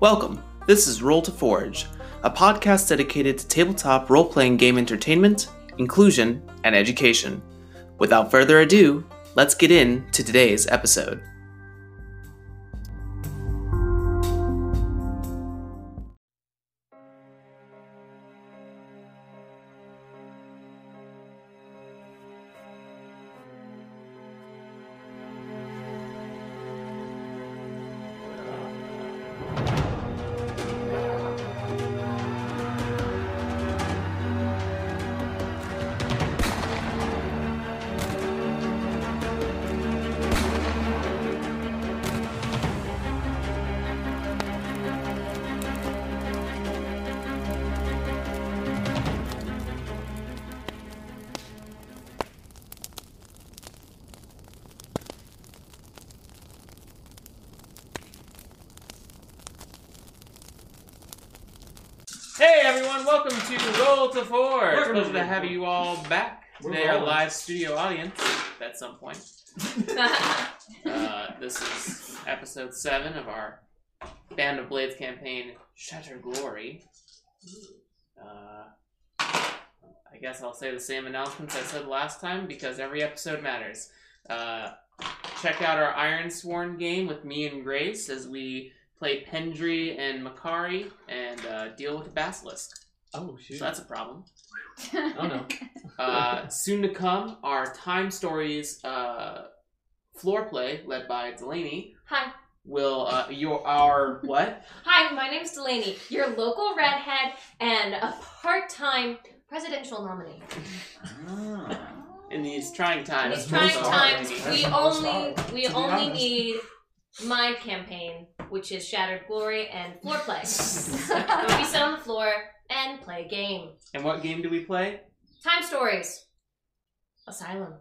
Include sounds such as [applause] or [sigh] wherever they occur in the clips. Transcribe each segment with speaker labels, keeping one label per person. Speaker 1: Welcome. This is Roll to Forge, a podcast dedicated to tabletop role playing game entertainment, inclusion, and education. Without further ado, let's get in to today's episode. Hey everyone, welcome to Roll to Forge. We're supposed to have you all back today, our live studio audience at some point. Uh, this is episode seven of our Band of Blades campaign, Shatter Glory. Uh, I guess I'll say the same announcements I said last time because every episode matters. Uh, check out our Iron Sworn game with me and Grace as we play Pendry and Makari and uh, deal with the Basilisk.
Speaker 2: Oh shoot!
Speaker 1: So that's a problem.
Speaker 2: oh no!
Speaker 3: [laughs]
Speaker 1: Uh, soon to come, our Time Stories uh, floor play led by Delaney
Speaker 3: Hi.
Speaker 1: will uh, your our what?
Speaker 3: Hi, my name's Delaney, your local redhead and a part time presidential nominee.
Speaker 1: In these trying
Speaker 3: In
Speaker 1: times.
Speaker 3: these
Speaker 2: That's
Speaker 3: trying times,
Speaker 2: most honorary.
Speaker 3: we
Speaker 2: That's most
Speaker 3: only
Speaker 2: honorary,
Speaker 3: we
Speaker 2: to be
Speaker 3: only
Speaker 2: honest.
Speaker 3: need my campaign, which is Shattered Glory and Floor Play.
Speaker 2: [laughs]
Speaker 3: where we sit on the floor and play a game.
Speaker 1: And what game do we play?
Speaker 3: Time stories. Asylum.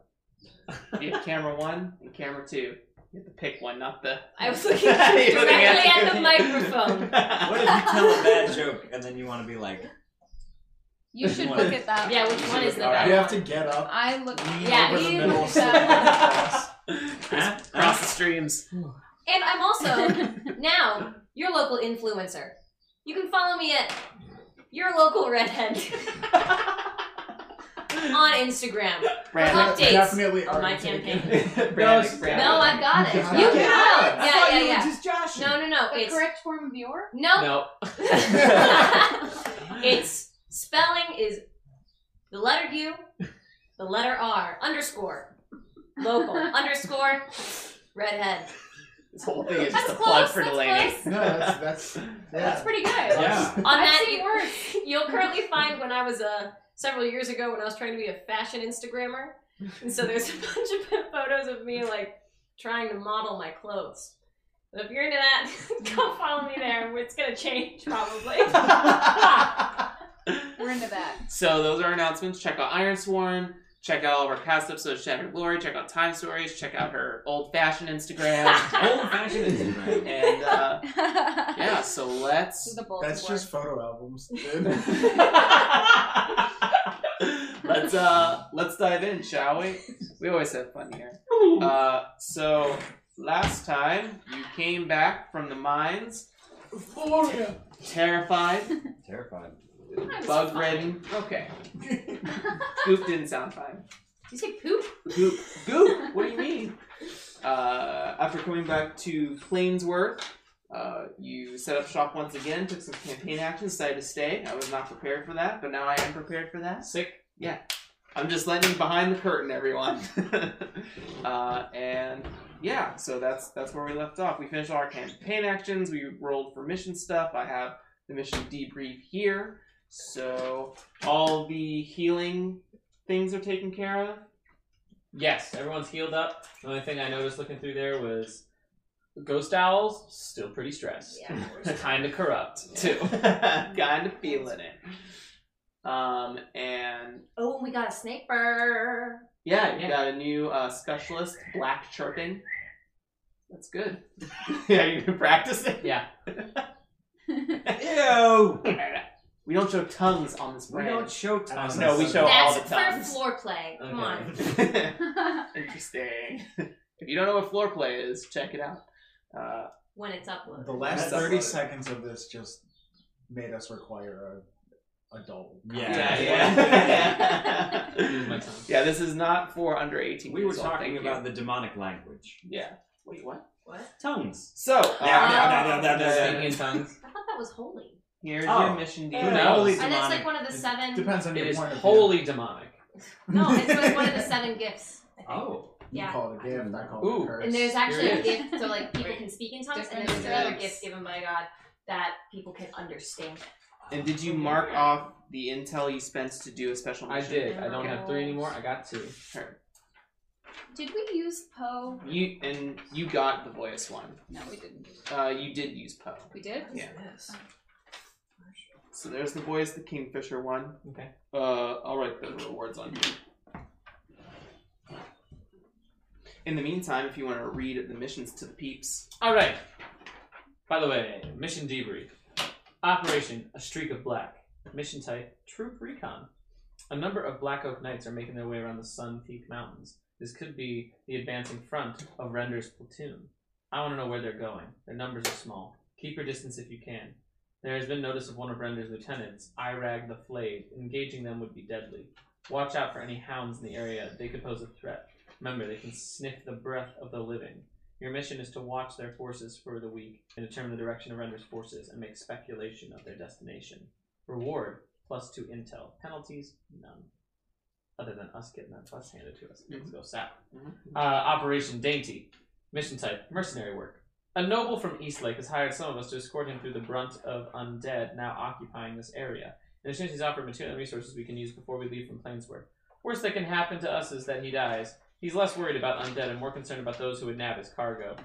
Speaker 1: You have camera one and camera two. You have to pick one, not the.
Speaker 3: I was looking
Speaker 2: [laughs]
Speaker 1: You're looking
Speaker 3: directly
Speaker 1: at-
Speaker 3: at the microphone.
Speaker 2: What if you tell a bad joke and then you want to be like,
Speaker 4: You should
Speaker 2: One.
Speaker 4: look at that.
Speaker 3: Yeah, which one is the
Speaker 1: All
Speaker 3: best?
Speaker 1: right.
Speaker 5: You have to get up,
Speaker 4: I look.
Speaker 5: lean
Speaker 3: Yeah,
Speaker 5: over the
Speaker 4: you-
Speaker 5: middle, sit
Speaker 6: [laughs]
Speaker 4: that-
Speaker 1: Huh? Cross the streams.
Speaker 3: And I'm also now your local influencer. You can follow me at your local redhead on Instagram.
Speaker 1: Brandon.
Speaker 3: updates
Speaker 5: definitely
Speaker 3: on
Speaker 5: are
Speaker 3: my
Speaker 5: gonna take [laughs]
Speaker 3: campaign.
Speaker 5: it.
Speaker 1: Brandon.
Speaker 5: Yeah.
Speaker 3: No, I've got it.
Speaker 5: You got
Speaker 3: You
Speaker 5: it.
Speaker 3: can.
Speaker 2: Yeah.
Speaker 3: Yeah, yeah, yeah.
Speaker 2: just Josh.
Speaker 3: No, no, no.
Speaker 4: The
Speaker 3: It's
Speaker 4: correct form of your?
Speaker 3: no.
Speaker 1: No.
Speaker 3: [laughs]
Speaker 1: [laughs]
Speaker 3: it's spelling is the letter U, the letter R underscore local
Speaker 1: [laughs]
Speaker 3: underscore redhead.
Speaker 1: This whole thing is just
Speaker 3: That's
Speaker 1: a plug
Speaker 3: close,
Speaker 1: for
Speaker 3: that's
Speaker 1: Delaney.
Speaker 3: close.
Speaker 5: No, that's that's yeah.
Speaker 3: That's pretty good.
Speaker 2: Yeah.
Speaker 3: On
Speaker 4: I've
Speaker 3: that, e- [laughs]
Speaker 4: seen
Speaker 3: You'll currently find when I was uh, several years ago when I was trying to be a fashion Instagrammer, and so there's a [laughs] bunch of photos of me like trying to model my clothes. But if you're into that, [laughs] go follow me there. It's gonna change probably.
Speaker 1: [laughs]
Speaker 4: We're
Speaker 3: [laughs]
Speaker 4: into that.
Speaker 1: So those are announcements. Check out Ironsworn. Check out all of our past episodes, Shattered Glory. Check out Time Stories. Check out her old-fashioned Instagram.
Speaker 5: [laughs]
Speaker 2: Old fashioned Instagram.
Speaker 1: and uh, yeah, so let's
Speaker 4: [laughs] the bold
Speaker 5: That's
Speaker 4: one.
Speaker 5: just photo
Speaker 2: [laughs]
Speaker 5: albums. dude.
Speaker 1: let's uh let's dive in, shall we? We always have fun here. Uh, so last time you came back from the mines terrified,
Speaker 2: Terrified.
Speaker 3: I was
Speaker 1: bug
Speaker 3: fine.
Speaker 1: ridden. Okay, [laughs] goop didn't sound fine.
Speaker 3: You say poop?
Speaker 1: Goop, goop. What do you mean? Uh, after coming back to Plainsworth, uh, you set up shop once again, took some campaign actions, decided to stay. I was not prepared for that, but now I am prepared for that.
Speaker 2: Sick.
Speaker 1: I'm just letting you behind the curtain, everyone. [laughs] uh, and yeah, so that's that's where we left off. We finished all our campaign actions. We rolled for mission stuff. I have the mission debrief here. So all the healing things are taken care of. [laughs]
Speaker 6: Yes, everyone's healed up. The only thing I noticed looking through there was Ghost Owl's still pretty stressed.
Speaker 1: [laughs]
Speaker 3: Yeah.
Speaker 6: kind of corrupt,
Speaker 1: too. [laughs]
Speaker 6: too.
Speaker 1: kind of feeling it. Um, and
Speaker 3: Oh, and we got a snake burr.
Speaker 1: yeah, you
Speaker 6: Yeah.
Speaker 1: got a new uh, specialist, black chirping. That's good. [laughs] yeah, you've been practicing.
Speaker 6: Yeah.
Speaker 2: Ew.
Speaker 1: we don't show tongues on this
Speaker 2: We
Speaker 1: brand.
Speaker 2: don't show tongues.
Speaker 1: No, we show all the
Speaker 3: That's for
Speaker 1: times.
Speaker 3: floor play. Come on.
Speaker 1: [laughs] Interesting. If you don't know what floor play is, check it out. Uh,
Speaker 3: when it's uploaded.
Speaker 7: The last
Speaker 2: That's
Speaker 7: thirty
Speaker 2: uploaded.
Speaker 7: seconds of this just made us require a adult.
Speaker 2: Yeah,
Speaker 8: yeah.
Speaker 6: Use my
Speaker 8: Yeah.
Speaker 6: tongue.
Speaker 8: [laughs] yeah, this is not for under 18
Speaker 2: [laughs] We were
Speaker 8: years old, thank
Speaker 2: talking
Speaker 8: you.
Speaker 2: about the demonic language.
Speaker 8: Yeah. Wait, what?
Speaker 3: What?
Speaker 2: Tongues.
Speaker 8: So,
Speaker 2: Yeah,
Speaker 8: uh,
Speaker 2: yeah, yeah, yeah, yeah, yeah.
Speaker 6: Speaking in tongues.
Speaker 3: I thought that was holy.
Speaker 8: here's
Speaker 2: Oh.
Speaker 8: your mission
Speaker 6: Who
Speaker 8: deal.
Speaker 6: knows?
Speaker 7: Holy
Speaker 3: And that's like
Speaker 7: demonic.
Speaker 3: one of the seven.
Speaker 7: Depends on
Speaker 6: It
Speaker 7: your
Speaker 6: is
Speaker 7: point of view.
Speaker 6: wholly demonic.
Speaker 3: [laughs] No, it's like one of the seven gifts. I think.
Speaker 2: Oh.
Speaker 7: You
Speaker 3: Yeah.
Speaker 7: call it a gift. I call it
Speaker 6: Ooh.
Speaker 7: a curse.
Speaker 3: And there's actually a
Speaker 6: There is.
Speaker 3: gift, so like people can speak in tongues, and
Speaker 4: Different
Speaker 3: there's another
Speaker 4: drugs.
Speaker 3: gift given by God that people can understand.
Speaker 8: And did you mark off the intel you spent to do a special
Speaker 6: I
Speaker 8: mission?
Speaker 6: did. I don't have
Speaker 3: Oh
Speaker 6: three anymore. I got two.
Speaker 8: Sure.
Speaker 4: Did we use Poe?
Speaker 8: You and you got the voice one.
Speaker 4: No, we didn't.
Speaker 8: Uh, you did use Poe.
Speaker 4: We did.
Speaker 8: Yeah. So there's the voice, the Kingfisher one.
Speaker 6: Okay.
Speaker 8: Uh, I'll write the rewards on here. In the meantime, if you want to read the missions to the peeps,
Speaker 6: All right. By the way, mission debrief. Operation: A Streak of Black. Mission type: Troop Recon. A number of Black Oak Knights are making their way around the Sun Peak Mountains. This could be the advancing front of Render's platoon. I want to know where they're going. Their numbers are small. Keep your distance if you can. There has been notice of one of Render's lieutenants, Irag the Flayed. Engaging them would be deadly. Watch out for any hounds in the area. They could pose a threat. Remember, they can sniff the breath of the living. Your mission is to watch their forces for the week and determine the direction of Render's forces and make speculation of their destination. Reward plus two intel. Penalties none. Other than us getting that bus handed to us. Let's go south. Uh, Operation Dainty. Mission type mercenary work. A noble from Eastlake has hired some of us to escort him through the brunt of undead now occupying this area. In addition, he's offered material and resources we can use before we leave from Plainsworth. Worst that can happen to us is that he dies. He's less worried about undead and more concerned about those who would nab his cargo.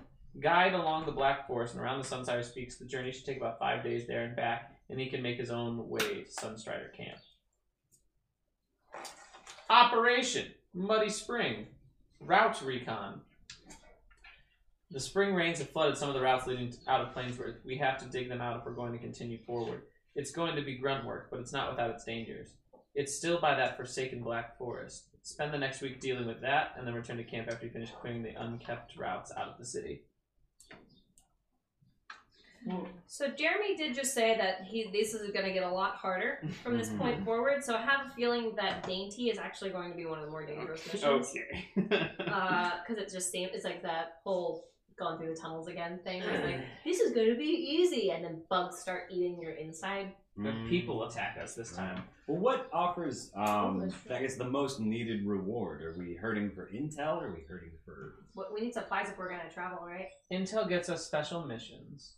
Speaker 6: Guide along the Black Forest and around the Sunsire Speaks. The journey should take about five days there and back, and he can make his own way to Sunstrider Camp. Operation Muddy Spring Route Recon. The spring rains have flooded some of the routes leading out of Plainsworth. We have to dig them out if we're going to continue forward. It's going to be grunt work, but it's not without its dangers. It's still by that forsaken black forest. Spend the next week dealing with that, and then return to camp after you finish clearing the unkept routes out of the city.
Speaker 3: So Jeremy did just say that he this is going to get a lot harder from this point forward. So I have a feeling that dainty is actually going to be one of the more dangerous
Speaker 8: Oh,
Speaker 3: missions because it just seems Uh, it's like that whole going through the tunnels again thing. Where it's like this is going to be easy, and then bugs start eating your inside.
Speaker 6: The
Speaker 2: Mm.
Speaker 6: people attack us this time.
Speaker 2: Well, what offers, um, I guess, the most needed reward? Are we hurting for intel? Are we hurting for.
Speaker 3: What we need supplies if we're going to travel, right?
Speaker 6: Intel gets us special missions.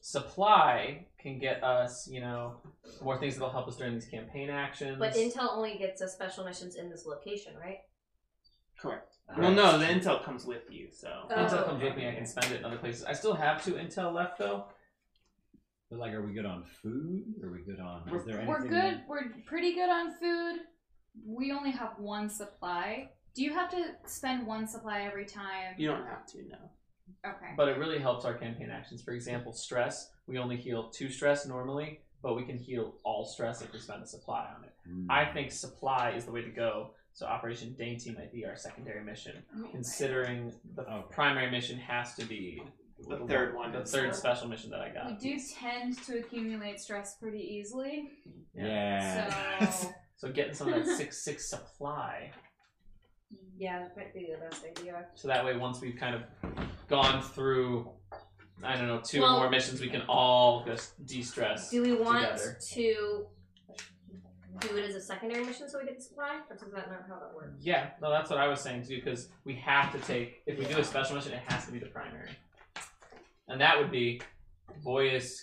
Speaker 6: Supply can get us, you know, more things that'll help us during these campaign actions.
Speaker 3: But intel only gets us special missions in this location, right?
Speaker 8: Correct.
Speaker 2: All
Speaker 8: Well,
Speaker 2: right.
Speaker 8: no, the intel comes with you, so.
Speaker 3: Oh.
Speaker 6: Intel comes with me. I can spend it in other places. I still have two intel left though.
Speaker 2: But, like, are we good on food? Are we good on. Is there
Speaker 4: We're
Speaker 2: anything-
Speaker 4: good. We're pretty good on food. We only have one supply. Do you have to spend one supply every time?
Speaker 8: You don't have to, no.
Speaker 4: Okay.
Speaker 6: But it really helps our campaign actions. For example, stress. We only heal two stress normally, but we can heal all stress if we spend a supply on it.
Speaker 2: Mm.
Speaker 6: I think supply is the way to go. So Operation Dainty might be our secondary mission,
Speaker 8: Oh,
Speaker 4: Mm,
Speaker 6: considering the
Speaker 2: Okay.
Speaker 6: primary mission has to be
Speaker 8: The third one
Speaker 6: the
Speaker 8: is-
Speaker 6: third special mission that I
Speaker 4: We
Speaker 6: got.
Speaker 4: do tend to accumulate stress pretty easily.
Speaker 2: Yeah. [laughs]
Speaker 4: So,
Speaker 6: So getting some of that
Speaker 3: [laughs]
Speaker 6: six six supply,
Speaker 3: Yeah, that might be the best idea.
Speaker 6: so that way once we've kind of gone through, I don't know, two
Speaker 3: Well-
Speaker 6: or more missions, we can all just de-stress.
Speaker 3: Do we want
Speaker 6: Together.
Speaker 3: to do it as a secondary mission so we get the supply, or does that not how that works?
Speaker 6: Yeah, no, that's what I was saying too, because we have to take if we do a special mission, it has to be the primary. And that would be Voyus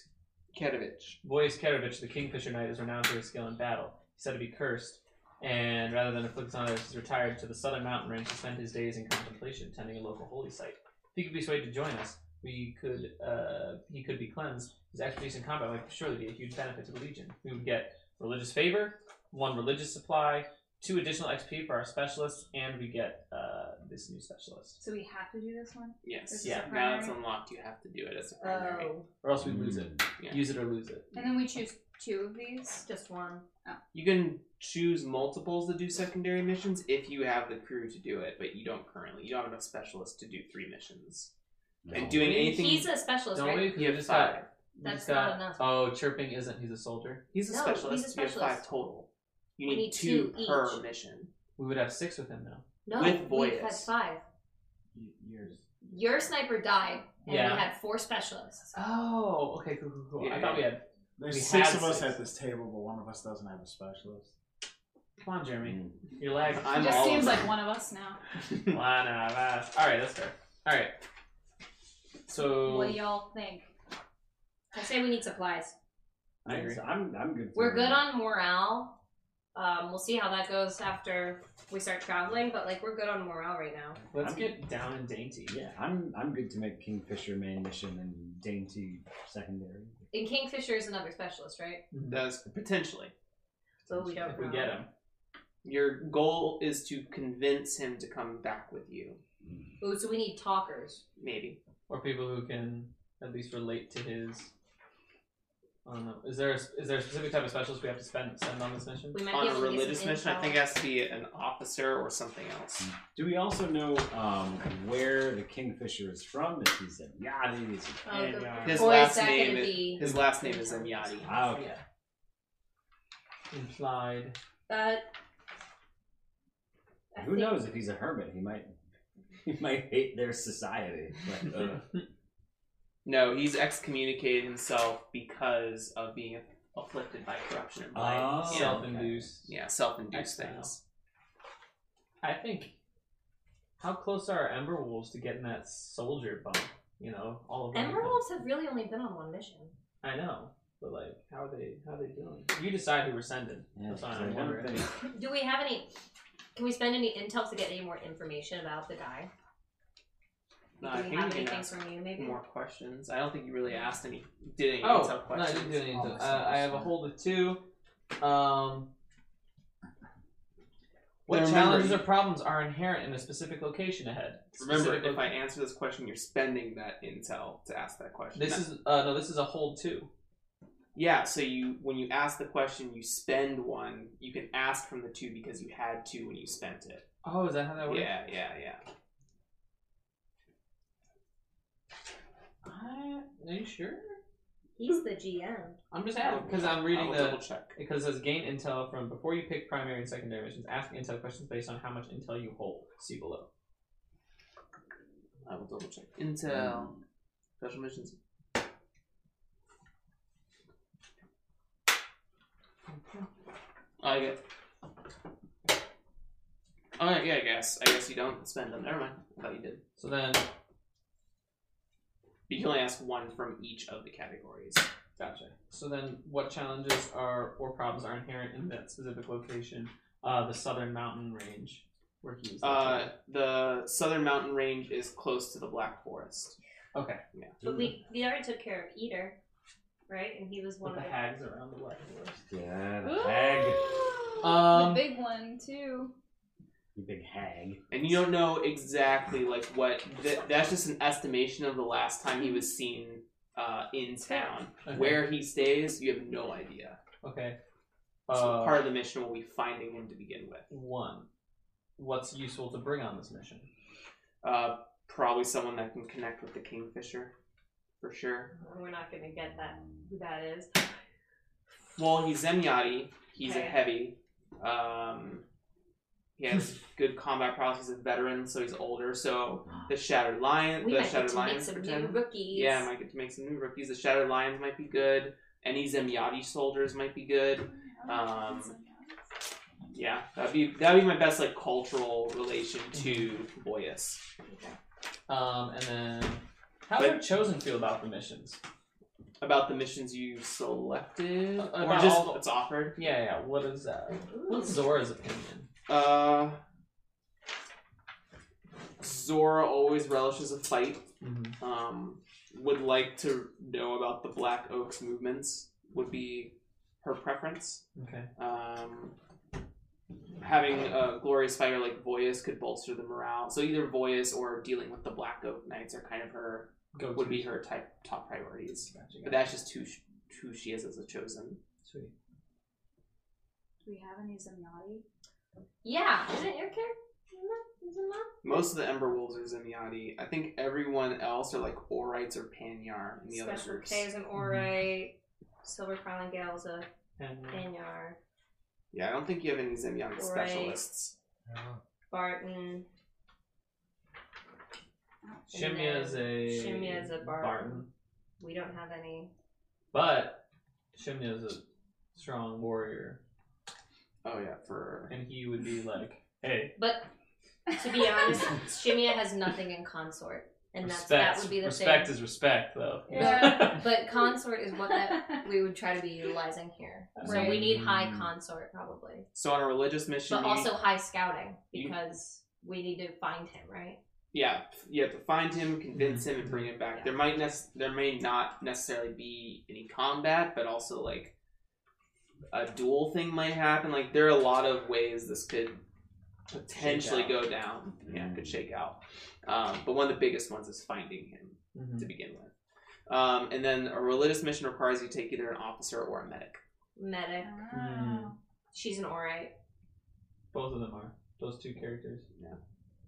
Speaker 8: Kedovich.
Speaker 6: Voyus Kerovich, the Kingfisher Knight, is renowned for his skill in battle. He's said to be cursed, and rather than afflict on others, he's retired to the southern mountain range to spend his days in contemplation, tending a local holy site. If he could be swayed to join us, we could uh, he could be cleansed. His expertise in combat might surely be a huge benefit to the Legion. We would get religious favor, one religious supply, two additional XP for our specialists, and we get uh, this new specialist.
Speaker 4: so we have to do this one. This
Speaker 8: Yes.
Speaker 4: is
Speaker 6: Yeah,
Speaker 4: a
Speaker 8: Now it's
Speaker 4: primary.
Speaker 8: unlocked. You have to do it as a primary.
Speaker 3: Oh,
Speaker 6: Or else we lose it.
Speaker 2: Mm.
Speaker 8: Yeah.
Speaker 6: Use it or lose it.
Speaker 4: And then we choose two of these.
Speaker 3: just one.
Speaker 8: You can choose multiples to do secondary missions if you have the crew to do it, but you don't currently. You don't have enough specialists to do three missions. And doing
Speaker 6: Wait,
Speaker 8: anything.
Speaker 3: He's a specialist,
Speaker 6: Don't we?
Speaker 3: right?
Speaker 6: 'Cause we
Speaker 8: You have
Speaker 6: just
Speaker 8: five.
Speaker 6: got- we
Speaker 3: That's
Speaker 6: just got-
Speaker 3: not enough.
Speaker 6: Oh, chirping isn't. He's a soldier.
Speaker 8: He's a
Speaker 3: No, he's a
Speaker 8: specialist. You have
Speaker 3: specialist.
Speaker 8: five total. You
Speaker 3: We
Speaker 8: need,
Speaker 3: need
Speaker 8: two,
Speaker 3: two
Speaker 8: per
Speaker 3: each.
Speaker 8: mission.
Speaker 6: We would have six with him now.
Speaker 3: No,
Speaker 8: With
Speaker 3: we
Speaker 8: Voyas.
Speaker 3: had five.
Speaker 7: Years.
Speaker 3: Your sniper died, and
Speaker 6: Yeah.
Speaker 3: we had four specialists.
Speaker 6: Oh, okay, cool, cool, cool.
Speaker 8: Yeah,
Speaker 6: I thought we had.
Speaker 7: There's
Speaker 6: We
Speaker 7: six
Speaker 6: had
Speaker 7: of us
Speaker 6: six.
Speaker 7: at this table, but one of us doesn't have a specialist.
Speaker 6: Come on, Jeremy.
Speaker 2: Mm.
Speaker 6: You're lagging.
Speaker 8: I'm
Speaker 4: just
Speaker 8: all
Speaker 6: [laughs]
Speaker 4: seems
Speaker 8: over.
Speaker 4: like one of us now.
Speaker 6: One of us. All right, that's fair. All right. So
Speaker 4: What do y'all think?
Speaker 3: I say we need supplies.
Speaker 2: I agree. I'm, I'm good. for
Speaker 3: We're good
Speaker 2: that.
Speaker 3: on morale. Um, we'll see how that goes after we start traveling, but like we're good on morale right now.
Speaker 6: let's
Speaker 2: I'm-
Speaker 6: get down and dainty.
Speaker 2: Yeah, I'm I'm good to make Kingfisher main mission and Dainty secondary.
Speaker 3: And Kingfisher is another specialist, right?
Speaker 8: Does potentially.
Speaker 3: So we don't.
Speaker 6: If we
Speaker 3: know.
Speaker 6: get him.
Speaker 8: Your goal is to convince him to come back with you.
Speaker 3: Ooh, so we need talkers.
Speaker 8: Maybe.
Speaker 6: or people who can at least relate to his. I don't know. Is there a, is there a specific type of specialist we have to spend send on this mission?
Speaker 3: We might
Speaker 8: On
Speaker 3: be
Speaker 8: a
Speaker 3: able to get
Speaker 8: religious
Speaker 3: some
Speaker 8: mission, I
Speaker 3: intel.
Speaker 8: think it has to be an officer or something else.
Speaker 6: Mm.
Speaker 2: Do we also know um, where the Kingfisher is from? If he's a Yadi, is he
Speaker 3: Oh,
Speaker 2: a
Speaker 3: good.
Speaker 2: Panyard?
Speaker 8: His
Speaker 3: Or is
Speaker 8: last
Speaker 3: that
Speaker 8: name
Speaker 3: gonna
Speaker 8: is
Speaker 3: be-
Speaker 8: his last name is Imyadi.
Speaker 2: Ah, okay.
Speaker 6: Yeah. Implied.
Speaker 3: Uh, I
Speaker 2: Who
Speaker 3: think-
Speaker 2: knows if he's a hermit? He might [laughs] he might hate their society. Like, uh,
Speaker 8: No, he's excommunicated himself because of being afflicted by corruption and blight.
Speaker 2: Oh.
Speaker 8: yeah.
Speaker 6: Ah. Self-induced.
Speaker 8: yeah, self-induced
Speaker 6: Exile.
Speaker 8: things.
Speaker 6: I think. How close are Ember Wolves to getting that soldier bump? You know, all of them.
Speaker 3: Ember Wolves have really only been on one mission.
Speaker 6: I know, but like, how are they? How are they doing? You decide who we're sending.
Speaker 2: yeah,
Speaker 6: That's fine,
Speaker 2: so I
Speaker 6: I'm
Speaker 2: don't
Speaker 6: wondering.
Speaker 2: think-
Speaker 3: Do we have any? Can we spend any intel to get any more information about the guy?
Speaker 8: No,
Speaker 3: Do
Speaker 8: I
Speaker 3: we
Speaker 8: think
Speaker 3: have
Speaker 8: you can
Speaker 3: anything
Speaker 8: ask
Speaker 3: from you, maybe?
Speaker 8: more questions. I don't think you really asked any. Did any
Speaker 6: Oh,
Speaker 8: intel
Speaker 6: no, I
Speaker 8: questions?
Speaker 6: didn't do any intel.
Speaker 7: Almost
Speaker 6: Uh, I have a
Speaker 7: understood.
Speaker 6: hold of two. Um, what
Speaker 8: Now remember,
Speaker 6: challenges
Speaker 8: you-
Speaker 6: or problems are inherent in a specific location ahead?
Speaker 8: Remember,
Speaker 6: Specific
Speaker 8: if I
Speaker 6: loca-
Speaker 8: answer this question, you're spending that intel to ask that question.
Speaker 6: this
Speaker 8: No-
Speaker 6: is uh, no, this is a hold two.
Speaker 8: yeah. So you, when you ask the question, you spend one. You can ask from the two because you had two when you spent it.
Speaker 6: Oh, is that how that works?
Speaker 8: Yeah, yeah, yeah.
Speaker 6: I, are you sure?
Speaker 3: He's the GM.
Speaker 6: I'm just
Speaker 8: I
Speaker 6: asking
Speaker 8: will-
Speaker 6: because I'm
Speaker 8: I
Speaker 6: reading
Speaker 8: will
Speaker 6: the
Speaker 8: double check.
Speaker 6: because it says gain intel from before you pick primary and secondary missions. Ask intel questions based on how much intel you hold. See below.
Speaker 8: I will double check. Intel, special missions. I get. Oh yeah, I guess. I guess you don't spend them. Never mind. I thought you did.
Speaker 6: So then,
Speaker 8: You can only ask one from each of the categories.
Speaker 6: Gotcha. So then, what challenges are or problems are inherent in that specific location? Uh, the southern mountain range, where he was.
Speaker 8: Uh,
Speaker 6: located.
Speaker 8: the southern mountain range is close to the Black Forest.
Speaker 6: okay.
Speaker 3: But we we already took care of Eater, right? And he was one
Speaker 6: With
Speaker 3: of
Speaker 6: the
Speaker 3: the.
Speaker 6: hags around the black forest.
Speaker 2: Yeah, the hag.
Speaker 6: Um,
Speaker 4: the big one too.
Speaker 2: You big hag.
Speaker 8: And you don't know exactly like what. Th- that's just an estimation of the last time he was seen uh, in town.
Speaker 6: Okay.
Speaker 8: Where he stays, you have no idea.
Speaker 6: Okay.
Speaker 8: So
Speaker 6: Uh,
Speaker 8: part of the mission will be finding him to begin with.
Speaker 6: one. What's useful to bring on this mission?
Speaker 8: Uh, probably someone that can connect with the Kingfisher, for sure.
Speaker 3: We're not gonna get that. Who that is?
Speaker 8: Well, he's Zemyati. He's a
Speaker 3: Okay.
Speaker 8: heavy. Um, he has
Speaker 3: Hmm.
Speaker 8: good combat prowess. He's a veteran, so he's older. So the Shattered Lion,
Speaker 3: Ah. We
Speaker 8: the
Speaker 3: might get
Speaker 8: Shattered
Speaker 3: to make
Speaker 8: Lions
Speaker 3: some new
Speaker 8: pretend.
Speaker 3: rookies.
Speaker 8: Yeah, might get to make some new rookies. The Shattered Lions might be good. Any Zemyati soldiers might be good. Um, Yeah, that'd be that'd be my best like cultural relation to
Speaker 3: Mm-hmm.
Speaker 8: Boyas.
Speaker 6: Um, and then, how
Speaker 8: But-
Speaker 6: did chosen feel about the missions?
Speaker 8: About the missions you selected,
Speaker 6: Uh,
Speaker 8: or
Speaker 6: about
Speaker 8: just
Speaker 6: all the-
Speaker 8: what's offered.
Speaker 6: Yeah, yeah. What is that? What's Zora's opinion?
Speaker 8: Uh, Zora always relishes a fight.
Speaker 6: Mm-hmm.
Speaker 8: Um, would like to know about the Black Oaks movements. Would be her preference.
Speaker 6: Okay.
Speaker 8: um, having a glorious fighter like Voyas could bolster the morale. So either Voyas or dealing with the Black Oak Knights are kind of her
Speaker 6: Go
Speaker 8: would be
Speaker 6: to-
Speaker 8: her type top priorities.
Speaker 6: Gotcha,
Speaker 8: But
Speaker 6: gotcha.
Speaker 8: that's just who she, who she is as a chosen.
Speaker 6: Sweet.
Speaker 4: Do we have any Zemnati?
Speaker 3: Yeah. Isn't it your character? is in that?
Speaker 8: Most of the Ember Wolves are Zemiati. I think everyone else are like Orites or Panyar and the other
Speaker 3: Special
Speaker 8: groups. Mm-hmm.
Speaker 3: K is an Ore, Silver Crown and Gals a
Speaker 6: And
Speaker 3: Panyar,
Speaker 8: Yeah, I don't think you have any Zemiati
Speaker 3: Orite.
Speaker 8: specialists.
Speaker 3: Barton.
Speaker 6: Shimya is a
Speaker 3: Shimya is a Barton.
Speaker 6: Barton.
Speaker 3: We don't have any.
Speaker 6: But Shimya is a strong warrior,
Speaker 8: Oh yeah, for [laughs]
Speaker 6: and he would be like, "Hey,
Speaker 3: But to be honest,
Speaker 8: [laughs]
Speaker 3: Shimia has nothing in consort. And that's,
Speaker 6: respect.
Speaker 3: that would be the
Speaker 6: respect
Speaker 3: thing.
Speaker 6: is respect, though." [laughs]
Speaker 4: Yeah.
Speaker 3: but consort is what that
Speaker 4: [laughs]
Speaker 3: we would try to be utilizing here. So we
Speaker 6: Right.
Speaker 3: need high
Speaker 8: Mm.
Speaker 3: consort probably,
Speaker 8: so on a religious mission.
Speaker 3: but
Speaker 8: you-
Speaker 3: also high scouting
Speaker 8: You-
Speaker 3: because we need to find him, right?
Speaker 8: yeah, you have to find him, convince him, and bring him back. There might nec- there may not necessarily be any combat, but also like a duel thing might happen. Like there are a lot of ways this could potentially
Speaker 6: out.
Speaker 8: go down. Yeah,
Speaker 2: Mm.
Speaker 8: could shake out. Um, but one of the biggest ones is finding him
Speaker 6: Mhm.
Speaker 8: to begin with. Um, and then a religious mission requires you take either an officer or a medic.
Speaker 3: Medic.
Speaker 4: Oh.
Speaker 3: She's an alright.
Speaker 6: Both of them are. Those two characters.
Speaker 8: Yeah.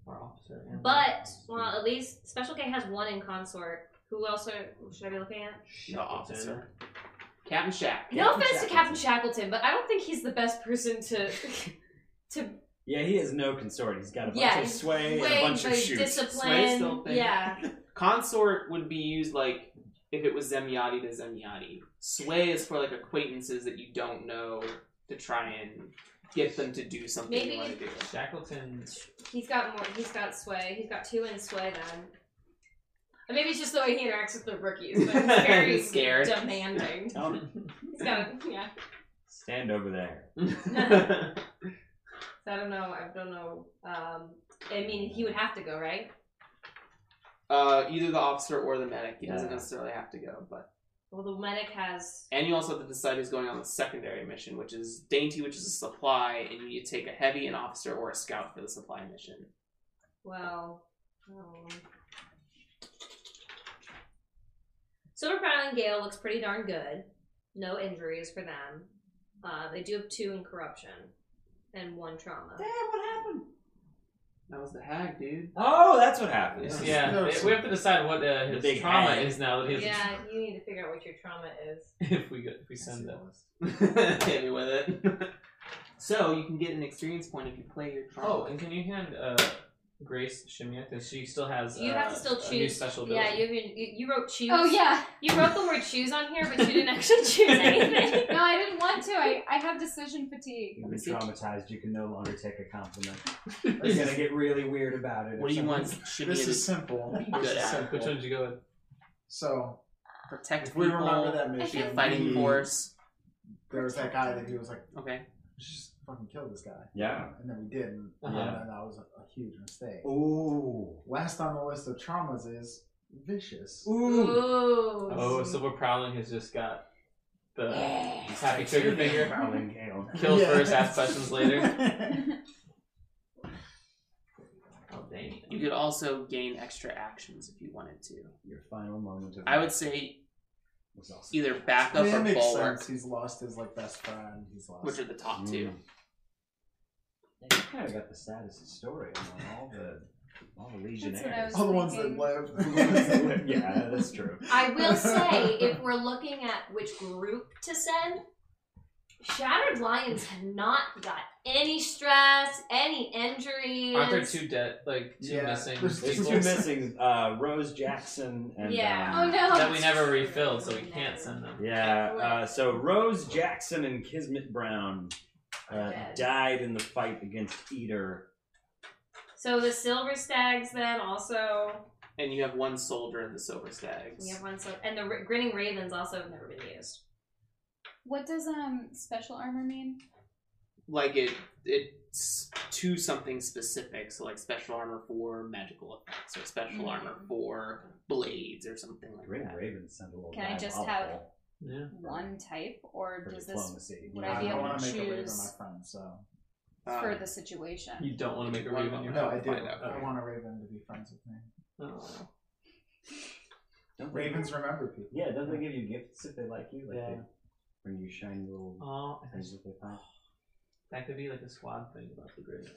Speaker 6: Are officer. and-
Speaker 3: But well, at least Special K has one in consort. Who else are, should I be looking at?
Speaker 8: The officer, Captain Shack.
Speaker 3: no offense to Captain Shackleton, but I don't think he's the best person to [laughs] to
Speaker 2: Yeah, he has no consort. He's got a bunch
Speaker 3: yeah
Speaker 2: of
Speaker 3: he's
Speaker 2: sway and
Speaker 3: way
Speaker 2: a bunch of
Speaker 3: the
Speaker 2: shoots.
Speaker 8: Sway's
Speaker 3: Discipline.
Speaker 8: still thing.
Speaker 3: yeah.
Speaker 8: Consort would be used like if it was Zemiati to Zemiati. Sway is for like acquaintances that you don't know to try and get them to do something
Speaker 3: Maybe-
Speaker 8: you want to do.
Speaker 6: Shackleton.
Speaker 3: He's got more. He's got sway. He's got two in sway then. Or maybe it's just the way he interacts with the rookies, but he's very
Speaker 8: He's scared.
Speaker 3: demanding.
Speaker 2: Tell him,
Speaker 3: He's got yeah.
Speaker 2: stand over there.
Speaker 3: So I don't know. I don't know. Um, I mean, he would have to go, right?
Speaker 8: [laughs] uh, either the officer or the medic. He doesn't
Speaker 2: Yeah.
Speaker 8: necessarily have to go, but
Speaker 3: Well, the medic has.
Speaker 8: and you also have to decide who's going on the secondary mission, which is dainty, which is a supply, and you need to take a heavy, an officer, or a scout for the supply mission.
Speaker 3: Well. Um, Silver Crown and Gale looks pretty darn good. No injuries for them. Uh, they do have two in corruption and one trauma.
Speaker 2: what happened?
Speaker 8: That was the hag, dude.
Speaker 2: Oh, that's what happened.
Speaker 6: Yeah,
Speaker 8: Yeah.
Speaker 7: There's-
Speaker 6: we have to decide what uh,
Speaker 2: The
Speaker 6: his
Speaker 2: big
Speaker 6: trauma
Speaker 2: hag.
Speaker 6: is now that he has. a
Speaker 3: Yeah, you need to figure out what your trauma is.
Speaker 6: tra- [laughs] if we go, if we send them.
Speaker 8: [laughs] Hit me with it. [laughs] so you can get an experience point if you play your. trauma.
Speaker 6: Oh, and can you hand uh, Grace Shimia because she still has.
Speaker 3: You
Speaker 6: uh,
Speaker 3: have to still
Speaker 6: A new
Speaker 3: choose.
Speaker 6: special ability.
Speaker 3: Yeah, you have your, you, you wrote choose.
Speaker 4: Oh yeah.
Speaker 3: You wrote the word choose on here, but you didn't actually
Speaker 4: [laughs]
Speaker 3: choose anything.
Speaker 4: No, I didn't want to. I, I have decision fatigue.
Speaker 2: You've been traumatized. You can no longer take a [laughs] compliment. You're
Speaker 7: This
Speaker 2: gonna
Speaker 7: is,
Speaker 2: get really weird about it. if
Speaker 8: What do you
Speaker 2: someone-
Speaker 8: want Shimmy
Speaker 7: this
Speaker 8: to
Speaker 7: is simple.
Speaker 8: Be
Speaker 7: This
Speaker 8: good
Speaker 7: is
Speaker 8: at it.
Speaker 7: simple.
Speaker 6: Which one did you go with?
Speaker 7: So
Speaker 8: protect
Speaker 7: if we remember that Hmm.
Speaker 8: be a
Speaker 7: mission,
Speaker 8: fighting
Speaker 7: we-
Speaker 8: force.
Speaker 7: There was that guy that he was like,
Speaker 8: Okay.
Speaker 7: "We should just fucking kill this guy,
Speaker 2: Yeah.
Speaker 7: and then we didn't,
Speaker 2: Uh-huh.
Speaker 7: and then that was a, a huge mistake.
Speaker 2: Ooh.
Speaker 7: Last on the list of traumas is vicious.
Speaker 2: Ooh.
Speaker 3: Ooh.
Speaker 6: Oh, Silver Prowling has just got the
Speaker 2: It's
Speaker 6: happy
Speaker 2: like
Speaker 6: trigger
Speaker 2: shooting
Speaker 6: finger.
Speaker 2: Prowling Gale.
Speaker 6: [laughs] Kill
Speaker 7: Yeah.
Speaker 6: first, ask questions
Speaker 2: [laughs]
Speaker 6: later. Oh, dang.
Speaker 8: You could also gain extra actions if you wanted to.
Speaker 2: Your final moment of
Speaker 8: I would say
Speaker 2: was awesome.
Speaker 8: either backup
Speaker 7: that
Speaker 8: or
Speaker 7: makes
Speaker 8: bulwark,
Speaker 7: sense. He's lost his like best friend. He's lost.
Speaker 8: which are the top two.
Speaker 2: Mm. Yeah, you kind of got the saddest story among all the all the legionnaires.
Speaker 4: was-
Speaker 7: all the ones that
Speaker 4: thinking-
Speaker 7: lived. the ones that lived.
Speaker 2: yeah, that's true.
Speaker 3: I will [laughs]
Speaker 7: [laughs]
Speaker 3: say, if we're looking at which group to send, Shattered Lions have not got any stress, any injuries.
Speaker 6: Aren't there two dead, like two
Speaker 7: Yeah.
Speaker 6: missing
Speaker 7: There's
Speaker 2: There's
Speaker 6: people
Speaker 2: two missing: uh, Rose Jackson and
Speaker 3: Yeah.
Speaker 7: uh,
Speaker 2: um,
Speaker 4: Oh no.
Speaker 6: that we never refilled, so we can't send them?
Speaker 2: Yeah, uh, so Rose Jackson and Kismet Brown uh,
Speaker 3: Dead.
Speaker 2: died in the fight against Eater.
Speaker 3: So the Silver Stags then also.
Speaker 8: And you have one soldier in the Silver Stags.
Speaker 3: We have one. So, and the Ra- Grinning Ravens also have never been used.
Speaker 4: What does um special armor mean?
Speaker 8: Like it, it's to something specific. So like special armor for magical effects, or special
Speaker 4: Mhm.
Speaker 8: armor for blades, or something like
Speaker 2: Green
Speaker 8: that.
Speaker 2: Raven sent a little
Speaker 4: Can I just
Speaker 2: diabolical
Speaker 6: Yeah.
Speaker 4: One type, or
Speaker 2: for
Speaker 4: does this
Speaker 2: diplomacy.
Speaker 4: would
Speaker 7: I
Speaker 4: I be
Speaker 7: don't
Speaker 4: able
Speaker 7: want
Speaker 4: to
Speaker 7: to make a raid on
Speaker 4: choose-
Speaker 7: my friend, so
Speaker 8: Um,
Speaker 4: for the situation?
Speaker 6: You don't want to make a
Speaker 8: One
Speaker 6: raven.
Speaker 8: moment.
Speaker 6: you're
Speaker 7: no,
Speaker 6: not
Speaker 7: I do.
Speaker 6: gonna find out.
Speaker 7: I want a raven to be friends with me.
Speaker 6: Oh.
Speaker 2: Don't they-
Speaker 7: Ravens remember people.
Speaker 2: Yeah, don't they give you gifts if they like you? Like
Speaker 6: Yeah.
Speaker 2: they bring you shiny little
Speaker 6: Oh, I think
Speaker 2: things that they find.
Speaker 6: that could be like a squad thing about the grave.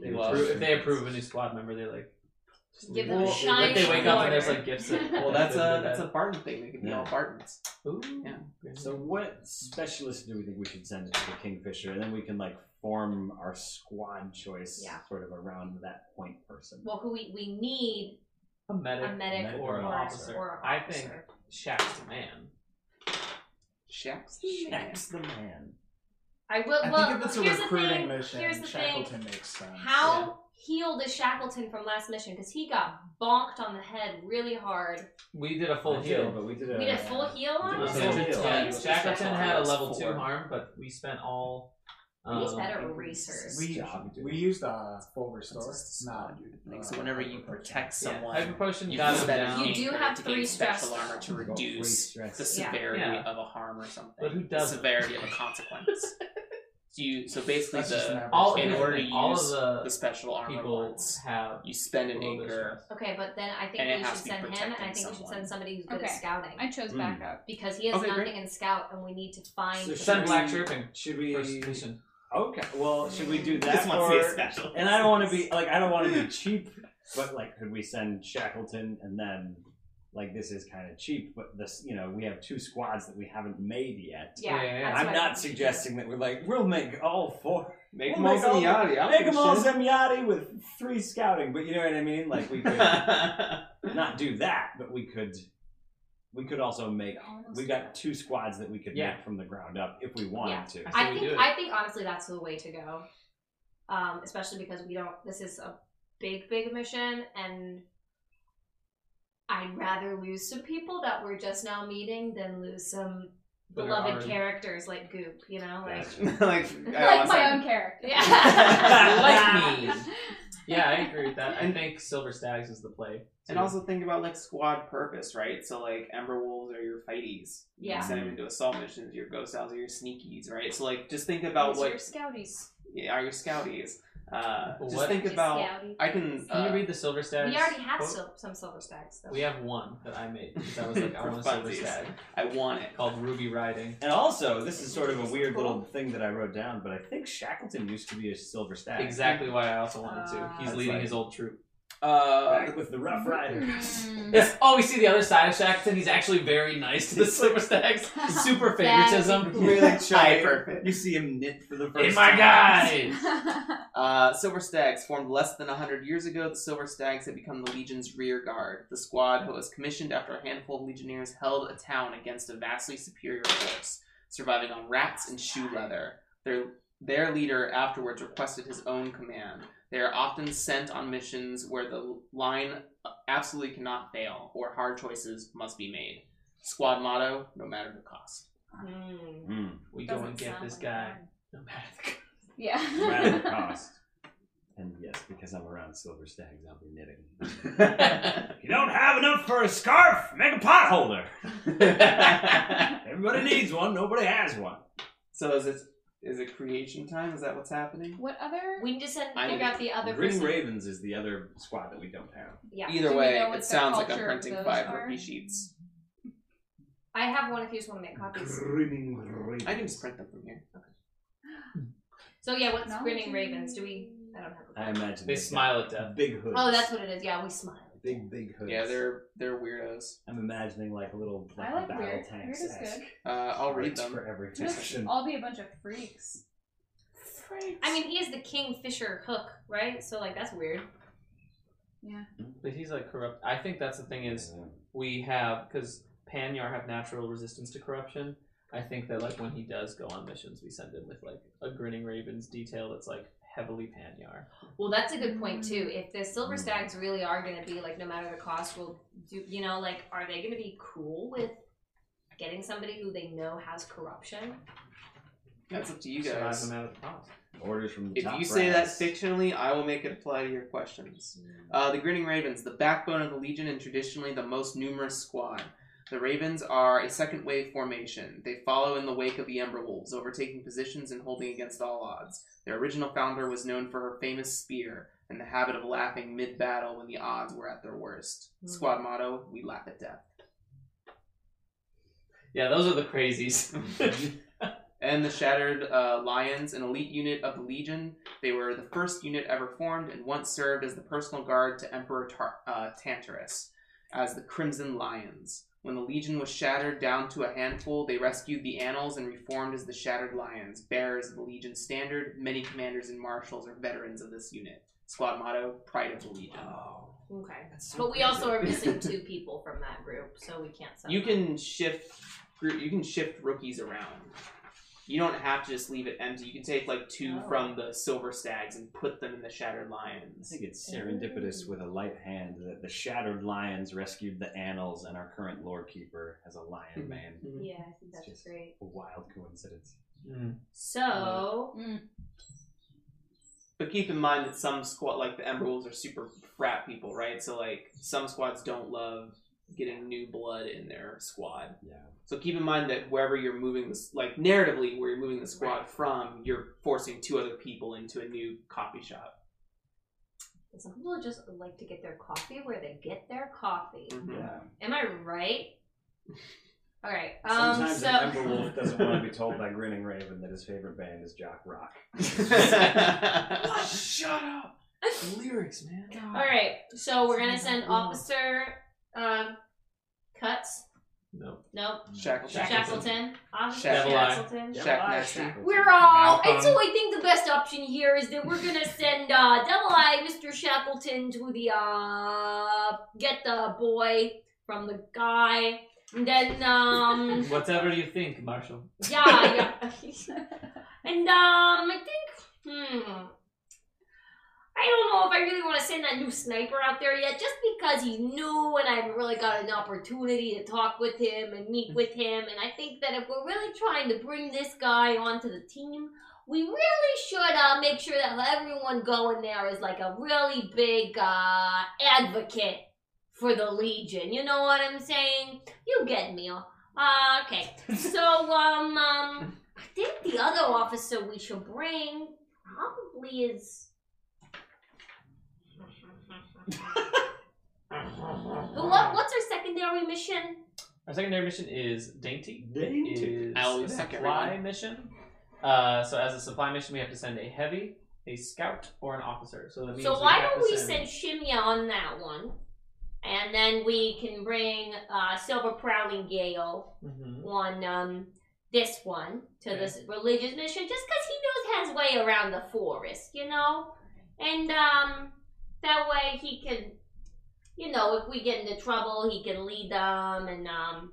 Speaker 6: They
Speaker 2: Well,
Speaker 6: approve, if they
Speaker 2: sure.
Speaker 6: approve of a new squad member, they like
Speaker 3: Just give them
Speaker 8: Well,
Speaker 3: a
Speaker 8: like
Speaker 3: shine.
Speaker 6: like they wake up and there's
Speaker 3: order.
Speaker 6: like gifts.
Speaker 3: [laughs]
Speaker 6: That,
Speaker 8: Well, that's a that's a
Speaker 6: a
Speaker 8: Barton thing. They could be all
Speaker 2: Yeah.
Speaker 8: Bartons.
Speaker 6: ooh
Speaker 8: Yeah.
Speaker 2: So what specialist do we think we should send to the Kingfisher, and then we can like form our squad choice
Speaker 3: Yeah.
Speaker 2: sort of around that point person.
Speaker 3: well, who we, we need
Speaker 6: a medic.
Speaker 3: a medic
Speaker 2: Medic
Speaker 3: or,
Speaker 2: or an
Speaker 3: or,
Speaker 6: officer.
Speaker 3: or an
Speaker 6: I think-
Speaker 3: officer.
Speaker 6: Shaq's the man.
Speaker 8: Shax.
Speaker 2: Shax the man.
Speaker 3: I will.
Speaker 7: I
Speaker 3: well,
Speaker 7: think if it's a
Speaker 3: here's the
Speaker 7: recruiting
Speaker 3: thing,
Speaker 7: mission,
Speaker 3: here's the thing.
Speaker 7: Shackleton makes sense.
Speaker 3: How healed is Shackleton from last mission? Because he got bonked on the head really hard.
Speaker 6: We did a full
Speaker 2: I did,
Speaker 6: heal.
Speaker 2: but we did a.
Speaker 3: we did full heal on
Speaker 2: Yeah.
Speaker 3: him.
Speaker 2: Yeah.
Speaker 6: Yeah.
Speaker 2: Yeah.
Speaker 6: Shackleton had a level two
Speaker 8: Four.
Speaker 6: harm, but we spent all.
Speaker 3: We
Speaker 6: Um,
Speaker 3: He's better with research.
Speaker 7: We,
Speaker 2: job, dude.
Speaker 7: we used uh, full
Speaker 8: That's
Speaker 7: restore.
Speaker 8: just a
Speaker 7: Not
Speaker 8: squad unit thing. So
Speaker 7: uh,
Speaker 8: whenever you
Speaker 7: hyper potion.
Speaker 8: protect
Speaker 6: yeah,
Speaker 8: someone,
Speaker 6: hyper potion
Speaker 8: you
Speaker 6: got
Speaker 8: can
Speaker 6: him
Speaker 8: spend
Speaker 6: down.
Speaker 8: a
Speaker 3: You
Speaker 8: key
Speaker 3: do
Speaker 8: card
Speaker 3: have
Speaker 8: to
Speaker 3: three
Speaker 8: gain special
Speaker 3: stress.
Speaker 8: armor to
Speaker 2: Got
Speaker 8: reduce
Speaker 2: three stress.
Speaker 8: the
Speaker 3: Yeah.
Speaker 8: severity
Speaker 6: Yeah.
Speaker 8: of a harm or something.
Speaker 6: But who
Speaker 8: the
Speaker 6: doesn't?
Speaker 8: severity of a [laughs] consequence? so you so basically
Speaker 7: That's just an
Speaker 8: the
Speaker 7: average
Speaker 6: all
Speaker 7: thing.
Speaker 8: in order to
Speaker 6: all
Speaker 8: use
Speaker 6: of
Speaker 8: the
Speaker 6: the
Speaker 8: special armor
Speaker 6: people
Speaker 8: once
Speaker 6: have
Speaker 8: you spend
Speaker 6: a
Speaker 8: an
Speaker 6: little bit of
Speaker 8: anchor.
Speaker 6: stress.
Speaker 3: Okay, but then I think
Speaker 8: And it
Speaker 3: we
Speaker 8: has
Speaker 3: should
Speaker 8: to be
Speaker 3: send him, and I think
Speaker 8: protecting
Speaker 3: we should
Speaker 8: someone.
Speaker 3: send somebody who's good at
Speaker 4: Okay.
Speaker 3: scouting.
Speaker 4: I chose
Speaker 2: Mm.
Speaker 4: backup.
Speaker 3: because he has
Speaker 8: Okay,
Speaker 3: nothing
Speaker 8: great.
Speaker 3: in scout, and we need to find.
Speaker 2: So
Speaker 6: Send
Speaker 2: we-
Speaker 6: Black Chirping.
Speaker 2: Should we?
Speaker 6: First mission.
Speaker 2: Okay. Well, should we do that
Speaker 8: This one's
Speaker 2: for-
Speaker 8: a [laughs] special.
Speaker 2: And I don't want to be like I don't want to be cheap, but like could we send Shackleton and then like this is kind of cheap, but this you know we have two squads that we haven't made yet.
Speaker 6: Yeah,
Speaker 3: yeah,
Speaker 6: yeah,
Speaker 3: that's
Speaker 6: yeah.
Speaker 2: I'm
Speaker 3: what I
Speaker 2: not
Speaker 3: think.
Speaker 2: suggesting that we're like we'll make all four,
Speaker 8: Make
Speaker 2: We'll make all-
Speaker 8: Yachty. I don't
Speaker 2: make
Speaker 8: give a
Speaker 2: them all
Speaker 8: shit.
Speaker 2: Zemyati with three scouting, but you know what I mean. Like we
Speaker 8: [laughs]
Speaker 2: could not do that, but we could we could also make. We got two squads that we could
Speaker 6: Yeah.
Speaker 2: make from the ground up if we wanted
Speaker 3: Yeah.
Speaker 2: to.
Speaker 6: I
Speaker 3: I
Speaker 6: we do
Speaker 3: think
Speaker 6: it.
Speaker 3: I think honestly that's the way to go, um, especially because we don't. This is a big, big mission, and I'd rather lose some people that we're just now meeting than lose some
Speaker 6: But there
Speaker 3: beloved
Speaker 6: are-
Speaker 3: characters like Goop. You know, like
Speaker 2: That's-
Speaker 8: like I
Speaker 4: like
Speaker 8: was
Speaker 4: my own character.
Speaker 3: yeah,
Speaker 6: like me. Yeah, I [laughs] agree with that. I think Silver Stags is the play.
Speaker 8: And also think about like squad purpose, right? So like Ember Wolves are your fighties. You
Speaker 3: Yeah.
Speaker 8: can send them into assault missions. Your Ghost Owls are your sneakies, right? So like just think about what
Speaker 4: your scouties.
Speaker 8: yeah, are your scouties. Uh,
Speaker 6: But
Speaker 8: just
Speaker 6: what-
Speaker 8: think
Speaker 3: Just
Speaker 8: about.
Speaker 3: scouting.
Speaker 8: I can.
Speaker 6: Can you
Speaker 8: Uh,
Speaker 6: read the Silver Stags?
Speaker 3: we already have
Speaker 6: quote?
Speaker 3: sil- some silver stacks though.
Speaker 6: We have one that I
Speaker 8: [laughs]
Speaker 6: made because I was like, I
Speaker 8: For
Speaker 6: want a Silver
Speaker 8: funsies.
Speaker 6: Stag
Speaker 8: I want it.
Speaker 6: called Ruby Riding.
Speaker 2: And also, this is sort of a weird little thing that I wrote down, but I think Shackleton used to be a silver stack.
Speaker 6: Exactly why I also wanted to.
Speaker 4: Uh,
Speaker 6: He's
Speaker 2: That's
Speaker 6: leading
Speaker 2: like-
Speaker 6: his old troop.
Speaker 8: Uh, [laughs]
Speaker 2: Back with the Rough
Speaker 3: [laughs]
Speaker 2: Riders.
Speaker 4: [laughs]
Speaker 6: Yes. Oh, we see the other side of Shackleton. He's actually very nice to the Silver Stags. Super favoritism.
Speaker 4: Really
Speaker 6: [laughs]
Speaker 8: Hi, perfect.
Speaker 2: You see him knit for the first
Speaker 6: In my [laughs] guys.
Speaker 8: Uh, Silver Stags, formed less than 100 years ago, the Silver Stags had become the Legion's rear guard. The squad was commissioned after a handful of legionnaires held a town against a vastly superior force, surviving on rats and shoe leather. Their, their leader afterwards requested his own command. They are often sent on missions where the line absolutely cannot fail or hard choices must be made. Squad motto, no matter the cost.
Speaker 3: Hmm.
Speaker 2: Mm,
Speaker 6: We go
Speaker 4: Doesn't
Speaker 6: and get
Speaker 4: sound
Speaker 6: this
Speaker 4: like
Speaker 6: guy.
Speaker 4: mine.
Speaker 6: No matter the cost.
Speaker 2: rather
Speaker 4: [laughs]
Speaker 2: than
Speaker 4: Yeah.
Speaker 2: cost. And yes, because I'm around silver stags, I'll be
Speaker 6: [laughs]
Speaker 2: knitting. you don't have enough for a scarf? Make a
Speaker 6: [laughs]
Speaker 2: pot holder. Everybody needs one. Nobody has one.
Speaker 8: so is it is it creation time? Is that what's happening?
Speaker 4: what other?
Speaker 3: We need to send
Speaker 8: I'm-
Speaker 3: figure out the other
Speaker 2: Ring
Speaker 3: person.
Speaker 2: Ravens is the other squad that we don't have.
Speaker 3: Yeah.
Speaker 8: Either
Speaker 4: Do we
Speaker 8: way,
Speaker 4: know what
Speaker 8: it
Speaker 4: the
Speaker 8: sounds like I'm
Speaker 4: culture of
Speaker 8: printing
Speaker 4: those
Speaker 8: five
Speaker 4: are?
Speaker 8: rookie sheets.
Speaker 3: I have one if you just want to make
Speaker 2: [laughs]
Speaker 3: copies.
Speaker 2: Grinning Ravens.
Speaker 8: I can just print them from here.
Speaker 3: So yeah, what's
Speaker 4: Technology.
Speaker 3: grinning ravens? Do we? I don't have. A
Speaker 2: I imagine
Speaker 6: They
Speaker 2: they've
Speaker 6: smile at
Speaker 2: got
Speaker 6: death.
Speaker 2: Big hoods.
Speaker 3: Oh, that's what it is. Yeah, we smile.
Speaker 2: big, big hoods.
Speaker 8: Mm. Yeah, they're they're weirdos.
Speaker 2: I'm imagining like a little like,
Speaker 4: I like
Speaker 2: battle
Speaker 4: weird.
Speaker 2: tanks.
Speaker 4: Weird is good.
Speaker 8: Uh, I'll read them.
Speaker 2: for every
Speaker 4: Just
Speaker 2: section.
Speaker 4: all be a bunch of freaks.
Speaker 3: I mean, he is the kingfisher hook, right? So like that's weird.
Speaker 6: But he's like corrupt. I think that's the thing is we have because Panyar have natural resistance to corruption. I think that like when he does go on missions, we send him with like a grinning ravens detail that's like heavily Panyar.
Speaker 3: Well, that's a good point too. If the silver stags really are going to be like, no matter the cost, we'll do. You know, like, are they going to be cool with getting somebody who they know has corruption?
Speaker 8: That's up to you
Speaker 6: Survive
Speaker 8: guys.
Speaker 6: him out of the house.
Speaker 2: Orders from the
Speaker 8: If
Speaker 2: top
Speaker 8: you say that
Speaker 2: brass.
Speaker 8: fictionally, I will make it apply to your questions. Uh, the Grinning Ravens, the backbone of the Legion and traditionally the most numerous squad. The Ravens are a second wave formation. They follow in the wake of the Ember Wolves, overtaking positions and holding against all odds. Their original founder was known for her famous spear and the habit of laughing mid battle when the odds were at their worst.
Speaker 3: Hmm.
Speaker 8: Squad motto We laugh at death.
Speaker 6: [laughs] Yeah, those are the crazies.
Speaker 8: and the Shattered uh, Lions, an elite unit of the Legion. They were the first unit ever formed and once served as the personal guard to Emperor Tar- uh, Tantarus as the Crimson Lions. When the Legion was shattered down to a handful, they rescued the Annals and reformed as the Shattered Lions, bearers of the Legion standard. Many commanders and marshals are veterans of this unit. Squad motto: Pride of the Legion.
Speaker 3: Okay.
Speaker 8: That's so
Speaker 3: But we also
Speaker 8: crazy.
Speaker 3: are missing two people from that group, so we can't. Sell
Speaker 8: You can shift group. You can shift rookies around. You don't have to just leave it empty. You can take like two
Speaker 3: Oh.
Speaker 8: from the Silver Stags and put them in the Shattered Lions.
Speaker 2: I think it's serendipitous with a light hand that the Shattered Lions rescued the Annals and our current Lord Keeper has a
Speaker 8: Hmm.
Speaker 2: Lion Man.
Speaker 3: Yeah, I think that's
Speaker 2: Just-
Speaker 3: great.
Speaker 2: A wild coincidence.
Speaker 6: Mm.
Speaker 3: So
Speaker 4: Mm. [laughs]
Speaker 8: But keep in mind that some squad, like the Emberwolves, are super frat people, right? So like some squads don't love getting new blood in their squad.
Speaker 2: Yeah.
Speaker 8: So keep in mind that wherever you're moving this, like narratively, where you're moving the squad
Speaker 3: Right.
Speaker 8: from, you're forcing two other people into a new coffee shop.
Speaker 3: some people just like to get their coffee where they get their coffee.
Speaker 8: Mhm.
Speaker 3: Am I right? All right. Um.
Speaker 2: Sometimes
Speaker 3: so
Speaker 2: an Emberwolf doesn't want to be told by Grinning Raven that his favorite band is Jock
Speaker 8: [laughs]
Speaker 2: Rock.
Speaker 6: [laughs]
Speaker 8: Mm-hmm.
Speaker 6: Shut up! Lyrics, man.
Speaker 3: all right. So we're gonna send Officer um, Cuts.
Speaker 6: No.
Speaker 3: Nope.
Speaker 8: Shackleton.
Speaker 3: Shackleton. Officer
Speaker 8: Devil
Speaker 6: Eye.
Speaker 3: Shackleton.
Speaker 8: Shack Nasty.
Speaker 3: We're all,
Speaker 6: Malcolm.
Speaker 3: and so I think the best option here is that we're gonna send uh, Devil Eye, Mr. Shackleton, to the uh, get the boy from the guy, and then um,
Speaker 6: Whatever you think, Marshall.
Speaker 3: yeah, yeah, and um, I think, hmm, I don't know if I really want to send that new sniper out there yet, just because he's new and I haven't really got an opportunity to talk with him and meet with him. And I think that if we're really trying to bring this guy onto the team, we really should uh, make sure that everyone going there is like a really big uh, advocate for the Legion. You know what I'm saying? You get me. Uh, okay. So, um, um, I think the other officer we should bring probably is. Who- What, what's our secondary mission?
Speaker 6: Our secondary mission is Dainty.
Speaker 2: Dainty.
Speaker 6: It
Speaker 8: I'll
Speaker 6: is a
Speaker 8: suck
Speaker 6: supply
Speaker 8: everyone.
Speaker 6: mission. Uh, so as a supply mission, we have to send a heavy, a scout, or an officer. So that means
Speaker 3: So
Speaker 6: we
Speaker 3: why
Speaker 6: have
Speaker 3: don't
Speaker 6: to
Speaker 3: we
Speaker 6: send-
Speaker 3: send Shimya on that one, and then we can bring uh, Silver Prowling Gale
Speaker 6: Mhm.
Speaker 3: on um, this one to this religious mission, just because he knows his way around the forest, you know, and um, that way he can, you know, if we get into trouble, he can lead them and um.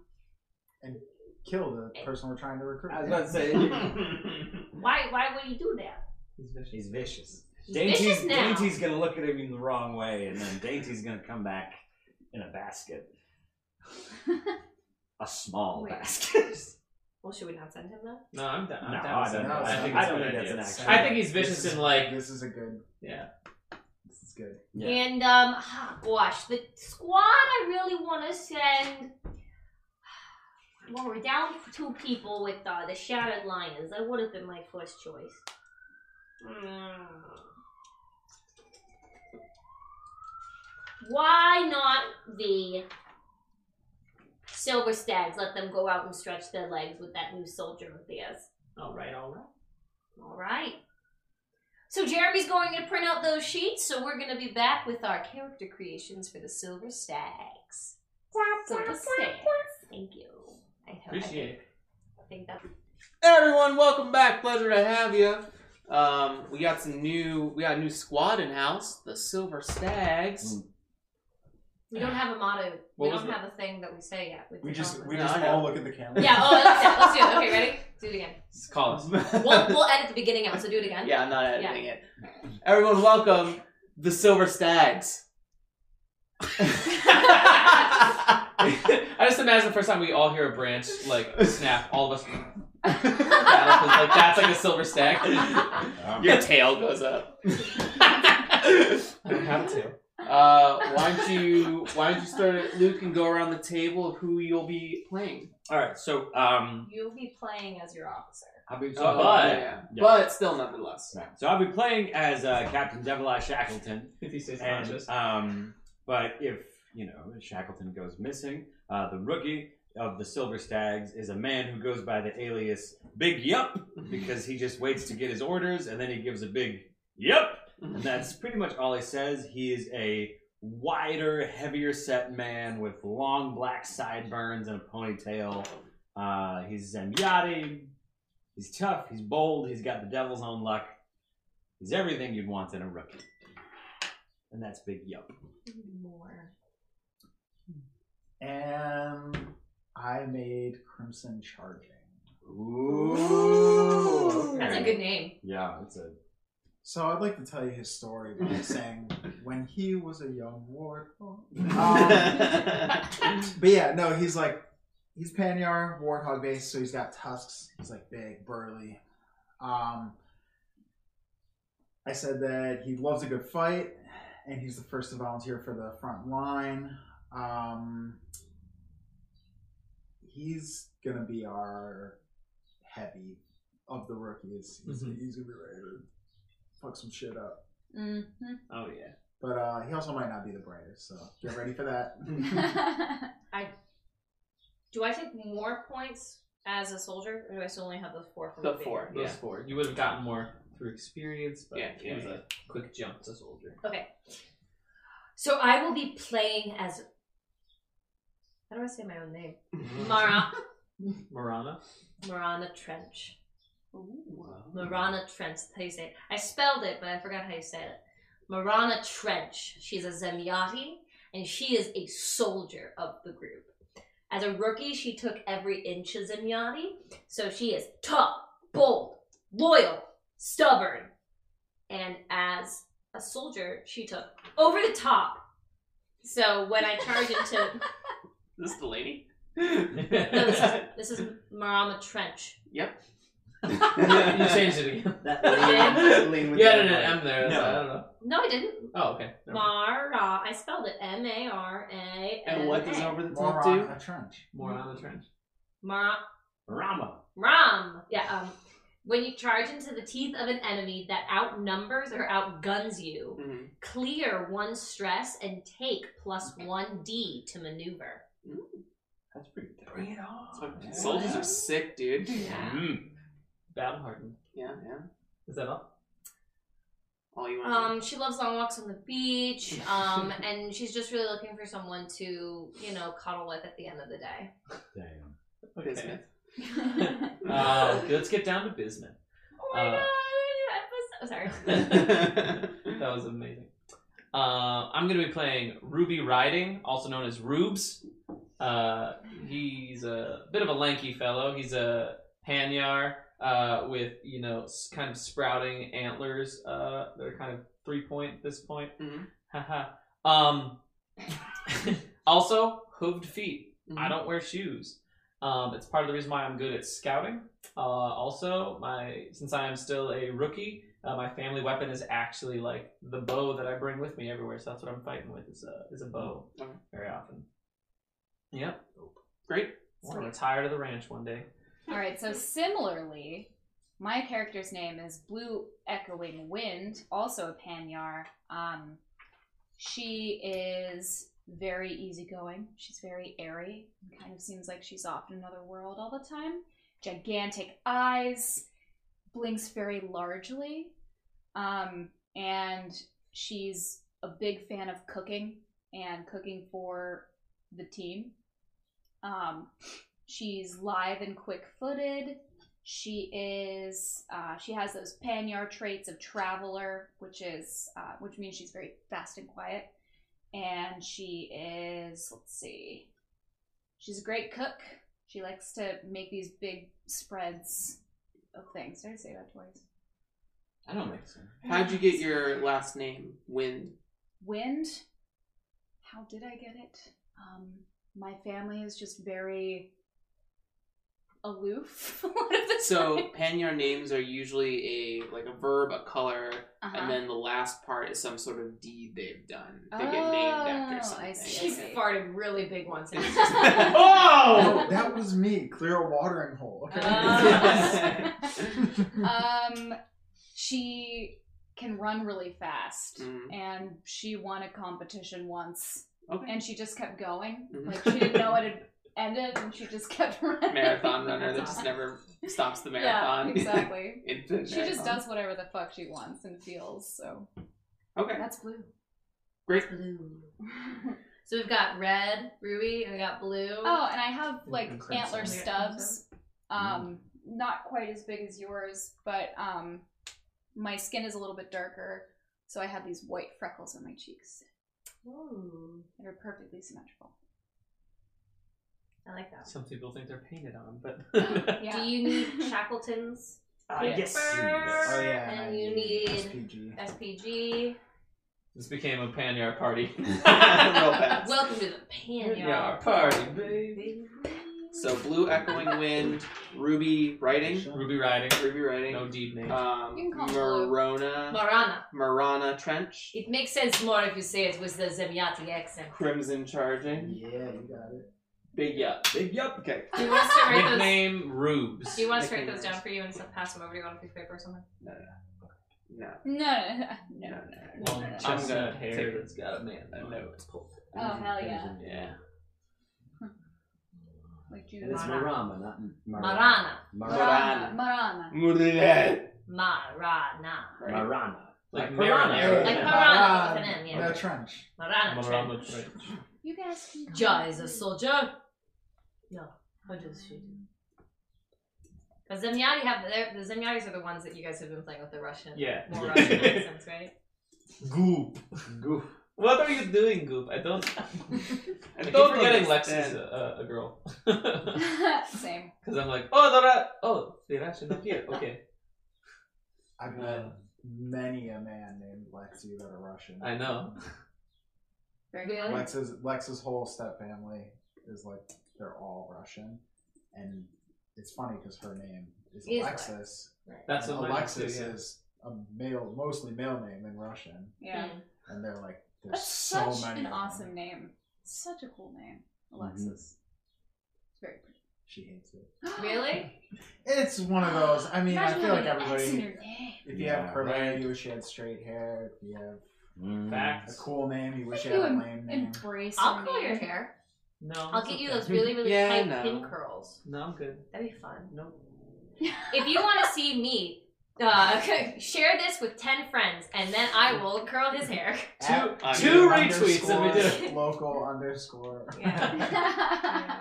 Speaker 7: Kill the person we're trying to recruit.
Speaker 2: I was about to
Speaker 4: [laughs]
Speaker 2: say,
Speaker 3: Why? Why would he do that?
Speaker 6: He's vicious.
Speaker 2: he's vicious.
Speaker 3: He's
Speaker 2: Dainty's,
Speaker 3: vicious now.
Speaker 2: Dainty's gonna look at him the wrong way, and then Dainty's gonna come back in a basket. a small
Speaker 3: Wait.
Speaker 2: basket.
Speaker 3: Well, should we not send him then?
Speaker 6: No, I'm down. I'm
Speaker 2: No,
Speaker 6: down
Speaker 2: I
Speaker 6: with
Speaker 2: don't
Speaker 6: that.
Speaker 7: know.
Speaker 6: I think,
Speaker 7: I
Speaker 6: it's a
Speaker 2: don't
Speaker 6: good
Speaker 2: think that's
Speaker 6: idea.
Speaker 2: an action.
Speaker 6: I think he's
Speaker 7: This
Speaker 6: vicious
Speaker 7: is-
Speaker 6: in like
Speaker 7: This is a good.
Speaker 6: yeah.
Speaker 7: This is good.
Speaker 2: Yeah.
Speaker 3: And um, ah, gosh, the squad I really want to send. Well, we're down two people with uh, the Shattered Lions. That would have been my first choice. Mm. Why not the Silver Stags? Let them go out and stretch their legs with that new soldier of theirs.
Speaker 6: All right, all right.
Speaker 3: All right. So Jeremy's going to print out those sheets, so we're going to be back with our character creations for the Silver Stags. Silver Stags. Thank you. I hope
Speaker 6: Appreciate it.
Speaker 3: I think that's
Speaker 8: Hey, everyone, welcome back. Pleasure to have you. Um, we got some new. We got a new squad in house, the Silver Stags.
Speaker 2: Mm.
Speaker 3: we don't have a motto.
Speaker 6: What
Speaker 3: we
Speaker 6: was
Speaker 3: don't
Speaker 6: the-
Speaker 3: have a thing that we say yet. with
Speaker 7: We
Speaker 3: the
Speaker 7: just we
Speaker 3: helmet.
Speaker 8: No,
Speaker 7: just
Speaker 8: I know.
Speaker 7: all [laughs] look at the camera.
Speaker 3: yeah. Oh, let's do it. Let's
Speaker 6: [laughs]
Speaker 3: do it. Okay, ready? Do it again.
Speaker 6: Just call us.
Speaker 3: We'll, we'll edit the beginning out. So do it again. [laughs]
Speaker 8: Yeah, I'm not editing it. Everyone, welcome the Silver Stags.
Speaker 6: [laughs] I just imagine the first time we all hear a branch like snap, all of us. That was like that's like a silver stack. I
Speaker 2: Um,
Speaker 8: Your tail goes up.
Speaker 6: don't have to.
Speaker 8: Uh, why don't you Why don't you start, Luke, and go around the table of who you'll be playing?
Speaker 2: All right, so um,
Speaker 3: You'll be playing as your officer.
Speaker 2: I'll be
Speaker 6: Oh,
Speaker 8: yeah,
Speaker 6: but-
Speaker 8: yeah.
Speaker 2: yeah.
Speaker 8: but still, nonetheless.
Speaker 2: so I'll be playing as uh, Captain Devil Eye Shackleton.
Speaker 6: If he stays
Speaker 8: [laughs]
Speaker 2: And,
Speaker 6: conscious.
Speaker 2: um, but if you know Shackleton goes missing, uh, the rookie of the Silver Stags is a man who goes by the alias Big Yup because he just waits to get his orders and then he gives a big Yup. And that's pretty much all he says. He is a wider, heavier set man with long black sideburns and a ponytail. Uh, he's Zenyatta. He's tough. He's bold. He's got the devil's own luck. He's everything you'd want in a rookie. And that's Big Yup.
Speaker 3: More.
Speaker 7: And I made Crimson Charging.
Speaker 2: Ooh.
Speaker 3: That's a
Speaker 2: okay.
Speaker 3: good name.
Speaker 2: Yeah, it's a.
Speaker 7: So I'd like to tell you his story by saying when he was a young ward.
Speaker 6: Oh,
Speaker 8: Um,
Speaker 7: [laughs] But yeah, no, he's like he's Panyar, warthog based, so he's got tusks. He's like big, burly. Um, I said that he loves a good fight, and he's the first to volunteer for the front line. Um, he's gonna be our heavy of the rookies. He's,
Speaker 6: Mhm.
Speaker 7: he's gonna be ready to fuck some shit up.
Speaker 4: Mhm.
Speaker 6: Oh yeah.
Speaker 7: But uh, he also might not be the brightest, so get ready
Speaker 8: [laughs]
Speaker 7: for that.
Speaker 4: Mm-hmm.
Speaker 6: [laughs]
Speaker 4: [laughs]
Speaker 3: Do I take more points as a soldier, or do I still only have the four from
Speaker 8: The
Speaker 3: being-
Speaker 8: four.
Speaker 6: Those
Speaker 8: Yeah.
Speaker 6: four. You would have gotten more through experience, but
Speaker 8: Yeah, yeah,
Speaker 6: it was
Speaker 8: yeah.
Speaker 6: a quick jump to soldier.
Speaker 3: Okay. So I will be playing as. How do I say my own name?
Speaker 6: Mm-hmm.
Speaker 3: Mara.
Speaker 6: Marana.
Speaker 3: Marana Trench.
Speaker 4: Ooh.
Speaker 3: Marana Trench. That's how you say it. I spelled it, but I forgot how you said it. Marana Trench. She's a Zemyati, and she is a soldier of the group. As a rookie, she took every inch of Zemyati, so she is tough, bold, loyal, stubborn. And as a soldier, she took over the top. So when I charge into
Speaker 8: Is this the lady?
Speaker 6: [laughs]
Speaker 3: no, this is this is Marama Trench.
Speaker 6: you changed it again.
Speaker 2: That
Speaker 3: lean-
Speaker 6: You added an M there. that's why I don't know.
Speaker 3: No, I didn't.
Speaker 6: Oh, okay. Never mind.
Speaker 3: Mara. I spelled it M A R A.
Speaker 8: And what does over the top do?
Speaker 7: Moron, a trench.
Speaker 6: More on the trench.
Speaker 3: Mara
Speaker 2: Rama.
Speaker 3: Ram. Yeah. Um. When you charge into the teeth of an enemy that outnumbers or outguns you,
Speaker 8: Mhm.
Speaker 3: clear one stress and take plus one D to maneuver.
Speaker 2: That's pretty dope.
Speaker 6: it on.
Speaker 8: Soldiers are sick, dude.
Speaker 3: Yeah.
Speaker 2: Mm.
Speaker 6: battle hardened.
Speaker 8: Yeah, man.
Speaker 6: Is that all?
Speaker 8: All you want.
Speaker 3: Um, she loves long walks on the beach, um, and she's just really looking for someone to, you know, cuddle with at the end of the day.
Speaker 2: Damn.
Speaker 8: Bismuth.
Speaker 6: Uh, let's get down to business.
Speaker 3: Oh my
Speaker 6: Uh,
Speaker 3: god! I'm so sorry.
Speaker 6: That was amazing. Uh, I'm going to be playing Ruby Riding, also known as Rubes. Uh, he's a bit of a lanky fellow. He's a Panyar uh, with, you know, s- kind of sprouting antlers. Uh, they're kind of three point at this point.
Speaker 8: Mhm.
Speaker 6: Haha. um, [laughs] also, hooved feet. I
Speaker 8: Mhm.
Speaker 6: don't wear shoes. Um, it's part of the reason why I'm good at scouting. Uh, also, my since I am still a rookie, uh, my family weapon is actually like the bow that I bring with me everywhere. So that's what I'm fighting with is a is a bow
Speaker 8: Mm-hmm. Okay.
Speaker 6: very often. Yep,
Speaker 8: Great.
Speaker 6: I want to retire to the ranch one day.
Speaker 4: All right, so similarly, my character's name is Blue Echoing Wind, also a Panyar. Um, she is very easygoing. She's very airy. and Kind of seems like she's off in another world all the time. Gigantic eyes, blinks very largely, um, and she's a big fan of cooking and cooking for the team. Um, She's lithe and quick-footed. She is. Uh, she has those Panyar traits of traveler, which is, uh, which means she's very fast and quiet. And she is. Let's see. She's a great cook. She likes to make these big spreads of things. Did I say that twice?
Speaker 2: I don't think so.
Speaker 8: [laughs] How'd you get your last name? Wind.
Speaker 4: wind how did i get it um my family is just very aloof [laughs] a lot of the
Speaker 8: So
Speaker 4: time.
Speaker 8: [laughs] Panyar names are usually a like a verb, a color,
Speaker 4: Uh-huh.
Speaker 8: and then the last part is some sort of deed they've done. They
Speaker 4: Oh,
Speaker 8: get named after something.
Speaker 4: I
Speaker 3: she
Speaker 4: see.
Speaker 3: [laughs] farted really big once. And it was just
Speaker 8: oh!
Speaker 7: Oh, that was me. Clear a watering hole. Okay.
Speaker 3: [laughs] Ah.
Speaker 4: um she can run really fast
Speaker 8: Mhm.
Speaker 4: and she won a competition once
Speaker 8: Okay.
Speaker 4: and she just kept going
Speaker 8: Mhm.
Speaker 4: like she didn't know it had ended and she just kept [laughs] running.
Speaker 8: marathon runner that
Speaker 4: That's
Speaker 8: just
Speaker 4: awesome.
Speaker 8: never stops the marathon.
Speaker 4: Yeah,
Speaker 8: [laughs]
Speaker 4: exactly.
Speaker 8: Infinite
Speaker 4: she just
Speaker 8: marathon.
Speaker 4: does whatever the fuck she wants and feels. So
Speaker 8: Okay,
Speaker 4: that's blue.
Speaker 8: great.
Speaker 3: Blue. So we've got red, ruby, and we got blue.
Speaker 4: Oh, and I have like
Speaker 6: And crimson.
Speaker 4: antler
Speaker 3: Yeah,
Speaker 4: stubs.
Speaker 7: Mm-hmm.
Speaker 4: Um, not quite as big as yours, but um, my skin is a little bit darker, so I have these white freckles on my cheeks
Speaker 3: Ooh,
Speaker 4: that are perfectly
Speaker 7: [laughs]
Speaker 4: symmetrical.
Speaker 3: I like that.
Speaker 6: Some people think they're painted on, but
Speaker 4: Yeah.
Speaker 3: Do you
Speaker 4: [laughs]
Speaker 3: need Shackleton's
Speaker 2: Ah,
Speaker 4: Yeah.
Speaker 2: yes.
Speaker 7: Oh yeah.
Speaker 3: And
Speaker 7: I
Speaker 3: you
Speaker 7: need
Speaker 3: need-
Speaker 7: SPG.
Speaker 3: SPG?
Speaker 6: this became a panyar party.
Speaker 8: fast.
Speaker 3: Welcome to the Pan
Speaker 6: Panyar
Speaker 3: Yard.
Speaker 6: party, baby.
Speaker 8: So blue echoing wind, ruby writing,
Speaker 6: Ruby riding.
Speaker 8: ruby writing.
Speaker 6: No deed name.
Speaker 8: Um,
Speaker 4: You can call him blue.
Speaker 8: Marona,
Speaker 3: Marana.
Speaker 8: Marana Trench,
Speaker 3: It makes sense more if you say it with the Zemiati accent.
Speaker 8: Crimson Charging,
Speaker 7: Yeah, you got it.
Speaker 8: Big Yup.
Speaker 2: Big yup.
Speaker 8: Okay,
Speaker 3: Do you want us to write those?
Speaker 6: Nickname Rubes.
Speaker 3: Do you want us to
Speaker 8: Nickname
Speaker 3: write those down
Speaker 8: names.
Speaker 3: for you and s- pass them over to you on a piece of paper or something?
Speaker 8: no,
Speaker 4: No, no, no,
Speaker 8: no,
Speaker 4: no.
Speaker 8: no.
Speaker 6: Long
Speaker 4: I'm
Speaker 6: chestnut
Speaker 8: gonna
Speaker 6: hair
Speaker 8: take-
Speaker 6: that's got a man.
Speaker 8: I
Speaker 6: on
Speaker 8: know
Speaker 6: it.
Speaker 8: it's cool.
Speaker 4: Oh hell yeah!
Speaker 6: Yeah.
Speaker 4: Like
Speaker 2: And
Speaker 4: Judy.
Speaker 2: it's Marama, not M- Marama.
Speaker 3: Marana.
Speaker 4: Marana. Marana.
Speaker 8: Murray.
Speaker 3: Marana.
Speaker 8: Right.
Speaker 2: Marana.
Speaker 6: Like
Speaker 7: Yeah.
Speaker 6: marinara.
Speaker 3: Like
Speaker 7: Yeah.
Speaker 3: Marana with an N, yeah.
Speaker 7: No Uh, trench.
Speaker 3: Marana.
Speaker 6: Marama
Speaker 3: Trench.
Speaker 6: trench.
Speaker 4: You guys can. call
Speaker 3: Ja
Speaker 4: me
Speaker 3: is a
Speaker 4: blue.
Speaker 3: soldier. No, what does she
Speaker 4: Um,
Speaker 3: do? Because Zemyati have they're- the Zemyatis are the ones that you guys have been playing with the Russian,
Speaker 6: Yeah.
Speaker 3: more
Speaker 8: [laughs]
Speaker 3: Russian accents, right?
Speaker 6: [laughs] Goop.
Speaker 2: Goof.
Speaker 6: What are you doing, Goop? I don't. [laughs]
Speaker 8: I
Speaker 6: I
Speaker 8: keep
Speaker 6: keep forgetting
Speaker 8: understand.
Speaker 6: Lexi's a, a, a girl. [laughs] Because
Speaker 4: [laughs] Same.
Speaker 6: I'm like, oh, the rat. Oh, the rat's not here. Okay.
Speaker 7: I've
Speaker 6: Uh,
Speaker 7: met many a man named Lexi that are Russian.
Speaker 6: I know.
Speaker 4: Very
Speaker 3: Really?
Speaker 4: good.
Speaker 7: Lex's Lex's whole step family is like they're all Russian, and it's funny because her name is
Speaker 3: Is
Speaker 7: Alexis.
Speaker 6: That's
Speaker 7: and
Speaker 6: what mine is too,
Speaker 7: Alexis
Speaker 6: yeah.
Speaker 7: is a male, mostly male name in Russian,
Speaker 4: Yeah.
Speaker 3: Hmm.
Speaker 7: and they're like there's
Speaker 4: That's
Speaker 7: Mm. so
Speaker 4: such
Speaker 7: many.
Speaker 4: an
Speaker 7: Mm-hmm. of them.
Speaker 4: awesome name. Such a cool name, Alexis. It's very
Speaker 7: She hates it.
Speaker 4: pretty. [gasps]
Speaker 3: Really?
Speaker 7: It's one of those. I mean, I
Speaker 4: Imagine
Speaker 7: feel like
Speaker 4: having an X in
Speaker 7: everybody.
Speaker 4: your name.
Speaker 7: If you
Speaker 2: Yeah,
Speaker 7: have curly hair,
Speaker 6: right.
Speaker 7: you wish you had straight hair. If you have
Speaker 2: Mm.
Speaker 7: a
Speaker 6: Facts.
Speaker 7: cool name, you wish
Speaker 4: If
Speaker 7: you had a
Speaker 4: em-
Speaker 7: lame name.
Speaker 4: embrace
Speaker 3: I'll
Speaker 4: your
Speaker 3: curl your
Speaker 4: name.
Speaker 3: hair.
Speaker 6: No.
Speaker 3: I'll
Speaker 6: it's
Speaker 3: get you
Speaker 6: okay.
Speaker 3: those really, really
Speaker 8: [laughs] Yeah, I
Speaker 3: tight
Speaker 8: know.
Speaker 3: pin curls.
Speaker 6: No, I'm good.
Speaker 3: That'd be fun.
Speaker 6: Nope.
Speaker 4: [laughs]
Speaker 7: [laughs]
Speaker 3: If you want to see me, uh, [laughs] share this with ten friends, and then I will curl his hair.
Speaker 6: Two-
Speaker 7: At
Speaker 6: two
Speaker 7: the
Speaker 6: retweets and we did
Speaker 7: underscore
Speaker 6: it.
Speaker 7: Local underscore.
Speaker 3: [laughs] Yeah.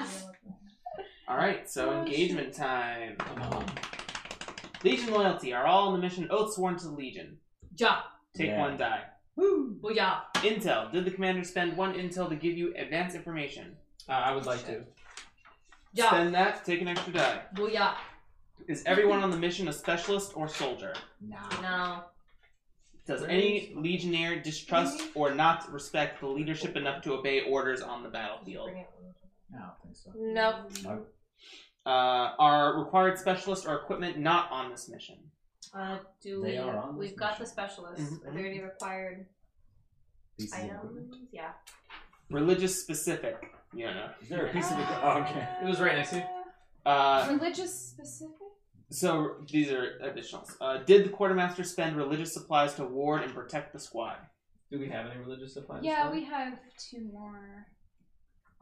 Speaker 8: All right, so
Speaker 4: Oh, shit.
Speaker 8: engagement time.
Speaker 6: Come on.
Speaker 8: Legion loyalty are all on the mission Oath Sworn to the Legion.
Speaker 3: Ja,
Speaker 8: Take
Speaker 2: Yeah.
Speaker 8: one die.
Speaker 3: booyah.
Speaker 8: Intel. Did the commander spend one intel to give you advance information?
Speaker 6: Uh, I would like to.
Speaker 3: Ja,
Speaker 8: Spend that. Take an extra die.
Speaker 3: booyah.
Speaker 8: Is
Speaker 3: [laughs]
Speaker 8: everyone on the mission a specialist or soldier?
Speaker 7: Nah.
Speaker 3: No.
Speaker 8: Does any legionnaire distrust
Speaker 3: Mm-hmm.
Speaker 8: or not respect the leadership enough to obey orders on the battlefield?
Speaker 7: I don't think so.
Speaker 3: No.
Speaker 8: Uh, are required specialists or equipment not on this mission?
Speaker 3: Uh, do
Speaker 2: They
Speaker 3: we?
Speaker 2: are on
Speaker 3: we've
Speaker 2: this
Speaker 3: got
Speaker 2: mission.
Speaker 3: the specialists.
Speaker 8: Mhm.
Speaker 3: Are there any required
Speaker 2: Pieces of equipment.
Speaker 3: items? Yeah.
Speaker 8: Religious specific. You don't know.
Speaker 2: Is there a piece of equipment? Oh, okay.
Speaker 6: It was right next to you.
Speaker 8: Uh,
Speaker 4: Religious specific?
Speaker 8: so these are additionals. Uh, did the quartermaster spend religious supplies to ward and protect the squad?
Speaker 6: Do we have any religious supplies?
Speaker 4: Yeah,
Speaker 6: No?
Speaker 4: we have two more.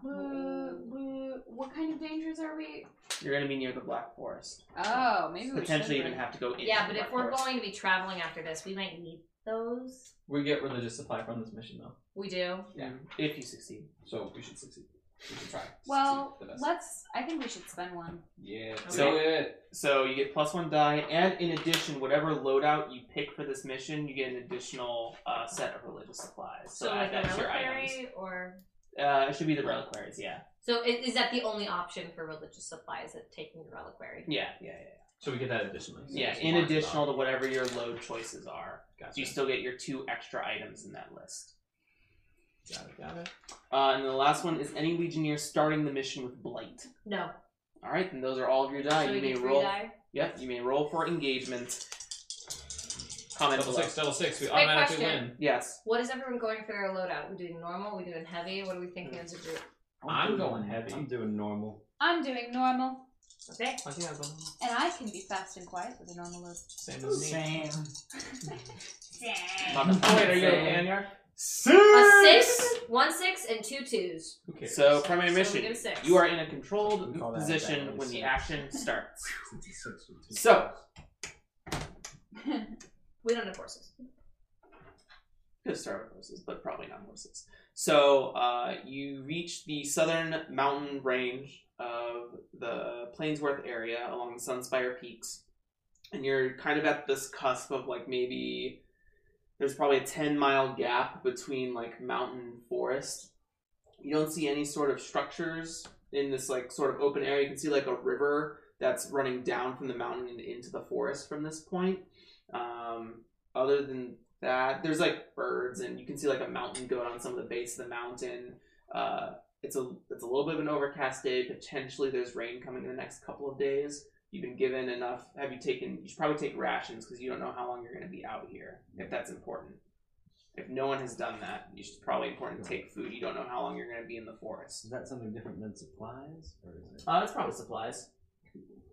Speaker 4: Woo, woo. What kind of dangers are we?
Speaker 8: You're going to be near the Black Forest.
Speaker 4: Oh, maybe we
Speaker 8: Potentially
Speaker 4: should
Speaker 8: even have to go into
Speaker 3: Yeah,
Speaker 8: the
Speaker 3: but if
Speaker 8: Black
Speaker 3: we're
Speaker 8: Forest.
Speaker 3: going to be traveling after this, we might need those.
Speaker 6: We get religious supply from this mission though,
Speaker 3: We do.
Speaker 8: Yeah, if you succeed.
Speaker 6: so we should succeed. We should try. to
Speaker 4: Well,
Speaker 6: succeed the best.
Speaker 4: let's. I think we should spend one.
Speaker 6: Yeah.
Speaker 8: So-
Speaker 6: do it.
Speaker 8: So you get plus one die, and in addition, whatever loadout you pick for this mission, you get an additional uh, set of religious supplies.
Speaker 3: So,
Speaker 8: add
Speaker 3: like a
Speaker 8: that to your items.
Speaker 3: reliquary or.
Speaker 8: Uh, it should be the reliquaries, yeah.
Speaker 3: So i- is that the only option for religious supplies? That taking the reliquary.
Speaker 8: Yeah, yeah,
Speaker 6: So we get that additionally. So
Speaker 8: yeah. Yeah,
Speaker 6: just
Speaker 8: in
Speaker 6: one
Speaker 8: additional
Speaker 6: off.
Speaker 8: to whatever your load choices are. So
Speaker 6: Gotcha.
Speaker 8: you still get your two extra items in that list.
Speaker 6: Got it. Got it.
Speaker 8: Uh, and the last one is any Legionnaire starting the mission with Blight.
Speaker 3: No.
Speaker 8: All right, then those are all of your die.
Speaker 3: so
Speaker 8: Ah, you
Speaker 3: we
Speaker 8: may
Speaker 3: need three
Speaker 8: roll.
Speaker 3: die.
Speaker 8: Yep, you may roll for engagement. Comment
Speaker 6: Double
Speaker 8: below.
Speaker 6: six, double six. We
Speaker 3: Great
Speaker 6: automatically
Speaker 3: question.
Speaker 6: win.
Speaker 8: Yes.
Speaker 3: What is everyone going for their loadout? Are we doing normal? Are we doing heavy? What are we thinking as a group?
Speaker 6: I'm
Speaker 2: doing-
Speaker 6: going heavy.
Speaker 2: I'm doing normal.
Speaker 4: I'm doing normal,
Speaker 3: Okay.
Speaker 6: I think I was on
Speaker 4: and I can be fast and quiet with
Speaker 6: [laughs]
Speaker 4: a normal load.
Speaker 6: same as me.
Speaker 7: Same.
Speaker 8: Motherfucker.
Speaker 6: Oh, wait, are you a
Speaker 8: Same.
Speaker 6: panyar?
Speaker 2: Six.
Speaker 3: A six, one six, and two twos.
Speaker 8: Who cares?
Speaker 6: So, primary
Speaker 3: So we
Speaker 6: mission.
Speaker 3: get a six.
Speaker 6: You are in a controlled
Speaker 7: We call that
Speaker 6: position
Speaker 7: bad
Speaker 6: when the
Speaker 7: six.
Speaker 6: action
Speaker 3: [laughs]
Speaker 6: starts.
Speaker 7: It's a six with two.
Speaker 6: So,
Speaker 3: We don't have horses.
Speaker 6: could start with horses, but probably not horses. So, uh, you reach the southern mountain range of the Plainsworth area along the Sunspire Peaks, and you're kind of at this cusp of like maybe there's probably a 10 mile gap between like mountain forest. You don't see any sort of structures in this like sort of open area. You can see like a river that's running down from the mountain and into the forest from this point. Um, other than that, there's like birds, and you can see like a mountain goat on some of the base of the mountain. Uh, it's a it's a little bit of an overcast day. Potentially, there's rain coming in the next couple of days. You've been given enough. Have you taken? You should probably take rations because you don't know how long you're going to be out here. If that's important. If no one has done that, you should probably important to take food. You don't know how long you're going to be in the forest.
Speaker 2: Is that something different than supplies, or is it?
Speaker 6: Uh, it's probably supplies.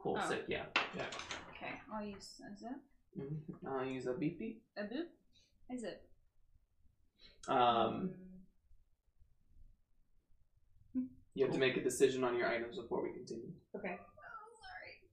Speaker 6: Cool,
Speaker 4: Oh.
Speaker 6: sick, yeah.
Speaker 4: [laughs] Okay, I'll use. Is it
Speaker 6: Mhm. I'll use a beep beep.
Speaker 4: a boop? Is it? Mm.
Speaker 6: Um, you have to make a decision on your items before we continue. [laughs]
Speaker 3: Okay.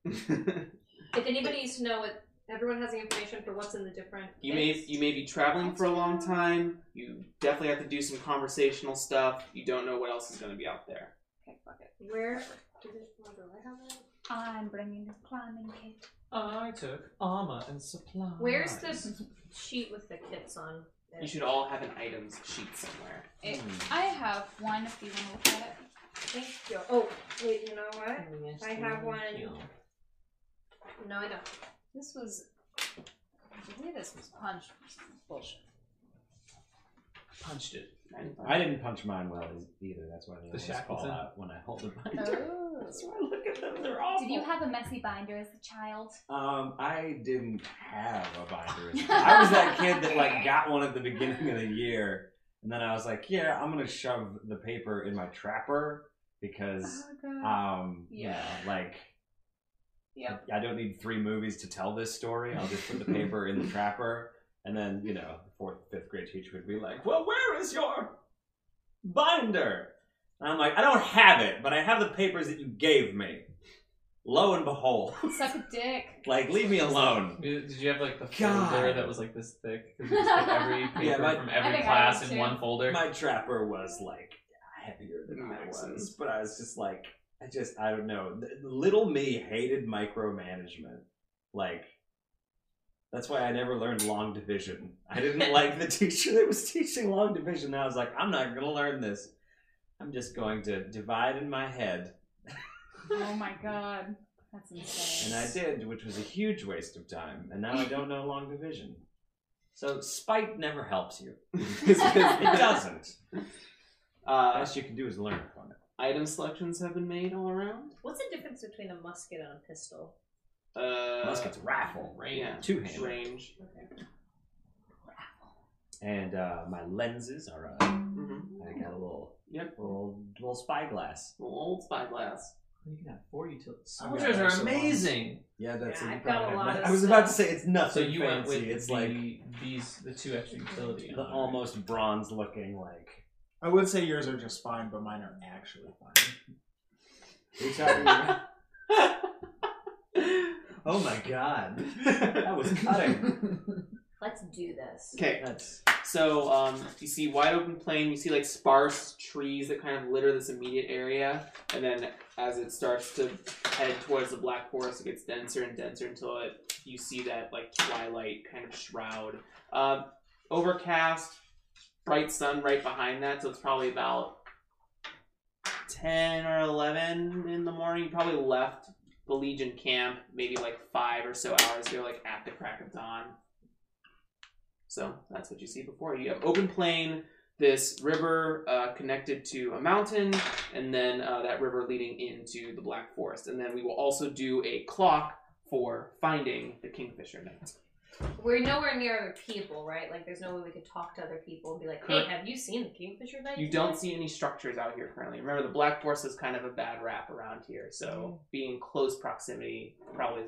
Speaker 4: Oh,
Speaker 3: If anybody needs to know what, everyone has the information for what's in the different.
Speaker 6: You may you may be traveling for a long time. You definitely have to do some conversational stuff. You don't know what else is going to be out there.
Speaker 4: okay, fuck it.
Speaker 3: Where? Do they, well, do I have it?
Speaker 4: I'm bringing the climbing kit.
Speaker 8: I took armor and supplies.
Speaker 3: Where's the sheet with the kits on? it?
Speaker 6: You should all have an items sheet somewhere.
Speaker 4: It, I have one. If you want to look at it,
Speaker 3: Thank you. Oh, wait, you know what? I have one. No, I don't.
Speaker 4: this was. The way this was punched was bullshit.
Speaker 8: Punched it.
Speaker 2: I didn't punch mine well e-, either. That's why they always
Speaker 8: shackleton.
Speaker 2: fall out when I hold the binder.
Speaker 4: Oh.
Speaker 2: That's why I look at them; they're awful.
Speaker 4: Did you have a messy binder as a child?
Speaker 2: Um, I didn't have a binder. I was
Speaker 4: [laughs]
Speaker 2: that kid that like got one at the beginning of the year, and then I was like, "Yeah, I'm gonna shove the paper in my trapper because,
Speaker 4: god.
Speaker 2: um,
Speaker 4: Uh-huh. Yeah.
Speaker 2: you know, like,
Speaker 4: Yep.
Speaker 2: I don't need three movies to tell this story. I'll just put the paper in the trapper, and then you know, the fourth, fifth grade teacher would be like, "Well, where is your binder?" And I'm like, "I don't have it, but I have the papers that you gave me." Lo and behold,
Speaker 4: Suck a dick.
Speaker 2: like, leave me alone.
Speaker 8: Did did you have like the
Speaker 2: God.
Speaker 8: folder that was like this thick? 'Cause you just
Speaker 4: [laughs]
Speaker 8: put every paper
Speaker 2: Yeah, my-
Speaker 8: from
Speaker 4: I
Speaker 8: every
Speaker 4: think I
Speaker 8: class
Speaker 4: did
Speaker 8: in
Speaker 4: too.
Speaker 8: one folder.
Speaker 2: My trapper was like heavier than I was,
Speaker 6: Max's.
Speaker 2: but I was just like, I just, I don't know. Th- Little me hated micromanagement. Like, that's why I never learned long division. I didn't like the teacher that was teaching long division. I was like, I'm not going to learn this. I'm just going to divide in my head. [laughs]
Speaker 4: Oh my god. That's
Speaker 2: And
Speaker 4: insane.
Speaker 2: I did, which was a huge waste of time. And now I don't know long division. So spite never helps you. [laughs] It doesn't.
Speaker 6: Uh,
Speaker 2: Best you can do is learn from it.
Speaker 6: item selections have been made all around.
Speaker 3: What's the difference between a musket and a pistol?
Speaker 6: Uh,
Speaker 2: Musket's a rifle,
Speaker 6: yeah,
Speaker 2: two handed.
Speaker 6: range.
Speaker 2: And uh, my lenses are. Uh,
Speaker 6: Mm-hmm.
Speaker 2: I got a little,
Speaker 6: Yep,
Speaker 2: little, little spyglass.
Speaker 6: little old spyglass.
Speaker 8: You can have four utilities.
Speaker 7: I've got
Speaker 8: Soldiers are
Speaker 7: extra ones.
Speaker 8: amazing.
Speaker 2: Yeah,
Speaker 3: that's- Yeah, you I've got probably a have lot that. of
Speaker 2: I was about to
Speaker 3: stuff.
Speaker 2: say it's nothing
Speaker 8: So you
Speaker 2: fancy.
Speaker 8: went with
Speaker 2: it's
Speaker 8: the,
Speaker 2: like
Speaker 8: these the two extra utility.
Speaker 2: the [laughs] almost bronze looking like.
Speaker 7: I would say yours are just fine, but mine are actually fine.
Speaker 2: Are you talking
Speaker 7: [laughs]
Speaker 2: to me? oh my
Speaker 7: [laughs]
Speaker 2: god, that was cutting.
Speaker 3: Let's do this.
Speaker 6: Okay,
Speaker 2: That's
Speaker 6: So um, you see wide open plain. You see like sparse trees that kind of litter this immediate area, and then as it starts to head towards the black forest, it gets denser and denser until it you see that like twilight kind of shroud. Um, overcast, bright sun right behind that, so it's probably about ten or eleven in the morning. You probably left the Legion camp maybe like five or so hours ago, like at the crack of dawn. So that's what you see before you. You have open plain, this river uh, connected to a mountain, and then uh, that river leading into the Black Forest. And then we will also do a clock for finding the Kingfisher Knight.
Speaker 3: We're nowhere near other people, right? Like, there's no way we could talk to other people and be like, "Hey, have you seen the kingfisher knife?"
Speaker 6: You don't see any structures out here currently. Remember, the Black Forest is kind of a bad rap around here, so being close proximity probably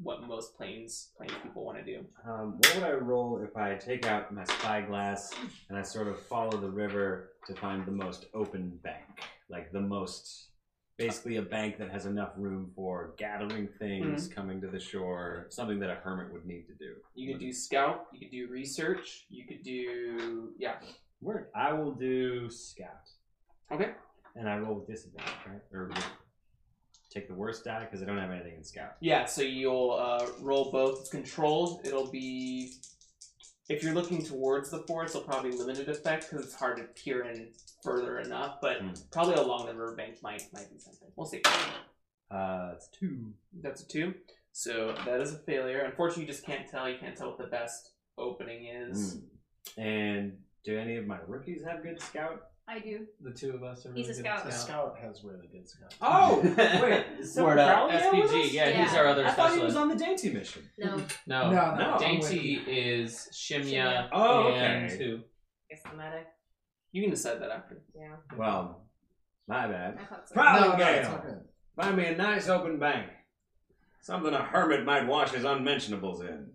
Speaker 6: what most plains plains people want to do.
Speaker 2: Um, what would I roll if I take out my spyglass and I sort of follow the river to find the most open bank? Like the most, basically a bank that has enough room for gathering things,
Speaker 6: Mm-hmm.
Speaker 2: coming to the shore, something that a hermit would need to do.
Speaker 6: You could do scout. You could do research. You could do yeah.
Speaker 2: Word. I will do scout.
Speaker 6: Okay.
Speaker 2: And I roll with disadvantage, right? Or with- take the worst die because I don't have anything in scout.
Speaker 6: Yeah, so you'll uh, roll both. It's controlled. It'll be. If you're looking towards the forest, it'll probably limited effect because it's hard to peer in further enough, but
Speaker 2: Hmm.
Speaker 6: probably along the riverbank might might be something. We'll see.
Speaker 2: Uh, it's two.
Speaker 6: That's a two. So that is a failure. Unfortunately, you just can't tell. You can't tell what the best opening is.
Speaker 1: Hmm.
Speaker 2: Mm. And do any of my rookies have good scout?
Speaker 4: I do.
Speaker 1: The two of us are really
Speaker 3: He's a
Speaker 1: good at
Speaker 3: scout.
Speaker 6: [laughs]
Speaker 7: The
Speaker 3: Yeah.
Speaker 7: scout has really good scout.
Speaker 2: [laughs] Oh,
Speaker 1: [laughs]
Speaker 2: wait. is Sam
Speaker 1: Word up.
Speaker 2: Crowley there with
Speaker 1: SPG.
Speaker 2: us?
Speaker 1: Yeah, he's
Speaker 4: Yeah.
Speaker 1: our other
Speaker 2: I thought he was
Speaker 1: specialist.
Speaker 2: on the dainty mission.
Speaker 6: [laughs]
Speaker 3: No.
Speaker 1: no, Oh,
Speaker 7: No, no, I'm
Speaker 1: Dainty is Shimya.
Speaker 3: Shimya.
Speaker 2: Oh,
Speaker 1: and
Speaker 2: okay.
Speaker 1: who?
Speaker 3: It's the medic.
Speaker 6: You can decide that after.
Speaker 3: Yeah.
Speaker 2: Well, my bad.
Speaker 4: I thought so.
Speaker 7: No,
Speaker 2: Crowley
Speaker 7: no, it's
Speaker 2: Gale,
Speaker 7: not good.
Speaker 2: find me a nice open bank. Something a hermit might wash his unmentionables in.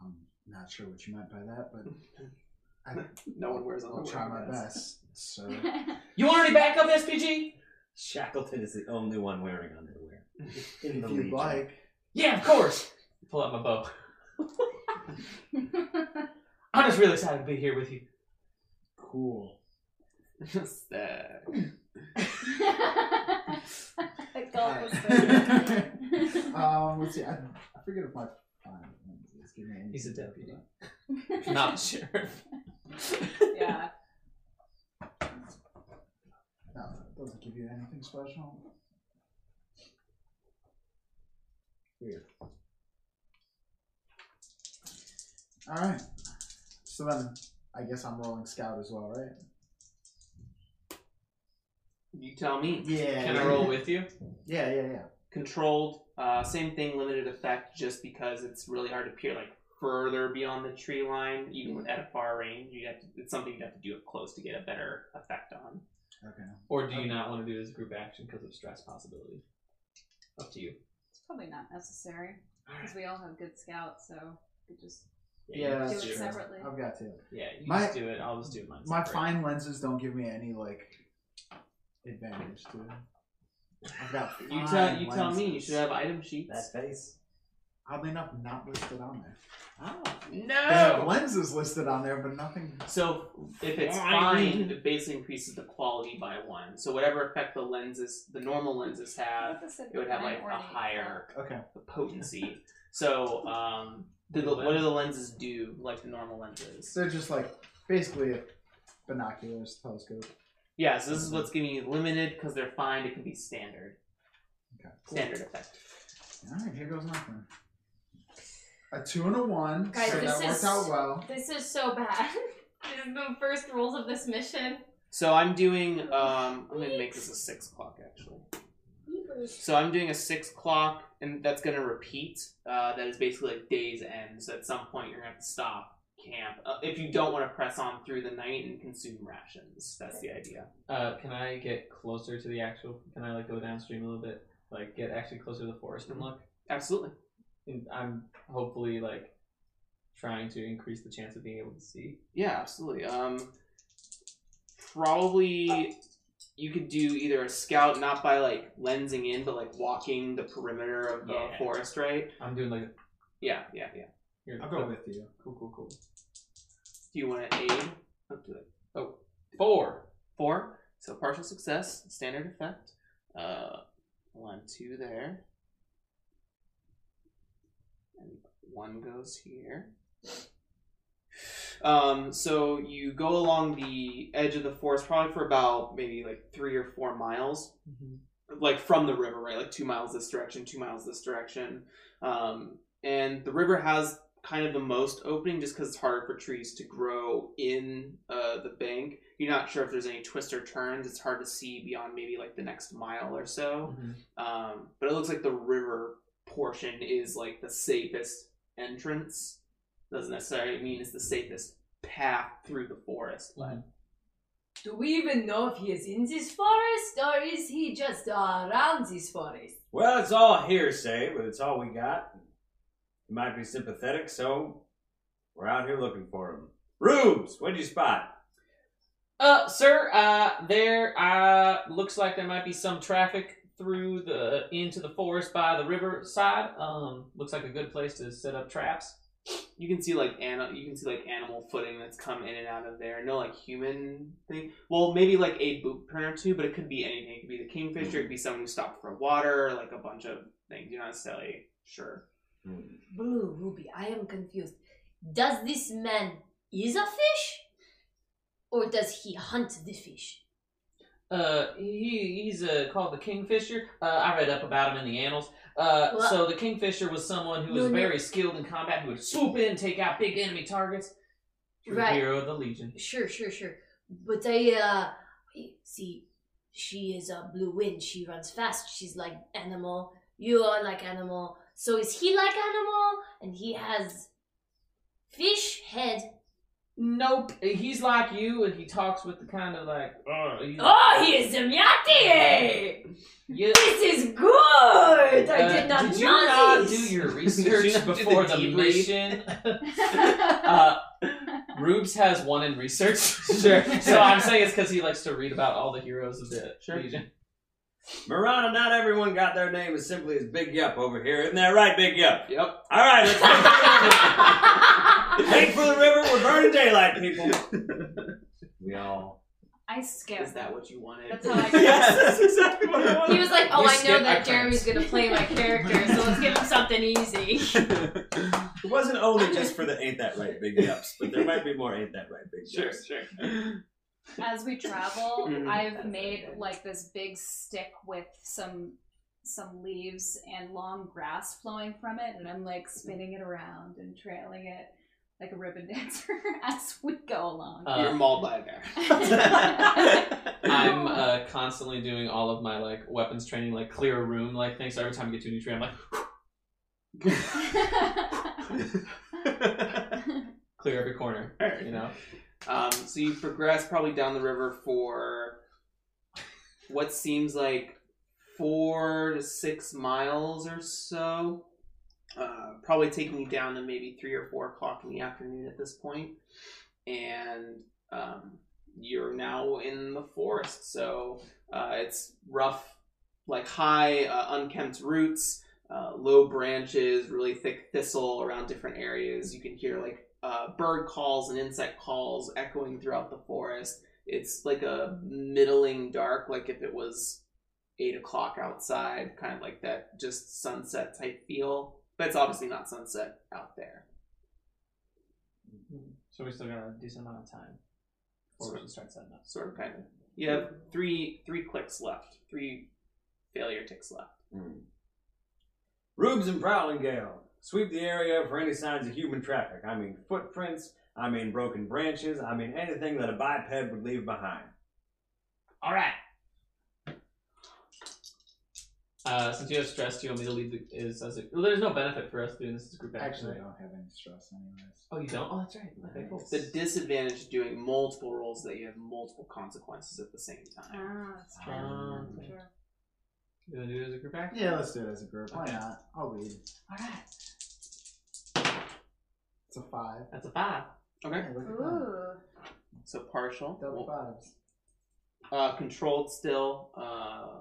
Speaker 7: I'm not sure what you meant by that, but
Speaker 6: No one wears a
Speaker 7: I'll try my best.
Speaker 4: [laughs]
Speaker 7: So
Speaker 1: You want any backup, SPG?
Speaker 2: Shackleton is the only one wearing underwear.
Speaker 7: if
Speaker 2: In the
Speaker 7: you'd
Speaker 2: Legion.
Speaker 7: like,
Speaker 1: Yeah, of course. Pull out my
Speaker 7: [laughs]
Speaker 1: bow. I'm just really excited to be here with you.
Speaker 7: cool.
Speaker 6: Sad.
Speaker 4: the gulp was
Speaker 7: Alright.
Speaker 4: so
Speaker 7: [laughs] Um, let's see. I, I forget if my fine. Let's give me anything
Speaker 1: He's a
Speaker 6: [laughs]
Speaker 7: to
Speaker 1: deputy.
Speaker 7: that.
Speaker 1: Not sure.
Speaker 4: [laughs] yeah.
Speaker 7: No, it doesn't give you anything special. Weird. All right. So then, I guess I'm rolling scout as well, right?
Speaker 6: You tell me.
Speaker 7: Yeah.
Speaker 1: Can I roll with you?
Speaker 7: Yeah, yeah, yeah.
Speaker 6: controlled uh, same thing limited effect just because it's really hard to peer like further beyond the tree line even
Speaker 7: Mm-hmm.
Speaker 6: with- at a far range you have to, it's something you have to do up close to get a better effect on
Speaker 7: Okay.
Speaker 1: Or do you not want to do this group action because of stress possibility? Up to you.
Speaker 4: It's probably not necessary because we all have good scouts, so we just
Speaker 7: Yeah,
Speaker 1: you just
Speaker 4: do
Speaker 7: that's
Speaker 4: it
Speaker 1: do
Speaker 7: true.
Speaker 4: separately.
Speaker 7: I've got to.
Speaker 1: Yeah, you
Speaker 7: My-
Speaker 1: just do it. I'll just do mine.
Speaker 7: My
Speaker 1: separate.
Speaker 7: fine lenses don't give me any like advantage to. I've got.
Speaker 6: you tell
Speaker 7: fine
Speaker 6: you tell me you
Speaker 7: lenses.
Speaker 6: should have item sheets
Speaker 2: face.
Speaker 7: Oddly enough, not listed on there.
Speaker 2: Oh.
Speaker 7: They have
Speaker 6: no
Speaker 7: lenses listed on there, but nothing.
Speaker 6: so if it's fine it basically increases the quality by one so whatever effect the lenses the normal lenses have
Speaker 4: What is
Speaker 6: it would have
Speaker 4: Nine
Speaker 6: like
Speaker 4: or
Speaker 6: a
Speaker 4: eight?
Speaker 6: higher
Speaker 7: Okay.
Speaker 6: [laughs] potency so um do the, what do the lenses do like the normal lenses
Speaker 7: So they're just like basically a binoculars, telescope.
Speaker 6: Yeah, so this is what's giving you limited because they're fine. It can be standard,
Speaker 7: Okay.
Speaker 6: standard effect.
Speaker 7: All right, here goes nothing. A two and a one.
Speaker 3: Guys,
Speaker 7: so
Speaker 3: this
Speaker 7: that
Speaker 3: is-
Speaker 7: worked out well.
Speaker 3: This is so bad. [laughs] this is the first rules of this mission.
Speaker 6: So I'm doing. Um, I'm gonna make this a six clock actually. So I'm doing a six clock, and that's gonna repeat. Uh, that is basically like day's end. So at some point you're gonna have to stop camp uh, if you don't want to press on through the night and consume rations. That's the idea.
Speaker 1: Uh, can I get closer to the actual? Can I like go downstream a little bit? Like get actually closer to the forest and look.
Speaker 6: Mm-hmm. Absolutely.
Speaker 1: And I'm hopefully like trying to increase the chance of being able to see.
Speaker 6: Yeah, absolutely. Um, probably you could do either a scout, not by like lensing in, but like walking the perimeter of the
Speaker 1: Yeah.
Speaker 6: forest, right?
Speaker 1: I'm doing like.
Speaker 6: Yeah, yeah, yeah.
Speaker 1: Here,
Speaker 7: I'll go with you.
Speaker 1: Cool, cool, cool.
Speaker 6: Do you want to aid? Up to it. Oh,
Speaker 1: Four.
Speaker 6: Four. So partial success, standard effect. Uh, one, two there. And one goes here. Um, so you go along the edge of the forest, probably for about maybe like three or four miles,
Speaker 7: Mm-hmm.
Speaker 6: like from the river, right? Like two miles this direction, two miles this direction. Um, and the river has kind of the most opening just because it's harder for trees to grow in uh, the bank. You're not sure if there's any twists or turns. It's hard to see beyond maybe like the next mile or so.
Speaker 1: Mhm.
Speaker 6: Um, but it looks like the river portion is like the safest entrance. Doesn't necessarily mean it's the safest path through the forest. But
Speaker 3: Do we even know if he is in this forest or is he just uh, around this forest?
Speaker 2: Well, it's all hearsay, but it's all we got. He might be sympathetic, so we're out here looking for him. Rubes, what did you spot?
Speaker 6: Uh, sir, uh, there, uh, looks like there might be some traffic through the, into the forest by the riverside. Um, looks like a good place to set up traps.
Speaker 8: You can see like animal, you can see like animal footing that's come in and out of there. No like human thing. Well, maybe like a boot print or two, but it could be anything. It could be the kingfisher. It could be someone who stopped for water. Like a bunch of things. You're not necessarily sure.
Speaker 2: Hmm.
Speaker 3: Blue Ruby, I am confused. Does this man is a fish? Or does he hunt the fish?
Speaker 6: Uh, he, he's uh, called the Kingfisher. Uh, I read up about him in the annals. Uh,
Speaker 3: Well-
Speaker 6: so the Kingfisher was someone who
Speaker 3: No,
Speaker 6: was
Speaker 3: no.
Speaker 6: very skilled in combat, who would swoop in, take out big enemy targets. True
Speaker 3: Right.
Speaker 6: hero of the Legion.
Speaker 3: Sure, sure, sure. But I, uh, see, she is a blue wind. She runs fast. She's like animal. You are like animal. So is he like animal? And he has fish head.
Speaker 6: Nope, he's like you, and he talks with the kind of like, oh, he's-
Speaker 3: Oh, he is a Miyate!
Speaker 6: Yeah.
Speaker 3: This is good! I
Speaker 6: Uh,
Speaker 3: did not
Speaker 6: Did you
Speaker 3: know
Speaker 6: not
Speaker 3: this.
Speaker 6: do your
Speaker 8: Did you
Speaker 6: research
Speaker 8: not do
Speaker 6: before
Speaker 8: the
Speaker 6: the,
Speaker 8: debrief?
Speaker 6: mission? [laughs]
Speaker 4: [laughs]
Speaker 6: Uh, Rubes has one in research. sure. So I'm saying it's because he likes to read about all the heroes of the
Speaker 8: Sure.
Speaker 6: Legion.
Speaker 2: Marana, not everyone got their name as simply as Big Yup over here. Isn't that right, Big Yup?
Speaker 8: Yep.
Speaker 2: All right, let's [laughs] head for the river. We're burning daylight, people. We all.
Speaker 4: I skipped.
Speaker 8: Is that what you wanted?
Speaker 4: That's how
Speaker 8: [laughs]
Speaker 4: I-
Speaker 2: [laughs] yes, that's exactly what I
Speaker 3: He
Speaker 2: wanted.
Speaker 3: was like, oh,
Speaker 6: You
Speaker 3: I know
Speaker 6: skipped our
Speaker 3: that Jeremy's gonna play my character, so let's give him something easy.
Speaker 2: It wasn't only just for the ain't that right, Big Yups, but there might be more ain't that right, Big
Speaker 8: sure,
Speaker 2: Yups.
Speaker 3: [laughs]
Speaker 8: sure.
Speaker 4: [laughs] as we
Speaker 7: [laughs]
Speaker 4: travel,
Speaker 7: Mm-hmm.
Speaker 8: Mhm.
Speaker 4: I've made like this big stick with some some leaves and long grass flowing from it, and I'm like spinning it around and trailing it like a ribbon [laughs] dancer as we go along. [laughs]
Speaker 6: Uh, [laughs]
Speaker 8: You're mauled by
Speaker 3: [laughs]
Speaker 8: a bear. [laughs]
Speaker 6: I'm uh, constantly doing all of my like weapons training, like clear a room, like things. So every time I get to a new tree, I'm like
Speaker 8: [laughs]
Speaker 4: Ah,
Speaker 6: clear every corner. You know,
Speaker 8: Um, so you progress probably down the river for what seems like four to six miles or so. Uh, probably taking you down to maybe three or four o'clock in the afternoon at this point, and um, you're now in the forest. So uh, it's rough, like high, uh, unkempt roots, uh, low branches, really thick thistle around different areas. You can hear like uh, bird calls and insect calls echoing throughout the forest. It's like a middling dark, like if it was eight o'clock outside, kind of like that just sunset type feel. But it's obviously not sunset out there.
Speaker 6: Mm-hmm. so we still got a decent amount of time before we can start setting up.
Speaker 8: Sort of kind of. You have three three clicks left, three failure ticks left.
Speaker 2: Hmm. Rubes and Prowling Gale. Sweep the area for any signs of human traffic. I mean footprints, I mean broken branches, I mean anything that a biped would leave behind.
Speaker 6: All right. Uh, since you have stress, do you want me to lead the? Is as a, well, there's no benefit for us doing this as a group action.
Speaker 7: Actually, I
Speaker 6: right?
Speaker 7: don't have any stress anyways.
Speaker 6: Oh, you don't. Oh, that's right. Okay, cool.
Speaker 8: The disadvantage of doing multiple rolls is that you have multiple consequences at the same time.
Speaker 4: Ah, that's true.
Speaker 6: Um,
Speaker 4: That's true.
Speaker 6: you want to do it as a group action?
Speaker 7: Yeah, let's do it as a group. Why not? I'll lead.
Speaker 6: All right.
Speaker 7: It's a five.
Speaker 6: That's a five.
Speaker 8: Okay.
Speaker 7: Hey, look at that.
Speaker 4: Ooh.
Speaker 8: So partial.
Speaker 7: Double
Speaker 8: Well,
Speaker 7: fives.
Speaker 8: uh, controlled still. Uh,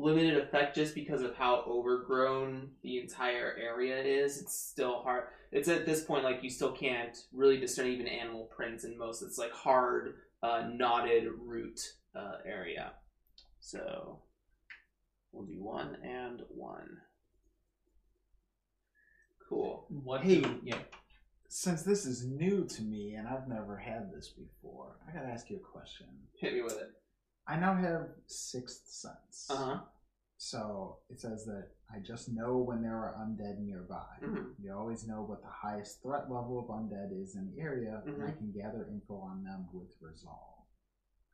Speaker 8: limited effect just because of how overgrown the entire area is. It's still hard. It's at this point like you still can't really discern even animal prints in most. It's like hard, uh, knotted root uh, area. So we'll do one and one. Cool.
Speaker 6: What?
Speaker 7: Hey.
Speaker 6: Yeah.
Speaker 7: Since this is new to me and I've never had this before, I gotta ask you a question.
Speaker 8: Hit me with it.
Speaker 7: I now have sixth sense.
Speaker 8: Uh huh.
Speaker 7: So it says that I just know when there are undead nearby.
Speaker 8: Mhm.
Speaker 7: You always know what the highest threat level of undead is in the area, and I
Speaker 8: Mhm.
Speaker 7: can gather info on them with resolve.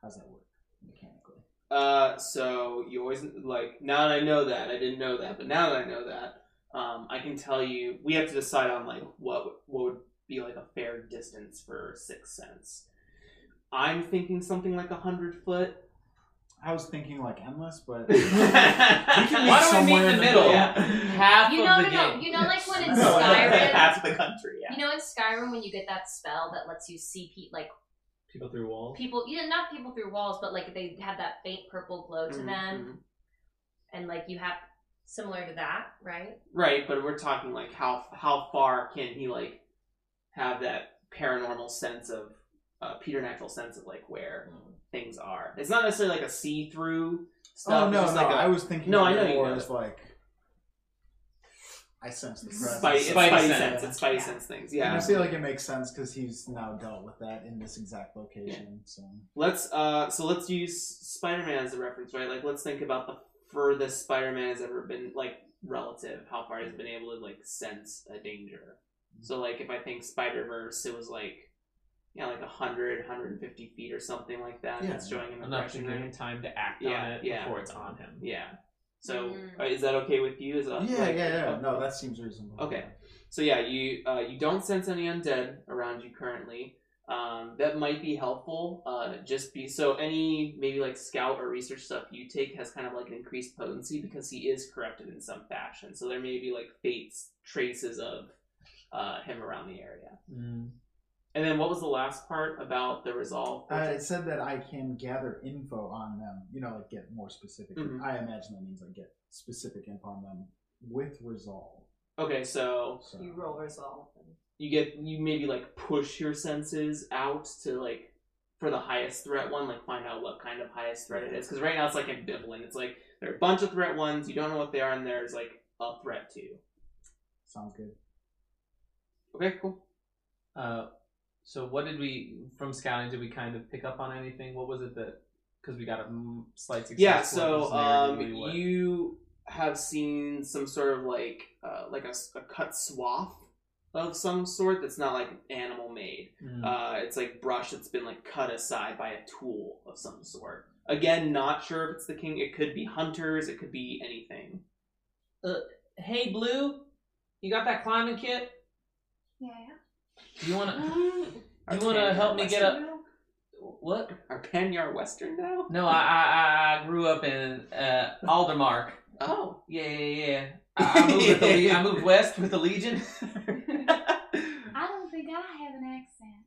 Speaker 7: How's that work mechanically?
Speaker 8: Uh, so you always like now that I know that I didn't know that, but now that I know that, um, I can tell you we have to decide on like what what would be like a fair distance for six cents. I'm thinking something like a hundred foot.
Speaker 7: I was thinking like endless,
Speaker 8: [laughs]
Speaker 7: but [laughs] Oh,
Speaker 8: can
Speaker 6: Why don't we meet
Speaker 7: somewhere
Speaker 6: in
Speaker 7: in
Speaker 6: the
Speaker 7: the
Speaker 6: middle?
Speaker 8: Half
Speaker 4: You know,
Speaker 8: of
Speaker 4: no,
Speaker 8: the
Speaker 4: no.
Speaker 8: game.
Speaker 4: You know, like when in
Speaker 7: No, I don't
Speaker 4: Skyrim,
Speaker 7: think
Speaker 8: half the country. Yeah.
Speaker 4: you know, in Skyrim, when you get that spell that lets you see pe- like
Speaker 6: People through walls.
Speaker 4: people, yeah, not people through walls, but like they have that faint purple glow to them,
Speaker 8: Mhm.
Speaker 4: and like you have
Speaker 3: Similar to that, right?
Speaker 8: Right, but we're talking like how how far can he like have that paranormal sense of uh, preternatural sense of like where things are. It's not necessarily like a see through stuff.
Speaker 7: oh
Speaker 8: it's
Speaker 7: no, no,
Speaker 8: just like a
Speaker 7: I was thinking
Speaker 8: No,
Speaker 7: no,
Speaker 8: I know you
Speaker 7: more
Speaker 8: know.
Speaker 7: as like I sense the presence.
Speaker 8: spidey, it's
Speaker 6: Spidey
Speaker 8: spidey sense.
Speaker 6: sense.
Speaker 8: It's spidey
Speaker 4: Yeah.
Speaker 8: sense things.
Speaker 7: And I
Speaker 8: Yeah.
Speaker 7: feel like it makes sense because he's now dealt with that in this exact location. So
Speaker 8: Let's uh so let's use Spider-Man as a reference, right? Like let's think about the furthest Spider-Man has ever been like relative, how far he's been able to like sense a danger.
Speaker 7: Mm-hmm.
Speaker 8: So like if I think Spider-Verse, it was like yeah, like 100, 150 feet or something like that.
Speaker 7: Yeah.
Speaker 8: That's showing him
Speaker 6: Enough to
Speaker 8: impression,
Speaker 6: give
Speaker 8: right?
Speaker 6: him time to act on
Speaker 8: Yeah,
Speaker 6: it
Speaker 8: yeah.
Speaker 6: before it's on him.
Speaker 8: [laughs]
Speaker 6: [laughs]
Speaker 2: [laughs]
Speaker 8: Yeah. So
Speaker 4: Mhm.
Speaker 8: uh, is that okay with you? Is that,
Speaker 7: yeah,
Speaker 8: like,
Speaker 7: yeah, yeah.
Speaker 8: uh,
Speaker 7: No, that seems reasonable.
Speaker 8: Okay. So yeah, you uh, you don't sense any undead around you currently. Um, that might be helpful. Uh, just be so any maybe like scout or research stuff you take has kind of like an increased potency because he is corrupted in some fashion. So there may be like fates traces of uh, him around the area.
Speaker 6: Mm.
Speaker 8: And then what was the last part about the resolve?
Speaker 7: Uh, it said that I can gather info on them. You know, like get more specific.
Speaker 8: Mhm.
Speaker 7: I imagine that means I get specific info on them with resolve.
Speaker 8: Okay, so
Speaker 7: So
Speaker 3: You roll resolve.
Speaker 8: you get you maybe like push your senses out to like for the highest threat one like find out what kind of highest threat it is because right now it's like ambivalent it's like there are a bunch of threat ones you don't know what they are and there's like a threat to you
Speaker 7: sounds good.
Speaker 8: okay cool
Speaker 6: Uh, so what did we from scouting? Did we kind of pick up on anything? What was it that? Because we got a mm, slight success.
Speaker 8: yeah
Speaker 6: with
Speaker 8: so
Speaker 6: this
Speaker 8: um
Speaker 6: narratively, what-
Speaker 8: you have seen some sort of like uh, like a, s- a cut swath of some sort that's not like animal made
Speaker 6: Mm.
Speaker 8: Uh, it's like brush that's been like cut aside by a tool of some sort. Again, not sure if it's the king. It could be hunters. It could be anything.
Speaker 6: hey Blue, you got that climbing kit?
Speaker 4: yeah,
Speaker 6: Do you wanna?
Speaker 8: Are
Speaker 6: You wanna
Speaker 8: Panyar
Speaker 6: help me
Speaker 8: Western
Speaker 6: get a-
Speaker 8: now?
Speaker 6: What?
Speaker 8: Are Panyar Western now?
Speaker 6: No, I I, I- I grew up in uh, Aldermark.
Speaker 8: Oh,
Speaker 6: Yeah, yeah, yeah. I, I, moved with the, Le- I moved west with the Legion. [laughs]
Speaker 4: I don't think I have an accent.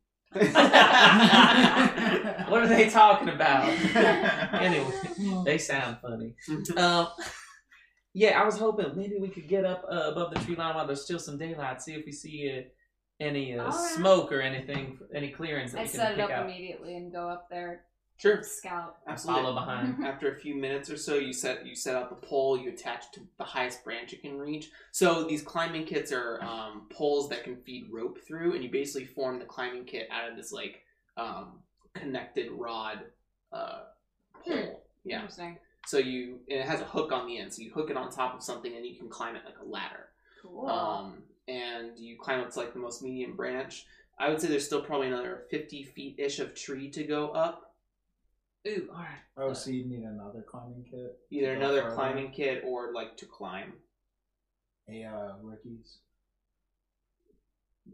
Speaker 6: what are they talking [laughs] about?
Speaker 4: [laughs]
Speaker 6: anyway, they sound funny.
Speaker 8: Oh.
Speaker 6: [laughs] Um, yeah, I was hoping maybe we could get up uh, above the tree line while there's still some daylight, see if we see uh, any uh,
Speaker 4: All right.
Speaker 6: smoke or anything, any clearings that
Speaker 4: I
Speaker 6: we can
Speaker 4: set it
Speaker 6: pick
Speaker 4: up
Speaker 6: out.
Speaker 4: immediately and go up there,
Speaker 8: [laughs] sure,
Speaker 4: scout.
Speaker 6: Follow
Speaker 8: absolutely.
Speaker 6: behind.
Speaker 8: After a few minutes or so, you set you set out the pole. You attach it to the highest branch it can reach. So these climbing kits are um, poles that can feed rope through, and you basically form the climbing kit out of this like um, connected rod uh, pole.
Speaker 3: Hmm.
Speaker 8: Yeah.
Speaker 4: Interesting.
Speaker 8: So you and it has a hook on the end, so you hook it on top of something and you can climb it like a ladder.
Speaker 4: Cool.
Speaker 8: Um, and you climb up to like the most medium branch. I would say there's still probably another 50 feet ish of tree to go up.
Speaker 6: Ooh, all right.
Speaker 7: Oh, so you need another climbing kit?
Speaker 8: Either
Speaker 7: Go
Speaker 8: another
Speaker 7: further.
Speaker 8: climbing kit or like to climb.
Speaker 7: A uh, rookies.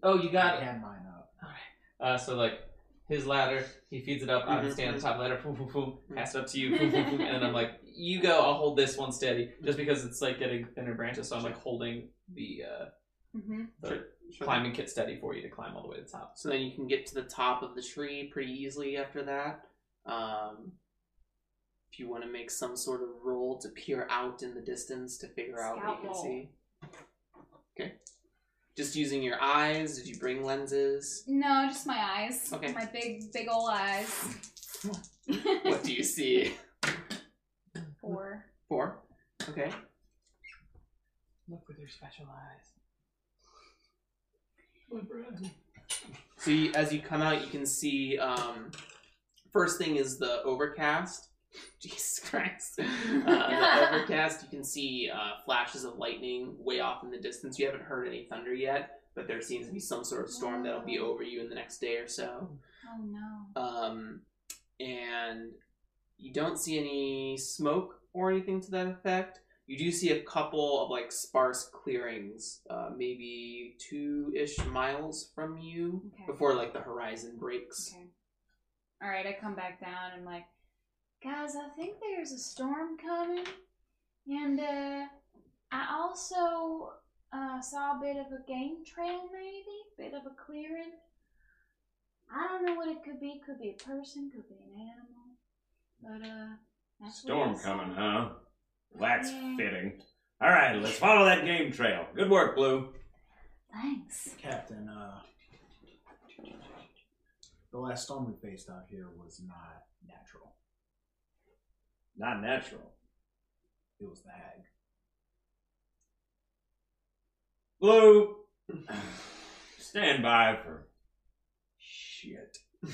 Speaker 6: Oh, you got it.
Speaker 7: Hand mine up.
Speaker 6: Uh, so like his ladder, he feeds it up. I
Speaker 8: Mhm.
Speaker 6: stand on top of the ladder, boom, boom, boom, pass it up to you, boom, boom, boom, and then I'm [laughs] like, you go. I'll hold this one steady, just
Speaker 8: Mm-hmm.
Speaker 6: because it's like getting thinner branches. So I'm like holding the uh,
Speaker 4: hmm
Speaker 6: the
Speaker 8: Sure, sure.
Speaker 6: climbing kit steady for you to climb all the way to the top.
Speaker 8: So then you can get to the top of the tree pretty easily after that. Um, if you want to make some sort of roll to peer out in the distance to figure out what
Speaker 4: Scout
Speaker 8: you can
Speaker 4: roll.
Speaker 8: see. Okay. Just using your eyes. Did you bring lenses?
Speaker 4: No, just my eyes.
Speaker 8: Okay.
Speaker 4: My big, big ol' eyes. [laughs]
Speaker 8: what do you see?
Speaker 4: Four.
Speaker 8: Four. Okay.
Speaker 6: Look with your special eyes.
Speaker 8: So you, as you come out, you can see. Um, first thing is the overcast. [laughs] Jesus Christ! Uh, the overcast. You can see uh, flashes of lightning way off in the distance. You haven't heard any thunder yet, but there seems to be some sort of storm that'll be over you in the next day or so.
Speaker 4: Oh no.
Speaker 8: Um, and you don't see any smoke or anything to that effect. You do see a couple of like sparse clearings, uh, maybe two ish miles from you
Speaker 4: Okay.
Speaker 8: before like the horizon breaks.
Speaker 4: Okay. All right, I come back down. I'm like, guys, I think there's a storm coming, and uh, I also uh, saw a bit of a game trail, maybe, bit of a clearing. I don't know what it could be. Could be a person. Could be an animal. But uh, that's what I
Speaker 2: Storm
Speaker 4: saw.
Speaker 2: coming, huh? That's
Speaker 4: Yeah.
Speaker 2: fitting. All right, let's follow that game trail. Good work, Blue.
Speaker 4: Thanks.
Speaker 7: Captain, uh, the last storm we faced out here was not natural.
Speaker 2: Not natural.
Speaker 7: It was the hag.
Speaker 2: Blue, stand by for [laughs]
Speaker 4: [laughs]
Speaker 2: shit.
Speaker 4: It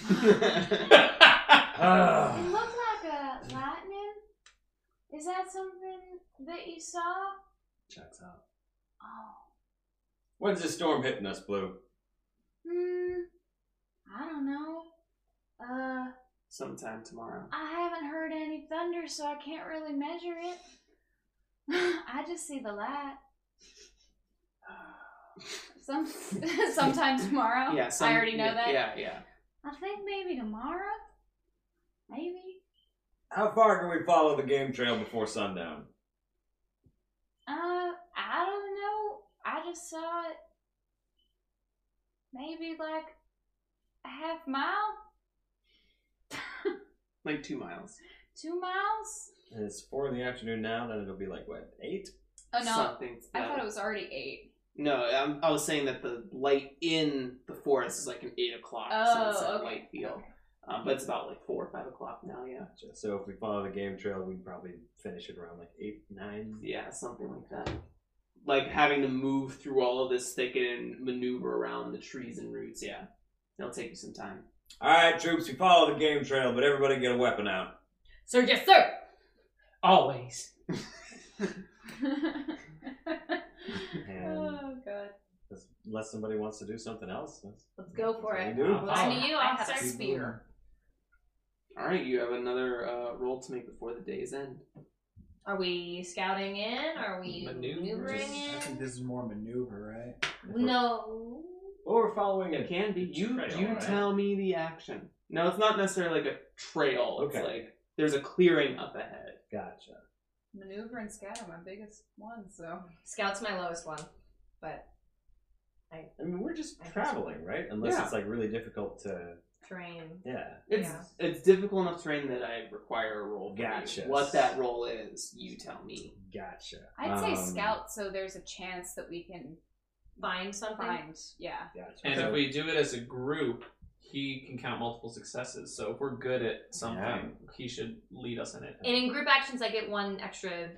Speaker 2: Ah.
Speaker 4: looked like a lightning. Is that something that you saw?
Speaker 7: Checks out.
Speaker 4: Oh.
Speaker 2: When's this storm hitting us, Blue?
Speaker 4: Hmm. I don't know. Uh,
Speaker 8: Sometime tomorrow.
Speaker 4: I haven't heard any thunder, so I can't really measure it. [sighs] I just see the light. [sighs] Some [laughs] sometime tomorrow.
Speaker 8: Yeah, some,
Speaker 4: Oh, I already know
Speaker 8: yeah,
Speaker 4: that.
Speaker 8: Yeah, yeah.
Speaker 4: I think maybe tomorrow. Maybe.
Speaker 2: How far can we follow the game trail before sundown?
Speaker 4: Uh, I don't know. I just saw it. Maybe like a half mile,
Speaker 8: Like two miles.
Speaker 4: two miles.
Speaker 2: And it's four in the afternoon now, then it'll be like, what, eight?
Speaker 4: Oh no!
Speaker 8: Something to
Speaker 4: I
Speaker 8: that.
Speaker 4: thought it was already eight.
Speaker 8: No, I'm, I was saying that the light in the forest is like an eight o'clock
Speaker 4: Oh,
Speaker 8: sunset
Speaker 4: okay.
Speaker 8: light deal, um, but it's about like four or five o'clock now. Yeah,
Speaker 2: So if we follow the game trail, we'd probably finish it around like eight, nine.
Speaker 8: yeah, something like that. Like having to move through all of this thicket and maneuver around the trees and roots. Yeah, it'll take you some time.
Speaker 2: All right, troops, we follow the game trail, but everybody get a weapon out.
Speaker 3: Sir, yes, sir.
Speaker 6: Always.
Speaker 2: And
Speaker 4: Oh, god.
Speaker 2: unless somebody wants to do something else, that's
Speaker 3: Let's go for
Speaker 2: That's
Speaker 3: it.
Speaker 2: what we do.
Speaker 6: Wow.
Speaker 3: Listen
Speaker 4: Wow.
Speaker 3: to you,
Speaker 4: I have a
Speaker 3: officer.
Speaker 4: sp- Spear.
Speaker 8: All right, you have another uh, roll to make before the day's end.
Speaker 3: Are we scouting in? Are we
Speaker 6: Maneuver.
Speaker 3: maneuvering
Speaker 7: I think
Speaker 3: in?
Speaker 7: this is more maneuver, right?
Speaker 3: No.
Speaker 2: Or we're following
Speaker 8: It can be. You
Speaker 2: Trail,
Speaker 8: you
Speaker 2: right?
Speaker 8: tell me the action. No, it's not necessarily like a trail. It's
Speaker 2: Okay.
Speaker 8: like there's a clearing up ahead.
Speaker 2: Gotcha.
Speaker 4: Maneuver and scatter, my biggest one, so.
Speaker 3: Scout's my lowest one, but
Speaker 2: I mean, we're just traveling, right? Unless
Speaker 8: Yeah.
Speaker 2: it's like really difficult to.
Speaker 3: terrain.
Speaker 2: Yeah.
Speaker 8: It's
Speaker 3: Yeah.
Speaker 8: it's difficult enough terrain that I require a roll. for you.
Speaker 2: Gotcha.
Speaker 8: What that roll is, you tell me.
Speaker 2: Gotcha.
Speaker 4: I'd say
Speaker 2: Um,
Speaker 4: scout, so there's a chance that we can
Speaker 3: Find something.
Speaker 4: find. Yeah.
Speaker 2: Gotcha.
Speaker 6: And if we do it as a group, he can count multiple successes. So if we're good at something,
Speaker 2: Yeah.
Speaker 6: he should lead us in it.
Speaker 3: And in group actions, I get one extra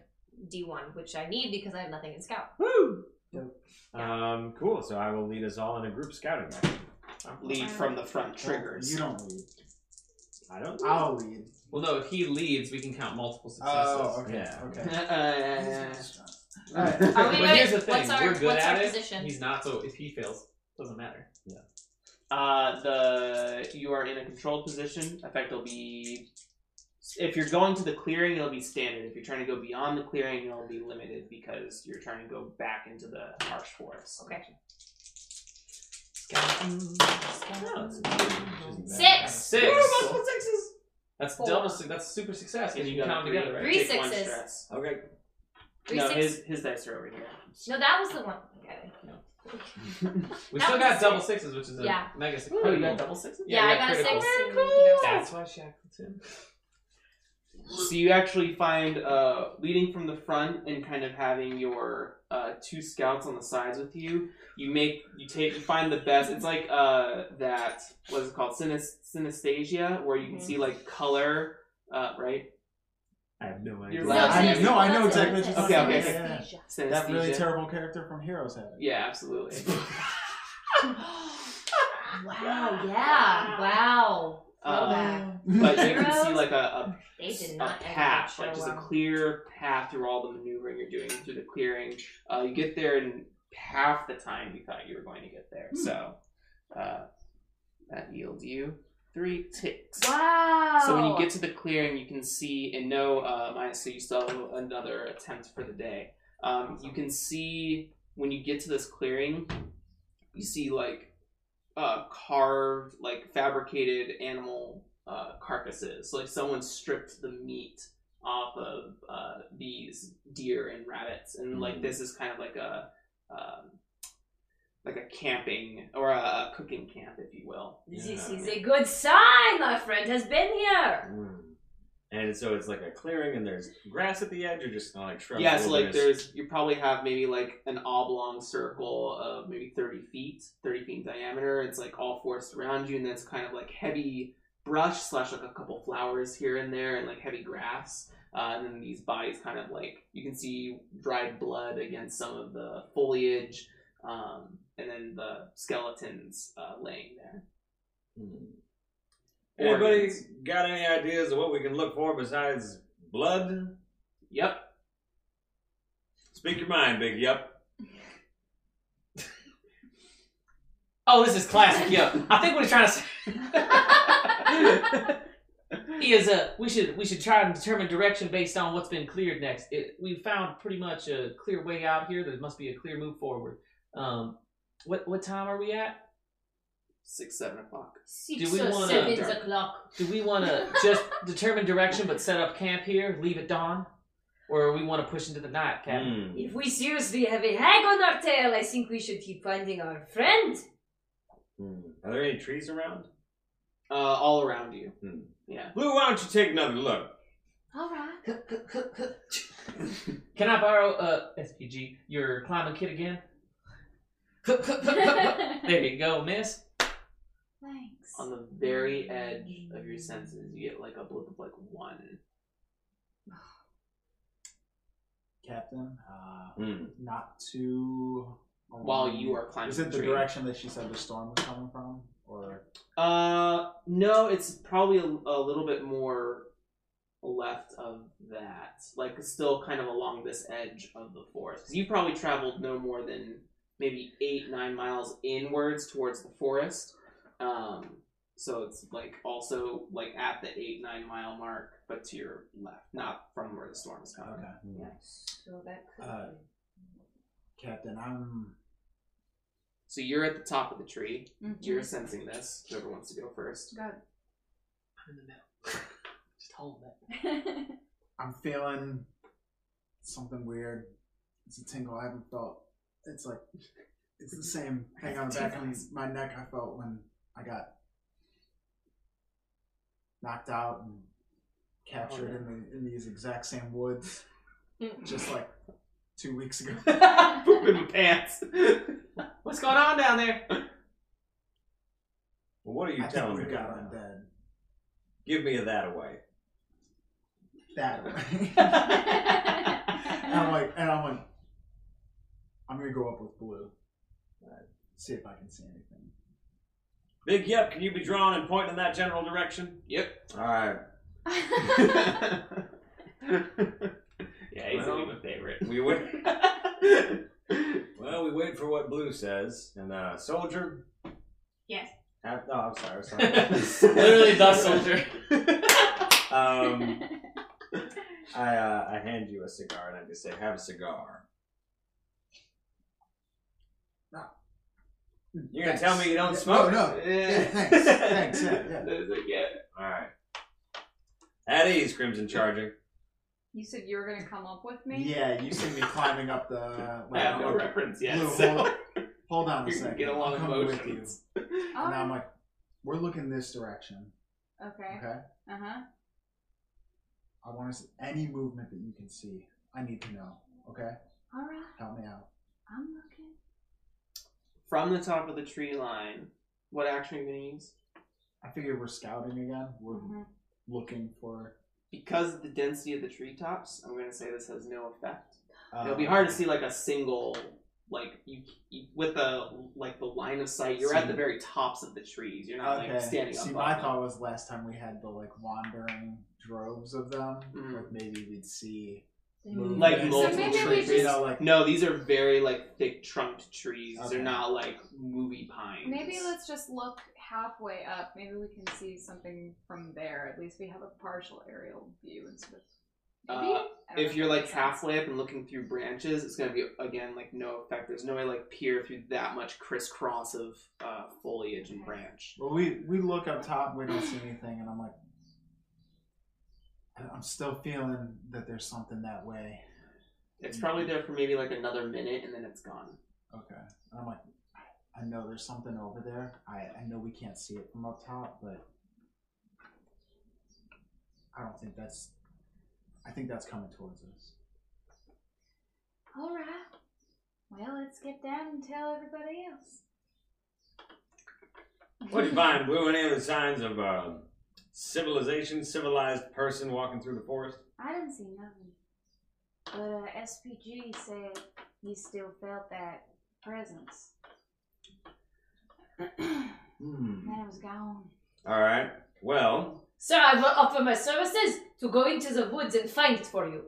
Speaker 3: D1, which I need because I have nothing in scout.
Speaker 8: Woo!
Speaker 2: Um, cool. So I will lead us all in a group scouting. Action.
Speaker 8: Lead from the front triggers.
Speaker 7: Oh,
Speaker 8: [laughs]
Speaker 7: You don't [laughs] lead.
Speaker 2: I don't.
Speaker 7: I'll lead.
Speaker 6: Well, no, if he leads, we can count multiple successes.
Speaker 7: Oh, okay.
Speaker 2: Yeah.
Speaker 7: Okay.
Speaker 8: Uh,
Speaker 3: Are
Speaker 7: Alright.
Speaker 3: we
Speaker 6: but
Speaker 3: ready?
Speaker 6: here's the thing:
Speaker 3: What's our-
Speaker 6: we're good
Speaker 3: what's
Speaker 6: at
Speaker 3: our
Speaker 6: it.
Speaker 3: position?
Speaker 6: He's not, so if he fails, doesn't matter.
Speaker 8: uh, the you are in a controlled position. Effect will be if you're going to the clearing, it'll be standard. If you're trying to go beyond the clearing, it'll be limited because you're trying to go back into the harsh forest.
Speaker 3: Okay.
Speaker 2: No, it's a-
Speaker 3: Six.
Speaker 6: Six.
Speaker 2: multiple sixes.
Speaker 6: That's
Speaker 3: Four.
Speaker 6: double. su- That's super success. And you
Speaker 8: got
Speaker 6: can count
Speaker 8: three-
Speaker 6: together, right?
Speaker 3: Three
Speaker 8: take one
Speaker 3: sixes.
Speaker 8: stress.
Speaker 2: Okay.
Speaker 3: Three
Speaker 8: no,
Speaker 3: six-
Speaker 8: his his dice are over here.
Speaker 3: No, that was the one. Okay.
Speaker 6: We
Speaker 3: That
Speaker 6: still
Speaker 3: was a
Speaker 6: got double
Speaker 3: six.
Speaker 6: sixes, which is a
Speaker 3: Yeah.
Speaker 6: mega success.
Speaker 8: Oh, you got double sixes.
Speaker 6: Yeah,
Speaker 3: Yeah,
Speaker 6: yeah,
Speaker 3: I got
Speaker 6: critical.
Speaker 3: a six. and
Speaker 4: Very
Speaker 3: he got
Speaker 6: That's why Shackleton.
Speaker 8: [laughs] So you actually find uh, leading from the front and kind of having your uh, two scouts on the sides with you. You make you take you find the best. It's like uh, that what is it called Synes- synesthesia, where you can
Speaker 6: Mm-hmm.
Speaker 3: Mhm.
Speaker 8: see like color, uh, right?
Speaker 2: I have no
Speaker 8: You're
Speaker 2: idea.
Speaker 8: like-
Speaker 7: I know, I know
Speaker 3: That's
Speaker 7: exactly
Speaker 3: it.
Speaker 7: what you're
Speaker 8: Okay,
Speaker 7: talking
Speaker 8: okay.
Speaker 7: about. Yeah, yeah.
Speaker 4: Synesthesia.
Speaker 8: Synesthesia.
Speaker 7: That really terrible character from Heroes had it.
Speaker 8: Yeah, absolutely.
Speaker 7: [laughs]
Speaker 3: Wow, yeah. Wow.
Speaker 8: Uh,
Speaker 6: Um,
Speaker 3: Throwback.
Speaker 8: but you can see like a, a
Speaker 3: they did
Speaker 8: a
Speaker 3: not
Speaker 8: path,
Speaker 3: actually
Speaker 8: like just
Speaker 3: show
Speaker 8: a
Speaker 3: up.
Speaker 8: clear path through all the maneuvering you're doing through the clearing. Uh, you get there in half the time you thought you were going to get
Speaker 3: Hmm.
Speaker 8: there. So uh, that yields you three ticks.
Speaker 4: Wow.
Speaker 8: So when you get to the clearing, you can see and know. Uh, Maya, so you still have another attempt for the day. Um, you can see when you get to this clearing, you see like uh, carved, like fabricated animal uh, carcasses. Like someone stripped the meat off of uh, these deer and rabbits, and like this is kind of like a um, like a camping or a, a cooking camp, if you will.
Speaker 3: This
Speaker 2: Yeah.
Speaker 3: is a good sign. My friend has been here.
Speaker 2: Mm. And so it's like a clearing, and there's grass at the edge, or just kind of like shrubs.
Speaker 8: Yeah, so
Speaker 2: wilderness?
Speaker 8: like there's you probably have maybe like an oblong circle of maybe thirty feet, thirty feet in diameter. It's like all forest around you, and that's kind of like heavy brush slash like a couple flowers here and there, and like heavy grass. Uh, and then these bodies kind of like you can see dried blood against some of the foliage, um, and then the skeletons uh, laying there.
Speaker 2: Hmm. Anybody
Speaker 8: Organs.
Speaker 2: got any ideas of what we can look for besides blood?
Speaker 8: Yep. [laughs]
Speaker 2: Speak your mind, Big Yup.
Speaker 6: Oh, this is classic. Yep.
Speaker 8: [laughs]
Speaker 6: I think what he's trying to say is uh, we should we should try and determine direction based on what's been cleared next. It, we found pretty much a clear way out here. There must be a clear move forward. Um, what what time are we at?
Speaker 8: Six, seven o'clock.
Speaker 6: Do
Speaker 3: Six
Speaker 6: we
Speaker 3: or
Speaker 6: wanna-
Speaker 3: seven o'clock.
Speaker 6: Do we want to just determine direction but set up camp here, leave at dawn, or we want to push into the night, Captain?
Speaker 2: Hmm.
Speaker 3: If we seriously have a hag on our tail, I think we should keep finding our friend.
Speaker 2: Hmm. Are there any trees around?
Speaker 8: Uh, all around you.
Speaker 2: Hmm.
Speaker 8: Yeah.
Speaker 2: Blue, why don't you take another look?
Speaker 3: All right.
Speaker 6: Can I borrow uh SPG your climbing kit again? there you go, Miss.
Speaker 4: Thanks.
Speaker 8: on the very edge of your senses, you get like a blip of like one.
Speaker 7: [laughs] Captain, uh,
Speaker 2: Hmm.
Speaker 7: not too. um,
Speaker 8: While you are climbing
Speaker 7: Is it the
Speaker 8: tree.
Speaker 7: direction that she said the storm was coming from, or
Speaker 8: Uh, no, it's probably a, a little bit more left of that. Like, still kind of along this edge of the forest. 'Cause You probably traveled no more than maybe eight, nine miles inwards towards the forest. Um, so it's like also like at the eight, nine mile mark, but to your left, not from where the storm is coming.
Speaker 7: okay?
Speaker 3: So that could
Speaker 7: Uh,
Speaker 3: be.
Speaker 7: Captain, I'm.
Speaker 8: So you're at the top of the tree.
Speaker 4: Mhm. [laughs]
Speaker 8: You're sensing this. Whoever wants to go first.
Speaker 4: Go.
Speaker 6: I'm in the middle. Just hold that.
Speaker 7: I'm feeling something weird. It's a tingle I haven't felt. It's like it's the same thing on the back of my neck I felt when I got knocked out and captured in, the, in these exact same woods, just like two weeks ago. [laughs]
Speaker 8: Poop in my pants.
Speaker 6: What's going on down there?
Speaker 2: Well, what are you
Speaker 7: I think
Speaker 2: telling
Speaker 7: we
Speaker 2: me?
Speaker 7: got
Speaker 2: right now?
Speaker 7: undead.
Speaker 2: Give me a that away.
Speaker 8: [laughs]
Speaker 7: That way. and I'm like, and I'm like, I'm gonna go up with blue. Uh, see if I can see anything.
Speaker 2: Big Yup, can you be drawn and point in that general direction?
Speaker 8: Yep.
Speaker 2: All right.
Speaker 8: yeah, he's
Speaker 2: Well.
Speaker 8: not even a
Speaker 2: [laughs]
Speaker 8: favorite.
Speaker 2: We wait. well, we wait for what Blue says, and uh, soldier.
Speaker 3: Yes.
Speaker 2: Uh, oh, I'm sorry. Sorry.
Speaker 7: [laughs]
Speaker 6: Literally, the soldier.
Speaker 2: [laughs] um, I uh, I hand you a cigar and I just say, "Have a cigar." You're gonna tell me you don't
Speaker 7: Yeah,
Speaker 2: smoke?
Speaker 7: Ah. No, no. Yeah, thanks. Thanks. Yeah,
Speaker 8: [laughs]
Speaker 7: yeah.
Speaker 8: yeah.
Speaker 2: All right. At ease, Crimson Charger.
Speaker 4: you said you were gonna come up with me.
Speaker 7: Yeah, you see me climbing up [laughs] the. Uh,
Speaker 8: I have
Speaker 7: ladder.
Speaker 8: no
Speaker 7: Look,
Speaker 8: reference yet.
Speaker 7: Blue,
Speaker 8: so
Speaker 7: hold, [laughs] hold on
Speaker 8: [laughs]
Speaker 7: a
Speaker 8: you
Speaker 7: second.
Speaker 8: can get a lot
Speaker 7: I'll
Speaker 8: of
Speaker 7: come with you.
Speaker 8: emotions. [laughs]
Speaker 7: And now
Speaker 4: Alright.
Speaker 7: I'm like, we're looking this direction.
Speaker 4: Okay.
Speaker 7: Okay.
Speaker 4: Uh huh.
Speaker 7: I want to see any movement that you can see. I need to know. Okay.
Speaker 4: All right.
Speaker 7: Help me out.
Speaker 4: I'm looking.
Speaker 8: From the top of the tree line, what action are you going to use?
Speaker 7: I figure we're scouting again. We're
Speaker 4: Mhm.
Speaker 7: looking for.
Speaker 8: Because of the density of the treetops, I'm going to say this has no effect.
Speaker 7: Uh,
Speaker 8: It'll be hard to see like a single like you, you with the like the line of sight. You're at
Speaker 7: See.
Speaker 8: the very tops of the trees. You're not
Speaker 7: Okay.
Speaker 8: like standing up.
Speaker 7: See,
Speaker 8: on
Speaker 7: my
Speaker 8: them.
Speaker 7: thought was last time we had the like wandering droves of them.
Speaker 8: Mm.
Speaker 7: Like maybe we'd see
Speaker 4: Mm.
Speaker 8: Like
Speaker 7: movement.
Speaker 8: multiple
Speaker 4: So maybe we
Speaker 8: trees.
Speaker 7: You know, like
Speaker 8: No, these are very like thick trunked trees. These
Speaker 7: Okay.
Speaker 8: are not like movie pines.
Speaker 4: Maybe let's just look halfway up. Maybe we can see something from there. At least we have a partial aerial view instead of Maybe?
Speaker 8: Uh,
Speaker 4: I don't
Speaker 8: If
Speaker 4: know
Speaker 8: you're
Speaker 4: that
Speaker 8: like
Speaker 4: makes sense.
Speaker 8: halfway up and looking through branches, it's gonna be again like no effect. There's no way to, like peer through that much crisscross of uh, foliage and branch.
Speaker 7: Well, we we look up top and we don't see anything, and I'm like, I- I'm still feeling that there's something that way.
Speaker 8: It's
Speaker 7: Mm-hmm.
Speaker 8: probably there for maybe like another minute and then it's gone.
Speaker 7: Okay. And I'm like, I know there's something over there. I, I know we can't see it from up top, but I don't think that's. I think that's coming towards us.
Speaker 4: All right. Well, let's get down and tell everybody else.
Speaker 2: What do you find, Blue? Any other signs of uh, civilization, civilized person walking through the forest?
Speaker 4: [laughs] I didn't see nothing. But uh, SPG said he still felt that presence. then
Speaker 7: Hmm.
Speaker 4: it was gone.
Speaker 2: All right. Well,
Speaker 3: Sir, I will offer my services to go into the woods and find it for you.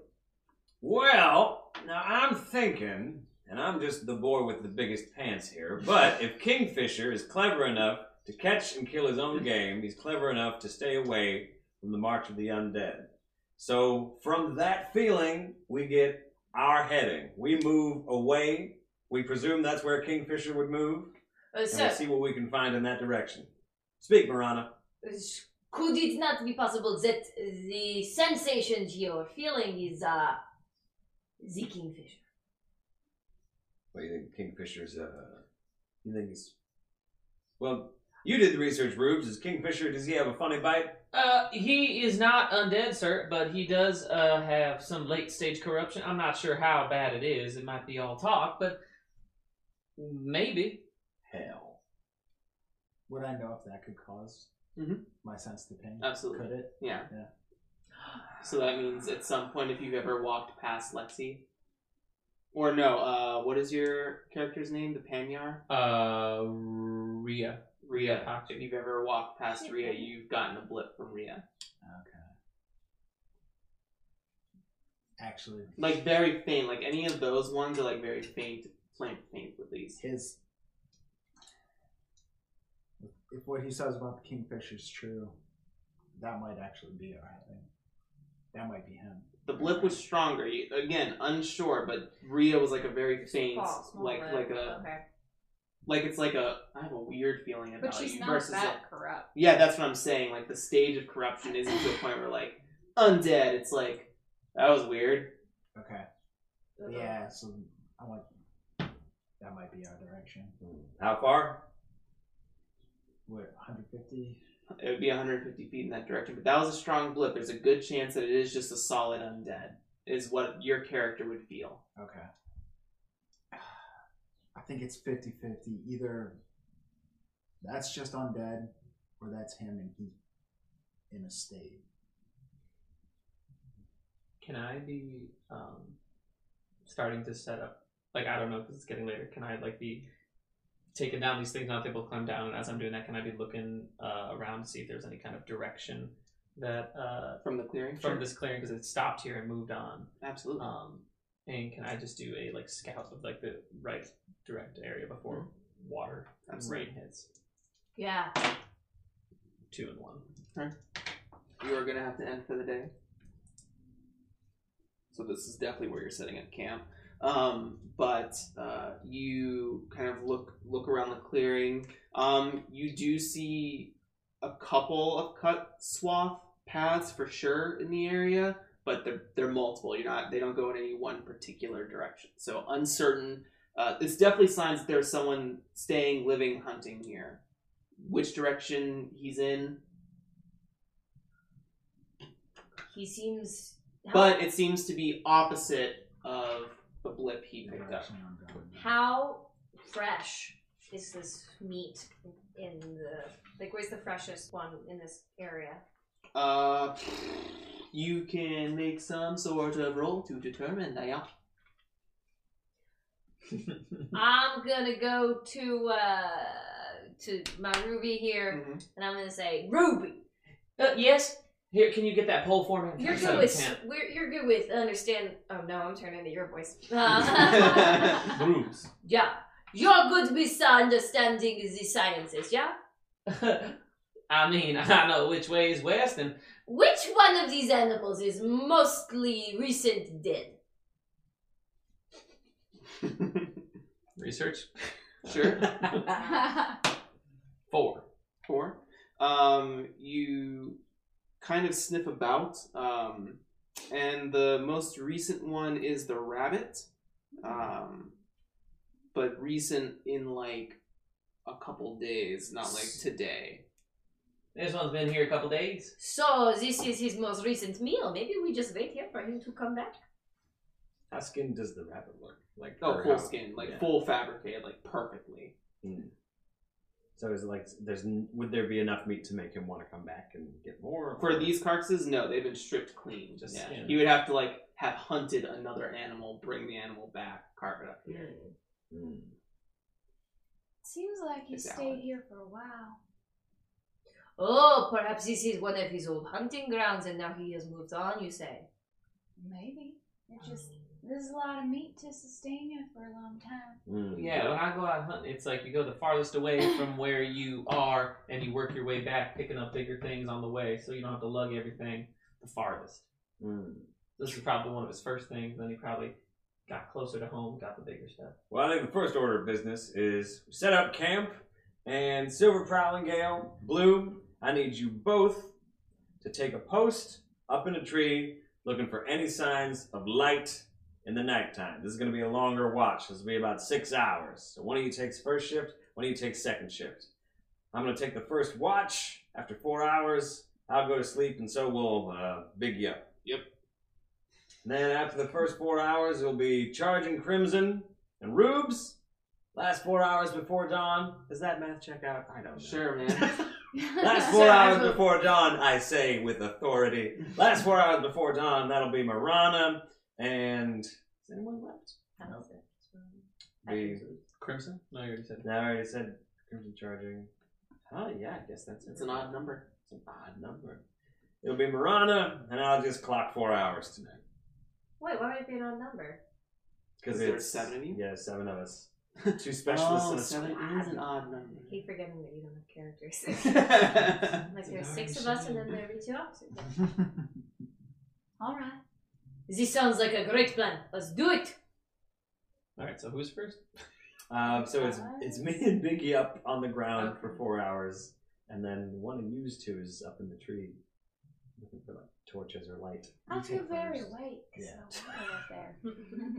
Speaker 2: well. Now I'm thinking, and I'm just the boy with the biggest pants here. But if Kingfisher is clever enough to catch and kill his own game, he's clever enough to stay away from the march of the undead. So from that feeling, we get our heading. We move away. We presume that's where Kingfisher would move.
Speaker 3: Uh,
Speaker 2: and we'll
Speaker 3: sir,
Speaker 2: see what we can find in that direction. Speak, Marana.
Speaker 3: uh, sh- could it not be possible that the sensation you're feeling is uh, the kingfisher?
Speaker 2: What do you think Kingfisher's? Uh, you think he's? Well, you did the research, Rubes. Is Kingfisher? Does he have a funny bite?
Speaker 6: Uh, he is not undead, sir, but he does uh, have some late stage corruption. I'm not sure how bad it is. It might be all talk, but maybe.
Speaker 2: Hell.
Speaker 7: Would I know if that could because
Speaker 8: Mhm.
Speaker 7: my sense to pain?
Speaker 8: Absolutely.
Speaker 7: Could it?
Speaker 8: Yeah.
Speaker 7: Yeah.
Speaker 8: So that means at some point, if you've ever walked past Lexi, or no, uh, what is your character's name? The Panyar.
Speaker 6: Uh, Rhea.
Speaker 8: Rhea.
Speaker 6: Octave.
Speaker 8: If you've ever walked past
Speaker 4: Shit.
Speaker 8: Rhea, you've gotten a blip from Rhea.
Speaker 7: Okay. Actually,
Speaker 8: Like very faint. Like any of those ones are like very faint, faint, faint with these.
Speaker 7: his. If what he says about the kingfisher is true, that might actually be our thing. That might be him.
Speaker 8: The blip was stronger. You, again, unsure, but Rhea was like a very faint,
Speaker 4: Small, small
Speaker 8: like
Speaker 4: bit.
Speaker 8: like a
Speaker 4: Okay.
Speaker 8: like it's like a. I have a weird feeling about
Speaker 4: But she's
Speaker 8: you
Speaker 4: not
Speaker 8: versus
Speaker 4: that
Speaker 8: like-
Speaker 4: corrupt.
Speaker 8: [laughs]
Speaker 4: [laughs]
Speaker 8: yeah, that's what I'm saying. Like the stage of corruption isn't to a point where like undead. It's like that was weird.
Speaker 7: Okay. Yeah, so I'm like, that might be our direction.
Speaker 2: How far?
Speaker 7: What, 150?
Speaker 8: It would be 150 feet in that direction, but that was a strong blip. There's a good chance that it is just a solid undead. Is what your character would feel.
Speaker 7: Okay. I think it's 50 50. Either that's just undead, or that's him and he's in a state.
Speaker 6: Can I be um, starting to set up? Like I don't know because it's getting later. Can I like be taking down these things? Not able to climb down. And as I'm doing that, can I be looking uh, around to see if there's any kind of direction that uh,
Speaker 8: From the clearing?
Speaker 6: from this clearing because it stopped here and moved on.
Speaker 8: Absolutely.
Speaker 6: Um, and can I just do a like scout of like the right direct area before water and
Speaker 8: Absolutely.
Speaker 6: rain hits?
Speaker 3: Yeah.
Speaker 6: Two and one.
Speaker 8: you are going to have to end for the day. So this is definitely where you're setting up camp. Um, but uh, you kind of look look around the clearing. Um, you do see a couple of cut swath paths for sure in the area, but they're they're multiple. You're not they don't go in any one particular direction. So uncertain. Uh, it's definitely signs that there's someone staying, living, hunting here. Which direction he's in,
Speaker 3: He seems.
Speaker 8: but it seems to be opposite of the blip he picked up.
Speaker 7: Direction I'm going.
Speaker 3: How fresh is this meat in the like? Where's the freshest one in this
Speaker 6: [laughs]
Speaker 3: area?
Speaker 8: Uh, you can make some sort of roll to determine that.
Speaker 3: I'm gonna go to uh to my Ruby here,
Speaker 8: mm-hmm.
Speaker 3: and I'm gonna say, Ruby,
Speaker 6: Uh, yes. Here, can you get that pole for me?
Speaker 3: you're
Speaker 6: I
Speaker 3: good with
Speaker 6: can't.
Speaker 3: we're, you're good with understand. Oh no, I'm turning into your
Speaker 6: [laughs]
Speaker 3: voice. [laughs] Uh,
Speaker 6: Bruce.
Speaker 3: yeah, you're good with understanding the sciences. Yeah.
Speaker 6: [laughs] I mean, I know which way is west, and
Speaker 3: Which one of these animals is mostly recent dead?
Speaker 6: research.
Speaker 8: [laughs] Sure.
Speaker 6: Four.
Speaker 8: Four. Um, you kind of sniff about, um, and the most recent one is the rabbit, um, but recent in like a couple days, not like today.
Speaker 6: This one's been here a couple days.
Speaker 3: So this is his most recent meal. Maybe we just wait here for him to come back.
Speaker 2: How skin does the rabbit look? Like
Speaker 8: Oh,
Speaker 2: or
Speaker 8: full
Speaker 2: how-
Speaker 8: skin, like
Speaker 2: yeah. Hmm.
Speaker 8: full fabricated, like perfectly.
Speaker 2: So is it like there's n- would there be enough meat to make him want to come back and get more?
Speaker 8: For these carcasses, no, they've been stripped clean.
Speaker 6: Just
Speaker 8: Just yeah.
Speaker 6: skin.
Speaker 8: you would have to like have hunted another animal, bring the animal back, carve it up here.
Speaker 2: Mm.
Speaker 4: Seems like he
Speaker 8: It's
Speaker 4: stayed
Speaker 8: Alan.
Speaker 4: here for a while.
Speaker 3: Oh, perhaps this is one of his old hunting grounds, and now he has moved on. You say?
Speaker 4: Maybe. It just there's a lot of meat to sustain you for a long
Speaker 2: [laughs]
Speaker 4: time.
Speaker 2: Mm.
Speaker 6: Yeah, when I go out hunting, it's like you go the farthest away from where you are, and you work your way back, picking up bigger things on the way, so you don't have to lug everything the farthest.
Speaker 2: Mm.
Speaker 6: This is probably one of his first things. Then he probably got closer to home, got the bigger stuff.
Speaker 2: Well, I think the first order of business is set up camp and Silver Prowling Gale, Blue, I need you both to take a post up in a tree looking for any signs of light in the nighttime. This is going to be a longer watch. This will be about six hours. So one of you takes first shift, one of you takes second shift. I'm going to take the first watch. After four hours, I'll go to sleep, and so will uh, Big Yep.
Speaker 8: Yep.
Speaker 2: And then after the first four hours, it'll be Charging Crimson and Rubes. Last four hours before dawn. Does that math check out? I don't know.
Speaker 8: Sure, man.
Speaker 2: [laughs]
Speaker 4: [laughs]
Speaker 2: Last four hours before dawn, I say with authority. Last four hours before dawn, that'll be Marana and. Is anyone left? Be,
Speaker 6: Crimson? No, you already said.
Speaker 2: no, I already said Crimson Charging. Oh, yeah, I guess that's it.
Speaker 8: it's an odd number.
Speaker 2: It's an odd number. It'll be Marana, and I'll just clock four hours tonight.
Speaker 3: Wait, why would it be an odd number?
Speaker 2: Because
Speaker 8: Is there
Speaker 2: it's.
Speaker 8: seven of you?
Speaker 2: Yeah, seven of
Speaker 8: [laughs]
Speaker 2: us. Two specialists
Speaker 8: oh,
Speaker 2: and a
Speaker 8: seven
Speaker 2: squad.
Speaker 8: is an odd
Speaker 3: I keep forgetting that you don't have [laughs] characters.
Speaker 8: number.
Speaker 3: like there's six of us, and then there'll be two officers.
Speaker 4: All right.
Speaker 3: This sounds like a great plan. Let's do it.
Speaker 6: All right, so who's first?
Speaker 2: Um, so it's it's me and Biggie up on the ground
Speaker 3: Okay.
Speaker 2: for four hours, and then one of you two is up in the tree looking for like torches or light.
Speaker 4: I
Speaker 2: You
Speaker 4: feel
Speaker 2: take
Speaker 4: very
Speaker 2: first.
Speaker 4: awake,
Speaker 2: Yeah.
Speaker 4: so I'm out there.
Speaker 3: [laughs]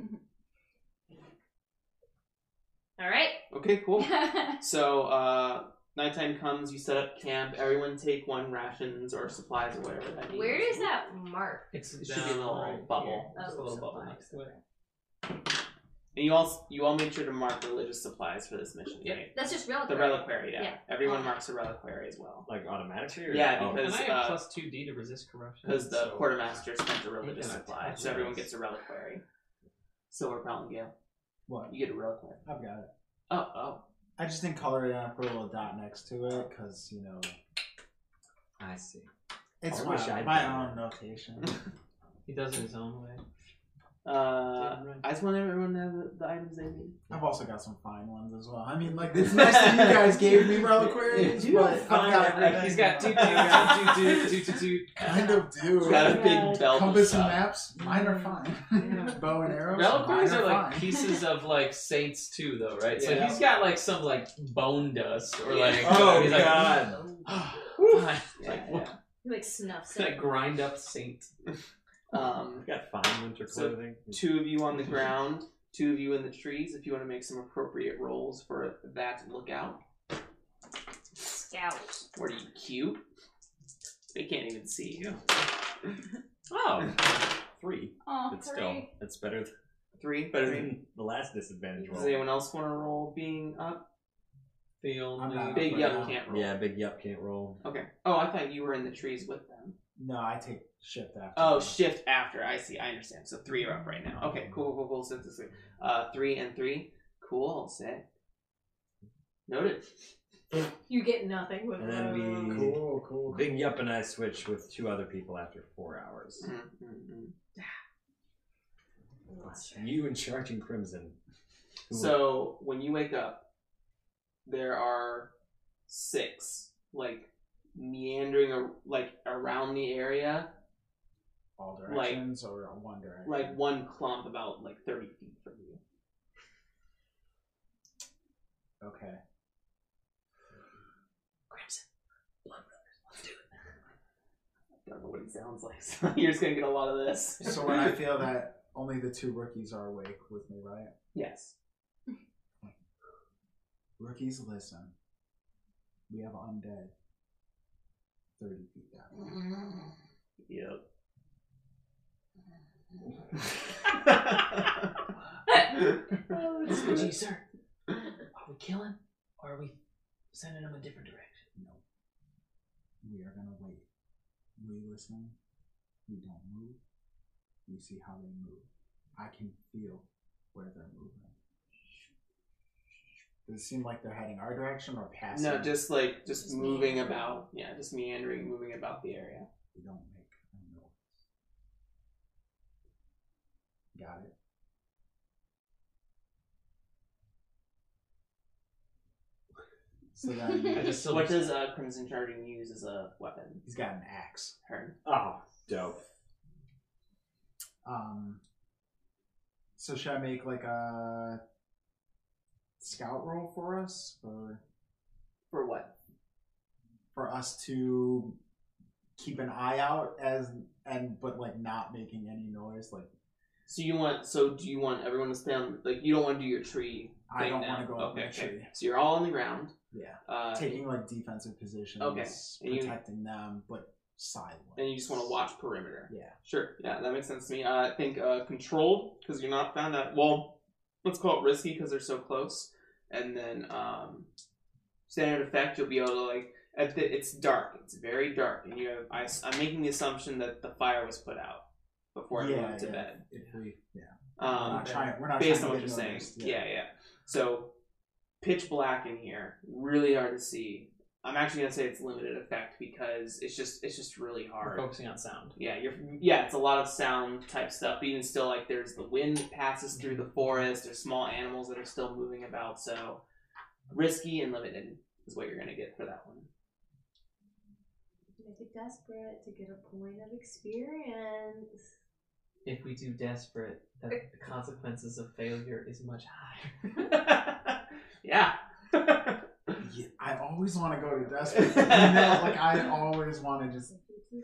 Speaker 3: All right.
Speaker 8: okay, cool. [laughs] So, uh, nighttime comes, you set up camp, everyone take one rations or supplies or whatever that means.
Speaker 3: Where is that mark?
Speaker 6: It's
Speaker 8: It should be a little bubble.
Speaker 6: Just a
Speaker 3: Oh,
Speaker 6: little
Speaker 3: so
Speaker 6: bubble
Speaker 3: fine.
Speaker 6: next to it.
Speaker 8: And you all, you all made sure to mark religious supplies for this mission,
Speaker 6: Yep.
Speaker 8: right?
Speaker 3: That's just real.
Speaker 8: The reliquary, yeah.
Speaker 3: Yeah.
Speaker 8: Everyone marks a reliquary as well.
Speaker 2: Like automatically? Or
Speaker 8: Yeah,
Speaker 2: oh,
Speaker 8: because-
Speaker 6: And I have
Speaker 8: uh,
Speaker 6: plus two D to resist corruption.
Speaker 8: Because the
Speaker 6: so-
Speaker 8: quartermaster spent a religious
Speaker 6: Yeah,
Speaker 8: supply,
Speaker 6: that's
Speaker 8: so everyone
Speaker 2: nice.
Speaker 8: gets a reliquary. Silver Crown Gale.
Speaker 7: [laughs] what?
Speaker 8: You get a reliquary.
Speaker 7: I've got it.
Speaker 8: Oh, oh.
Speaker 7: I just didn't color it in. I put a little dot next to it because you know
Speaker 2: I see.
Speaker 7: it's
Speaker 2: I
Speaker 7: my,
Speaker 2: wish I'd
Speaker 7: my
Speaker 2: done
Speaker 7: own notation.
Speaker 6: he does it his own way. oh.
Speaker 8: Uh,
Speaker 6: Right.
Speaker 8: I just want everyone to have the, the items they [laughs] need.
Speaker 7: I've also got some fine ones as well. I mean, like it's nice that you guys gave me reliquaries,
Speaker 2: You
Speaker 7: but
Speaker 2: don't
Speaker 7: I've
Speaker 2: find
Speaker 7: got
Speaker 2: out,
Speaker 7: everything.
Speaker 6: He's got two, two, two, two, two, two, two.
Speaker 7: [laughs] Kind of do.
Speaker 8: Got a big belt.
Speaker 7: Compass
Speaker 8: and stuff.
Speaker 7: and maps, mine are fine. [laughs] Bow and arrows,
Speaker 6: Reliquaries
Speaker 7: mine
Speaker 6: are like
Speaker 7: fine.
Speaker 6: pieces of like saints too, though, right? So
Speaker 8: Yeah.
Speaker 6: he's got like some like bone dust or like. [laughs]
Speaker 2: Oh,
Speaker 6: he's like,
Speaker 3: "Mm."
Speaker 2: God.
Speaker 6: [gasps] [laughs] "Fine." It's
Speaker 8: Yeah,
Speaker 6: like,
Speaker 8: yeah.
Speaker 6: what?
Speaker 3: He like snuffs [laughs]
Speaker 6: It's like
Speaker 3: it.
Speaker 6: grind up saint.
Speaker 8: Um,
Speaker 2: I've got fine winter
Speaker 8: So,
Speaker 2: clothing.
Speaker 8: two of you on the ground, two of you in the trees. If you want to make some appropriate rolls for that lookout,
Speaker 4: [laughs] Scout.
Speaker 8: what are you cute? They can't even see you.
Speaker 2: oh, three.
Speaker 4: Oh,
Speaker 2: But still,
Speaker 4: three.
Speaker 2: that's better, th-
Speaker 8: Three.
Speaker 2: better
Speaker 8: Three.
Speaker 2: than the last disadvantage
Speaker 8: Does
Speaker 2: roll.
Speaker 8: anyone else want to roll being up?
Speaker 6: The
Speaker 7: not-
Speaker 6: only
Speaker 8: Big
Speaker 7: but
Speaker 8: Yup
Speaker 7: no.
Speaker 8: can't roll.
Speaker 2: Yeah, Big Yup can't roll.
Speaker 8: Okay. Oh, I thought you were in the trees with them.
Speaker 7: No, I take shift after.
Speaker 8: Oh,
Speaker 7: that.
Speaker 8: shift after. I see. I understand. So three are up right now. Okay, cool, cool, cool. Since it's three. Uh, three and three. Cool. Set. Noted.
Speaker 3: You get nothing with
Speaker 2: And then
Speaker 3: those.
Speaker 2: we-
Speaker 7: cool, cool. cool.
Speaker 2: Big Yup and I switch with two other people after four hours.
Speaker 8: Mm, mm, mm.
Speaker 2: You and Charging Crimson. who were
Speaker 8: So when you wake up, there are six like meandering ar- like around the area,
Speaker 7: All
Speaker 8: Like-
Speaker 7: directions or one direction?
Speaker 8: like one clump about like thirty feet from you.
Speaker 7: Okay.
Speaker 8: Crimson, Blood Brothers, let's do it. I don't know what he sounds like, [laughs] so you're just gonna get a lot of this.
Speaker 7: So when I feel that only the two rookies are awake with me, right?
Speaker 8: [laughs] yes,
Speaker 7: Rookies, listen. We have undead. Thirty feet down.
Speaker 8: yep. [laughs]
Speaker 6: Gee, sir, are we killing or are we sending him a different direction?
Speaker 7: No. We are gonna wait. We listen. We don't move. We see how they move. I can feel where they're moving. Does it seem like they're heading our direction or passing?
Speaker 8: No, just like just,
Speaker 3: Just
Speaker 8: moving
Speaker 3: meandering.
Speaker 8: about. Yeah, just meandering, moving about the area.
Speaker 7: we don't make a noise. Got it.
Speaker 8: [laughs]
Speaker 7: So
Speaker 6: I
Speaker 7: then
Speaker 6: just still
Speaker 8: what does uh, Crimson Charging use as a weapon?
Speaker 7: he's got an axe.
Speaker 8: Her.
Speaker 2: Oh, dope.
Speaker 7: Um, so should I make like a scout roll for us, for
Speaker 8: For what?
Speaker 7: for us to keep an eye out as and but like not making any noise? Like
Speaker 8: So you want? So do you want everyone to stay on? Like you don't want to do your tree.
Speaker 7: I
Speaker 8: thing
Speaker 7: don't
Speaker 8: now.
Speaker 7: want to go up in
Speaker 8: Okay,
Speaker 7: the
Speaker 8: okay.
Speaker 7: tree.
Speaker 8: So you're all on the ground.
Speaker 7: Yeah.
Speaker 8: Uh,
Speaker 7: taking like defensive positions,
Speaker 8: Okay. And you-
Speaker 7: protecting them, but silent.
Speaker 8: and you just want to watch perimeter.
Speaker 7: Yeah.
Speaker 8: Sure. Yeah, that makes sense to me. Uh, I think uh, controlled because you're not found out. Well, let's call it risky because they're so close. And then um, standard effect, you'll be able to like. At the, it's dark. It's very dark, and you have. I, am making the assumption that the fire was put out before
Speaker 7: Yeah,
Speaker 8: everyone went to
Speaker 7: yeah.
Speaker 8: bed.
Speaker 7: If we, yeah, we're
Speaker 8: Um,
Speaker 7: not trying. We're not
Speaker 8: based on
Speaker 7: trying
Speaker 8: what you're
Speaker 7: to get
Speaker 8: saying.
Speaker 7: noticed,
Speaker 8: Yeah. yeah, So pitch black in here, really hard to see. I'm actually gonna say it's limited effect because it's just it's just really
Speaker 6: We're
Speaker 8: hard.
Speaker 6: focusing on sound.
Speaker 8: Yeah, you're yeah, it's a lot of sound type stuff, but even still like there's the wind that passes through
Speaker 7: Mm-hmm.
Speaker 8: the forest, there's small animals that are still moving about, so risky and limited is what you're gonna get for that one.
Speaker 3: Make it desperate to get a point of experience.
Speaker 6: If we do desperate, that the consequences of failure is much higher.
Speaker 8: [laughs] yeah.
Speaker 7: [laughs] Yeah, I always want to go
Speaker 8: [laughs]
Speaker 7: to desperate. you know, like I always want to just.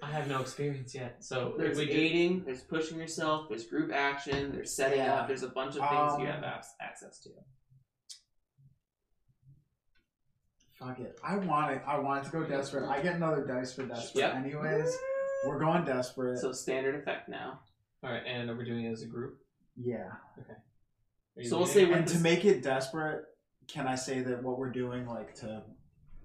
Speaker 6: I have no experience yet, so
Speaker 8: There's
Speaker 6: if we do,
Speaker 8: aiding, there's pushing yourself, there's group action, there's setting
Speaker 7: Yeah.
Speaker 8: up, there's a bunch of things you have
Speaker 7: Um,
Speaker 8: abs- access to.
Speaker 7: Fuck it. I want it. I want it to go desperate. I get another dice for desperate.
Speaker 8: Yep.
Speaker 7: Anyways, we're going desperate.
Speaker 8: So standard effect now.
Speaker 6: all right, and are we doing it as a group?
Speaker 7: yeah.
Speaker 6: Are you
Speaker 8: So we'll
Speaker 6: leading?
Speaker 8: say-
Speaker 7: And to
Speaker 8: This-
Speaker 7: make it desperate, can I say that what we're doing, like to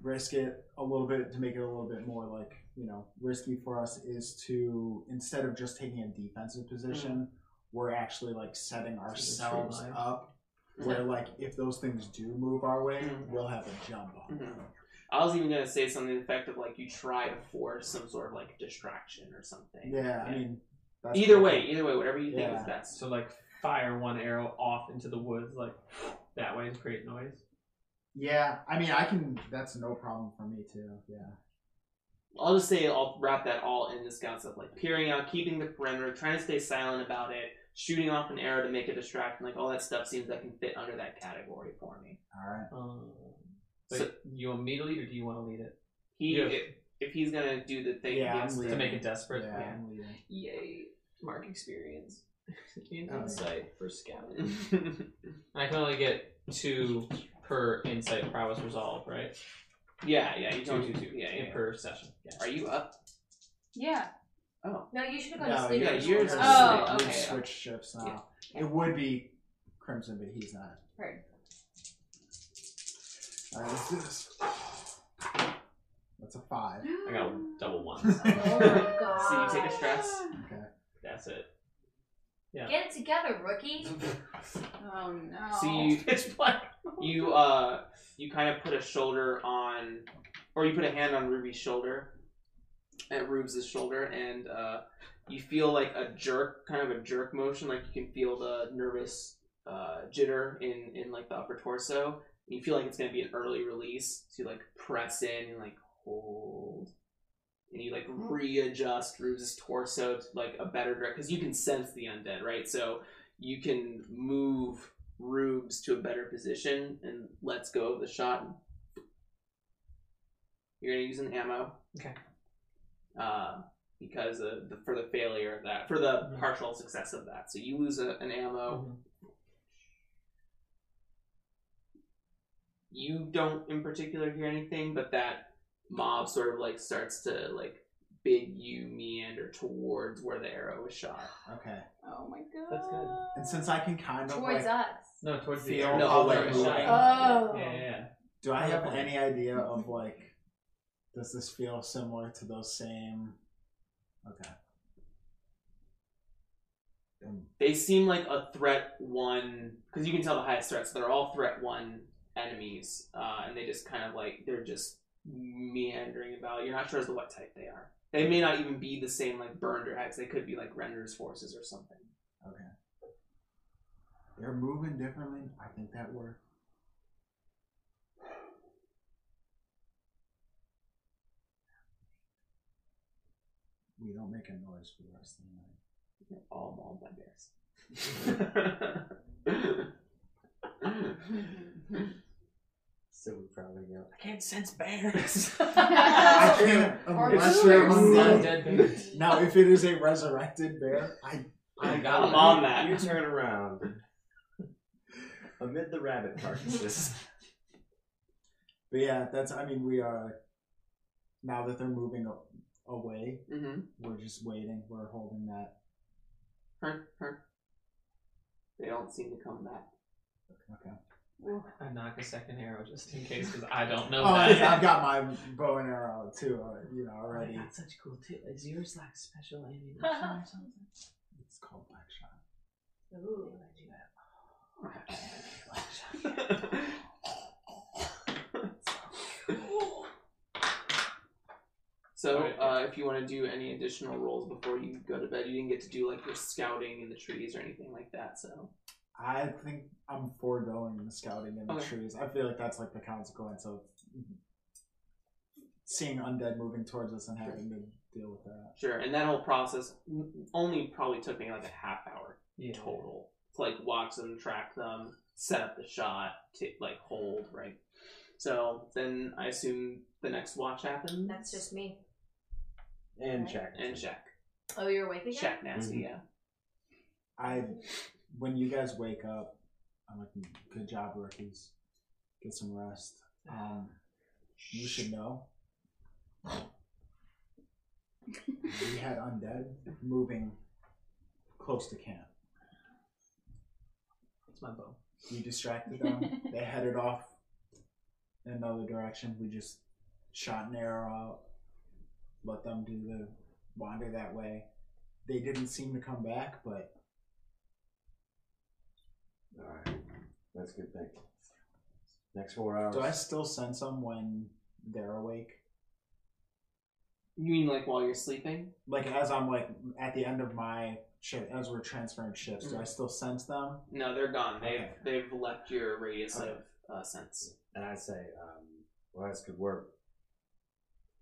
Speaker 7: risk it a little bit, to make it a little bit more like, you know, risky for us is to, instead of just taking a
Speaker 8: Mm.
Speaker 7: defensive position, we're actually like setting ourselves
Speaker 6: line.
Speaker 7: up where, like, if those things do move our way,
Speaker 8: Mhm.
Speaker 7: we'll have a jump on them.
Speaker 8: Mhm. I was even gonna say something effective like you try to force some sort of like distraction or something.
Speaker 7: Yeah, I mean, that's
Speaker 8: Either
Speaker 7: cool.
Speaker 8: way, either way, whatever you think
Speaker 7: Yeah.
Speaker 8: is best.
Speaker 6: So like fire one arrow off into the woods, like that way, and create noise.
Speaker 7: Yeah, I mean, I can, that's no problem for me, too. Yeah.
Speaker 8: I'll just say I'll wrap that all in the scout stuff, like peering out, keeping the perimeter, trying to stay silent about it, shooting off an arrow to make a distraction, like all that stuff seems that can fit under that category for me.
Speaker 7: All right.
Speaker 6: Um,
Speaker 8: So-
Speaker 6: so you want me to lead, or do you want to lead it
Speaker 8: He
Speaker 6: Yeah.
Speaker 8: if, if he's gonna do the thing,
Speaker 7: Yeah,
Speaker 8: he
Speaker 7: I'm
Speaker 8: has
Speaker 7: leaving.
Speaker 6: to make it desperate?
Speaker 7: Yeah, I'm leaving.
Speaker 6: Yay! Mark experience [laughs] and
Speaker 7: Oh, yeah.
Speaker 6: insight for scouting.
Speaker 8: to.
Speaker 6: [laughs] I can only get two per insight prowess resolve, right?
Speaker 8: [laughs] yeah, yeah, you
Speaker 6: Two,
Speaker 8: don't.
Speaker 6: two, two.
Speaker 8: Yeah, yeah.
Speaker 6: per session. Yeah.
Speaker 8: Are you up?
Speaker 4: Yeah.
Speaker 8: Oh,
Speaker 3: No, you should have gone
Speaker 7: No,
Speaker 3: to sleep.
Speaker 8: yeah,
Speaker 3: when you
Speaker 8: yours
Speaker 3: woke
Speaker 8: is-
Speaker 3: up.
Speaker 4: Oh,
Speaker 7: We've
Speaker 4: okay.
Speaker 7: switched ships now. It would be Crimson, but he's not.
Speaker 4: Heard.
Speaker 7: All right, let's do this. That's a five.
Speaker 4: [gasps]
Speaker 6: I got double
Speaker 8: [laughs]
Speaker 6: ones.
Speaker 3: Oh my god.
Speaker 8: so you take a stress.
Speaker 6: That's it.
Speaker 3: Get it together, rookie.
Speaker 4: Oh no.
Speaker 8: So you you uh you kind of put a shoulder on, or you put a hand on Ruby's shoulder, at Rube's shoulder, and uh, you feel like a jerk, kind of a jerk motion, like you can feel the nervous uh, jitter in in like the upper torso. You feel like it's gonna be an early release, so you like press in and like hold. And you like readjust Rube's torso to like a better direct because you can sense the undead, right? So you can move Rubes to a better position and lets go of the shot. You're gonna use an ammo.
Speaker 6: Okay.
Speaker 8: Uh, because of the, for the failure of that, for the
Speaker 6: Mhm.
Speaker 8: partial success of that, so you lose a, an
Speaker 6: Hmm.
Speaker 8: ammo.
Speaker 6: Oh.
Speaker 8: you don't in particular hear anything, but that mob sort of like starts to like bid you meander towards where the arrow was shot.
Speaker 7: Okay.
Speaker 3: Oh my god.
Speaker 6: That's good.
Speaker 7: And since I can kind of
Speaker 3: Towards
Speaker 7: like,
Speaker 3: us.
Speaker 6: No, towards the
Speaker 7: Feel
Speaker 6: air.
Speaker 7: No,
Speaker 6: No,
Speaker 7: how
Speaker 6: like
Speaker 7: they're
Speaker 6: shining.
Speaker 7: moving.
Speaker 3: Oh.
Speaker 6: Yeah, yeah, yeah.
Speaker 7: do I have
Speaker 6: Okay.
Speaker 7: any idea of like, does this feel similar to those same? Okay. Um,
Speaker 8: They seem like a threat one because you can tell the highest threats. They're all threat one enemies, uh, and they just kind of like they're just meandering about. You're not sure as to what type they are. They may not even be the same like burned drags. They could be like renders forces or something.
Speaker 7: They're moving differently. I think that worked. We don't make a noise for the rest of the night.
Speaker 8: They're all mauled by [laughs] bears.
Speaker 2: So we probably go.
Speaker 8: I can't sense bears. Mm-hmm.
Speaker 7: I
Speaker 4: I
Speaker 7: can't
Speaker 4: Or lures.
Speaker 7: unless they're undead.
Speaker 6: Undead bears.
Speaker 7: [laughs] Now, if it is a resurrected bear, I
Speaker 8: I
Speaker 2: got
Speaker 8: got
Speaker 2: it.
Speaker 8: on that.
Speaker 2: You turn around. Amid the rabbit carcasses.
Speaker 7: But yeah, that's. I mean, we are now that they're moving a- away.
Speaker 8: Mm-hmm.
Speaker 7: We're just waiting. We're holding that.
Speaker 8: Her, her. They don't seem to come back.
Speaker 7: Okay.
Speaker 6: I knock a second arrow just in case because I don't know
Speaker 7: Oh, I,
Speaker 6: that.
Speaker 7: I've got my bow and arrow too. uh, You know
Speaker 6: Oh,
Speaker 7: already.
Speaker 8: such cool too. Is yours like special ammunition
Speaker 3: or
Speaker 6: [laughs]
Speaker 8: something?
Speaker 7: It's called black shot.
Speaker 3: Ooh.
Speaker 8: So,
Speaker 6: Alright.
Speaker 8: uh, if you want to do any additional rolls before you go to bed, you didn't get to do like your scouting in the trees or anything like that. So,
Speaker 7: I think I'm foregoing the scouting in the
Speaker 8: Okay.
Speaker 7: trees. I feel like that's like the consequence of seeing undead moving towards us and having to deal with that.
Speaker 8: sure. And that whole process only probably took me like a half hour.
Speaker 6: Yeah.
Speaker 8: total to like watch them, track them, set up the shot, to like hold, right? So then I assume the next watch happens.
Speaker 3: That's just me.
Speaker 2: And check.
Speaker 8: and Shaq.
Speaker 3: Oh, you're awake again?
Speaker 8: Shaq
Speaker 7: Mm-hmm.
Speaker 8: nasty, yeah.
Speaker 7: I when you guys wake up, I'm like, good job, rookies. Get some rest. Um, you should know. we had undead moving close to camp.
Speaker 6: It's my bow.
Speaker 7: You distracted them. they headed off in another direction. We just shot an arrow out, let them do the wander that way. They didn't seem to come back, but
Speaker 2: Alright. That's good thing. Next four hours.
Speaker 7: do I still sense them when they're awake?
Speaker 8: You mean like while you're sleeping?
Speaker 7: like as I'm like at the end of my shift, as we're transferring shifts, do I still sense them?
Speaker 8: No, they're gone. They've
Speaker 7: Okay.
Speaker 8: they've left your radius
Speaker 2: Okay.
Speaker 8: of uh, sense.
Speaker 2: and I say, um, well, that's good work.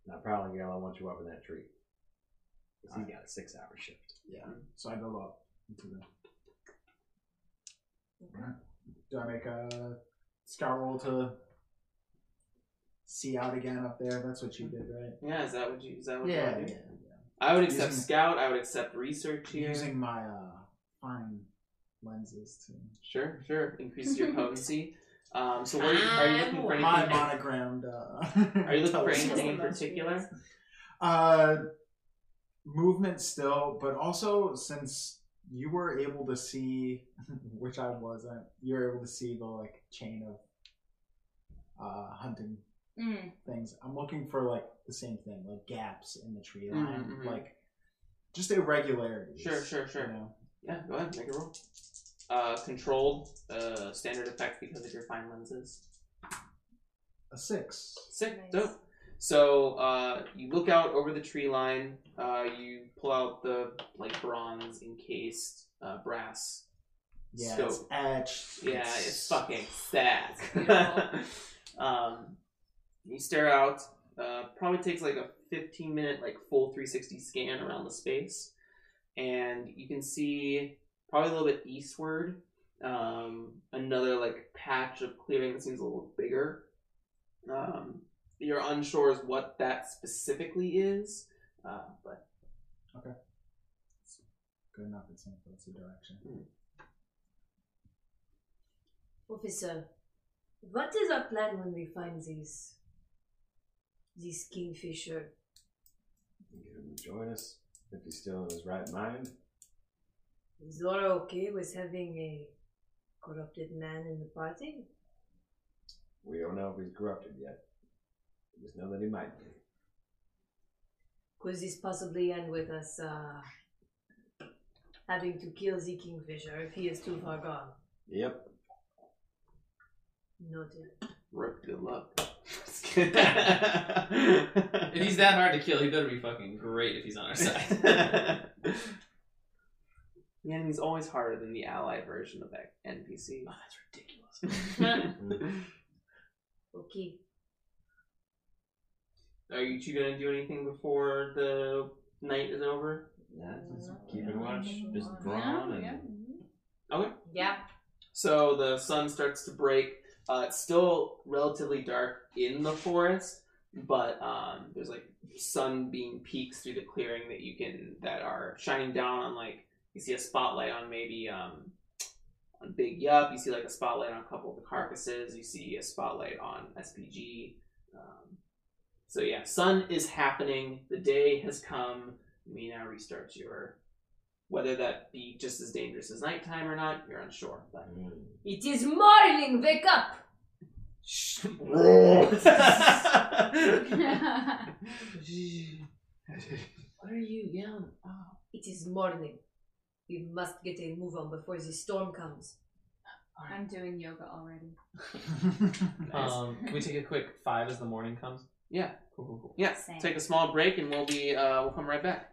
Speaker 2: Now, Prowling Gale, I want you up in that tree. 'Cause he's got a six hour shift.
Speaker 7: Yeah. So I go up into the. Alright. Do I make a scout roll to see out again up there? That's what you did, right?
Speaker 8: Yeah, is that what you is that what you want to do?
Speaker 7: yeah.
Speaker 8: I would accept
Speaker 7: Using-
Speaker 8: scout, I would accept research here.
Speaker 7: Using my uh, fine lenses to
Speaker 8: Sure, sure. Increases
Speaker 3: [laughs]
Speaker 8: your potency. Um, so where are you looking for anything?
Speaker 7: my monogrammed. Uh,
Speaker 8: Are you looking for
Speaker 7: telescope.
Speaker 8: anything in particular?
Speaker 7: [laughs] Uh, movement still, but also since you were able to see, [laughs] which I wasn't, you were able to see the like chain of uh, hunting
Speaker 4: Mm.
Speaker 7: things. I'm looking for like the same thing, like gaps in the tree line,
Speaker 8: Mhm, mhm.
Speaker 7: like just irregularities.
Speaker 8: Sure, sure, sure.
Speaker 7: you know?
Speaker 8: Yeah, go ahead, make a roll. Uh, controlled, uh, standard effect because of your fine lenses.
Speaker 7: A six.
Speaker 8: Sick,
Speaker 3: Nice.
Speaker 8: dope. So uh, you look out over the tree line. Uh, you pull out the like bronze encased uh, brass.
Speaker 7: Yeah,
Speaker 8: Scope.
Speaker 7: it's etched.
Speaker 8: Yeah, it's fucking sick. [laughs]
Speaker 4: Beautiful.
Speaker 8: um, you stare out. Uh, probably takes like a 15 minute, like full 360 scan around the space. And you can see, probably a little bit eastward, um, another like patch of clearing that seems a little bigger. Um, you're unsure as what that specifically is, uh, but
Speaker 7: Good enough. It's in that's the direction.
Speaker 3: Officer, what is our plan when we find these these kingfisher?
Speaker 2: Get him to join us if he's still in his right mind.
Speaker 3: Is Laura okay with having a corrupted man in the party?
Speaker 2: We don't know if he's corrupted yet. We just know that he might be.
Speaker 3: Could this possibly end with us uh, having to kill the kingfisher if he is too far gone?
Speaker 2: Yep.
Speaker 3: Noted.
Speaker 8: rip, good luck. [laughs] Just kidding.
Speaker 6: If he's that hard to kill, he better be fucking great if he's on our
Speaker 8: [laughs]
Speaker 6: side.
Speaker 8: the enemy's always harder than the ally version of that NPC.
Speaker 6: Oh, that's ridiculous.
Speaker 8: [laughs] Mm.
Speaker 3: Okay.
Speaker 8: Are you two gonna do anything before the night is over?
Speaker 2: Yeah, just keeping watch, just drawn, and
Speaker 4: Yeah.
Speaker 3: Yeah.
Speaker 8: So the sun starts to break. Uh, it's still relatively dark in the forest, but um, there's like sun beam peaks through the clearing that you can that are shining down on like you see a spotlight on maybe um, on Big Yup. You see like a spotlight on a couple of the carcasses. You see a spotlight on SPG. Um, so yeah, sun is happening. The day has come. You may now restart your whether that be just as dangerous as nighttime or not. You're unsure, but.
Speaker 3: It is morning. Wake up.
Speaker 8: what
Speaker 4: [laughs]
Speaker 8: are you yelling? Oh,
Speaker 3: It is morning. We must get a move on before the storm comes.
Speaker 4: I'm doing yoga already.
Speaker 8: [laughs] nice.
Speaker 6: Um, can we take a quick five as the morning comes?
Speaker 8: yeah,
Speaker 6: Cool, cool, cool.
Speaker 8: yeah.
Speaker 4: Same.
Speaker 8: Take a small break, and we'll be uh, we'll come right back.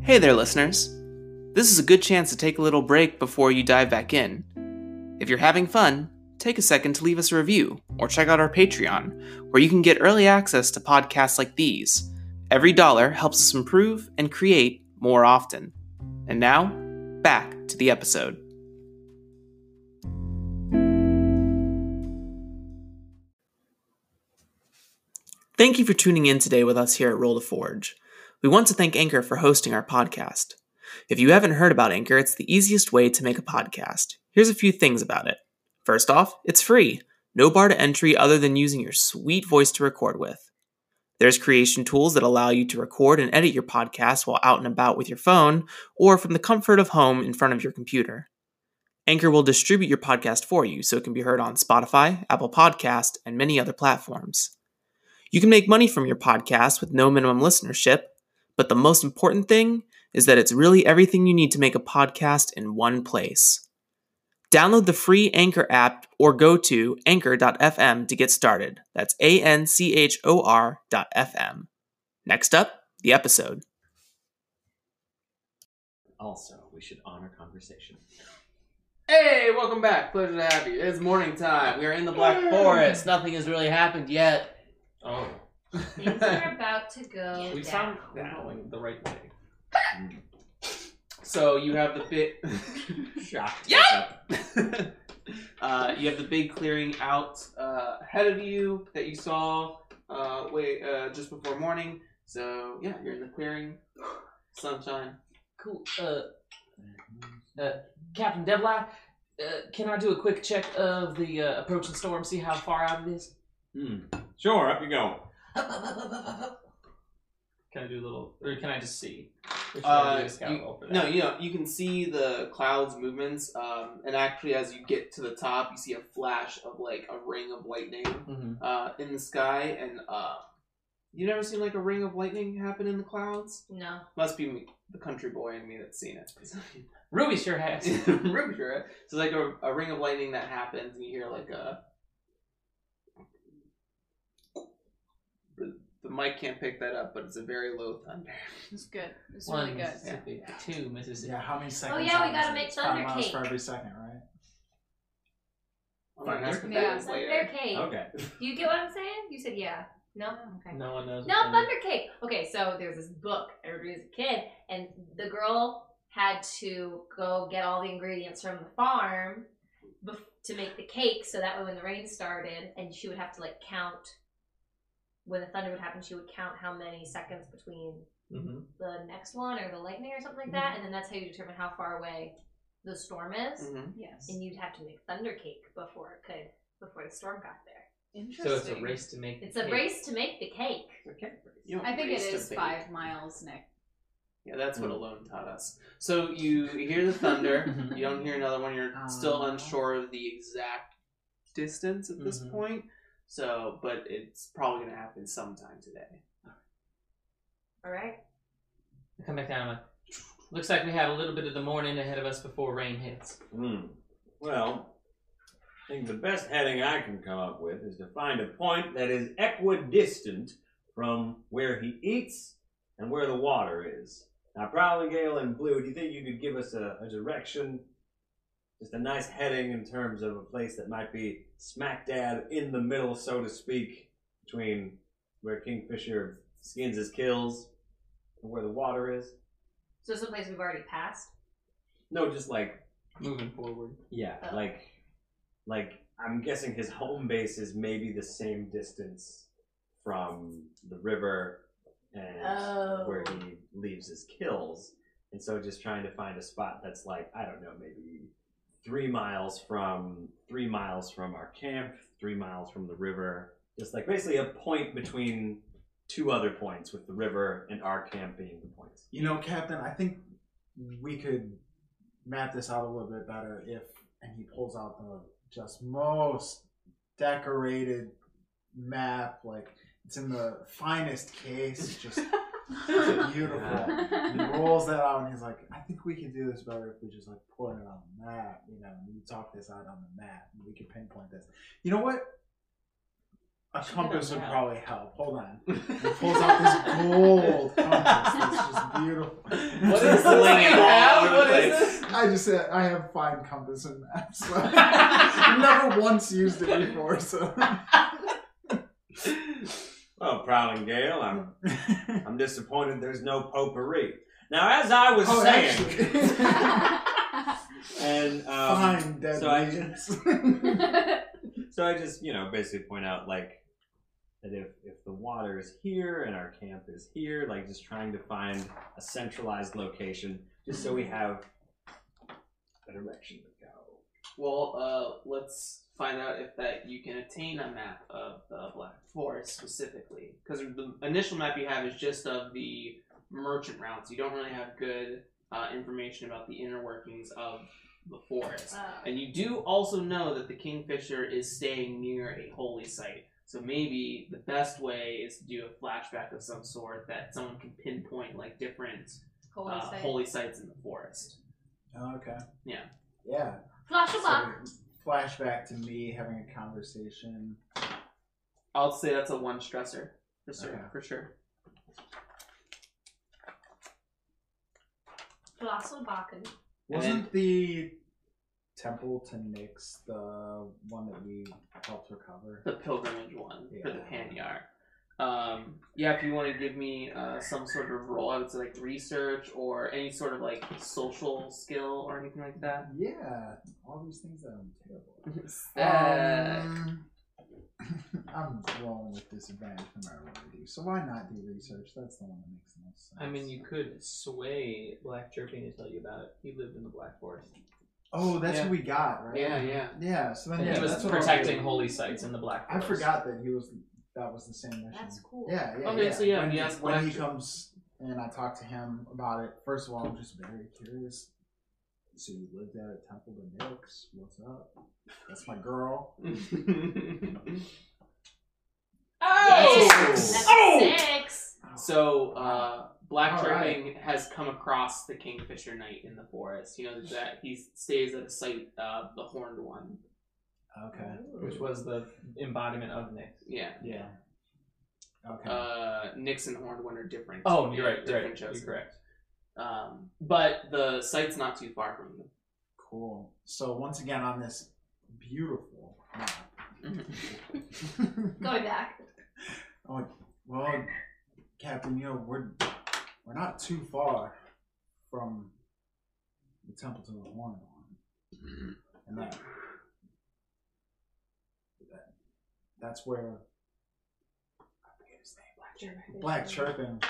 Speaker 8: Hey there, listeners. This is a good chance to take a little break before you dive back in. If you're having fun, take a second to leave us a review or check out our Patreon, where you can get early access to podcasts like these. Every dollar helps us improve and create more often. And now, back to the episode. Thank you for tuning in today with us here at Roll to Forge. We want to thank Anchor for hosting our podcast. If you haven't heard about Anchor, it's the easiest way to make a podcast. Here's a few things about it. First off, it's free. No bar to entry other than using your sweet voice to record with. There's creation tools that allow you to record and edit your podcast while out and about with your phone or from the comfort of home in front of your computer. Anchor will distribute your podcast for you so it can be heard on Spotify, Apple Podcast, and many other platforms. You can make money from your podcast with no minimum listenership, but the most important thing is that it's really everything you need to make a podcast in one place. Download the free Anchor app or go to anchor.fm to get started. That's A N C H O R dot FM. Next up, the episode.
Speaker 2: [laughs] also we should honor conversation.
Speaker 8: Hey, welcome back. Pleasure to have you. It's morning time. We are in the Black Forest. Nothing has really happened yet.
Speaker 6: Oh,
Speaker 4: Things are
Speaker 3: [laughs]
Speaker 4: about to go.
Speaker 6: we
Speaker 4: down.
Speaker 6: sound we're going the right way.
Speaker 8: [laughs] so you have the [laughs] bit.
Speaker 2: Shocked.
Speaker 8: Yeah. uh, you have the big clearing out uh, ahead of you that you saw. Uh, uh, wait, uh, just before morning. So yeah, you're in the clearing, sunshine.
Speaker 6: Cool. Uh, uh, Captain Devlai, uh, can I do a quick check of the uh, approaching storm, see how far out it is?
Speaker 2: Hmm. Sure, up you go.
Speaker 6: Up, up, up, up, up, up. Can I do a little, or can I just see? Or should I
Speaker 8: Uh,
Speaker 6: do a scout roll for that?
Speaker 8: No, you know you can see the clouds' movements, um, and actually, as you get to the top, you see a flash of like a ring of lightning
Speaker 6: Mhm.
Speaker 8: uh, in the sky, and uh, you never seen like a ring of lightning happen in the clouds.
Speaker 3: No.
Speaker 8: Must be me, the country boy in me that's seen it. [laughs]
Speaker 6: Ruby sure has.
Speaker 8: Ruby sure. right? So like a, a ring of lightning that happens, and you hear like a. The, the mic can't pick that up, but it's a very low thunder.
Speaker 4: It's good.
Speaker 8: [laughs]
Speaker 4: It's
Speaker 6: One
Speaker 4: really good.
Speaker 6: Mississippi,
Speaker 7: Yeah.
Speaker 6: two Mississippi.
Speaker 7: Yeah, how many seconds?
Speaker 3: Oh, yeah, we
Speaker 7: out is
Speaker 3: gotta
Speaker 7: it?
Speaker 3: make
Speaker 7: It's five
Speaker 3: thunder
Speaker 7: miles
Speaker 3: cake.
Speaker 7: for every second, right?
Speaker 8: I'm not gonna ask what
Speaker 4: Yeah.
Speaker 8: that is
Speaker 3: Thunder
Speaker 8: later.
Speaker 3: cake.
Speaker 2: Okay.
Speaker 3: Do you get what I'm saying? You said yeah. No? Okay.
Speaker 6: No one knows.
Speaker 3: No,
Speaker 6: what that
Speaker 3: Thunder Cake. Okay, so there's this book. Everybody was a kid, and the girl had to go get all the ingredients from the farm bef- to make the cake. So that way, when the rain started, and she would have to like count when the thunder would happen, she would count how many seconds between
Speaker 6: is. Mhm.
Speaker 3: the next one or the lightning or something like that, and then that's how you determine how far away the storm is.
Speaker 1: Mm.
Speaker 8: Mhm.
Speaker 4: Yes.
Speaker 3: And you'd have to make thunder cake before it could before the storm got there.
Speaker 4: Interesting.
Speaker 6: So it's a race to make.
Speaker 3: It's a
Speaker 6: cake.
Speaker 3: race to make the cake.
Speaker 6: Okay.
Speaker 8: You don't
Speaker 4: I think it
Speaker 8: race to
Speaker 4: is
Speaker 8: bake.
Speaker 4: five miles, Nick.
Speaker 8: Yeah, that's what alone taught us. So you hear
Speaker 4: [laughs]
Speaker 8: the thunder.
Speaker 6: Mhm.
Speaker 8: you don't hear another one. You're still
Speaker 4: Uh-huh.
Speaker 7: Ah.
Speaker 8: unsure of the exact distance at this
Speaker 6: Mhm.
Speaker 8: point. So, but it's probably gonna happen sometime today.
Speaker 3: All right.
Speaker 6: I come back down. I'm like, looks like we have a little bit of the morning ahead of us before rain hits.
Speaker 2: Hmm. Well, I think the best heading I can come up with is to find a point that is equidistant from where he eats and where the water is. Now, Prowling Gale and Blue, do you think you could give us a, a direction? Just a nice heading in terms of a place that might be smack dab in the middle, so to speak, between where Kingfisher skins his kills and where the water is?
Speaker 3: So it's a place we've already passed.
Speaker 2: No, just like
Speaker 6: Moving forward.
Speaker 2: Yeah,
Speaker 3: Oh.
Speaker 2: like, like I'm guessing his home base is maybe the same distance from the river and
Speaker 3: Oh.
Speaker 2: where he leaves his kills, and so just trying to find a spot that's like I don't know, maybe three miles from three miles from our camp, three miles from the river, just like basically a point between two other points, with the river and our camp being the points.
Speaker 7: You know, Captain, I think we could map this out a little bit better if, and he pulls out the just most decorated map, like it's in the finest case, just
Speaker 3: [laughs]
Speaker 7: beautiful. He
Speaker 2: [laughs]
Speaker 4: [laughs]
Speaker 7: rolls that out and he's like, I think we could do this better if we just like put it on the map, you know, and we talk this out on the map. and We could pinpoint this. You know what? A
Speaker 6: Check it
Speaker 7: compass
Speaker 6: out
Speaker 7: would
Speaker 6: now.
Speaker 7: probably help. Hold on.
Speaker 8: [laughs]
Speaker 7: He pulls out this gold compass. It's just beautiful.
Speaker 8: [laughs] What is
Speaker 7: [laughs]
Speaker 8: this you have? What is this?
Speaker 7: I just said I have fine compass and maps. [laughs] So. I've never once used it
Speaker 2: [laughs]
Speaker 7: before, so
Speaker 2: Well, Prowling Gale,
Speaker 3: Mm-hmm.
Speaker 2: I'm I'm disappointed there's no potpourri. Now, as I was
Speaker 7: Oh,
Speaker 2: saying,
Speaker 4: [laughs]
Speaker 8: [laughs]
Speaker 7: actually.
Speaker 2: and [laughs] um,
Speaker 7: fine dead
Speaker 2: so I-
Speaker 7: leaves. [laughs]
Speaker 2: so I just you know basically point out like that if if the water is here and our camp is here, like just trying to find a centralized location, just so we have a direction to go.
Speaker 8: Well, uh, let's find out if that you can attain a map of the Black Forest specifically, because the initial map you have is just of the merchant routes. You don't really have good uh, information about the inner workings of the forest, and you do also know that the Kingfisher is staying near a holy site. So maybe the best way is to do a flashback of some sort that someone can pinpoint like different
Speaker 3: Holy
Speaker 8: uh,
Speaker 3: site.
Speaker 8: holy sites in the forest.
Speaker 7: okay.
Speaker 8: Yeah.
Speaker 7: Yeah.
Speaker 3: Flash a bomb.
Speaker 7: So, flashback to me having a conversation.
Speaker 8: I'll say that's a one stressor for sure.
Speaker 7: Okay.
Speaker 8: For sure.
Speaker 3: Colossal Bakken.
Speaker 8: And
Speaker 7: Wasn't the temple to Nyx the one that we helped recover?
Speaker 8: The pilgrimage one for the
Speaker 7: Yeah.
Speaker 8: Panyar. Um, yeah, if you want to give me uh, some sort of role, I would say like research or any sort of like social skill or anything like that.
Speaker 7: Yeah, all these things that I'm terrible.
Speaker 8: Uh,
Speaker 7: at. Um, [laughs] I'm rolling with disadvantage no matter what I do. So why not do research? That's the one that makes the most sense.
Speaker 6: I mean, you could sway Black Chirpy to tell you about it. He lived in the Black Forest.
Speaker 7: Oh, that's
Speaker 8: Yeah.
Speaker 7: what we got, right?
Speaker 8: Yeah, yeah.
Speaker 7: Yeah, so then
Speaker 6: And
Speaker 7: Oh, yeah,
Speaker 6: he was
Speaker 7: that's what I'll
Speaker 6: protecting
Speaker 7: do.
Speaker 6: holy sites in the Black
Speaker 7: I
Speaker 6: Forest.
Speaker 7: forgot that he was that was the same mission.
Speaker 3: That's cool.
Speaker 7: Yeah, yeah.
Speaker 6: Okay,
Speaker 7: yeah.
Speaker 6: so yeah,
Speaker 7: when,
Speaker 6: we asked
Speaker 7: when he
Speaker 6: Blackjack.
Speaker 7: comes and I talk to him about it, first of all, I'm just very curious. So you lived at a temple to Nyx. What's up? That's my girl.
Speaker 6: Oh!
Speaker 3: That's
Speaker 8: Oh!
Speaker 3: six.
Speaker 8: [laughs] so, uh, Black
Speaker 7: All right.
Speaker 8: Chirping has come across the Kingfisher Knight in the forest. You know that he stays at a site, uh, the Horned One.
Speaker 7: Okay.
Speaker 6: Which was the embodiment of Nick.
Speaker 8: Yeah.
Speaker 7: Yeah. Okay.
Speaker 8: Uh, Nyx and Horned One are different.
Speaker 6: Oh, you're right. You're
Speaker 8: Different
Speaker 6: right. You're
Speaker 8: chosen.
Speaker 6: correct.
Speaker 8: Um, but the site's not too far from them.
Speaker 7: cool. So once again on this beautiful map.
Speaker 6: [laughs]
Speaker 7: [laughs]
Speaker 3: Going back.
Speaker 7: oh, well, Captain, you know we're we're not too far from the temple to the Horned One, and that, that that's where I forget his name. Black Chirpin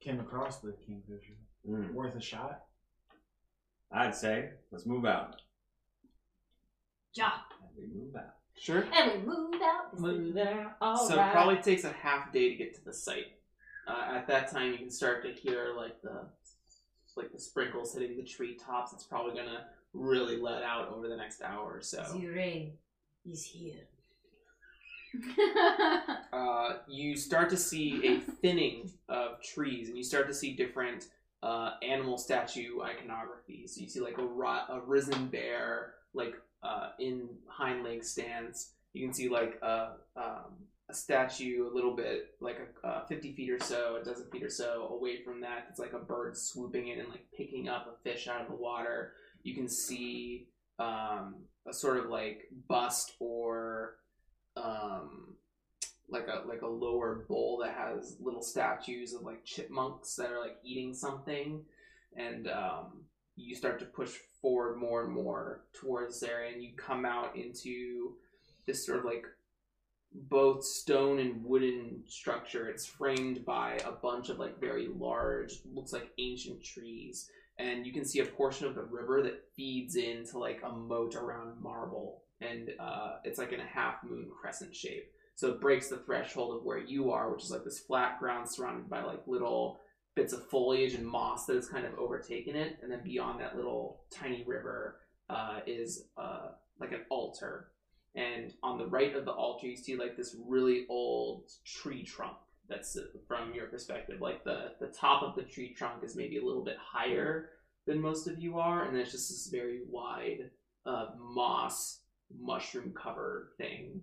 Speaker 7: came across the Kingfisher.
Speaker 2: Mm.
Speaker 7: Worth a shot.
Speaker 2: I'd say let's move out.
Speaker 3: Ja.
Speaker 2: And we move out.
Speaker 8: Sure.
Speaker 3: And we moved out. This is-
Speaker 6: there.
Speaker 8: so it probably takes a half day to get to the site. Uh, at that time, you can start to hear like the like the sprinkles hitting the treetops. It's probably gonna really let out over the next hour or so.
Speaker 3: The rain is here.
Speaker 4: [laughs]
Speaker 8: Uh, you start to see a thinning of trees, and you start to see different uh, animal statue iconography. So you see like a, ro- a risen bear, like uh, in hind leg stance. You can see like a, um, a statue a little bit, like a, uh, 50 feet or so, a dozen feet or so away from that. It's like a bird swooping in and like picking up a fish out of the water. You can see um, a sort of like bust or um, like a like a lower bowl that has little statues of like chipmunks that are like eating something, and um, you start to push forward more and more towards this area, and you come out into this sort of like both stone and wooden structure. It's framed by a bunch of like very large, looks like ancient trees, and you can see a portion of the river that feeds into like a moat around marble, and uh, it's like in a half moon crescent shape. So it breaks the threshold of where you are, which is like this flat ground surrounded by like little bits of foliage and moss that has kind of overtaken it, and then beyond that little tiny river uh, is uh, like an altar and on the right of the altar you see like this really old tree trunk that's uh, from your perspective like the the top of the tree trunk is maybe a little bit higher than most of you are and it's just this very wide uh, moss mushroom covered thing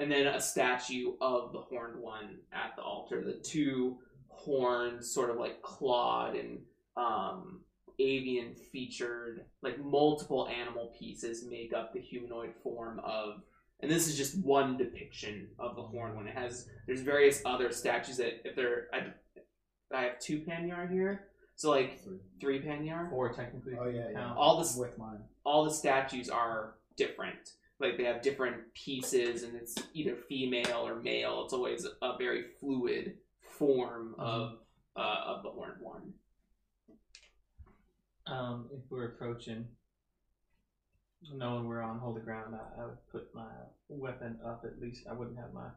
Speaker 8: and then a statue of the horned one at the altar the two horns sort of like clawed and um avian featured like multiple animal pieces make up the humanoid form of and this is just one depiction of the horn one it has there's various other statues that if they're i, I have two panyar here so like three panyar
Speaker 6: Or technically.
Speaker 7: Oh yeah, yeah.
Speaker 6: count.
Speaker 8: All this-
Speaker 7: with mine.
Speaker 8: all the statues are different. Like they have different pieces, and it's either female or male. It's always a very fluid
Speaker 6: Mm-hmm.
Speaker 8: form of uh, of the horned one.
Speaker 6: Um, if we're approaching, knowing we're on holy ground, I, I would put my weapon up at least. I wouldn't have my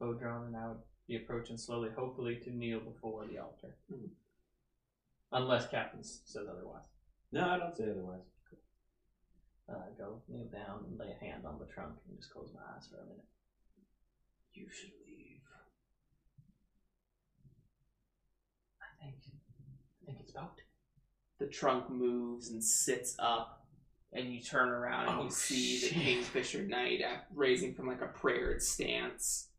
Speaker 6: bow drawn, and I would be approaching slowly, hopefully to kneel before the altar,
Speaker 7: Hmm.
Speaker 8: Mhm.
Speaker 6: unless Captain s- says otherwise.
Speaker 2: No, I don't say otherwise.
Speaker 6: Uh, go kneel down and lay a hand on the trunk and just close my eyes for a minute.
Speaker 8: You should leave.
Speaker 6: I think, I think it's about.
Speaker 8: The trunk moves and sits up, and you turn around and
Speaker 6: Oh,
Speaker 8: you see the
Speaker 6: shit.
Speaker 8: kingfisher knight at, raising from like a prayered stance.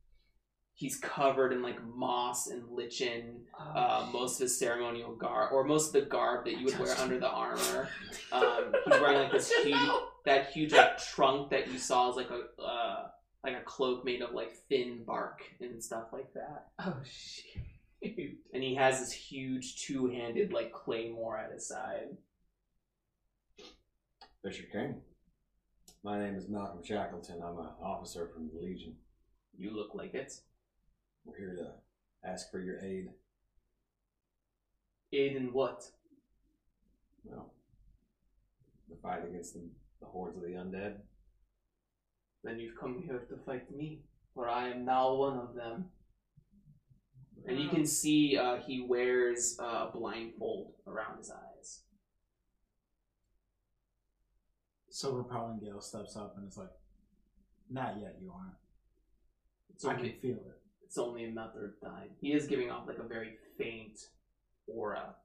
Speaker 8: He's covered in like moss and lichen.
Speaker 6: Oh,
Speaker 8: uh, most of his ceremonial garb, or most of the garb that you would wear under the armor.
Speaker 6: [laughs]
Speaker 8: Um, he's wearing like this huge, that huge like trunk that you saw is like a uh, like a cloak made of like thin bark and stuff like that.
Speaker 6: Oh shit!
Speaker 8: And he has this huge two-handed like claymore at his side.
Speaker 2: Fisher King. My name is Malcolm Shackleton. I'm an officer from the Legion.
Speaker 6: You look like it.
Speaker 2: We're here to ask for your aid.
Speaker 6: Aid in what?
Speaker 2: Well, the fight against the, the hordes of the undead.
Speaker 6: Then you've come here to fight me, for I am now one of them.
Speaker 8: And you can
Speaker 7: Ah.
Speaker 8: see uh, he wears uh, a blindfold around his eyes.
Speaker 7: So Repelling Gale steps up and is like, "Not yet, you aren't.
Speaker 8: It's
Speaker 7: I can
Speaker 8: only,
Speaker 7: feel it."
Speaker 8: it's only a matter of time. He is giving off like a very faint aura.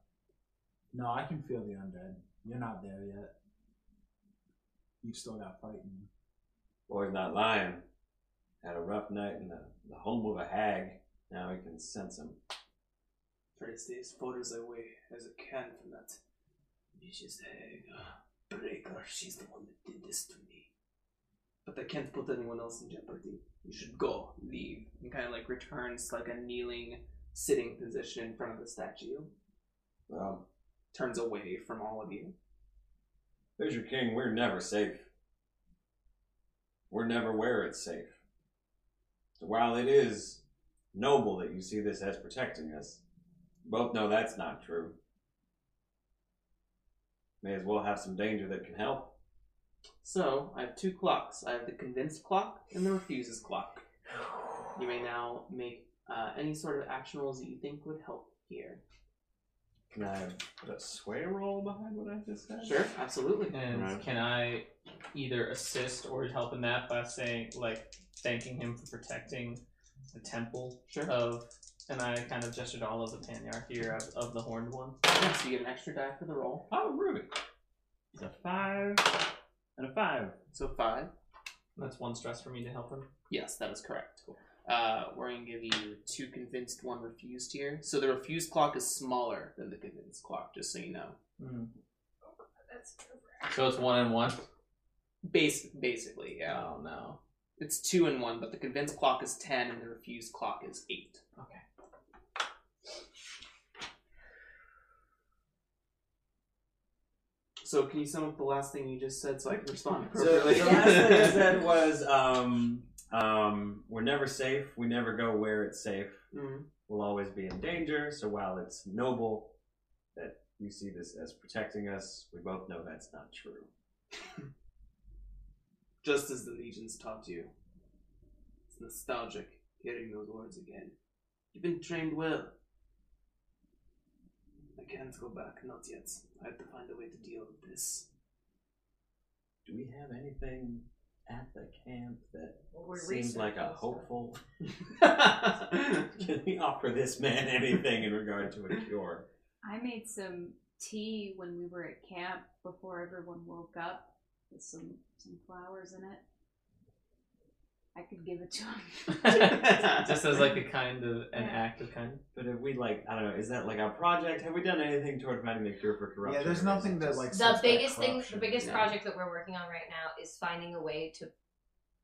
Speaker 7: No, I can feel the undead. You're not there yet. You've still got fighting.
Speaker 2: Boy's not lying. Had a rough night in the, the home of a hag. Now he can sense him.
Speaker 8: Try to stay as far as away as I can from that vicious hag. Break her, she's the one that did this to me. But I can't put anyone else in jeopardy. You should go, leave. And kind of like returns to like a kneeling, sitting position in front of the statue.
Speaker 2: Well,
Speaker 8: Turns away from all of you.
Speaker 2: there's your king. We're never safe. We're never where it's safe. So while it is noble that you see this as protecting us, you both know that's not true. May as well have some danger that can help.
Speaker 8: So, I have two clocks. I have the convinced clock and the refuses clock. You may now make uh, any sort of action rolls that you think would help here.
Speaker 2: Can I put a swear roll behind what I just said?
Speaker 8: Sure, absolutely.
Speaker 6: And
Speaker 2: Right.
Speaker 6: can I either assist or help in that by saying, like, thanking him for protecting the temple
Speaker 8: Sure.
Speaker 6: of, and I kind of gestured all of the Panyar here of, of the horned one.
Speaker 8: Yeah, so you get an extra die for the roll.
Speaker 2: Oh, Ruby. It's a five and a five.
Speaker 8: So five.
Speaker 6: That's one stress for me to help him.
Speaker 8: Yes, that is correct. Uh, we're going to give you two convinced, one refused here. So the refused clock is smaller than the convinced clock, just so you know.
Speaker 3: Oh, That's over.
Speaker 6: Hmm. So it's one and one.
Speaker 8: Bas- basically, yeah.
Speaker 6: Oh no.
Speaker 8: It's two and one, but the convinced clock is ten and the refused clock is eight.
Speaker 6: Okay.
Speaker 8: So can you sum up the last thing you just said so I can respond
Speaker 2: So
Speaker 8: appropriately?
Speaker 2: the last thing [laughs] I
Speaker 8: [laughs]
Speaker 2: said was, um, um, we're never safe. We never go where it's safe.
Speaker 8: Mhm.
Speaker 2: We'll always be in danger. So while it's noble that you see this as protecting us, we both know that's not true.
Speaker 8: Just as the legions taught you. It's nostalgic hearing those words again. You've been trained well. I can't go back, not yet. I have to find a way to deal with this. [laughs]
Speaker 2: Do we have anything at the camp that
Speaker 3: Well, we're
Speaker 2: seems like a
Speaker 3: researching
Speaker 2: hopeful? [laughs] Can we offer this man anything in regard
Speaker 3: [laughs]
Speaker 2: to a cure?
Speaker 4: I made some tea when we were at camp before everyone woke up with some some flowers in it. I could give it to him.
Speaker 6: [laughs] Just as
Speaker 4: [laughs]
Speaker 6: like a kind of an
Speaker 4: Yeah.
Speaker 6: act of kind.
Speaker 2: But if we like, I don't know, is that like a project? Have we done anything toward finding a cure for corruption?
Speaker 7: Yeah, there's
Speaker 2: Or is
Speaker 7: nothing
Speaker 2: it
Speaker 7: that,
Speaker 2: just-
Speaker 7: like,
Speaker 3: The
Speaker 7: Suspect
Speaker 3: biggest thing, the
Speaker 7: corruption,
Speaker 3: biggest
Speaker 8: yeah.
Speaker 3: project that we're working on right now is finding a way to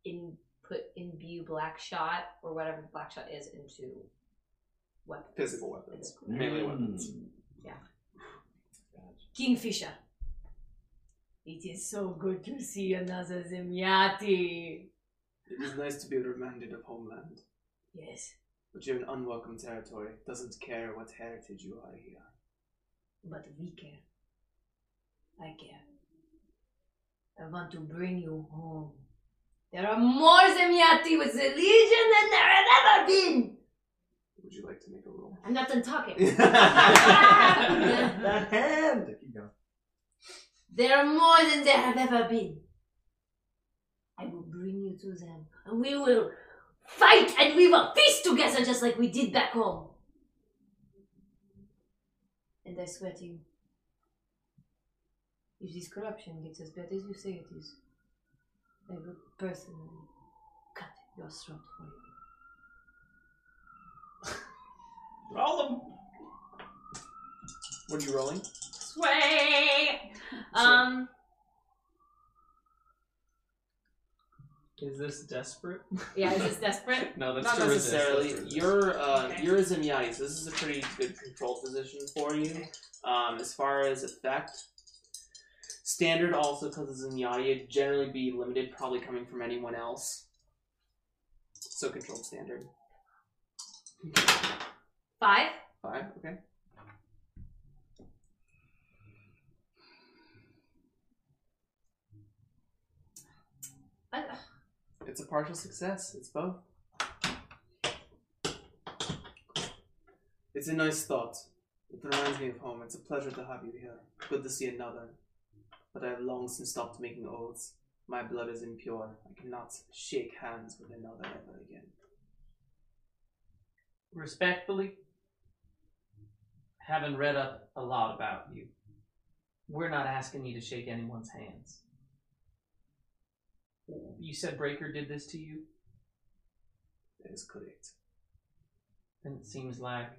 Speaker 3: in put imbue black shot or whatever black shot is into weapons.
Speaker 8: Physical weapons.
Speaker 3: Physical.
Speaker 8: Melee weapons.
Speaker 2: Mm.
Speaker 3: Yeah.
Speaker 2: Gotcha.
Speaker 3: [laughs] Kingfisher. It is so good to see another Zimyati.
Speaker 8: It is nice to be reminded of homeland.
Speaker 3: Yes,
Speaker 8: But you're in unwelcome territory. Doesn't care what heritage you are here.
Speaker 3: but we care. I care. I want to bring you home. There are more Zimyati with the Legion than there have ever been!
Speaker 8: Would you like to make a roll?
Speaker 3: I'm not done talking. [laughs]
Speaker 2: that hand. Keep going.
Speaker 3: There are more than there have ever been. I will bring you to them, and we will fight and we will feast together just like we did back home. And I swear to you, if this corruption gets as bad as you say it is, I will personally cut your throat for you.
Speaker 2: Roll 'em.
Speaker 8: What are you rolling?
Speaker 3: Sway! Um,
Speaker 6: Is this desperate?
Speaker 3: yeah, is this desperate?
Speaker 6: No, that's
Speaker 8: Not
Speaker 6: to resist,
Speaker 8: necessarily.
Speaker 6: that's to resist.
Speaker 8: You're uh,
Speaker 3: Okay.
Speaker 8: you're a Zemyati, so this is a pretty good control position for you. Um, as far as effect, Standard also, because it's in Yadi, generally be limited, probably coming from anyone else. So controlled standard.
Speaker 3: Five.
Speaker 8: Five, okay.
Speaker 3: Uh,
Speaker 8: It's a partial success. It's both. It's a nice thought. It reminds me of home. It's a pleasure to have you here. Good to see another. But I have long since stopped making oaths. My blood is impure. I cannot shake hands with another ever again.
Speaker 6: Respectfully, having read up a lot about you, we're not asking you to shake anyone's hands. You said Breaker did this to you,
Speaker 8: That is correct.
Speaker 6: and it seems like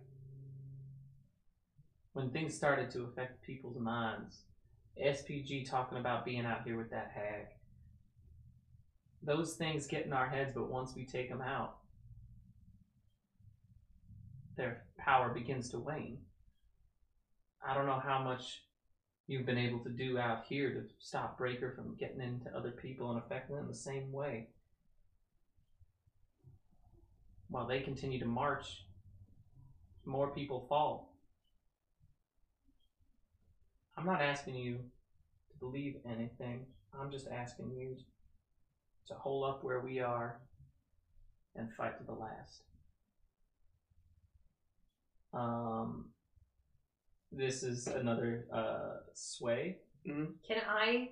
Speaker 6: when things started to affect people's minds, SPG talking about being out here with that hag, those things get in our heads, but once we take them out, their power begins to wane. I don't know how much you've been able to do out here to stop Breaker from getting into other people and affecting them the same way. While they continue to march, more people fall. I'm not asking you to believe anything. I'm just asking you to hole up where we are and fight to the last. Um, this is another uh, sway.
Speaker 3: can I?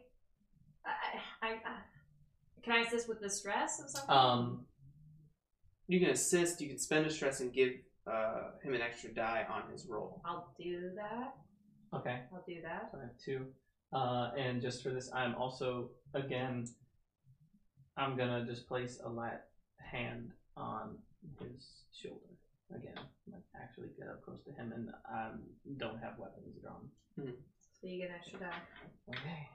Speaker 3: I, I, I can I assist with the stress or something?
Speaker 6: Um,
Speaker 8: You can assist. You can spend a stress and give uh, him an extra die on his roll.
Speaker 3: I'll do that.
Speaker 6: okay,
Speaker 3: I'll do that.
Speaker 6: so I have two. Uh, and just for this, I'm also again, I'm gonna just place a light hand on his shoulder again, like actually get up close to him, and I don't have weapons drawn.
Speaker 3: So you get an extra die.
Speaker 6: Okay.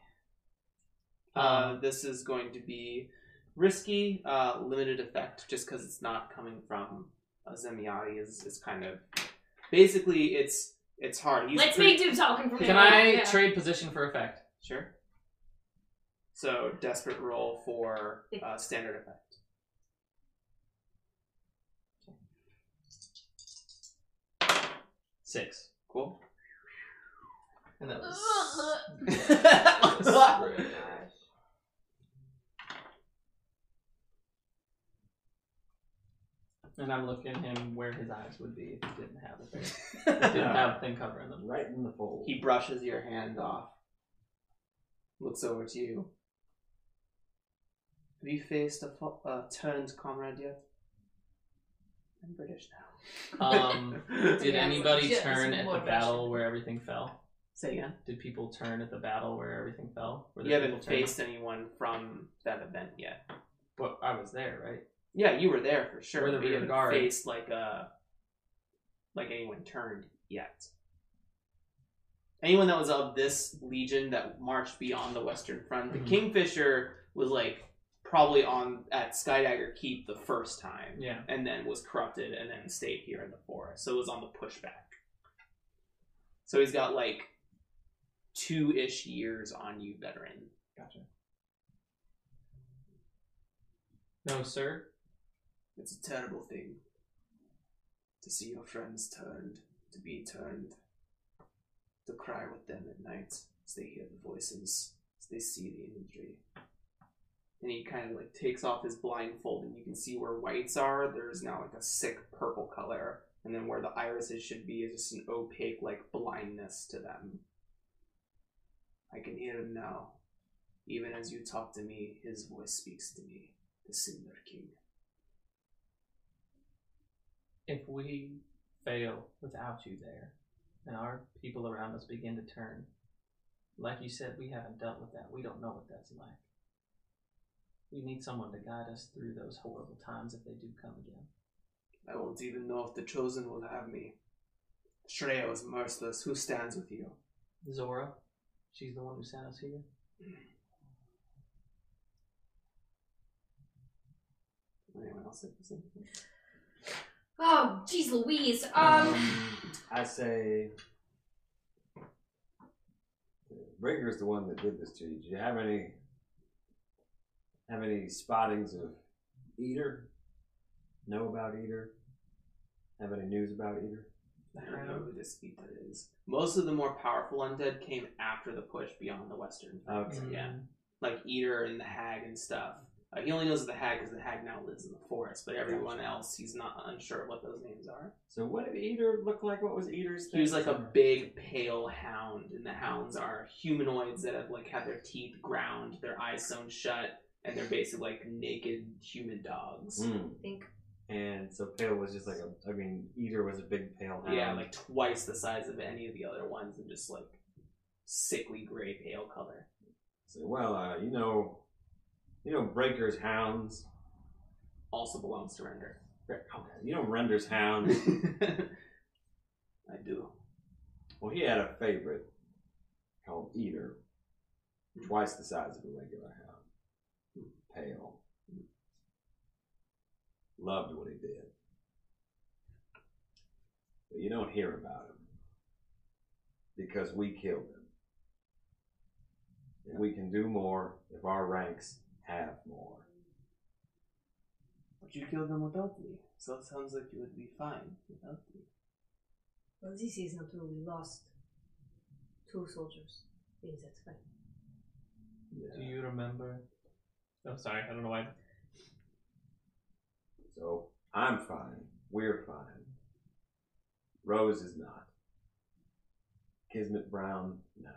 Speaker 8: Uh, this is going to be risky, uh, limited effect, just because it's not coming from a Zemiati is, is kind of basically it's it's hard. He's
Speaker 3: Let's
Speaker 8: pretty-
Speaker 3: make do talking from
Speaker 6: Can
Speaker 3: now on,
Speaker 6: I
Speaker 3: yeah.
Speaker 6: trade position for effect?
Speaker 8: sure. So desperate roll for uh, standard effect.
Speaker 6: Six.
Speaker 8: Cool.
Speaker 6: And that
Speaker 4: [laughs]
Speaker 6: was And I'm looking him where his eyes would be if he didn't have a thing. didn't have a thing covering them.
Speaker 9: Right in the fold.
Speaker 8: he brushes your hand off. Looks over to you. Have you faced a, fo- a turned comrade yet? I'm British now.
Speaker 6: Um,
Speaker 8: [laughs]
Speaker 6: did
Speaker 3: Yeah,
Speaker 6: anybody
Speaker 3: yeah,
Speaker 6: turn
Speaker 3: it's
Speaker 6: at
Speaker 3: more
Speaker 6: the battle where everything fell?
Speaker 8: Say again.
Speaker 6: Did people turn at the battle where everything fell? Were
Speaker 8: You
Speaker 6: there
Speaker 8: haven't
Speaker 6: people turning?
Speaker 8: faced anyone from that event yet.
Speaker 6: But I was there, right?
Speaker 8: Yeah, you were there for sure.
Speaker 6: We're the
Speaker 8: but
Speaker 6: rear
Speaker 8: you haven't
Speaker 6: guard.
Speaker 8: faced like a like anyone turned yet. Anyone that was of this legion that marched beyond the Western Front,
Speaker 6: Mhm.
Speaker 7: Mm-hmm.
Speaker 8: the Kingfisher was like probably on at Skydagger Keep the first time,
Speaker 6: Yeah.
Speaker 8: and then was corrupted, and then stayed here in the forest. So it was on the pushback. So he's got like two ish years on you, veteran.
Speaker 6: Gotcha. No, sir.
Speaker 8: It's a terrible thing to see your friends turned, to be turned, to cry with them at night as they hear the voices, as they see the imagery. And he kind of like takes off his blindfold, and you can see where whites are. There's now like a sick purple color, and then where the irises should be is just an opaque like blindness to them. I can hear him now. Even as you talk to me, his voice speaks to me, the Cinder King.
Speaker 6: If we fail without you there, and our people around us begin to turn, like you said, we haven't dealt with that. We don't know what that's like. We need someone to guide us through those horrible times if they do come again.
Speaker 8: I won't even know if the Chosen will have me. Shreya is merciless. Who stands with you?
Speaker 6: Zora, she's the one who sent us here.
Speaker 8: Anyone else have anything?
Speaker 3: Oh, jeez, Louise.
Speaker 2: Um.
Speaker 3: Um,
Speaker 9: I say
Speaker 2: Breaker is the one that did this to you. Do you have any have any spottings of Eater? Know about Eater? Have any news about Eater?
Speaker 8: I don't know who this Ether is. Most of the more powerful undead came after the push beyond the western.
Speaker 2: Okay.
Speaker 6: Mm-hmm.
Speaker 8: Yeah. Like Eater and the Hag and stuff. Uh, he only knows the Hag because the Hag now lives in the forest, but everyone else, he's not unsure what those names are.
Speaker 2: So what did Eater look like? What was Eater's thing?
Speaker 8: He was like a big pale hound, and the hounds are humanoids that have like had their teeth ground, their eyes sewn shut, and they're basically like naked human dogs.
Speaker 2: Mm.
Speaker 3: think.
Speaker 2: And so Pale was just like a. I mean, Eater was a big pale hound.
Speaker 8: Yeah, like twice the size of any of the other ones, and just like sickly gray pale color.
Speaker 2: Say, well, uh, you know, you know Breaker's hounds.
Speaker 8: Also belongs to Render.
Speaker 2: Okay, you know Render's hounds.
Speaker 8: [laughs] I do.
Speaker 2: Well, he had a favorite called Eater, twice the size of a regular hound, pale. Loved what he did, but you don't hear about him because we killed him, and we can do more if our ranks have more.
Speaker 8: But you killed them without me, so it sounds like you would be fine without me.
Speaker 3: Well, this is not true. We lost two soldiers. Maybe that's fine.
Speaker 2: Yeah.
Speaker 6: Do you remember? Oh, sorry, I don't know why.
Speaker 2: So I'm fine. We're fine. Rose is not. Kismet Brown, no.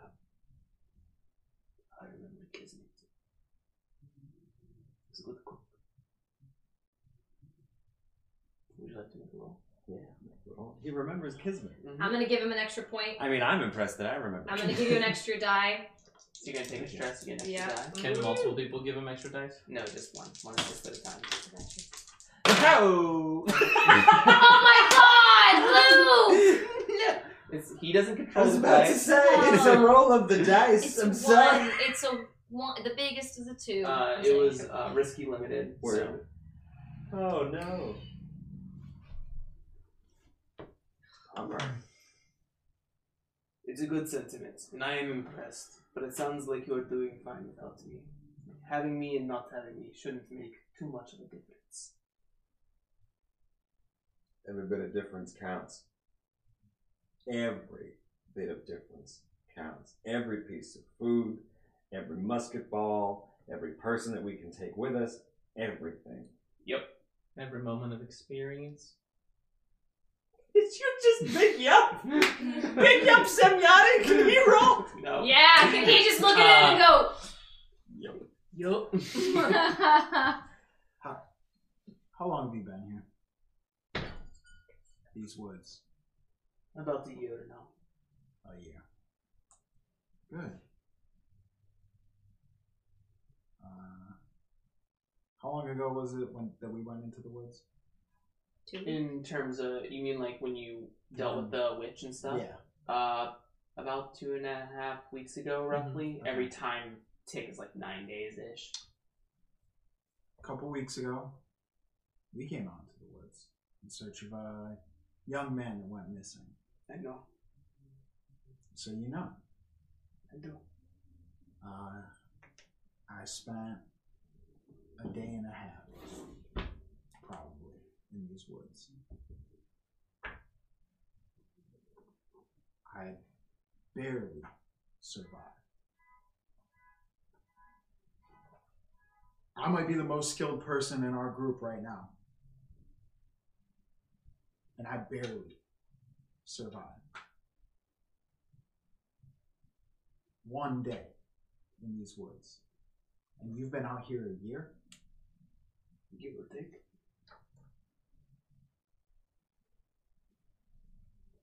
Speaker 8: I remember Kismet. It's a good cook. Would you like to make a roll?
Speaker 2: Yeah. Well, he remembers Kismet.
Speaker 3: I'm gonna give him an extra point.
Speaker 2: I mean, I'm impressed that I remember.
Speaker 3: I'm gonna give
Speaker 2: [laughs]
Speaker 3: you an extra die.
Speaker 8: So you're gonna take a stress again extra
Speaker 3: Yeah.
Speaker 8: die?
Speaker 6: Can multiple people give him extra dice?
Speaker 8: No, just one. One assist at a time.
Speaker 6: No!
Speaker 8: [laughs]
Speaker 10: Oh my god, Blue!
Speaker 8: yeah. It's, he doesn't control the dice.
Speaker 2: say,
Speaker 3: it's a
Speaker 2: roll of the dice.
Speaker 10: It's one. It's a one. The biggest is a two.
Speaker 8: Uh, it was uh, risky limited. So.
Speaker 2: Word. Oh no. Bummer.
Speaker 8: It's a good sentiment, and I am impressed. But it sounds like you're doing fine without me. Having me and not having me shouldn't make too much of a difference.
Speaker 2: Every bit of difference counts. Every bit of difference counts. Every piece of food, every musket ball, every person that we can take with us, everything.
Speaker 6: Every moment of experience.
Speaker 2: It's you just big yup? big yup,
Speaker 8: [laughs]
Speaker 2: semiotic? Can you roll?
Speaker 8: No.
Speaker 3: Yeah, can he just look at it and go?
Speaker 8: Yup.
Speaker 7: How long have you been here? These woods.
Speaker 8: [laughs] About a year now.
Speaker 7: A year. Good. Uh, how long ago was it when that we went into the woods?
Speaker 8: In terms of, you mean like when you dealt with the witch and stuff?
Speaker 7: Yeah.
Speaker 8: Uh, about two and a half weeks ago, roughly.
Speaker 7: Okay.
Speaker 8: Every time tick is like nine days ish.
Speaker 7: A couple weeks ago, we came out into the woods in search of a young man that went missing.
Speaker 8: I know.
Speaker 7: So you know.
Speaker 8: I do.
Speaker 7: Uh, I spent a day and a half, probably, in these woods. I barely survived. I might be the most skilled person in our group right now. And I barely survived. One day in these woods. And you've been out here a year?
Speaker 8: Give or take.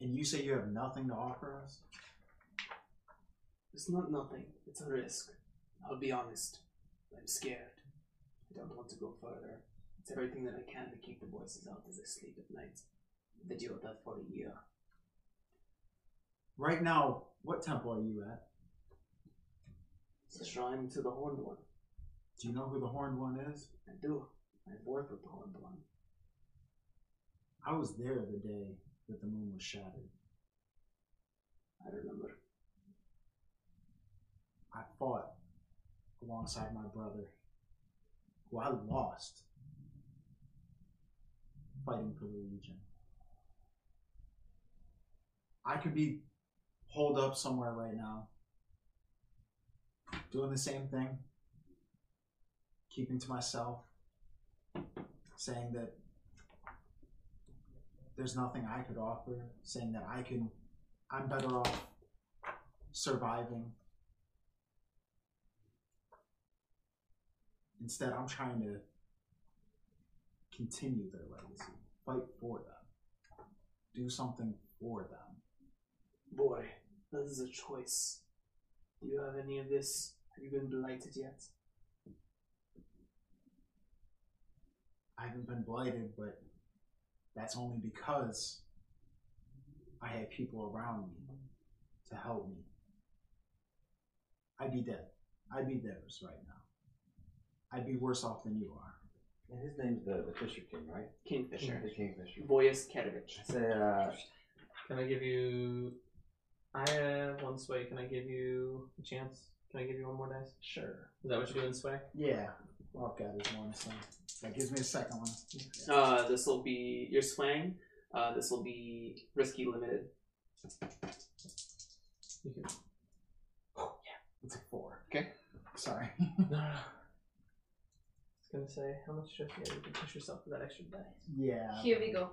Speaker 7: and you say you have nothing to offer us?
Speaker 8: It's not nothing. It's a risk. I'll be honest. I'm scared. I don't want to go further. It's everything that I can to keep the voices out as I sleep at night. They deal with that for a year.
Speaker 7: Right now, what temple are you at?
Speaker 8: It's a shrine to the Horned One.
Speaker 7: Do you know who the horned one is?
Speaker 8: I do. I've worked with the Horned One.
Speaker 7: I was there the day that the moon was shattered.
Speaker 8: I remember.
Speaker 7: fought alongside my brother, who I lost fighting for the Legion. I could be holed up somewhere right now, doing the same thing, keeping to myself, saying that there's nothing I could offer, saying that I can, I'm better off surviving. Instead, I'm trying to continue their legacy, fight for them, do something for them.
Speaker 8: Boy, this is a choice. Do you have any of this? Have you been blighted yet?
Speaker 7: I haven't been blighted, but that's only because I had people around me to help me. I'd be dead. I'd be theirs right now. I'd be worse off than you are.
Speaker 9: And his name's the, the Fisher King, right?
Speaker 8: Kingfisher.
Speaker 9: The Kingfisher.
Speaker 8: Voyas Kedovich.
Speaker 9: I say, uh,
Speaker 6: Can I give you? I have one sway. Can I give you a chance? Can I give you one more dice?
Speaker 7: Sure.
Speaker 6: Is that what you're doing, sway?
Speaker 7: Yeah. Well, I've got this one, so that gives me a second one.
Speaker 8: Uh, this will be your swang. Uh, this will be risky limited.
Speaker 6: You can.
Speaker 8: Oh,
Speaker 7: It's a four.
Speaker 8: Okay.
Speaker 7: Sorry.
Speaker 6: No, no. no. It's gonna say how much stress you have. You can push yourself for that extra dice.
Speaker 7: Yeah.
Speaker 3: Here we go.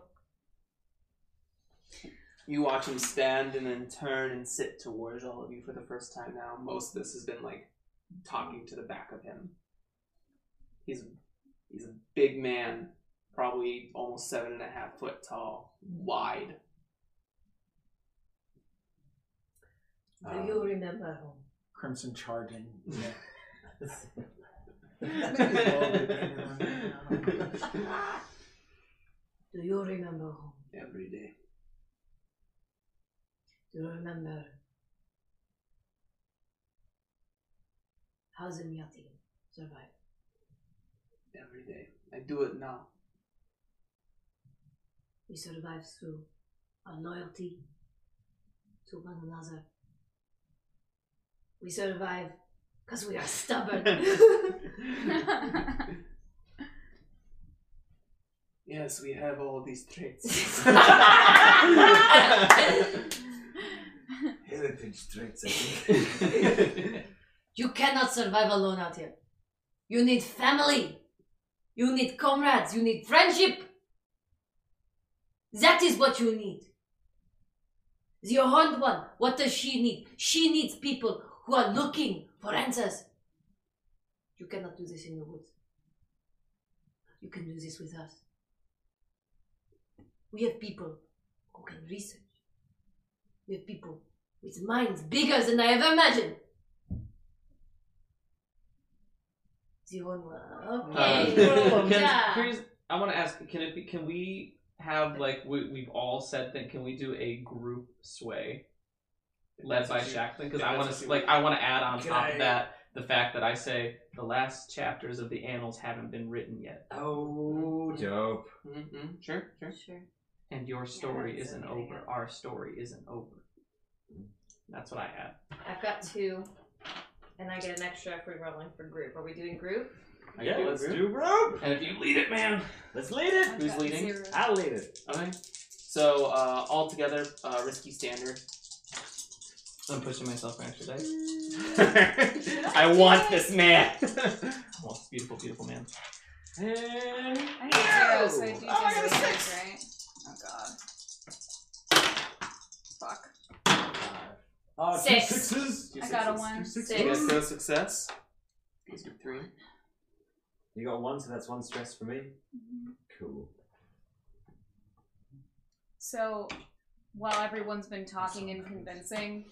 Speaker 8: You watch him stand and then turn and sit towards all of you for the first time now. Most of this has been like talking to the back of him. He's he's a big man, probably almost seven and a half foot tall, wide.
Speaker 3: Do you remember home?
Speaker 7: Crimson charging. Yeah.
Speaker 3: Do you remember home?
Speaker 8: [laughs] Every day.
Speaker 3: Do you remember how the Miati survived?
Speaker 8: Every day. I do it now.
Speaker 3: We survived through our loyalty to one another. We survive because we are stubborn.
Speaker 8: [laughs] Yes, we have all these [laughs] traits.
Speaker 3: [laughs]
Speaker 9: heritage traits, I think.
Speaker 3: you cannot survive alone out here. You need family. You need comrades. You need friendship. That is what you need. The horned one, what does she need? She needs people who are looking for answers. You cannot do this in the woods. You can do this with us. We have people who can research. We have people with minds bigger than I ever imagined. The one
Speaker 6: [laughs] Uh,
Speaker 3: Okay.
Speaker 6: can,
Speaker 3: yeah.
Speaker 6: Chris, I want to ask. Can it be? Can we have like we, we've all said that? Can we do a group sway led by Shackling? Because
Speaker 8: yeah,
Speaker 6: I
Speaker 8: that's
Speaker 6: want
Speaker 8: what
Speaker 6: to
Speaker 8: you-
Speaker 6: like I want to add on
Speaker 9: Can
Speaker 6: top
Speaker 9: I-
Speaker 6: of that the fact that I say the last chapters of the annals haven't been written yet,
Speaker 9: oh, dope.
Speaker 8: Mm-hmm. Sure, sure.
Speaker 3: Sure.
Speaker 6: and your story
Speaker 3: that's
Speaker 6: isn't
Speaker 3: something.
Speaker 6: over. Our story isn't over. That's what I had.
Speaker 3: I've got two, and I get an extra if we're rolling for group. Are we doing group?
Speaker 8: I
Speaker 2: yeah,
Speaker 8: do
Speaker 2: let's
Speaker 8: agree.
Speaker 2: do rope.
Speaker 6: And if you lead it, man.
Speaker 2: Let's lead it.
Speaker 4: I've
Speaker 8: Who's
Speaker 4: got
Speaker 8: leading?
Speaker 4: zero.
Speaker 2: I'll lead it.
Speaker 8: Okay. So uh, all together, uh, risky standard.
Speaker 6: I'm pushing myself for extra [laughs] dice.
Speaker 8: I want
Speaker 6: [laughs]
Speaker 8: this man.
Speaker 6: Oh, beautiful, beautiful man.
Speaker 8: and
Speaker 4: I have zero, so I do
Speaker 8: No!
Speaker 4: zero,
Speaker 8: Oh, I got a
Speaker 4: damage, right? Oh god. Fuck.
Speaker 2: Uh,
Speaker 3: Oh, Six.
Speaker 2: Two sixes.
Speaker 8: two
Speaker 4: I got a
Speaker 8: sixes.
Speaker 4: one.
Speaker 8: You
Speaker 3: Six.
Speaker 8: guys got a success. Gives you three.
Speaker 9: You got one, so that's one stress for me.
Speaker 4: Mhm.
Speaker 9: Cool.
Speaker 4: So, while everyone's been talking and convincing,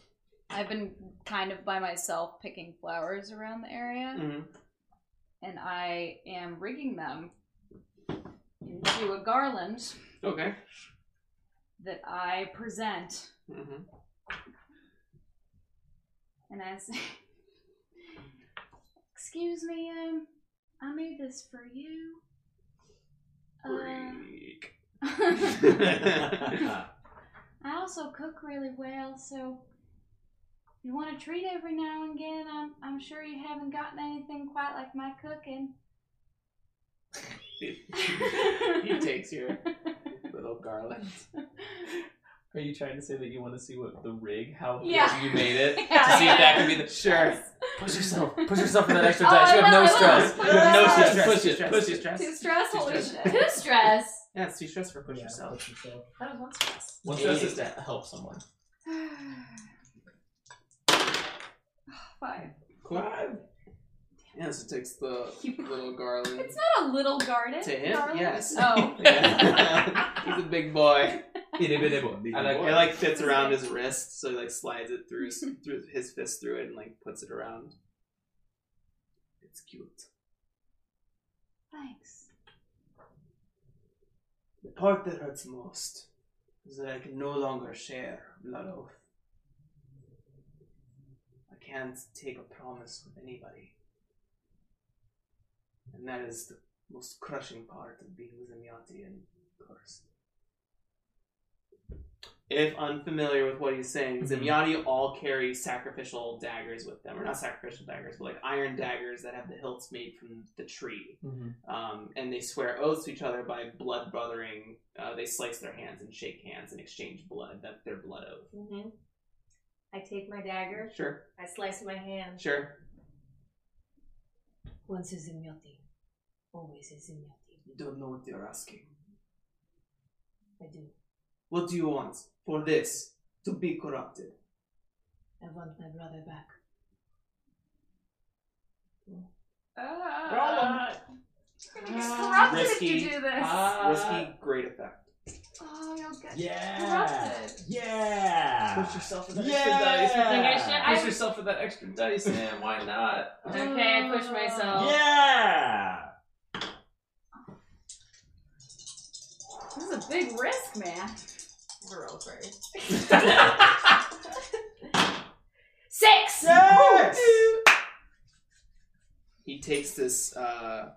Speaker 4: I've been kind of by myself picking flowers around the area,
Speaker 8: Mm-hmm.
Speaker 4: and I am rigging them into a garland
Speaker 8: Okay.
Speaker 4: that I present,
Speaker 8: Mm-hmm.
Speaker 4: and I say, "Excuse me, um, I made this for you." Uh,
Speaker 8: Freak.
Speaker 4: [laughs] I also cook really well, so if you want a treat every now and again, I'm I'm haven't gotten anything quite like my cooking.
Speaker 8: He
Speaker 4: [laughs]
Speaker 8: takes your little garland.
Speaker 6: Are you trying to say that you want to see what the rig, how
Speaker 3: Yeah.
Speaker 6: you made it?
Speaker 4: Yeah.
Speaker 6: To see if that can be
Speaker 8: [laughs]
Speaker 6: the.
Speaker 8: Sure.
Speaker 4: [laughs]
Speaker 6: Push yourself. Push yourself for that extra
Speaker 4: Oh,
Speaker 6: dice.
Speaker 4: I
Speaker 6: You have
Speaker 4: will,
Speaker 6: no
Speaker 4: I will.
Speaker 6: stress.
Speaker 4: Push
Speaker 6: You have no
Speaker 4: yourself.
Speaker 6: stress. Push it. Push
Speaker 8: Too
Speaker 6: it.
Speaker 8: stress.
Speaker 3: Too stressed?
Speaker 8: Too
Speaker 3: Holy
Speaker 8: stressed.
Speaker 3: shit.
Speaker 4: Too [sighs] stress.
Speaker 8: Yeah, it's too stress for push
Speaker 7: Yeah,
Speaker 8: yourself.
Speaker 7: push yourself.
Speaker 3: That was one stress.
Speaker 6: One stress is to help [laughs] someone.
Speaker 4: Five.
Speaker 8: Cool. Yeah, so takes the little garland
Speaker 4: It's not a little garden.
Speaker 8: to him.
Speaker 4: darling.
Speaker 8: Yes. [laughs]
Speaker 4: Oh.
Speaker 8: Yeah. [laughs] He's a big boy.
Speaker 6: Itty bitty boy.
Speaker 8: I
Speaker 6: I
Speaker 8: like,
Speaker 6: like
Speaker 8: it like fits around his wrist, so he like slides it through his- through his fist through it and like puts it around. It's cute.
Speaker 4: Thanks.
Speaker 8: The part that hurts most is that I can no longer share blood oath. I can't take a promise with anybody. And that is the most crushing part of being Zemyati and cursed. If unfamiliar with what he's saying,
Speaker 6: Mhm.
Speaker 8: Zemyati all carry sacrificial daggers with them. Or not sacrificial daggers, but like iron daggers that have the hilts made from the tree
Speaker 6: Mhm.
Speaker 8: um, and they swear oaths to each other by blood brothering. Uh, they slice their hands and shake hands and exchange blood. That's their blood oath.
Speaker 3: Mm-hmm. I take my dagger.
Speaker 8: Sure,
Speaker 3: I slice my hand.
Speaker 8: sure.
Speaker 3: Once is in Yoti. Always is in Yoti.
Speaker 8: You don't know what you're asking.
Speaker 3: I do.
Speaker 8: What do you want for this to be corrupted?
Speaker 3: I want my brother back.
Speaker 6: Ah.
Speaker 4: Uh, you're gonna get corrupted if
Speaker 8: risky. Uh,
Speaker 4: you do this.
Speaker 8: Ah. Risky, great effect.
Speaker 4: oh, you'll get
Speaker 2: Yeah.
Speaker 4: corrupted.
Speaker 2: Yeah.
Speaker 6: Push yourself for that extra
Speaker 2: Yeah.
Speaker 6: dice.
Speaker 3: Like I should- I-
Speaker 6: Push yourself for that extra dice, man. Why not?
Speaker 3: Okay, I push myself.
Speaker 2: Yeah.
Speaker 4: This is a big risk, man.
Speaker 3: Roll first. Six!
Speaker 8: He takes this uh,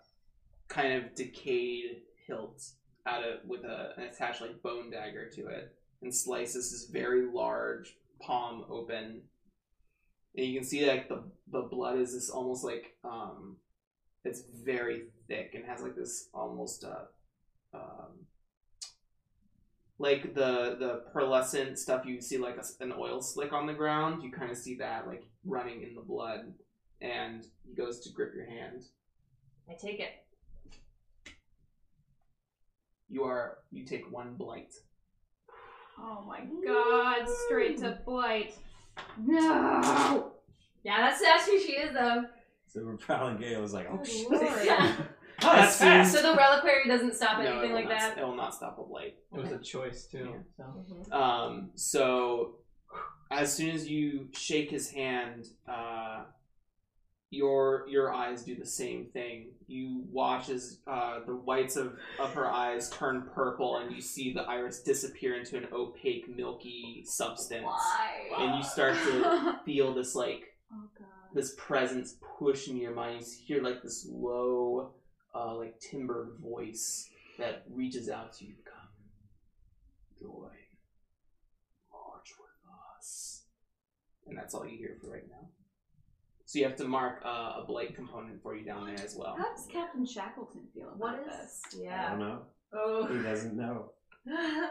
Speaker 8: kind of decayed hilt out of with a, an attached like bone dagger to it and slices this very large palm open. And you can see like the the blood is this almost like um it's very thick and has like this almost uh um like the the pearlescent stuff you see like a s an oil slick on the ground you kind of see that like running in the blood and he goes to grip your hand
Speaker 3: I take it.
Speaker 8: you are you take one blight
Speaker 4: Oh my god, straight to blight. No!
Speaker 3: Yeah, that's, that's who she is, though.
Speaker 2: So we're prowling Gale was like, oh shit.
Speaker 8: that's fast
Speaker 3: so the reliquary doesn't stop anything
Speaker 8: will
Speaker 3: like
Speaker 8: not,
Speaker 3: that?
Speaker 8: it will not stop a blight
Speaker 6: It was a choice too. So
Speaker 3: Mhm.
Speaker 8: Um, so as soon as you shake his hand, uh, your your eyes do the same thing. You watch as uh, the whites of, of her eyes turn purple, and you see the iris disappear into an opaque, milky substance.
Speaker 4: Why?
Speaker 8: And you start
Speaker 3: [laughs]
Speaker 8: to- Feel this like
Speaker 4: oh god.
Speaker 8: this presence push in your mind. You hear like this low, uh, like timbered voice that reaches out to you. Come, join, march with us. And that's all you hear for right now. So you have to mark uh, a blight component for you down there as well.
Speaker 4: How does Captain Shackleton feel about
Speaker 3: What is.
Speaker 4: this?
Speaker 9: I
Speaker 3: Yeah.
Speaker 8: Um,
Speaker 9: don't know. He
Speaker 3: Oh.
Speaker 9: doesn't know.
Speaker 3: [laughs]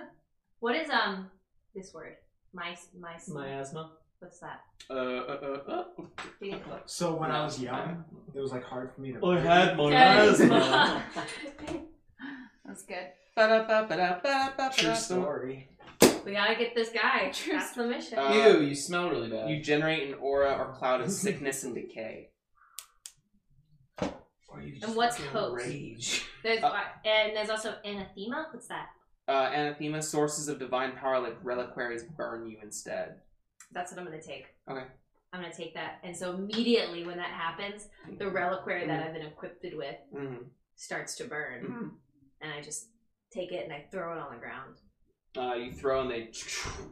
Speaker 3: what is, um, this word? Mice, mice.
Speaker 6: miasma.
Speaker 3: What's that?
Speaker 8: Uh, uh, uh,
Speaker 3: Being-
Speaker 7: So when I
Speaker 8: No.
Speaker 7: was young, it was like hard for me to.
Speaker 8: uh.
Speaker 3: Miasma.
Speaker 4: [laughs] That's good.
Speaker 7: True story.
Speaker 3: [laughs] we gotta get this guy. That's the mission.
Speaker 8: Uh,
Speaker 6: Ew, [laughs] you smell really bad.
Speaker 8: You generate an aura or cloud of sickness and decay.
Speaker 3: and what's hoax?
Speaker 8: Rage.
Speaker 3: There's,
Speaker 8: Uh,
Speaker 3: and there's also anathema. What's that?
Speaker 8: Uh, anathema, sources of divine power like reliquaries burn you instead.
Speaker 3: That's what I'm gonna take.
Speaker 8: Okay.
Speaker 3: I'm gonna take that. And so immediately when that happens, the
Speaker 8: Mm-hmm.
Speaker 3: reliquary that I've been equipped with
Speaker 8: Mhm.
Speaker 3: starts to burn.
Speaker 8: Hmm.
Speaker 3: And I just take it and I throw it on the ground.
Speaker 8: Uh, you throw and they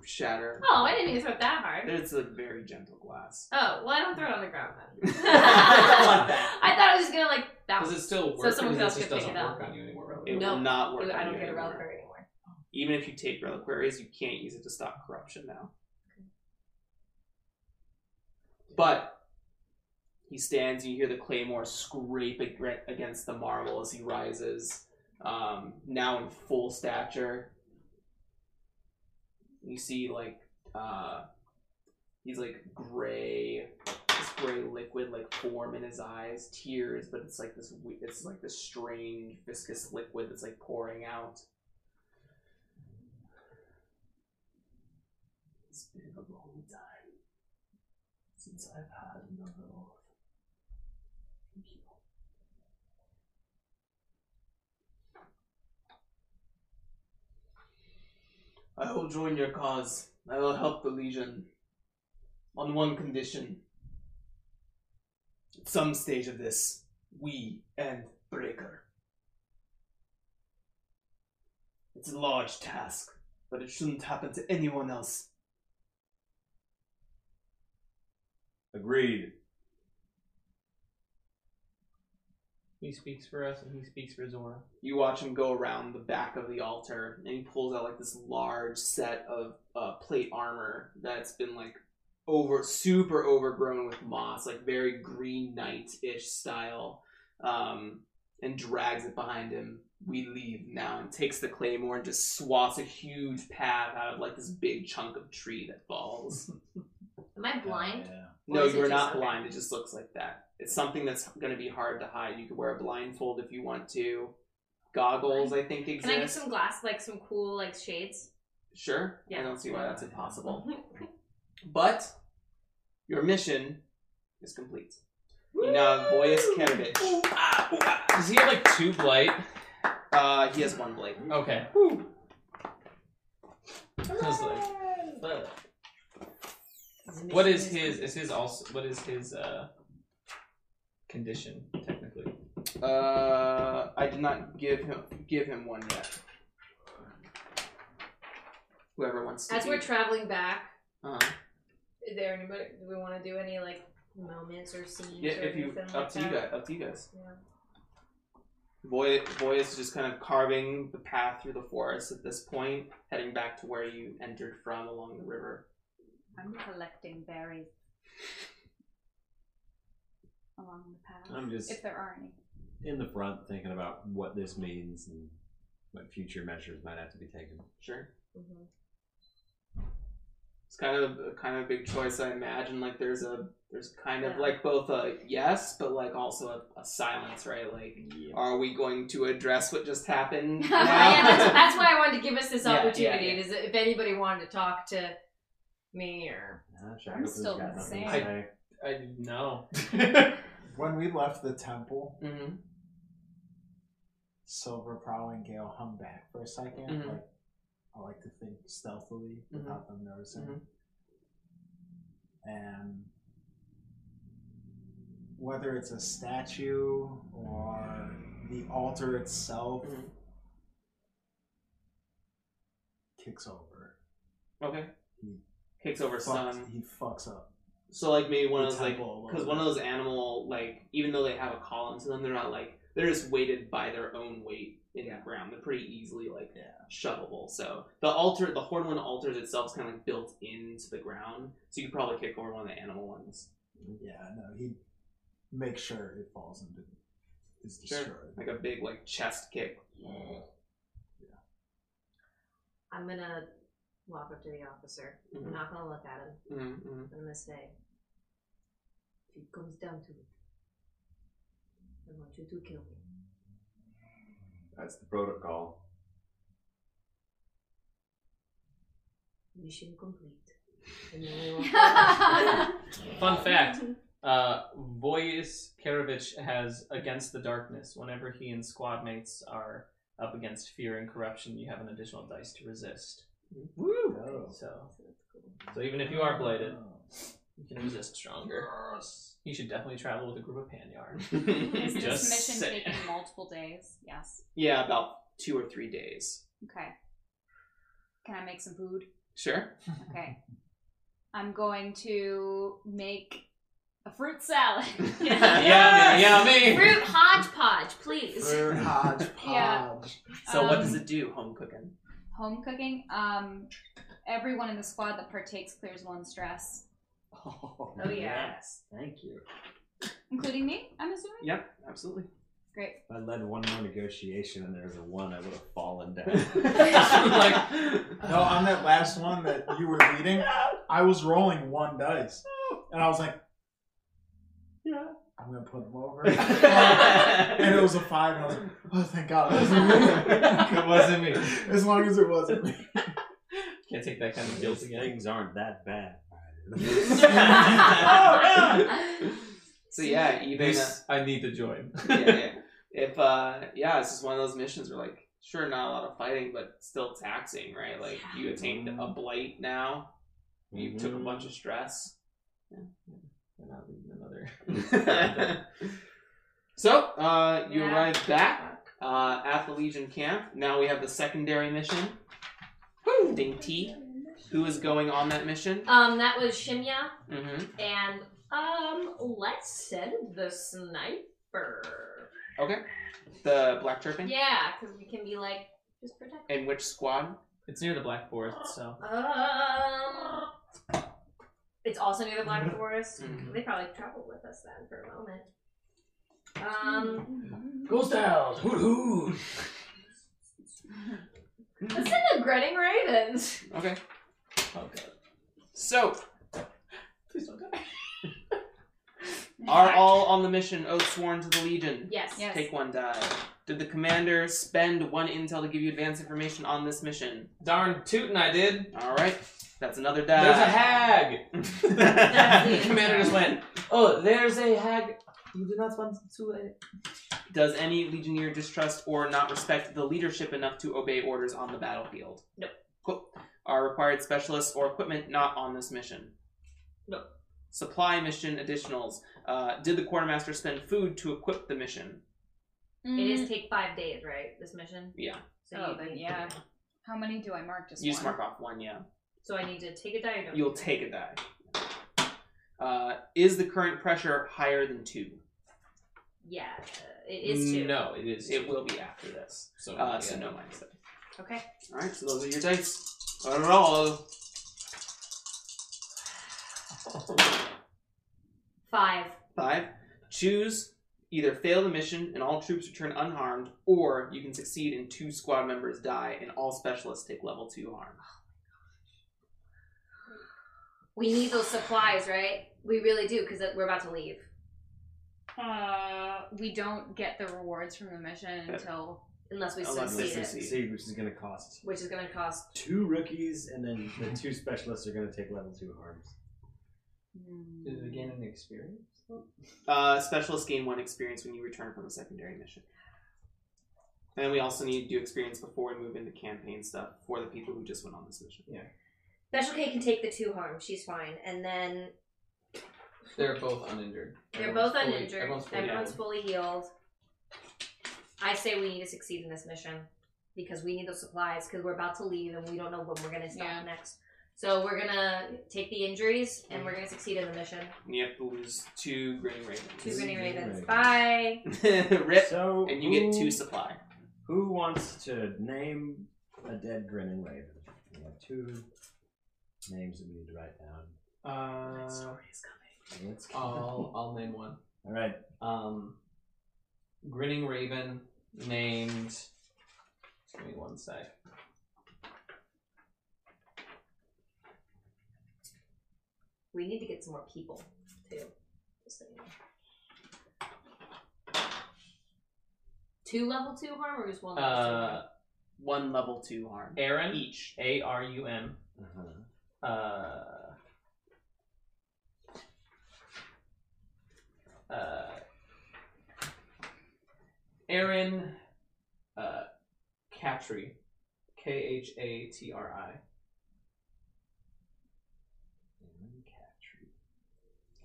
Speaker 8: shatter.
Speaker 3: Oh, I didn't even throw it that hard.
Speaker 8: It's a very gentle glass.
Speaker 3: Oh, well I don't throw it on the ground
Speaker 8: [laughs]
Speaker 3: then. [laughs]
Speaker 8: that.
Speaker 3: I thought I was just gonna like bounce.
Speaker 6: Does it still
Speaker 3: So
Speaker 6: work?
Speaker 3: someone
Speaker 6: Because
Speaker 3: else
Speaker 6: it just
Speaker 3: could pick
Speaker 6: doesn't
Speaker 3: it
Speaker 6: work
Speaker 3: up.
Speaker 6: on you anymore, really.
Speaker 8: It
Speaker 3: No.
Speaker 8: will not work.
Speaker 3: I
Speaker 8: on
Speaker 3: don't
Speaker 8: you
Speaker 3: get a
Speaker 8: anymore.
Speaker 3: reliquary anymore.
Speaker 8: Even if you take reliquaries, you can't use it to stop corruption now. But He stands. You hear the claymore scrape ag- against the marble as he rises. Um, now in full stature, you see like uh, he's like gray, this gray liquid like form in his eyes, tears, but it's like this. we- It's like this strange viscous liquid that's like pouring out. It's been a long time since I've had another oath. Thank you. I will join your cause. I will help the Legion. On one condition. At some stage of this, we end Breaker. It's a large task, but it shouldn't happen to anyone else.
Speaker 9: Agreed.
Speaker 6: He speaks for us and he speaks for Zora.
Speaker 8: you watch him go around the back of the altar and he pulls out like this large set of uh, plate armor that's been like over super overgrown with moss like very green knight-ish style um, and drags it behind him we leave now and takes the claymore and just swats a huge path out of like this big chunk of tree that
Speaker 3: [laughs]
Speaker 8: falls
Speaker 3: Am I blind?
Speaker 7: Yeah.
Speaker 8: no
Speaker 3: is it
Speaker 8: you're
Speaker 3: just-
Speaker 8: not
Speaker 3: okay.
Speaker 8: blind it just looks like that it's something that's going to be hard to hide you could wear a blindfold if you want to goggles i think exist
Speaker 3: Can I get some glass, like some cool, like shades?
Speaker 8: Sure. I
Speaker 3: Yeah.
Speaker 8: don't see why that's impossible. But your mission is complete. You now have Boyas Kenovich.
Speaker 3: ah,
Speaker 6: Does he have like two blight?
Speaker 8: Uh, he has one blade.
Speaker 6: Okay. I was like, "Fuck." What is his? Is his also? What is his uh condition technically?
Speaker 8: Uh, I did not give him give him one yet. Whoever wants
Speaker 3: [laughs]
Speaker 8: to.
Speaker 3: As
Speaker 8: be-
Speaker 3: we're traveling back,
Speaker 8: uh,
Speaker 3: is there anybody? Do we want to do any like moments or scenes?
Speaker 8: yeah,
Speaker 3: or
Speaker 8: if you
Speaker 3: anything
Speaker 8: up
Speaker 3: like
Speaker 8: to you
Speaker 3: that?
Speaker 8: guys, up to you guys.
Speaker 3: Yeah.
Speaker 8: Boy, Boyas is just kind of carving the path through the forest at this point, heading back to where you entered from along the river.
Speaker 4: I'm collecting berries along the path.
Speaker 9: I'm just
Speaker 4: if there are any.
Speaker 9: in the front thinking about what this means and what future measures might have to be taken.
Speaker 8: Sure.
Speaker 3: Mhm.
Speaker 8: It's kind of kind of a big choice. I imagine like there's a there's kind of
Speaker 4: Yeah.
Speaker 8: like both a yes, but like also a, a silence, right? Like, are we going to address what
Speaker 3: [laughs]
Speaker 8: just happened?
Speaker 4: Yeah,
Speaker 8: now?
Speaker 3: yeah, that's,
Speaker 8: [laughs]
Speaker 3: that's why I wanted to give us this
Speaker 8: Yeah, yeah,
Speaker 3: opportunity.
Speaker 8: yeah.
Speaker 3: Is that if anybody wanted to talk to me or
Speaker 9: Nah,
Speaker 4: I'm still
Speaker 9: Shackleton's got
Speaker 4: the
Speaker 9: nothing to
Speaker 6: same.
Speaker 9: say.
Speaker 6: I didn't know.
Speaker 7: When we left the temple,
Speaker 8: Mhm.
Speaker 7: Silver Prowl and Gale hung back for a 2nd
Speaker 8: Mhm.
Speaker 4: Mm-hmm.
Speaker 7: Like I like to think stealthily without them noticing.
Speaker 4: Mm-hmm.
Speaker 8: Mhm.
Speaker 7: And whether it's a statue or the altar itself
Speaker 4: Mm-hmm.
Speaker 8: Mhm.
Speaker 7: kicks over.
Speaker 8: Okay. Kicks over
Speaker 7: Fucks-
Speaker 8: sun.
Speaker 7: He fucks up.
Speaker 8: So like maybe one of
Speaker 7: the
Speaker 8: those like
Speaker 7: temple a little
Speaker 8: because one of
Speaker 7: bit.
Speaker 8: those animal like even though they have a column to them, they're not like they're just weighted by their own weight in the ground. They're pretty easily like
Speaker 7: Yeah.
Speaker 8: shovable. So the altar, the Hornwind altars itself is kind of like built into the ground, so you could probably kick over one of the animal ones,
Speaker 7: Yeah, no, he makes sure it falls into is
Speaker 8: Sure.
Speaker 7: destroyed.
Speaker 8: like a big like chest kick.
Speaker 3: I'm gonna walk up to the officer. I'm
Speaker 8: Mhm.
Speaker 3: not gonna look at him.
Speaker 8: Mhm, mhm.
Speaker 3: I'm gonna say, if it comes down to it, I want you to kill me.
Speaker 9: That's the protocol.
Speaker 3: Mission complete. And then we walk [laughs]
Speaker 4: [laughs]
Speaker 8: [laughs]
Speaker 3: away.
Speaker 6: Fun fact: uh, Voyus Karovich has against the darkness. Whenever he and squad mates are up against fear and corruption, you have an additional dice to resist.
Speaker 8: Woo!
Speaker 7: Oh.
Speaker 6: So, so even if you are blighted,
Speaker 7: Oh.
Speaker 6: you can resist stronger. You should definitely travel with a group of Panyard.
Speaker 4: Is
Speaker 8: [laughs]
Speaker 4: this
Speaker 6: Just
Speaker 4: mission
Speaker 6: saying.
Speaker 4: taking multiple days? Yes.
Speaker 8: yeah, about two or three days.
Speaker 4: Okay. Can I make some food?
Speaker 8: Sure. [laughs]
Speaker 4: Okay. I'm going to make a fruit
Speaker 8: [laughs]
Speaker 4: salad. [laughs]
Speaker 6: Yeah, yummy.
Speaker 3: Fruit hodgepodge, please.
Speaker 7: Fruit hodgepodge.
Speaker 4: hodgepodge.
Speaker 8: So what
Speaker 4: Um,
Speaker 8: does it do? Home cooking.
Speaker 4: Home cooking. Um, everyone in the squad that partakes clears one stress.
Speaker 7: Oh,
Speaker 3: yeah.
Speaker 7: Yes, thank you.
Speaker 4: including me, I'm assuming?
Speaker 8: Yep, absolutely. [laughs]
Speaker 4: Great.
Speaker 9: If I led one more negotiation and there was a one, I would have fallen [laughs] down.
Speaker 6: I'm
Speaker 8: [laughs]
Speaker 6: like,
Speaker 7: No, on that last one that you were
Speaker 9: [laughs]
Speaker 7: leading, I was rolling one dice, and I was like,
Speaker 6: yeah.
Speaker 7: I'm gonna put
Speaker 9: [laughs]
Speaker 7: him over, and it was a five, and I was like, oh, thank God, it wasn't me.
Speaker 9: [laughs] it wasn't me.
Speaker 7: As long as it wasn't me.
Speaker 6: [laughs] Can't take that kind of guilt
Speaker 9: Those
Speaker 6: again.
Speaker 9: things aren't that [laughs] bad.
Speaker 8: Oh, [laughs] So yeah, even uh,
Speaker 6: This I need to join. [laughs]
Speaker 8: yeah, yeah. if uh yeah, it's just one of those missions where like sure not a lot of fighting, but still taxing, right? Like you attained
Speaker 6: Mm-hmm.
Speaker 8: a blight now, you took
Speaker 9: Mm-hmm.
Speaker 8: a bunch of stress.
Speaker 6: We're not leaving another.
Speaker 8: [laughs] so uh, you
Speaker 4: Yeah.
Speaker 8: arrive back uh, at the Legion camp. Now we have the secondary mission. Woo! Ding T, who is going on that mission?
Speaker 3: Um, that was Shimya
Speaker 8: Mm-hmm.
Speaker 3: and um, let's send the sniper.
Speaker 8: Okay, the Black Turpin.
Speaker 3: Yeah, because we can be like just protect.
Speaker 8: And which squad?
Speaker 6: It's near the Black Forest, so
Speaker 3: Um, it's also near the Black Forest.
Speaker 4: Mm-hmm.
Speaker 8: Mhm.
Speaker 3: They probably traveled with us then for a moment. Um,
Speaker 6: Ghost Owls. Woohoo!
Speaker 4: Mm-hmm.
Speaker 3: let's send the Grinning Ravens.
Speaker 8: Okay,
Speaker 6: Oh god,
Speaker 8: so
Speaker 6: please don't die.
Speaker 8: are all on the mission oath sworn to the Legion?
Speaker 3: Yes.
Speaker 4: Yes.
Speaker 8: Take one die. Did the commander spend one intel to give you advance information on this mission?
Speaker 6: Darn tootin' I did.
Speaker 8: All right, that's another
Speaker 6: There's a
Speaker 8: die.
Speaker 3: [laughs]
Speaker 6: hag.
Speaker 3: the
Speaker 6: [laughs] commander just went. Oh, there's a hag. You did not want to. Uh,
Speaker 8: [laughs] Does any legionnaire distrust or not respect the leadership enough to obey orders on the battlefield?
Speaker 3: No.
Speaker 8: Cool. Are required specialists or equipment not on this mission?
Speaker 3: No.
Speaker 8: Supply mission additionals. Uh, did the quartermaster spend food to equip the mission?
Speaker 4: Mm,
Speaker 3: It is take five days, right? This mission.
Speaker 8: Yeah.
Speaker 3: So
Speaker 4: Oh,
Speaker 3: you
Speaker 4: then
Speaker 3: need-
Speaker 4: yeah. How many do I mark? Just
Speaker 8: Mm. You
Speaker 4: one.
Speaker 8: just mark off one, yeah.
Speaker 3: So I need to take a diagram.
Speaker 8: You'll take a die. Uh, is the current pressure higher than two?
Speaker 3: Yeah, it is two.
Speaker 6: No, it is.
Speaker 8: It will be after this.
Speaker 6: So,
Speaker 8: Uh, so
Speaker 6: yeah.
Speaker 8: no minus seven.
Speaker 3: Okay.
Speaker 8: All right, so those are your dice. Roll.
Speaker 3: Five.
Speaker 8: Five, choose either fail the mission and all troops return unharmed, or you can succeed and two squad members die and all specialists take level two harm.
Speaker 3: We need those supplies, right? We really do, because we're about to leave.
Speaker 4: Uh, we don't get the rewards from the mission
Speaker 8: Yeah.
Speaker 4: until.
Speaker 3: Unless we
Speaker 8: Unless
Speaker 3: succeed
Speaker 8: we
Speaker 3: it.
Speaker 8: succeed.
Speaker 9: See, which is going to cost
Speaker 3: Which is going to cost.
Speaker 9: two rookies, and then the two specialists are going to take level two harms.
Speaker 4: Hmm.
Speaker 6: Did we gain an experience?
Speaker 8: Uh, specialists gain one experience when you return from a secondary mission. And then we also need to do experience before we move into campaign stuff for the people who just went on this mission. Yeah.
Speaker 3: Special K can take the two harm. She's fine. And then
Speaker 6: They're both uninjured.
Speaker 3: they're
Speaker 6: Everyone's
Speaker 3: both
Speaker 6: fully-
Speaker 3: uninjured.
Speaker 6: Everyone's fully
Speaker 8: Everyone's
Speaker 3: fully healed. I say we need to succeed in this mission because we need those supplies because we're about to leave and we don't know when we're going to stop
Speaker 4: Yeah.
Speaker 3: next. So we're going to take the injuries and we're going to succeed in the mission.
Speaker 8: And you have to lose two Grinning
Speaker 3: Two
Speaker 8: Ravens.
Speaker 3: many
Speaker 9: Green Ravens.
Speaker 3: ravens. Bye. [laughs]
Speaker 8: Rip.
Speaker 9: So,
Speaker 8: And you get
Speaker 9: who-
Speaker 8: two supply.
Speaker 9: Who wants to name a dead grinning raven? We have two names that we need to write down.
Speaker 6: Uh,
Speaker 9: Let's keep-
Speaker 6: I'll I'll name one.
Speaker 9: All right.
Speaker 6: Um, grinning raven named. Give me one sec.
Speaker 3: We need to get some more people too. Just so you know. Two level two harm or just one level two harm?
Speaker 6: Uh,
Speaker 8: One level two harm.
Speaker 6: Aaron
Speaker 8: Each.
Speaker 6: A R U M.
Speaker 9: Uh-huh.
Speaker 2: Mm-hmm.
Speaker 6: Uh, uh, Aaron uh, Katri, K H A T R I.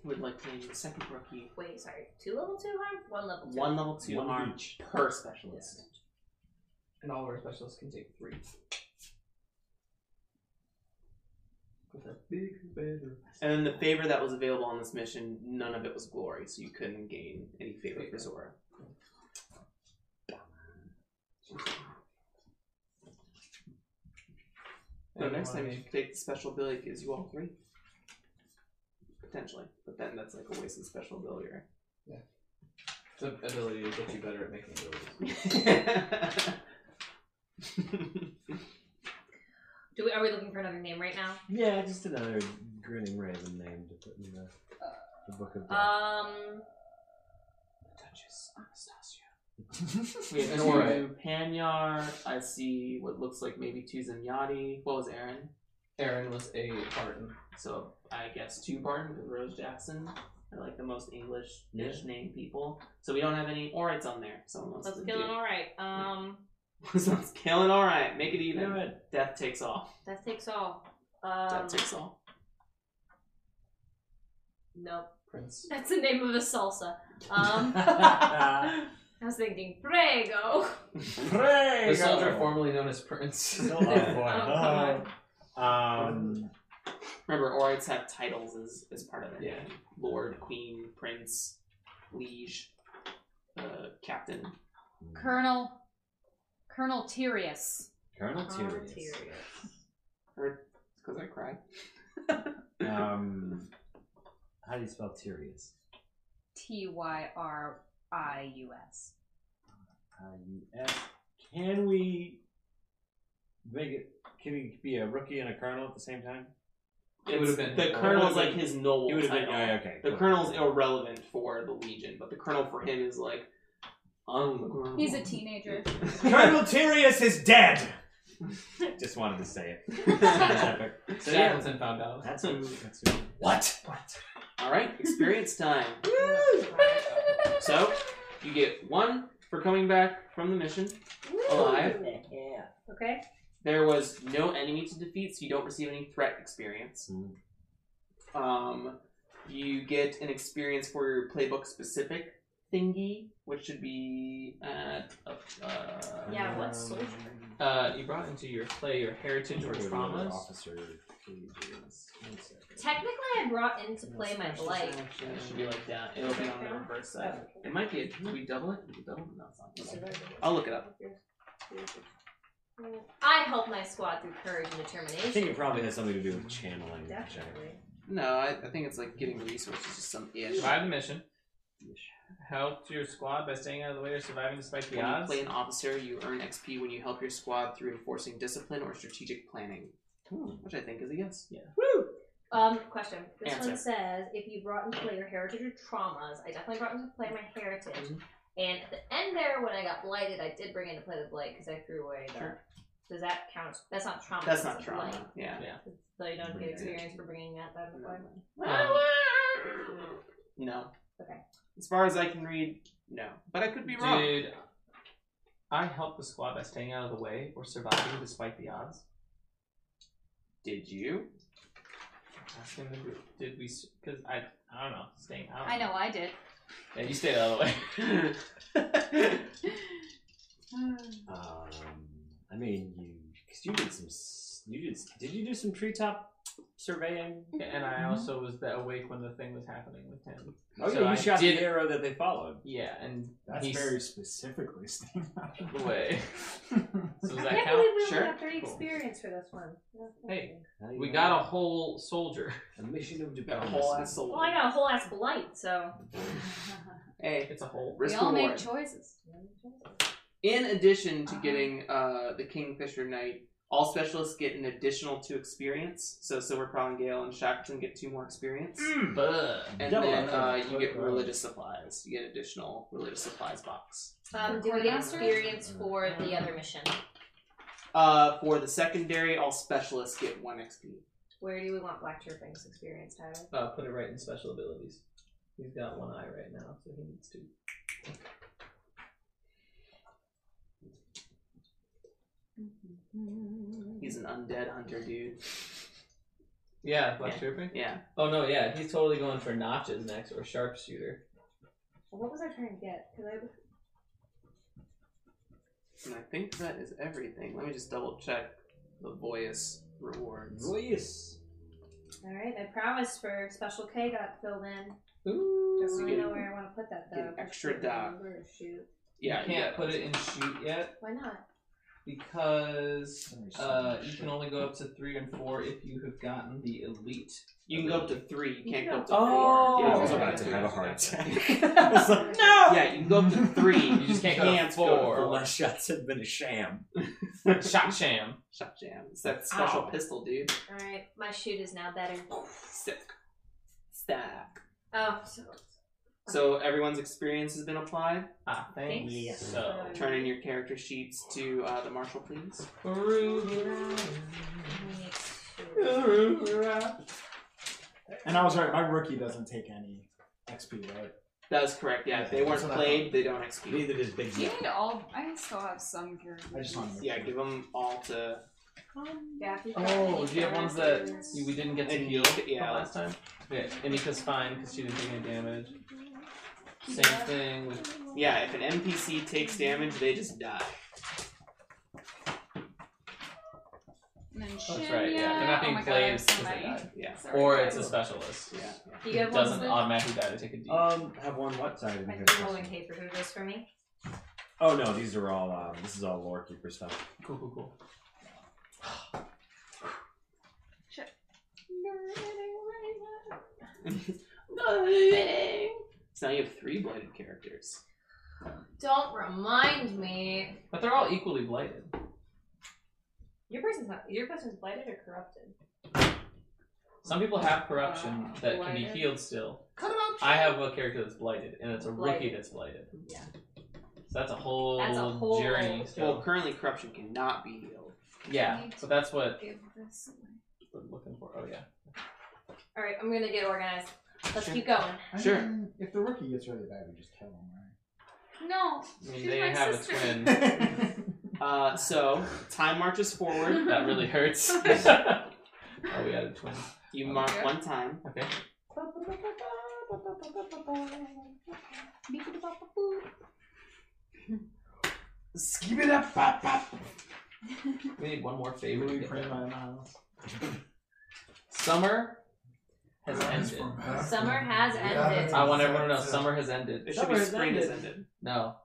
Speaker 8: Who would like to name the second rookie?
Speaker 3: Wait, sorry. Two level two harm? One level two.
Speaker 8: One level two
Speaker 9: One
Speaker 8: harm
Speaker 9: each.
Speaker 8: per specialist.
Speaker 6: And all of our specialists can take three. With a big banner.
Speaker 8: And then the favor that was available on this mission, none of it was glory, so you couldn't gain any favor for Zora.
Speaker 6: Oh,
Speaker 8: So next time you should take the special ability that gives you all three. Potentially. But then that's like a wasted special ability, right?
Speaker 6: It's an ability to get you better at making
Speaker 8: [laughs]
Speaker 6: abilities.
Speaker 3: Do we, are we looking for another name right now?
Speaker 9: Yeah, just another grinning raven name to put in the, the book of death.
Speaker 3: Um,
Speaker 9: [laughs]
Speaker 8: We have two
Speaker 6: All right.
Speaker 8: Panyar. I see what looks like maybe two Zenyatta. What was Aaron?
Speaker 6: Aaron was a Barton.
Speaker 8: So I guess two Barton because Rose Jackson are like the most English-ish name people. So we don't have any Orites on there. Someone wants
Speaker 3: let's
Speaker 8: to
Speaker 3: kill it.
Speaker 8: do.
Speaker 3: All right. Um,
Speaker 8: [laughs] Someone's killing. All right, make it even.
Speaker 9: Do it.
Speaker 8: Death takes all.
Speaker 3: that takes all. Um,
Speaker 8: Death takes all.
Speaker 3: nope. [laughs]
Speaker 6: Prince.
Speaker 3: That's the name of a salsa. [laughs]
Speaker 6: [laughs]
Speaker 3: Um, I was thinking prego.
Speaker 2: Pray.
Speaker 6: The soldier formerly known as Prince.
Speaker 2: Oh, boy.
Speaker 3: come
Speaker 2: Um,
Speaker 8: [laughs] Remember, Orites have titles as, as part of their
Speaker 6: Yeah.
Speaker 8: name: Lord, Queen, Prince, Liege, uh, Captain.
Speaker 4: Colonel Colonel Tyrius.
Speaker 2: [laughs] Colonel
Speaker 3: Oh,
Speaker 2: Tyrion.
Speaker 8: Because I cried.
Speaker 2: Um, how do you spell Tyrius?
Speaker 4: T Y R I U S.
Speaker 2: Uh, you ask, can we make it? Can he be a rookie and a colonel at the same time?
Speaker 6: It would have been
Speaker 8: the
Speaker 6: him.
Speaker 8: colonel's
Speaker 2: It would've
Speaker 8: like
Speaker 2: been-
Speaker 8: his noble.
Speaker 2: He would have been.
Speaker 8: title.
Speaker 2: Oh, yeah, okay.
Speaker 8: The
Speaker 2: cool.
Speaker 8: colonel's irrelevant for the legion, but the colonel for him is like, I'm the colonel.
Speaker 4: He's a
Speaker 8: [laughs]
Speaker 6: Hmm.
Speaker 4: teenager.
Speaker 2: Colonel Tyrius is dead.
Speaker 3: [laughs]
Speaker 2: Just wanted to say it. That's epic. So, yeah,
Speaker 6: Shackleton found out.
Speaker 2: that's who. That's who. What? What?
Speaker 8: All right, experience time.
Speaker 6: [laughs]
Speaker 8: So you get one for coming back from the mission. Alive.
Speaker 3: Yeah. Okay.
Speaker 8: There was no enemy to defeat, so you don't receive any threat experience.
Speaker 2: Mm.
Speaker 6: Hmm.
Speaker 8: Um, you get an experience for your playbook specific thingy, which should be at. Uh,
Speaker 3: Yeah,
Speaker 2: Um,
Speaker 3: what soldier?
Speaker 6: Uh, you brought into your play your heritage or
Speaker 9: Wait, another
Speaker 6: traumas.
Speaker 9: Officer. Pages. One second.
Speaker 3: Technically, I brought into play my blight.
Speaker 8: It should be like that. It'll be on the reverse side. It might be. A, we double it? We double it? No, it's not. I'll look it up.
Speaker 3: I help my squad through courage and
Speaker 9: I think
Speaker 3: determination.
Speaker 9: it probably has something to do with channeling. Definitely.
Speaker 8: No, I, I think it's like getting resources, just some ish.
Speaker 6: Survive the mission. Helped your squad by staying out of the way or surviving despite the
Speaker 8: When you
Speaker 6: odds.
Speaker 8: play an officer, you earn XP when you help your squad through enforcing discipline or strategic planning, which I think is a yes. Yeah. Woo!
Speaker 3: Um, question. This
Speaker 8: Answer.
Speaker 3: one says if you brought into play your heritage or traumas. I definitely brought into play my heritage.
Speaker 8: Mhm.
Speaker 3: And at the end there, when I got blighted, I did bring into play the blight because I threw away the.
Speaker 8: Sure.
Speaker 3: Does that count? That's not trauma.
Speaker 8: That's
Speaker 3: that's
Speaker 8: not
Speaker 3: a
Speaker 8: trauma.
Speaker 3: blight.
Speaker 8: Yeah.
Speaker 3: So you don't
Speaker 8: Bring
Speaker 3: get
Speaker 8: it.
Speaker 3: experience for bringing that back before.
Speaker 6: Um,
Speaker 8: No.
Speaker 3: Okay.
Speaker 8: As far as I can read, no. But I could be wrong.
Speaker 6: Did I help the squad by staying out of the way or surviving despite the odds?
Speaker 8: Did you?
Speaker 6: Asking the group. Did we? Because I, I don't know. Staying out.
Speaker 4: I know I did.
Speaker 6: Yeah, you stayed out of the way. [laughs] Hmm.
Speaker 9: Um, I mean, you because you did some. s- You did. Did you do some treetop surveying?
Speaker 6: and
Speaker 3: Mm-hmm.
Speaker 6: I also was that awake when the thing was happening with him.
Speaker 9: Oh
Speaker 6: So
Speaker 9: yeah, you
Speaker 6: I
Speaker 9: shot
Speaker 6: did-
Speaker 9: the arrow that they followed.
Speaker 6: Yeah, and
Speaker 7: That's
Speaker 6: he's
Speaker 7: very specifically Steve.
Speaker 6: the way. [laughs] So does
Speaker 3: I
Speaker 6: that
Speaker 3: can't
Speaker 6: count?
Speaker 3: believe we
Speaker 8: Sure.
Speaker 3: only got three
Speaker 6: Cool.
Speaker 3: experience for this one. That's
Speaker 6: Hey.
Speaker 3: nothing.
Speaker 6: We got a whole soldier.
Speaker 9: a mission of
Speaker 8: Got a
Speaker 9: diplomacy.
Speaker 8: whole ass soul.
Speaker 3: Well, I got a whole ass blight, so.
Speaker 8: Hey,
Speaker 6: It's a whole.
Speaker 4: we
Speaker 8: risk
Speaker 4: all
Speaker 8: reward.
Speaker 4: make choices.
Speaker 8: In addition to getting uh, the Kingfisher Knight, all specialists get an additional two experience. So Silver Crown Gale and Shackleton get two more experience.
Speaker 6: [laughs] Buh.
Speaker 8: And
Speaker 2: Double
Speaker 8: then
Speaker 2: up.
Speaker 8: uh, you get religious supplies. You get additional religious supplies box.
Speaker 3: Um, do we get experience for the other mission?
Speaker 8: Uh, for the secondary, all specialists get one XP.
Speaker 3: Where do we want Black Chirping's experience, Tyler?
Speaker 6: Uh, put it right in special abilities. He's got one eye right now, so he needs to.
Speaker 8: He's an undead hunter dude.
Speaker 6: Yeah,
Speaker 8: black
Speaker 6: black chirping.
Speaker 8: Yeah.
Speaker 6: Oh no, yeah, he's totally going for notches next or sharpshooter.
Speaker 3: What was I trying to get? 'Cause I
Speaker 8: And I think that is everything. Let me just double check the Voyous rewards.
Speaker 9: Voice.
Speaker 3: All right, I promised for special K got filled in.
Speaker 6: Ooh.
Speaker 3: Don't
Speaker 8: you
Speaker 3: really
Speaker 8: get-
Speaker 3: know where I want to put that
Speaker 8: get
Speaker 3: though.
Speaker 8: an extra
Speaker 3: I can't
Speaker 8: die.
Speaker 3: remember to Shoot.
Speaker 8: Yeah,
Speaker 6: you can't
Speaker 8: yeah.
Speaker 6: put it in shoot yet.
Speaker 3: Why not?
Speaker 6: because Uh, you can only go up to three and four if you have gotten the elite. [laughs]
Speaker 8: You can go up to three. You can't go up to
Speaker 6: Oh.
Speaker 8: four.
Speaker 9: I
Speaker 8: Yeah,
Speaker 9: was
Speaker 8: you
Speaker 9: about
Speaker 8: can
Speaker 9: to
Speaker 8: go
Speaker 9: have a
Speaker 8: up [laughs]
Speaker 9: heart
Speaker 8: three.
Speaker 9: attack. I was
Speaker 8: [laughs]
Speaker 9: like, no!
Speaker 8: Yeah, you can go up to three. You just can't,
Speaker 6: Go to
Speaker 8: can't
Speaker 6: four.
Speaker 8: four.
Speaker 9: All our shots have been a sham.
Speaker 8: [laughs]
Speaker 6: Shot sham.
Speaker 8: Shot jam. It's that special
Speaker 6: Ow.
Speaker 8: pistol, dude.
Speaker 3: Alright, my shoot is now better.
Speaker 8: Sick. Stack.
Speaker 3: Oh, so.
Speaker 8: So everyone's experience has been applied.
Speaker 6: Ah, thanks.
Speaker 4: Thanks.
Speaker 6: So
Speaker 8: Turn in your character sheets to uh, the marshal, please. [laughs]
Speaker 7: And I was right. My rookie doesn't take any XP, right?
Speaker 8: That's correct. Yeah, if they weren't
Speaker 7: That's what I
Speaker 8: played,
Speaker 7: thought.
Speaker 8: they don't execute.
Speaker 2: Neither does Big
Speaker 4: You
Speaker 2: Yip.
Speaker 4: need all. I still have some characters.
Speaker 7: I just want to.
Speaker 8: Yeah, give them all to.
Speaker 3: Yeah, if you
Speaker 6: Oh, do you have ones that you, we didn't get to
Speaker 8: And
Speaker 6: heal
Speaker 8: yeah.
Speaker 6: from last time? Okay, Emika's fine because she didn't take any damage. Same thing with
Speaker 8: Yeah, if an NPC takes damage, they just die.
Speaker 4: And then
Speaker 6: Oh, that's right, yeah. They're not
Speaker 4: Shinya.
Speaker 6: being
Speaker 4: oh my
Speaker 6: played
Speaker 4: God, I have so
Speaker 6: because they
Speaker 4: many.
Speaker 6: died.
Speaker 8: Yeah.
Speaker 4: Sorry.
Speaker 6: or it's a specialist.
Speaker 8: Yeah.
Speaker 3: Do
Speaker 6: It
Speaker 3: you have ones
Speaker 6: doesn't
Speaker 3: that
Speaker 6: automatically die to take a D.
Speaker 2: Um, have one what side? in
Speaker 3: I
Speaker 2: here?
Speaker 3: think I'm only paper who goes for me.
Speaker 2: Oh no, these are all. Um, this is all lorekeeper stuff.
Speaker 6: cool, cool, cool.
Speaker 8: So now you have three blooded characters.
Speaker 3: Don't remind me.
Speaker 6: But they're all equally blighted.
Speaker 3: Your person's not. Your person's blighted or corrupted.
Speaker 6: Some people have corruption
Speaker 4: Uh,
Speaker 6: that can be
Speaker 4: blighted?
Speaker 6: healed still.
Speaker 3: Corruption.
Speaker 6: I have a character that's blighted, and it's a rookie
Speaker 3: Blighted.
Speaker 6: that's blighted.
Speaker 3: Yeah.
Speaker 6: So that's a whole,
Speaker 3: That's a whole-
Speaker 6: journey.
Speaker 8: Well,
Speaker 6: So,
Speaker 8: currently corruption cannot be healed.
Speaker 6: yeah. So that's what
Speaker 4: Give this away.
Speaker 6: we're looking for. Oh yeah.
Speaker 3: All right, I'm gonna get organized. Let's
Speaker 8: Sure.
Speaker 3: keep going.
Speaker 7: I
Speaker 8: Sure.
Speaker 7: mean, if the rookie gets really bad, we just kill him, right?
Speaker 4: No.
Speaker 6: I mean,
Speaker 4: She's
Speaker 6: they
Speaker 4: my
Speaker 6: have
Speaker 4: sister.
Speaker 6: a twin.
Speaker 8: Uh, so time marches
Speaker 6: [laughs]
Speaker 8: forward.
Speaker 6: that really hurts. oh, we Oh, had a twin.
Speaker 8: [laughs] You mark
Speaker 4: Okay.
Speaker 8: one time.
Speaker 6: Okay.
Speaker 2: Skip it up, pop, pop.
Speaker 6: We need one more favor. to
Speaker 7: Louis
Speaker 6: get
Speaker 7: Prima
Speaker 6: done.
Speaker 7: and Miles.
Speaker 6: Summer has ended.
Speaker 3: Summer has ended.
Speaker 6: I want everyone to know summer has ended.
Speaker 8: It should be spring has ended.
Speaker 6: No.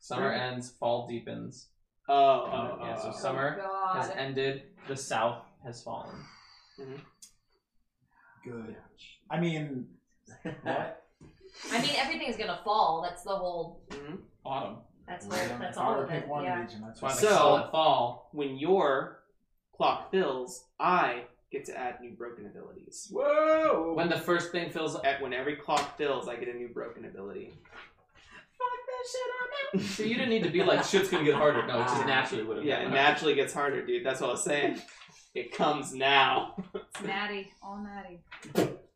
Speaker 6: Summer ends, fall deepens.
Speaker 8: Oh, oh, oh,
Speaker 6: yeah, so
Speaker 8: oh.
Speaker 6: summer has
Speaker 4: God.
Speaker 6: ended, the south has fallen.
Speaker 7: Good. I mean, what?
Speaker 3: I mean, everything's gonna fall. That's the whole.
Speaker 8: Mhm.
Speaker 6: Autumn.
Speaker 3: That's
Speaker 7: I
Speaker 3: whole.
Speaker 7: don't
Speaker 3: That's
Speaker 7: know.
Speaker 3: all
Speaker 7: I'll
Speaker 3: of
Speaker 7: pick
Speaker 3: it.
Speaker 7: one
Speaker 3: Yeah.
Speaker 7: region. That's
Speaker 6: That's why
Speaker 7: what
Speaker 6: they
Speaker 8: So-
Speaker 6: call it fall.
Speaker 8: When your clock fills, I get to add new broken abilities.
Speaker 2: Whoa!
Speaker 6: When the first thing fills up.
Speaker 8: At when every clock fills, I get a new broken ability. [laughs]
Speaker 6: So you didn't need to be like, shit's gonna get harder. No, it just naturally would have
Speaker 8: Yeah, it naturally gets harder, dude. That's what I was saying. It comes now.
Speaker 4: Natty. All natty.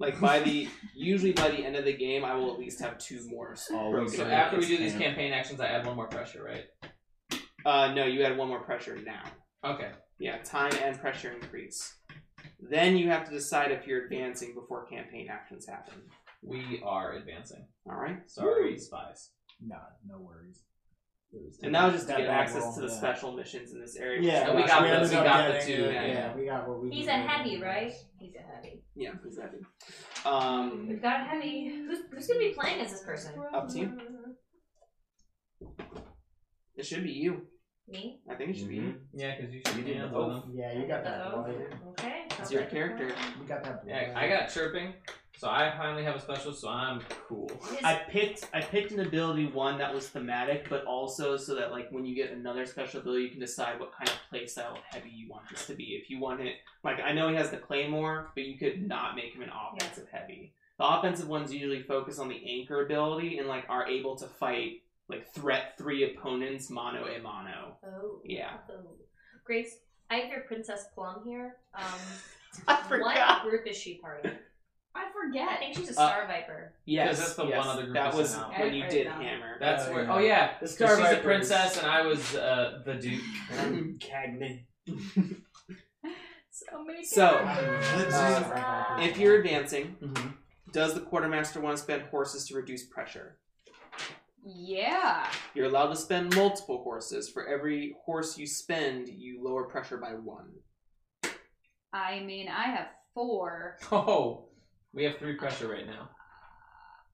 Speaker 8: Like by the usually by the end of the game, I will at least have two more. s-
Speaker 2: Always.
Speaker 8: broken
Speaker 6: So after we do these
Speaker 2: camp-
Speaker 6: campaign actions, I add one more pressure, right?
Speaker 8: Uh, no, you add one more pressure now.
Speaker 6: Okay.
Speaker 8: Yeah, time and pressure increase. Then you have to decide if you're advancing before campaign actions happen.
Speaker 6: We are advancing.
Speaker 8: All right.
Speaker 6: Sorry, spies.
Speaker 7: No, no worries.
Speaker 8: And that was just to
Speaker 7: That
Speaker 8: get
Speaker 7: bad
Speaker 8: access
Speaker 7: roll,
Speaker 8: to the
Speaker 7: yeah.
Speaker 8: special missions in this area.
Speaker 7: Yeah,
Speaker 6: And we got
Speaker 7: ended
Speaker 6: those, we
Speaker 7: up
Speaker 6: got the
Speaker 7: getting
Speaker 6: two,
Speaker 7: it,
Speaker 8: yeah,
Speaker 7: Yeah,
Speaker 8: yeah.
Speaker 7: we got what we.
Speaker 3: He's a
Speaker 7: needed.
Speaker 3: heavy, right? He's a heavy.
Speaker 8: Yeah, exactly. Um,
Speaker 3: We've got a heavy. Who's, who's gonna be playing as this person?
Speaker 8: up to you. It should be you.
Speaker 3: Me.
Speaker 8: I think it should be you.
Speaker 6: Yeah, because you should
Speaker 2: You
Speaker 6: be
Speaker 2: did
Speaker 6: hands
Speaker 2: both.
Speaker 6: on them.
Speaker 7: Yeah, you got that.
Speaker 3: Uh-oh.
Speaker 7: blood.
Speaker 3: Oh, Okay.
Speaker 8: It's your character.
Speaker 7: You got that.
Speaker 6: Yeah,
Speaker 7: blood.
Speaker 6: I got chirping, so I finally have a special, so I'm cool.
Speaker 3: His-
Speaker 8: I picked I picked an ability one that was thematic, but also so that like when you get another special ability, you can decide what kind of playstyle of heavy you want this to be. If you want it, like I know he has the claymore, but you could not make him an offensive heavy. The offensive ones usually focus on the anchor ability and like are able to fight like threat three opponents mono a
Speaker 3: [laughs]
Speaker 8: mono.
Speaker 3: Oh.
Speaker 8: Yeah.
Speaker 3: Oh. Grace, I have your Princess Plum here.
Speaker 6: [laughs]
Speaker 3: Um,
Speaker 8: I
Speaker 3: what group is she part of?
Speaker 4: I
Speaker 3: I
Speaker 4: forget.
Speaker 3: think
Speaker 6: Uh,
Speaker 3: she's a Star Viper.
Speaker 8: Yes,
Speaker 6: that's the
Speaker 8: yes,
Speaker 6: one other group
Speaker 8: that
Speaker 6: that's
Speaker 8: was
Speaker 6: not.
Speaker 8: when you
Speaker 4: Everybody
Speaker 8: did
Speaker 4: got it.
Speaker 8: hammer.
Speaker 6: That's
Speaker 7: Oh,
Speaker 6: where.
Speaker 7: yeah.
Speaker 6: Oh yeah,
Speaker 2: The
Speaker 6: 'cause
Speaker 2: Star
Speaker 6: she's a
Speaker 2: Vipers.
Speaker 6: princess and I was uh, the duke.
Speaker 8: [laughs]
Speaker 2: Cagney.
Speaker 4: So many.
Speaker 8: So,
Speaker 4: characters.
Speaker 7: Uh,
Speaker 8: if you're advancing,
Speaker 6: [laughs] Mhm.
Speaker 8: does the quartermaster want to spend horses to reduce pressure?
Speaker 4: yeah.
Speaker 8: You're allowed to spend multiple horses. For every horse you spend, you lower pressure by one.
Speaker 4: I mean, I have four.
Speaker 6: Oh, we have three pressure right now.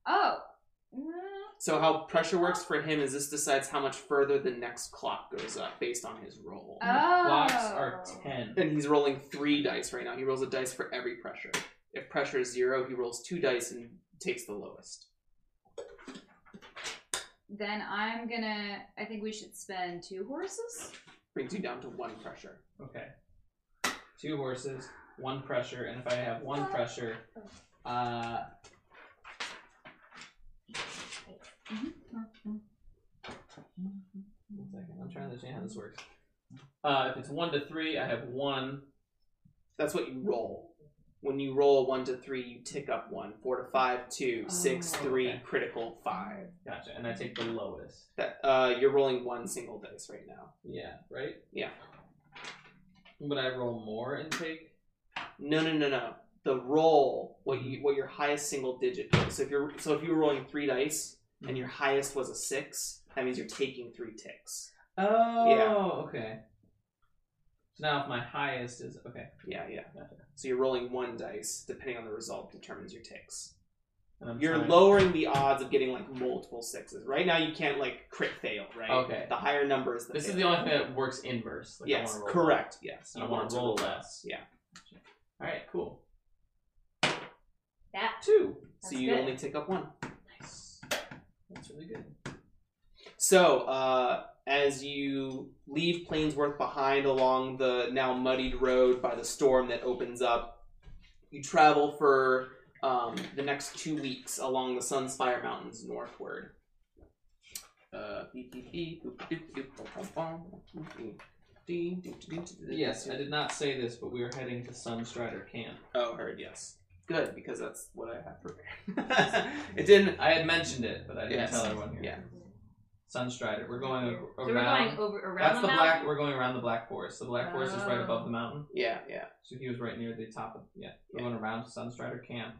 Speaker 4: Oh. Mm,
Speaker 1: So how pressure works for him is this decides how much further the next clock goes up based on his roll.
Speaker 4: Oh.
Speaker 6: Clocks are ten.
Speaker 1: And he's rolling three dice right now. He rolls a dice for every pressure. If pressure is zero, he rolls two dice and takes the lowest.
Speaker 4: Then I'm gonna. I think we should spend two horses.
Speaker 1: Brings you down to one pressure.
Speaker 6: Okay. Two horses, one pressure, and if I have one pressure,
Speaker 1: Oh.
Speaker 6: uh,
Speaker 1: Mm-hmm.
Speaker 6: one second, I'm trying to understand how this works. Uh, if it's one to three, I have one.
Speaker 1: That's what you roll. When you roll a one to three, you tick up one. Four to five, two, six,
Speaker 6: Oh,
Speaker 1: three,
Speaker 6: okay.
Speaker 1: critical five.
Speaker 6: Gotcha, and I take the lowest.
Speaker 1: That uh, you're rolling one single dice right now.
Speaker 6: Yeah, right?
Speaker 1: Yeah.
Speaker 6: Would I roll more and take?
Speaker 1: No, no, no, no. The roll, what you, what your highest single digit is. So if you're, so if you were rolling three dice and your highest was a six, that means you're taking three ticks.
Speaker 6: Oh,
Speaker 1: Yeah.
Speaker 6: okay. So now if my highest is okay,
Speaker 1: Yeah, yeah. So you're rolling one dice, depending on the result, determines your ticks.
Speaker 6: and I'm
Speaker 1: You're
Speaker 6: trying-
Speaker 1: lowering the odds of getting like multiple sixes. Right now, you can't like crit fail, right?
Speaker 6: Okay.
Speaker 1: The higher number is the.
Speaker 6: Oh. This is
Speaker 1: fail.
Speaker 6: the only thing that works inverse. Like, I
Speaker 1: yes,
Speaker 6: wanna roll
Speaker 1: correct. Yes,
Speaker 6: I want to roll less.
Speaker 1: Yeah.
Speaker 6: All right, cool.
Speaker 3: That.
Speaker 6: Two.
Speaker 1: So
Speaker 3: That's
Speaker 1: you
Speaker 3: good.
Speaker 1: only take up one.
Speaker 6: Nice. That's really good.
Speaker 1: So, uh, as you leave Plainsworth behind along the now muddied road by the storm that opens up, you travel for um, the next two weeks along the Sunspire Mountains northward. Uh, beep, beep, beep, boop, doop, doop, bum, bum, bum, doop, doop, doop, doop, doop, doop, doop,
Speaker 6: Yes,
Speaker 1: doop.
Speaker 6: I did not say this, but we are heading to Sunstrider Camp.
Speaker 1: Oh, heard, yes. Good, because that's what I have prepared. it didn't.
Speaker 6: I had mentioned it, but I didn't
Speaker 1: Yes.
Speaker 6: tell everyone here.
Speaker 1: Yeah.
Speaker 6: Sunstrider. We're going a-
Speaker 3: So
Speaker 6: around.
Speaker 3: we're going over
Speaker 6: that's
Speaker 3: around
Speaker 6: the,
Speaker 3: the,
Speaker 6: black.
Speaker 3: mountain.
Speaker 6: We're going around the Black Forest. The Black Forest is right
Speaker 3: Oh.
Speaker 6: above the mountain,
Speaker 1: Yeah, yeah.
Speaker 6: so he was right near the top of. Yeah, we're
Speaker 1: Yeah.
Speaker 6: going around to Sunstrider Camp,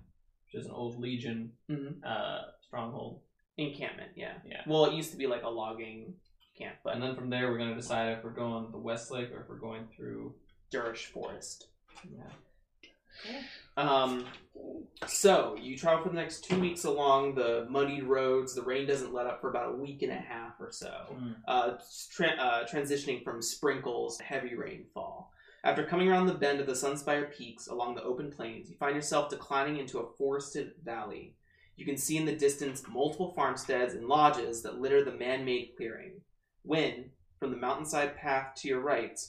Speaker 6: which is an old Legion
Speaker 1: Mhm.
Speaker 6: uh, stronghold.
Speaker 1: Encampment, yeah.
Speaker 6: Yeah.
Speaker 1: Well, it used to be like a logging camp, but
Speaker 6: And then from there, we're going to decide if we're going the Westlake or if we're going through.
Speaker 1: Durish Forest.
Speaker 6: Yeah.
Speaker 1: Um, so you travel for the next two weeks along the muddied roads. The rain doesn't let up for about a week and a half or so,
Speaker 6: Mm.
Speaker 1: uh, tra- uh, transitioning from sprinkles to heavy rainfall. After coming around the bend of the Sunspire Peaks along the open plains, you find yourself declining into a forested valley. You can see in the distance multiple farmsteads and lodges that litter the man made clearing. When, from the mountainside path to your right,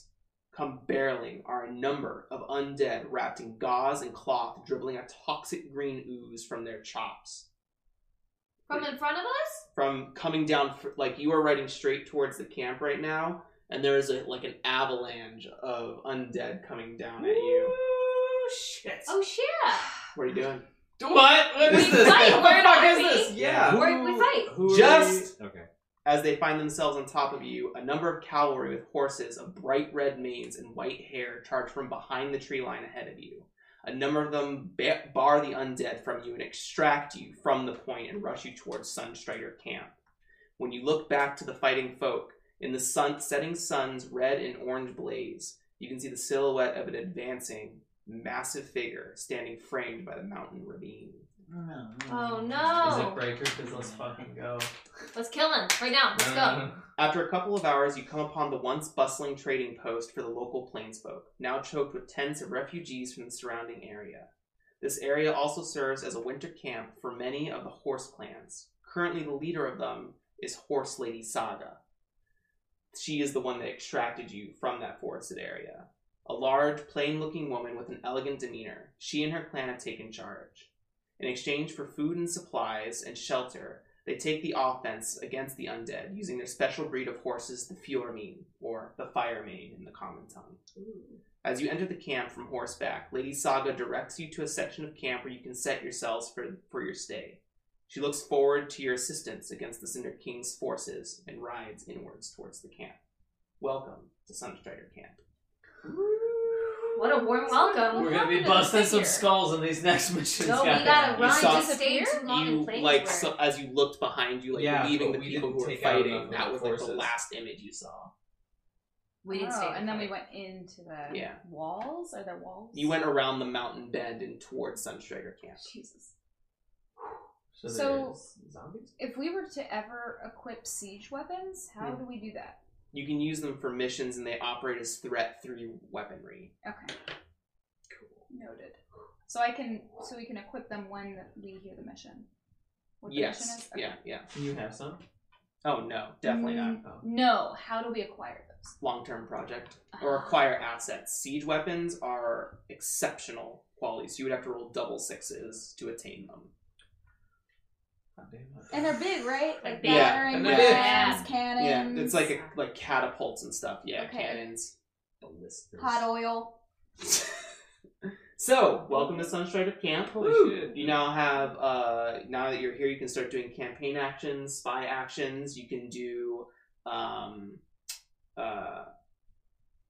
Speaker 1: come barreling are a number of undead wrapped in gauze and cloth, dribbling a toxic green ooze from their chops.
Speaker 3: From in front of us?
Speaker 1: From coming down, fr- like you are riding straight towards the camp right now, and there is a, like an avalanche of undead coming down at you.
Speaker 6: shit.
Speaker 3: Oh, yeah.
Speaker 1: What are you doing?
Speaker 6: What? What
Speaker 3: We
Speaker 6: is this? [laughs]
Speaker 3: fight,
Speaker 6: what
Speaker 3: we're
Speaker 6: the fuck
Speaker 3: an
Speaker 6: is this?
Speaker 1: army.
Speaker 6: Yeah.
Speaker 3: We're- we fight.
Speaker 2: Who are
Speaker 1: Just-
Speaker 2: we- okay.
Speaker 1: As they find themselves on top of you, a number of cavalry with horses of bright red manes and white hair charge from behind the tree line ahead of you. A number of them ba- bar the undead from you and extract you from the point and rush you towards Sunstrider camp. When you look back to the fighting folk, in the sun setting sun's red and orange blaze, you can see the silhouette of an advancing, massive figure standing framed by the mountain ravine.
Speaker 3: Oh,
Speaker 6: Is it
Speaker 3: no.
Speaker 6: breaker? Because let's fucking go. Uh,
Speaker 3: Let's kill him right now. Let's
Speaker 6: Uh-huh.
Speaker 3: go.
Speaker 1: After a couple of hours, you come upon the once bustling trading post for the local plainsfolk, now choked with tents of refugees from the surrounding area. This area also serves as a winter camp for many of the horse clans. Currently, the leader of them is Horse Lady Saga. She is the one that extracted you from that forested area. A large, plain looking woman with an elegant demeanor, she and her clan have taken charge. In exchange for food and supplies and shelter, they take the offense against the undead using their special breed of horses, the Fjormine, or the Fire Mane in the common tongue. As you enter the camp from horseback, Lady Saga directs you to a section of camp where you can set yourselves for, for your stay. She looks forward to your assistance against the Cinder King's forces and rides inwards towards the camp. Welcome to Sunstrider Camp.
Speaker 3: What a warm welcome.
Speaker 6: We're gonna be
Speaker 4: happened to
Speaker 6: busting
Speaker 4: the
Speaker 6: some
Speaker 4: figure?
Speaker 6: skulls in these [laughs] next missions.
Speaker 3: No, we
Speaker 6: guys.
Speaker 3: gotta
Speaker 1: You
Speaker 3: run.
Speaker 1: saw-
Speaker 3: Just stay too long in
Speaker 1: you
Speaker 3: plains
Speaker 1: like
Speaker 3: where-
Speaker 1: so, as you looked behind you, like
Speaker 6: Yeah,
Speaker 1: leaving
Speaker 6: but
Speaker 1: the
Speaker 6: we
Speaker 1: people
Speaker 6: didn't
Speaker 1: who were
Speaker 6: take out enough
Speaker 1: fighting.
Speaker 6: of
Speaker 1: That
Speaker 6: the
Speaker 1: was like the
Speaker 6: forces.
Speaker 1: last image you saw.
Speaker 3: We didn't
Speaker 4: oh,
Speaker 3: stay.
Speaker 4: and then we went into the
Speaker 1: Yeah.
Speaker 4: walls. Are there walls?
Speaker 1: You went around the mountain bend and towards Sunstrider Camp.
Speaker 4: Jesus.
Speaker 6: So,
Speaker 4: So-
Speaker 6: there's zombies.
Speaker 4: If we were to ever equip siege weapons, how do we do that?
Speaker 8: Hmm. You can use them for missions, and they operate as threat through weaponry.
Speaker 4: Okay. Cool. Noted. So I can so we can equip them when we hear the mission. What the
Speaker 8: yes.
Speaker 4: mission is? Okay.
Speaker 8: Yeah. Yeah.
Speaker 6: Do you have some?
Speaker 8: Oh no, definitely not.
Speaker 4: Mm, No. How do we acquire those?
Speaker 8: long-term project or acquire assets. Siege weapons are exceptional qualities. You would have to roll double sixes to attain them.
Speaker 6: God damn it.
Speaker 4: And they're big, right? Like
Speaker 8: Yeah,
Speaker 4: banner
Speaker 8: and
Speaker 4: and
Speaker 8: they're big.
Speaker 4: rams, cannons.
Speaker 8: Yeah, it's like a, like catapults and stuff. Yeah,
Speaker 4: Okay.
Speaker 8: cannons.
Speaker 9: Ballisters.
Speaker 4: hot oil.
Speaker 8: so, welcome to Sunstrider Camp.
Speaker 6: Holy
Speaker 8: Woo!
Speaker 6: shit.
Speaker 8: You now have uh, now that you're here, you can start doing campaign actions, spy actions. You can do um, uh,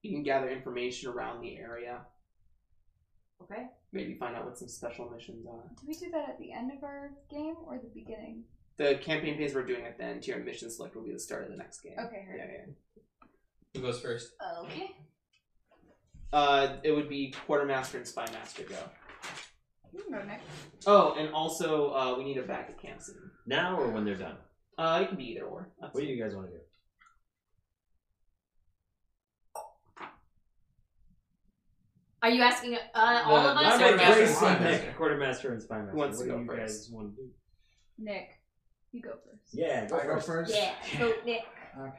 Speaker 8: you can gather information around the area.
Speaker 3: Okay.
Speaker 8: Maybe find out what some special missions are.
Speaker 4: Do we do that at the end of our game or the beginning?
Speaker 8: The campaign phase we're doing at the end here, mission select will be the start of the next game.
Speaker 4: Okay.
Speaker 8: Yeah, yeah.
Speaker 6: Who goes first?
Speaker 4: Okay.
Speaker 8: Uh, it would be quartermaster and spymaster go.
Speaker 4: You can go next.
Speaker 8: Oh, and also uh, we need a back at camp soon.
Speaker 9: Now or when they're done?
Speaker 8: Uh, it can be either or. That's
Speaker 9: What do you guys want to do?
Speaker 3: Are you asking uh, all
Speaker 6: The-
Speaker 3: of
Speaker 6: the
Speaker 3: us?
Speaker 6: I'm
Speaker 3: or
Speaker 6: a
Speaker 3: just-
Speaker 6: Grace and
Speaker 9: Nick,
Speaker 6: Nick.
Speaker 9: quartermaster and spymaster.
Speaker 8: wants
Speaker 9: what
Speaker 8: to
Speaker 9: do
Speaker 8: go
Speaker 9: you
Speaker 8: first?
Speaker 9: guys want to do?
Speaker 4: Nick, you go first.
Speaker 9: Yeah, go
Speaker 7: I go
Speaker 9: first.
Speaker 7: first?
Speaker 3: Yeah,
Speaker 6: [laughs]
Speaker 3: vote Nick.
Speaker 7: Okay.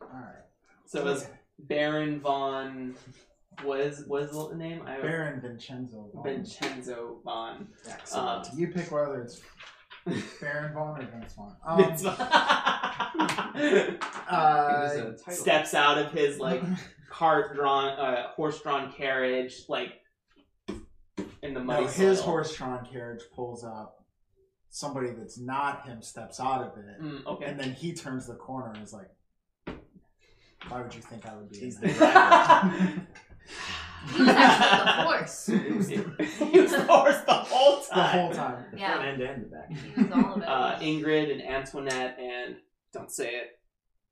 Speaker 7: Alright.
Speaker 8: So as Baron von, what is what is the name? I
Speaker 7: Baron Vincenzo. Vaughn.
Speaker 8: Vincenzo von.
Speaker 9: Excellent.
Speaker 7: You pick whether it's Baron Vaughn or Vince Vaughn. Um,
Speaker 8: Vince von-
Speaker 7: uh,
Speaker 6: Give us a title.
Speaker 8: [laughs] steps out of his like cart drawn, uh, horse drawn carriage, like in the muddy
Speaker 7: No, his
Speaker 8: soil.
Speaker 7: horse-drawn carriage pulls up. Somebody that's not him steps out of it,
Speaker 8: Mm, okay. [laughs]
Speaker 7: and then he turns the corner and is like, "Why would you think I would be?" in
Speaker 9: He's
Speaker 7: that?"
Speaker 9: the driver.
Speaker 3: He was actually
Speaker 6: [laughs]
Speaker 3: the horse.
Speaker 8: he was the horse the whole
Speaker 7: [laughs] the
Speaker 8: time.
Speaker 7: whole time.
Speaker 9: the
Speaker 3: Yeah.
Speaker 9: front end and the
Speaker 8: [laughs]
Speaker 9: back.
Speaker 3: He was all of it.
Speaker 8: Uh, Ingrid and Antoinette and don't say it.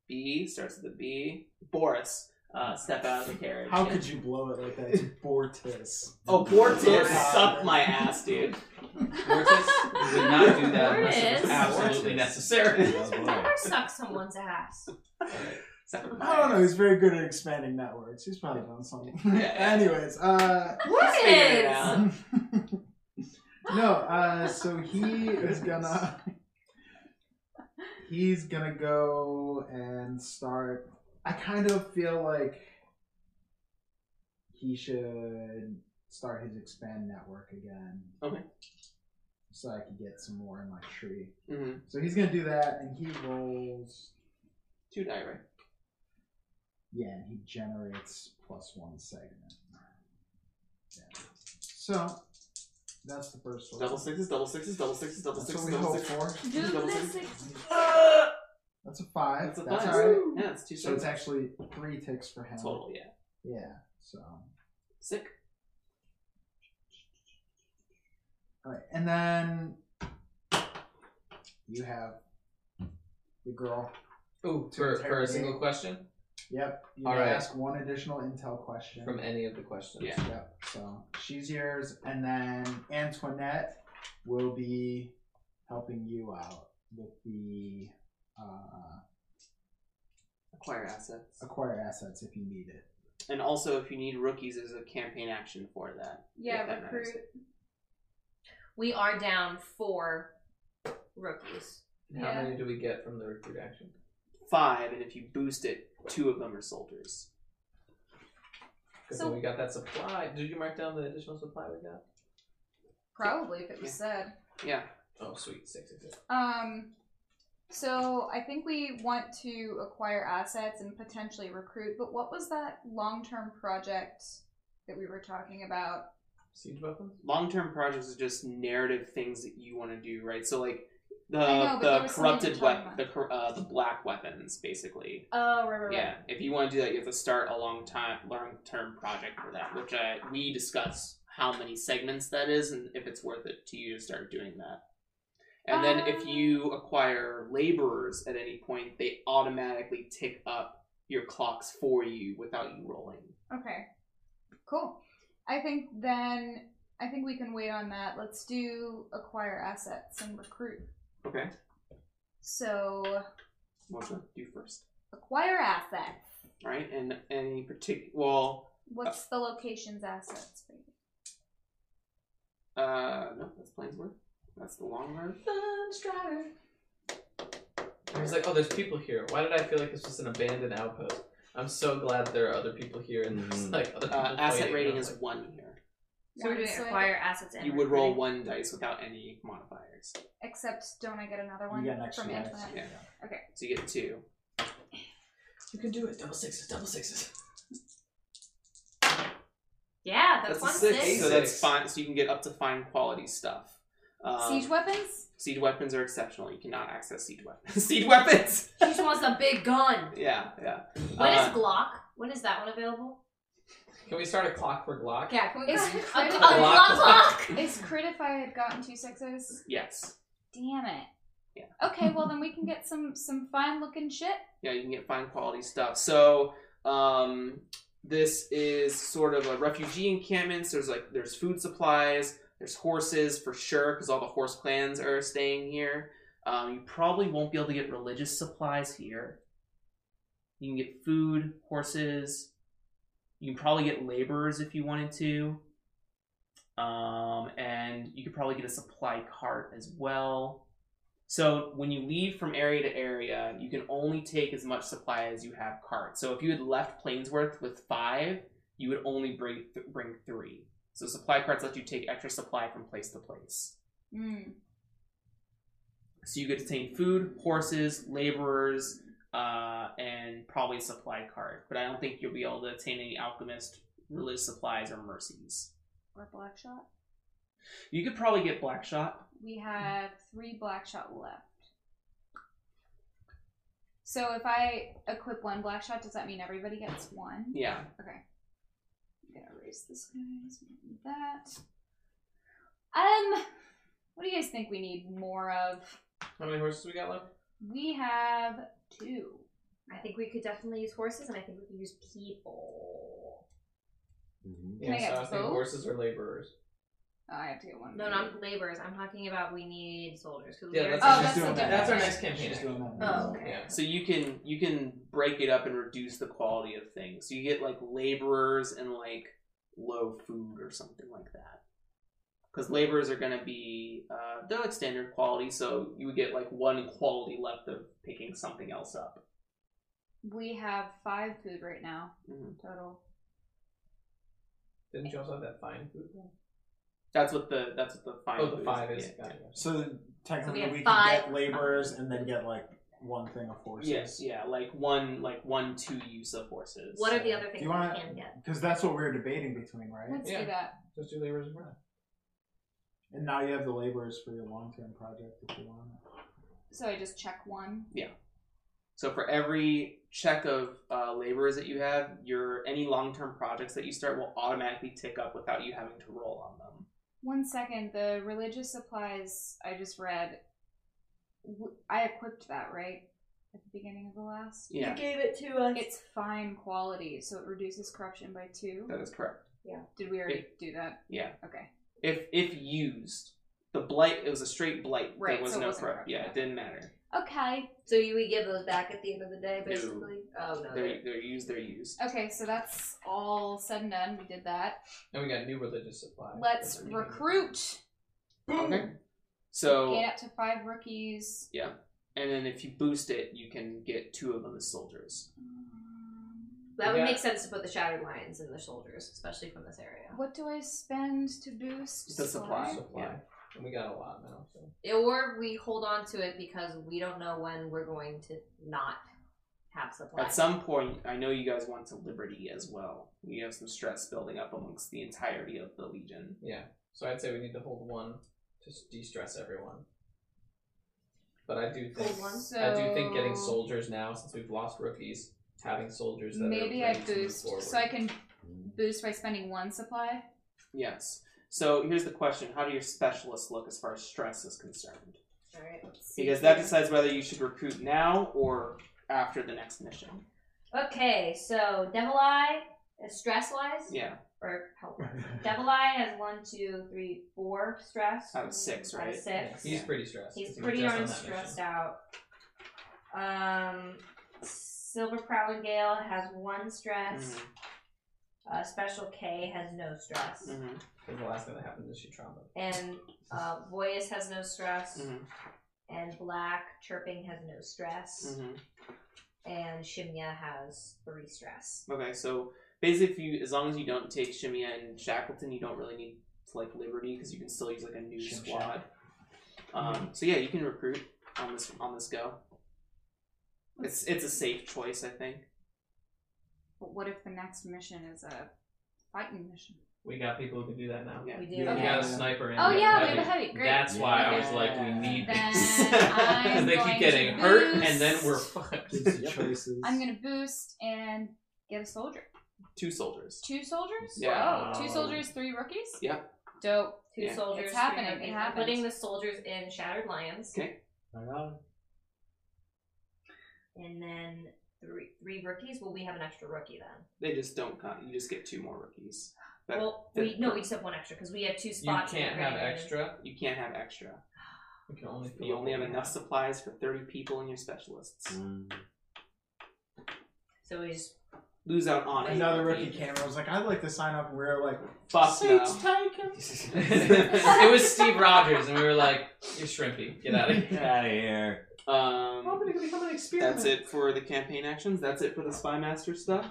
Speaker 8: B starts with a B. Boris uh, step out of the carriage.
Speaker 7: How could you blow it like that? It's Bortis.
Speaker 8: Oh, Boris did
Speaker 7: Bortis.
Speaker 8: suck my ass,
Speaker 7: [laughs]
Speaker 8: dude.
Speaker 6: Mortis would not do that unless it
Speaker 3: Mortis.
Speaker 6: was absolutely
Speaker 9: Mortis.
Speaker 6: necessary.
Speaker 2: [laughs]
Speaker 9: Oh, boy.
Speaker 3: Never suck someone's ass.
Speaker 8: Suck my
Speaker 7: I don't know.
Speaker 8: ass.
Speaker 7: He's very good at expanding networks. He's probably done something.
Speaker 8: Yeah.
Speaker 7: [laughs] Anyways, uh, [laughs]
Speaker 3: What
Speaker 8: Let's figure it
Speaker 3: is?
Speaker 8: out.
Speaker 7: no. Uh, so he is gonna. He's gonna go and start. I kind of feel like he should start his expand network again.
Speaker 8: Okay.
Speaker 7: So I could get some more in my tree.
Speaker 8: Mhm.
Speaker 7: So he's gonna do that, and he rolls.
Speaker 8: Two die, right?
Speaker 7: Yeah, and he generates plus one segment. Yeah. So that's the first one.
Speaker 8: Double sixes, double sixes, double sixes, double
Speaker 7: That's
Speaker 8: sixes,
Speaker 7: what we
Speaker 8: double
Speaker 7: hope
Speaker 8: sixes.
Speaker 7: for.
Speaker 4: Do
Speaker 8: Double
Speaker 4: the
Speaker 8: six.
Speaker 4: six.
Speaker 8: [laughs] Ah!
Speaker 7: That's a five.
Speaker 8: That's a
Speaker 7: That's
Speaker 8: five.
Speaker 7: all right.
Speaker 8: Yeah, it's two
Speaker 7: So
Speaker 8: sixes.
Speaker 7: it's actually three ticks for him.
Speaker 8: Total, yeah.
Speaker 7: Yeah. So
Speaker 8: Sick.
Speaker 7: all right, and then you have the girl.
Speaker 6: Ooh, for,
Speaker 7: To
Speaker 6: for a
Speaker 7: interrogate.
Speaker 6: single question
Speaker 7: Yep. You
Speaker 6: All
Speaker 7: may
Speaker 6: right.
Speaker 7: ask one additional intel question.
Speaker 6: from any of the questions.
Speaker 8: Yeah.
Speaker 7: Yep. So she's yours, and then Antoinette will be helping you out with the uh,
Speaker 8: Acquire assets.
Speaker 7: acquire assets if you need it.
Speaker 8: And also, if you need rookies, there's a campaign action for that.
Speaker 4: Yeah,
Speaker 8: Get that
Speaker 4: recruit.
Speaker 3: We are down four rookies.
Speaker 6: How
Speaker 4: Yeah.
Speaker 6: many do we get from the recruit action?
Speaker 8: Five, and if you boost it, two of them are soldiers.
Speaker 6: Because
Speaker 4: So-
Speaker 6: when we got that supply, did you mark down the additional supply we got?
Speaker 4: Probably, if it was said.
Speaker 8: Yeah.
Speaker 6: Oh, sweet, six, six, six.
Speaker 4: Um, so I think we want to acquire assets and potentially recruit. But what was that long-term project that we were talking about?
Speaker 6: Siege weapons?
Speaker 8: long term projects is just narrative things that you want to do, right? So like the
Speaker 4: I know, but there
Speaker 8: the
Speaker 4: was something you're
Speaker 8: corrupted
Speaker 4: talking
Speaker 8: weapon, the cor- uh, the black weapons, basically.
Speaker 3: Oh, right, right, right.
Speaker 8: Yeah, if you want to do that, you have to start a long time, long term project for that, which uh, we discuss how many segments that is and if it's worth it to you to start doing that. And then if
Speaker 4: Um.
Speaker 8: you acquire laborers at any point, they automatically tick up your clocks for you without you rolling.
Speaker 4: Okay, cool. I think then I think we can wait on that. Let's do acquire assets and recruit.
Speaker 8: Okay.
Speaker 4: So
Speaker 8: What do I do first?
Speaker 4: acquire assets.
Speaker 8: All right, and any particular? Well,
Speaker 4: What's the location's assets? for you?
Speaker 8: uh, no, that's Plainsworth. That's the long road.
Speaker 3: Thumbstrider.
Speaker 6: I was like, oh, there's people here. Why did I feel like this was an abandoned outpost? I'm so glad there are other people here and there's
Speaker 9: Mhm.
Speaker 6: like other people
Speaker 8: Uh, asset
Speaker 6: fighting.
Speaker 8: rating
Speaker 6: I'm
Speaker 8: is
Speaker 6: like,
Speaker 8: one here.
Speaker 1: So we're doing
Speaker 4: One, I-
Speaker 1: acquire assets and
Speaker 8: You would roll
Speaker 1: recruiting.
Speaker 8: one dice without any modifiers,
Speaker 4: Except, don't I get another one
Speaker 7: You get an extra
Speaker 4: from
Speaker 7: dice.
Speaker 4: Antoinette?
Speaker 8: Yeah.
Speaker 4: Okay.
Speaker 8: so you get two.
Speaker 6: You can do it. Double sixes. Double sixes.
Speaker 1: Yeah, that's, one
Speaker 8: a six,
Speaker 1: six.
Speaker 8: so that's
Speaker 6: Six.
Speaker 8: fine. So you can get up to fine quality stuff. Um,
Speaker 4: Siege
Speaker 8: [laughs]
Speaker 4: weapons.
Speaker 8: siege weapons are exceptional. You cannot access siege weapons. [laughs] siege weapons. [laughs]
Speaker 1: She just wants a big gun.
Speaker 8: Yeah, yeah.
Speaker 1: When is
Speaker 8: Uh,
Speaker 1: Glock? When is that one available?
Speaker 6: Can we start a clock for Glock?
Speaker 1: Yeah, can we
Speaker 4: It's
Speaker 1: a, a
Speaker 4: [laughs] Glock.
Speaker 1: Glock clock?
Speaker 4: Is crit if I had gotten two sixes?
Speaker 8: yes.
Speaker 4: Damn it.
Speaker 8: Yeah.
Speaker 4: Okay, well then we can get some some fine looking shit.
Speaker 8: Yeah, you can get fine quality stuff. So um, this is sort of a refugee encampment. So there's like there's food supplies, there's horses for sure because all the horse clans are staying here. Um, you probably won't be able to get religious supplies here. You can get food, horses. You can probably get laborers if you wanted to. Um, and you could probably get a supply cart as well. So when you leave from area to area, you can only take as much supply as you have carts. So if you had left Plainsworth with five, you would only bring th- bring three. So supply carts let you take extra supply from place to place.
Speaker 4: Mm.
Speaker 8: So you could obtain food, horses, laborers, uh, and probably a supply cart. But I don't think you'll be able to obtain any alchemist, religious supplies, or mercies.
Speaker 4: Or black shot.
Speaker 8: You could probably get black shot.
Speaker 4: We have three black shot left. So if I equip one black shot, does that mean everybody gets one?
Speaker 8: Yeah.
Speaker 4: Okay. I'm gonna erase this guy. so we don't need That. Um, what do you guys think we need more of?
Speaker 6: How many horses we got left?
Speaker 4: We have two.
Speaker 1: I think we could definitely use horses, and I think we could use people.
Speaker 9: Mhm.
Speaker 4: Can I
Speaker 6: yeah,
Speaker 4: get
Speaker 6: so I think
Speaker 4: both?
Speaker 6: horses or laborers.
Speaker 4: Oh, I have to get one.
Speaker 1: No, not laborers. I'm talking about we need soldiers. 'cause we
Speaker 6: Yeah,
Speaker 1: already-
Speaker 6: that's-
Speaker 4: Oh, that's
Speaker 7: doing
Speaker 4: a
Speaker 7: that.
Speaker 4: different-
Speaker 6: That's our next campaign.
Speaker 7: She's doing that.
Speaker 1: Oh, okay.
Speaker 6: Yeah.
Speaker 8: So you can you can break it up and reduce the quality of things. So you get like laborers and like low food or something like that. Because laborers are gonna be uh, they're like standard quality, so you would get like one quality left of picking something else up.
Speaker 4: We have five food right now
Speaker 8: Mhm.
Speaker 4: total.
Speaker 6: Didn't you also have that fine food? one?
Speaker 8: That's what the that's what the five.
Speaker 6: Oh,
Speaker 8: food
Speaker 6: the five is.
Speaker 8: Yeah.
Speaker 6: got it, got it.
Speaker 7: So technically,
Speaker 1: So we
Speaker 7: we,
Speaker 1: have
Speaker 7: can
Speaker 1: five.
Speaker 7: get laborers and then get like one thing of horses.
Speaker 8: Yes, yeah, like one like one two use of horses.
Speaker 1: What are the other things
Speaker 7: you
Speaker 1: we
Speaker 7: wanna-
Speaker 1: can get?
Speaker 7: Because that's what we were debating between, right?
Speaker 4: Let's
Speaker 6: Yeah.
Speaker 4: do that.
Speaker 6: Just do laborers and bread.
Speaker 7: And now you have the laborers for your long-term project if you want.
Speaker 4: So I just check one.
Speaker 8: So for every check of uh, laborers that you have, your any long term projects that you start will automatically tick up without you having to roll on them.
Speaker 4: One second. The religious supplies I just read. w- I equipped that right at the beginning of the last.
Speaker 8: Yeah,
Speaker 1: gave it to us.
Speaker 4: It's fine quality, so it reduces corruption by two.
Speaker 8: that is correct.
Speaker 4: Did we already do that?
Speaker 8: Yeah.
Speaker 4: Okay.
Speaker 8: If if used, the blight it was a straight blight.
Speaker 4: Right,
Speaker 8: There was
Speaker 4: so it
Speaker 8: no
Speaker 4: wasn't
Speaker 8: corrupt.
Speaker 4: corrupt,
Speaker 8: Yeah,
Speaker 4: yeah.
Speaker 8: it didn't matter.
Speaker 4: Okay.
Speaker 1: so you we give those back at the end of the day,
Speaker 8: No.
Speaker 1: basically. Oh no.
Speaker 8: They're they're used. They're used.
Speaker 4: Okay, so that's all said and done. We did that.
Speaker 6: And we got new religious supply. That's
Speaker 4: Let's
Speaker 6: what we need.
Speaker 4: recruit.
Speaker 8: Okay. So
Speaker 4: Gain up to five rookies.
Speaker 8: and then if you boost it, you can get two of them as soldiers.
Speaker 1: That would
Speaker 6: Yeah.
Speaker 1: make sense to put the shattered lions in the shoulders, especially from this area.
Speaker 4: What do I spend to boost?
Speaker 8: The supply.
Speaker 6: supply.
Speaker 8: Yeah.
Speaker 6: And we got a lot now. So.
Speaker 1: Or we hold on to it because we don't know when we're going to not have supply.
Speaker 8: At some point, I know you guys want to liberty as well. You have some stress building up amongst the entirety of the legion.
Speaker 6: Yeah. So I'd say we need to hold one to de-stress everyone. But I do think
Speaker 1: Hold one?
Speaker 6: I do think getting
Speaker 4: So-
Speaker 6: soldiers now since we've lost rookies, having soldiers that
Speaker 4: Maybe
Speaker 6: are
Speaker 4: I
Speaker 6: ready to move
Speaker 4: boost,
Speaker 6: forward.
Speaker 4: so I can boost by spending one supply.
Speaker 8: Yes. So here's the question: How do your specialists look as far as stress is concerned?
Speaker 1: All right, let's see.
Speaker 8: Because that decides whether you should recruit now or after the next mission.
Speaker 1: Okay, so Devil Eye, stress wise,
Speaker 8: Yeah.
Speaker 3: uh, or help. Devil Eye has one, two, three, four stress.
Speaker 8: Out of six,
Speaker 3: Out of
Speaker 8: right?
Speaker 3: six.
Speaker 6: He's pretty stressed.
Speaker 3: He's
Speaker 6: If he
Speaker 3: pretty
Speaker 6: was just
Speaker 3: darn
Speaker 6: on that
Speaker 3: stressed
Speaker 6: mission.
Speaker 3: out. Um, Silver Prowling Gale has one stress.
Speaker 8: Mhm.
Speaker 3: Uh, Special K has no stress.
Speaker 8: Mhm.
Speaker 6: The last thing that happens is she trauma.
Speaker 3: And uh, Voyus has no stress.
Speaker 8: Mhm.
Speaker 3: And Black Chirping has no stress.
Speaker 8: Mhm.
Speaker 3: And Shimya has three stress.
Speaker 8: Okay, so basically, if you as long as you don't take Shimia and Shackleton, you don't really need to like Liberty because you can still use like a new
Speaker 6: Shim
Speaker 8: squad.
Speaker 7: Mm-hmm.
Speaker 8: Um, so yeah, you can recruit on this on this go. It's it's a safe choice, I think.
Speaker 4: But what if the next mission is a fighting mission?
Speaker 6: We got people who can do that now.
Speaker 8: Yeah.
Speaker 3: We do.
Speaker 4: Yeah.
Speaker 6: We got a sniper. And
Speaker 4: Oh
Speaker 6: we have
Speaker 4: yeah,
Speaker 6: a
Speaker 4: we have a
Speaker 6: heavy.
Speaker 4: heavy. Great.
Speaker 6: That's why I was
Speaker 8: Yeah.
Speaker 6: like, we need
Speaker 4: Then
Speaker 6: these
Speaker 4: [laughs] I'm
Speaker 6: because they
Speaker 4: going
Speaker 6: keep
Speaker 4: to
Speaker 6: getting hurt,
Speaker 4: boost.
Speaker 6: and then we're fucked.
Speaker 7: Gives
Speaker 4: [laughs]
Speaker 7: you choices.
Speaker 4: I'm gonna boost and get a soldier.
Speaker 8: Two soldiers.
Speaker 4: Two soldiers?
Speaker 8: Yeah.
Speaker 4: Whoa. Two soldiers, three rookies?
Speaker 8: Yeah.
Speaker 4: Dope.
Speaker 3: Two
Speaker 8: Yeah.
Speaker 3: soldiers.
Speaker 4: It's happening,
Speaker 3: three rookies,
Speaker 4: it happened.
Speaker 3: Putting the soldiers in Shattered Lions. And then three, three rookies. Well, we have an extra rookie then.
Speaker 8: They just don't. Con- you just get two more rookies. That-
Speaker 3: Well,
Speaker 8: that-
Speaker 3: we no, we just have one extra because we have two
Speaker 6: You
Speaker 3: spots. in the
Speaker 6: can't have
Speaker 3: grand.
Speaker 6: extra.
Speaker 8: you can't have extra.
Speaker 6: You can only. fill
Speaker 8: You
Speaker 6: up
Speaker 8: only
Speaker 6: what
Speaker 8: have
Speaker 6: we
Speaker 8: enough
Speaker 4: [laughs]
Speaker 8: supplies for thirty people and your specialists.
Speaker 3: So we just
Speaker 8: Lose out on it.
Speaker 7: Another rookie camera was like, I'd like to sign up, and we were like,
Speaker 8: Fuck no.
Speaker 6: [laughs] it was Steve Rogers, and we were like, "You're shrimpy. Get out of
Speaker 8: [laughs]
Speaker 6: here."
Speaker 2: Get out of here.
Speaker 8: Um,
Speaker 6: gonna become an experiment.
Speaker 8: that's it for the campaign actions. That's it for the spy master stuff.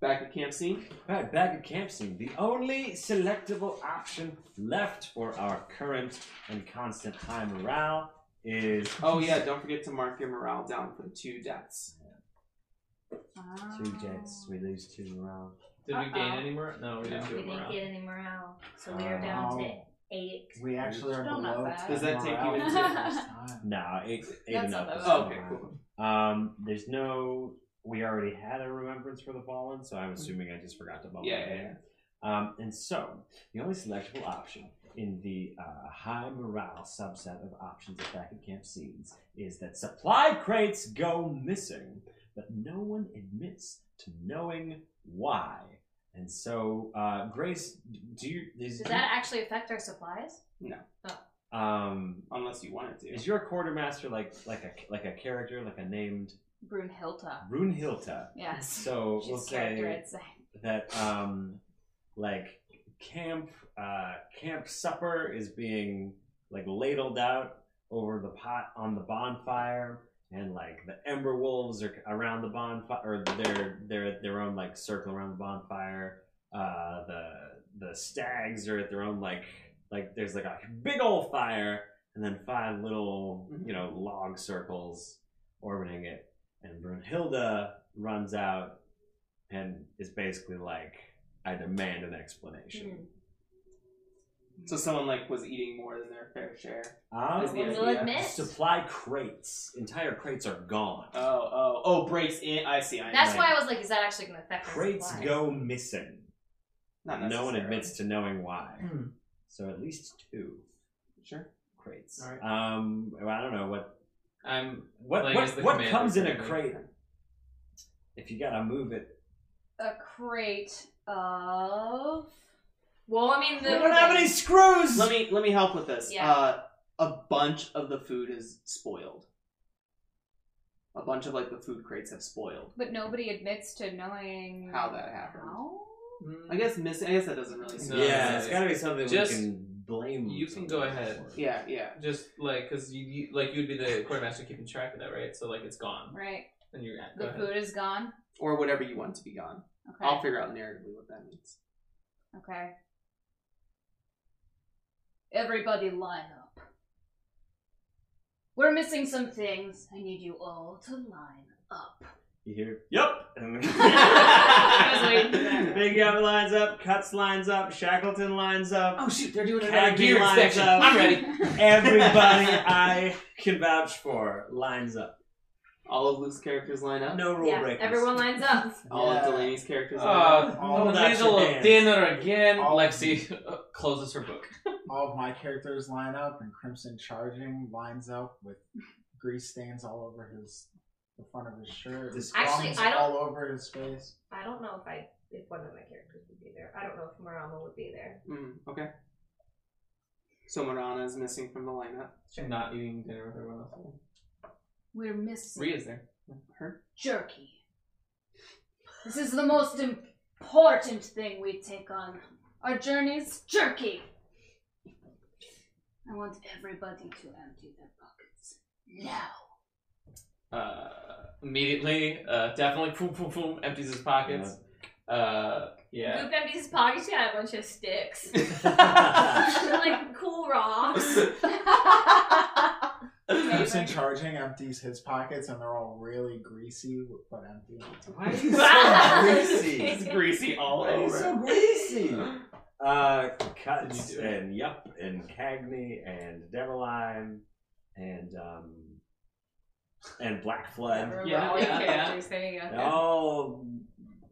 Speaker 8: Back at camp scene.
Speaker 2: Right, back at camp scene. The only selectable option left for our current and constant high morale is
Speaker 8: Oh yeah, don't forget to mark your morale down for two deaths.
Speaker 2: two
Speaker 4: Ah.
Speaker 2: jets. We lose two morale.
Speaker 6: Did we gain
Speaker 4: Uh-oh.
Speaker 6: any more? No, we didn't
Speaker 8: No.
Speaker 6: do it
Speaker 3: we didn't
Speaker 6: morale. [clears throat]
Speaker 3: get any morale, so we are down to
Speaker 7: Wow.
Speaker 3: eight.
Speaker 7: we actually are
Speaker 4: Still not
Speaker 7: below.
Speaker 4: bad.
Speaker 7: 10
Speaker 8: Does that take you
Speaker 7: morale
Speaker 8: into-
Speaker 7: for the first
Speaker 3: [laughs]
Speaker 7: time.
Speaker 2: No, eight, eight
Speaker 4: That's
Speaker 2: and up.
Speaker 4: not
Speaker 2: is
Speaker 4: that
Speaker 8: Oh,
Speaker 2: still
Speaker 8: okay,
Speaker 2: morale.
Speaker 8: cool.
Speaker 2: Um, there's no. We already had a remembrance for the fallen, so I'm assuming I just forgot to bump
Speaker 8: Mm-hmm. Yeah,
Speaker 2: it
Speaker 8: yeah,
Speaker 2: in. Um, and so the only selectable option in the uh, high morale subset of options at back at camp scenes is that supply crates go missing, but no one admits to knowing why. And so, uh, Grace, do you is
Speaker 3: Does that actually affect our supplies?
Speaker 2: um
Speaker 8: Unless you wanted to.
Speaker 2: is your quartermaster like like a like a character like a named
Speaker 4: Brunhilda.
Speaker 2: Brunhilda?
Speaker 4: Yes.
Speaker 2: So
Speaker 4: She's
Speaker 2: we'll
Speaker 4: character,
Speaker 2: say
Speaker 4: I'd say.
Speaker 2: that um, like camp uh, camp supper is being like ladled out over the pot on the bonfire, and like the ember wolves are around the bonfire, or they're they're at their own like circle around the bonfire. Uh, the the stags are at their own like like there's like a big old fire, and then five little you know log circles orbiting it, and Brunhilda runs out and is basically like, I demand an
Speaker 3: Hmm.
Speaker 2: explanation.
Speaker 8: So someone like was eating more than their fair share.
Speaker 2: Um,
Speaker 8: Is the
Speaker 3: We'll
Speaker 8: idea-
Speaker 3: admit.
Speaker 2: supply crates, entire crates are gone.
Speaker 8: Oh, oh, oh! Breaks in. I see. I
Speaker 3: That's
Speaker 8: see.
Speaker 3: why I was like, is that actually going to affect our
Speaker 2: crates
Speaker 3: supplies?
Speaker 2: go missing.
Speaker 8: Not
Speaker 2: No one
Speaker 8: necessarily.
Speaker 2: admits to knowing why.
Speaker 6: Hmm.
Speaker 2: So at least two
Speaker 8: Sure.
Speaker 2: crates.
Speaker 6: All right.
Speaker 2: Um, well, I don't know what
Speaker 6: I'm
Speaker 2: what
Speaker 6: Like,
Speaker 2: what,
Speaker 6: is the
Speaker 2: what
Speaker 6: commander
Speaker 2: comes in a
Speaker 6: currently-
Speaker 2: crate. If you gotta move it,
Speaker 4: A crate of.
Speaker 3: Well, I mean,
Speaker 2: we
Speaker 3: the
Speaker 2: don't have any screws.
Speaker 8: Let me let me help with this.
Speaker 3: Yeah.
Speaker 8: Uh, a bunch of the food is spoiled. A bunch of like the food crates have spoiled.
Speaker 4: But nobody admits to knowing.
Speaker 8: How that happened.
Speaker 4: How?
Speaker 6: Mm.
Speaker 8: I guess missing. I guess that doesn't really.
Speaker 6: No,
Speaker 2: yeah,
Speaker 6: no,
Speaker 2: it's
Speaker 6: no.
Speaker 2: gotta be something
Speaker 6: Just-
Speaker 2: we can blame.
Speaker 6: you can
Speaker 2: someone
Speaker 6: go ahead.
Speaker 2: for.
Speaker 8: Yeah, yeah.
Speaker 6: just like because you, you like you'd be the quartermaster keeping track of that, right? So like it's gone,
Speaker 4: Right.
Speaker 6: and you're at,
Speaker 4: The food is gone.
Speaker 8: Or whatever you want to be gone.
Speaker 4: Okay.
Speaker 8: I'll figure out narratively what that means.
Speaker 4: Okay. Everybody line up. We're missing some things. I need you all to line up.
Speaker 2: You hear, yep. [laughs]
Speaker 4: I was waiting for that.
Speaker 2: Big Gap lines up, Cuts lines up, Shackleton lines up.
Speaker 6: Oh shoot, they're doing
Speaker 2: it on gear inspection. I'm ready. [laughs] Everybody I can vouch for lines up.
Speaker 8: All of Luke's characters line up.
Speaker 2: No rule
Speaker 3: yeah,
Speaker 2: breakers. [laughs]
Speaker 3: everyone lines up. [laughs]
Speaker 8: All
Speaker 7: Yeah.
Speaker 8: of Delaney's characters line up.
Speaker 6: Uh,
Speaker 7: All
Speaker 6: in the
Speaker 2: that
Speaker 6: middle of
Speaker 2: shebang.
Speaker 6: dinner again.
Speaker 7: All-
Speaker 6: Lexi uh, [laughs] closes her book.
Speaker 7: All of my characters line up, and Crimson charging lines up with grease stains all over his the front of his shirt.
Speaker 2: This-
Speaker 7: Vomits
Speaker 3: Actually, I don't-
Speaker 7: all over his face.
Speaker 3: I don't know if I
Speaker 1: if one of my characters would be there. I don't know if Marama would be there.
Speaker 8: Mm, okay. So Marana is missing from the lineup.
Speaker 6: She's not eating dinner with everyone else.
Speaker 4: We're missing
Speaker 6: Rhea's there.
Speaker 8: Her?
Speaker 4: jerky. This is the most important thing we take on. Our journey's jerky. I want everybody to empty their pockets now.
Speaker 6: Uh, immediately, uh, definitely, boom, boom, boom, empties his pockets. Uh,
Speaker 4: [laughs]
Speaker 6: yeah.
Speaker 3: Goop empties his pockets. He had a bunch of [laughs] sticks.
Speaker 1: like cool
Speaker 3: [laughs]
Speaker 1: rocks.
Speaker 7: Person charging empties his pockets, and they're all really greasy but empty. [laughs]
Speaker 2: Why
Speaker 6: [laughs]
Speaker 2: is he so greasy?
Speaker 4: [laughs]
Speaker 8: It's greasy all
Speaker 2: Why is he so
Speaker 8: over.
Speaker 2: greasy? Uh, Cuts
Speaker 6: Did you do it?
Speaker 2: and Yup and Cagney and Deviline and um and Black Flood.
Speaker 6: Yeah,
Speaker 3: All your
Speaker 6: yeah,
Speaker 3: characters. There you go.
Speaker 2: They all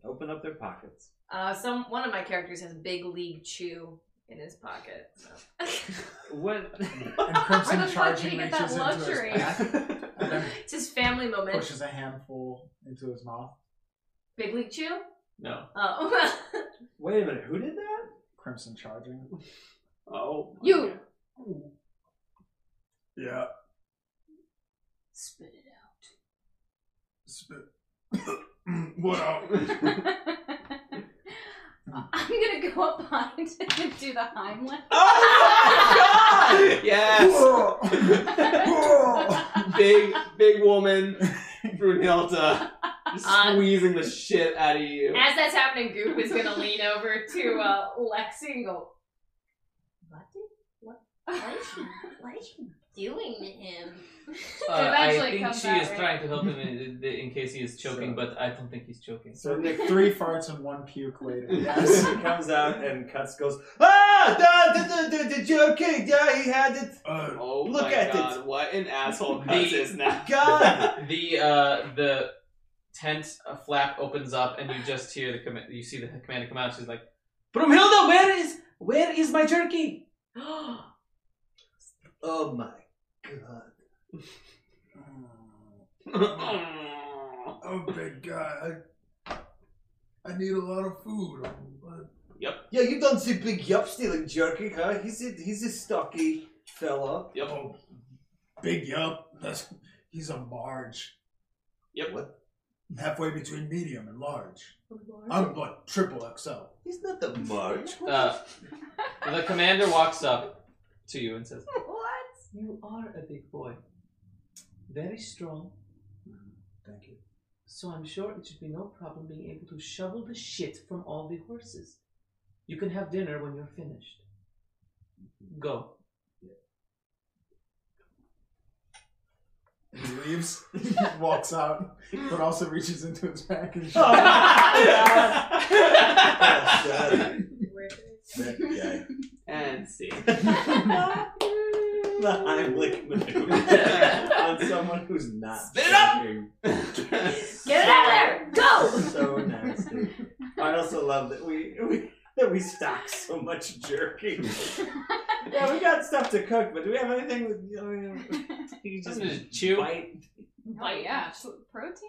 Speaker 2: open up their pockets.
Speaker 3: Uh, some one of my characters has big league chew in his pocket.
Speaker 7: [laughs]
Speaker 3: So.
Speaker 2: What?
Speaker 3: [laughs]
Speaker 7: And Crimson
Speaker 3: Where the fuck did
Speaker 7: charging
Speaker 3: he get
Speaker 7: reaches
Speaker 3: that
Speaker 7: into his
Speaker 3: luxury? [laughs]
Speaker 7: pack and then
Speaker 3: it's his family moment.
Speaker 7: pushes a handful into his mouth.
Speaker 3: Big league chew.
Speaker 6: No.
Speaker 3: Oh, [laughs]
Speaker 2: Wait a minute. Who did that?
Speaker 7: Crimson charging.
Speaker 8: Oh. my
Speaker 4: You.
Speaker 8: God.
Speaker 7: Yeah.
Speaker 4: Spit it
Speaker 7: [coughs] what [laughs]
Speaker 4: out. [laughs] I'm gonna go up behind [laughs] it and do the Heimlich.
Speaker 8: Oh my god!
Speaker 4: [laughs]
Speaker 6: [laughs]
Speaker 8: Yes! big, big woman,
Speaker 4: [laughs]
Speaker 8: Brunhilda, just
Speaker 3: Uh,
Speaker 8: squeezing the shit out of you.
Speaker 3: as that's happening, Goop is gonna lean over to uh, Lexi and go. What? did-
Speaker 1: What is she? What is she doing to him?
Speaker 6: Uh, I
Speaker 4: eventually
Speaker 6: think
Speaker 4: comes
Speaker 6: she
Speaker 4: out,
Speaker 6: is
Speaker 4: right?
Speaker 6: trying to help him in, in case he is choking,
Speaker 7: So-
Speaker 6: but I don't think he's choking.
Speaker 7: So Nick, three farts and one puke later.
Speaker 2: Yes.
Speaker 7: Yes.
Speaker 2: [laughs] he comes out and Cuts goes, Ah! Da, da, da, da, da, you're okay. Yeah, he had it.
Speaker 8: Oh
Speaker 2: Look
Speaker 8: my
Speaker 2: at
Speaker 8: god, what an asshole
Speaker 6: The-
Speaker 8: Cuz is
Speaker 2: [laughs]
Speaker 8: now.
Speaker 2: God!
Speaker 6: [laughs] the uh, the tent uh, flap opens up, and you just hear the command. You see the commander come out. She's like, "Brumhilda, where is where is my jerky?" [laughs] Uh,
Speaker 2: oh my god.
Speaker 7: Oh, big guy. I, I need a lot of food. oh,
Speaker 2: Yeah, you don't see Big Yup stealing jerky, huh? He's a, he's a stocky fella.
Speaker 8: Yep.
Speaker 7: Oh, big yup. That's, he's a large.
Speaker 8: Yep.
Speaker 2: What?
Speaker 7: Halfway between medium and large. I'm like triple XL.
Speaker 2: He's not the March.
Speaker 6: Uh, the commander walks up to you and says,
Speaker 1: What?
Speaker 6: "You are a big boy, very strong,
Speaker 7: Thank you.
Speaker 6: so I'm sure it should be no problem being able to shovel the shit from all the horses. You can have dinner when you're finished. Go."
Speaker 7: He leaves, [laughs] walks out, but also reaches into his pack and
Speaker 8: Oh,
Speaker 2: guy.
Speaker 8: [laughs] and see.
Speaker 2: The [laughs] Heimlich maneuver on someone who's not.
Speaker 8: Spit it up!
Speaker 2: drinking.
Speaker 3: Get it out of there! Go!
Speaker 2: So nasty. I also love that we, we that we stock so much jerky. yeah, we got stuff to cook, but do we have anything? With, you know, you just,
Speaker 6: Doesn't it chew?
Speaker 2: bite.
Speaker 4: Oh, yeah, absolute protein.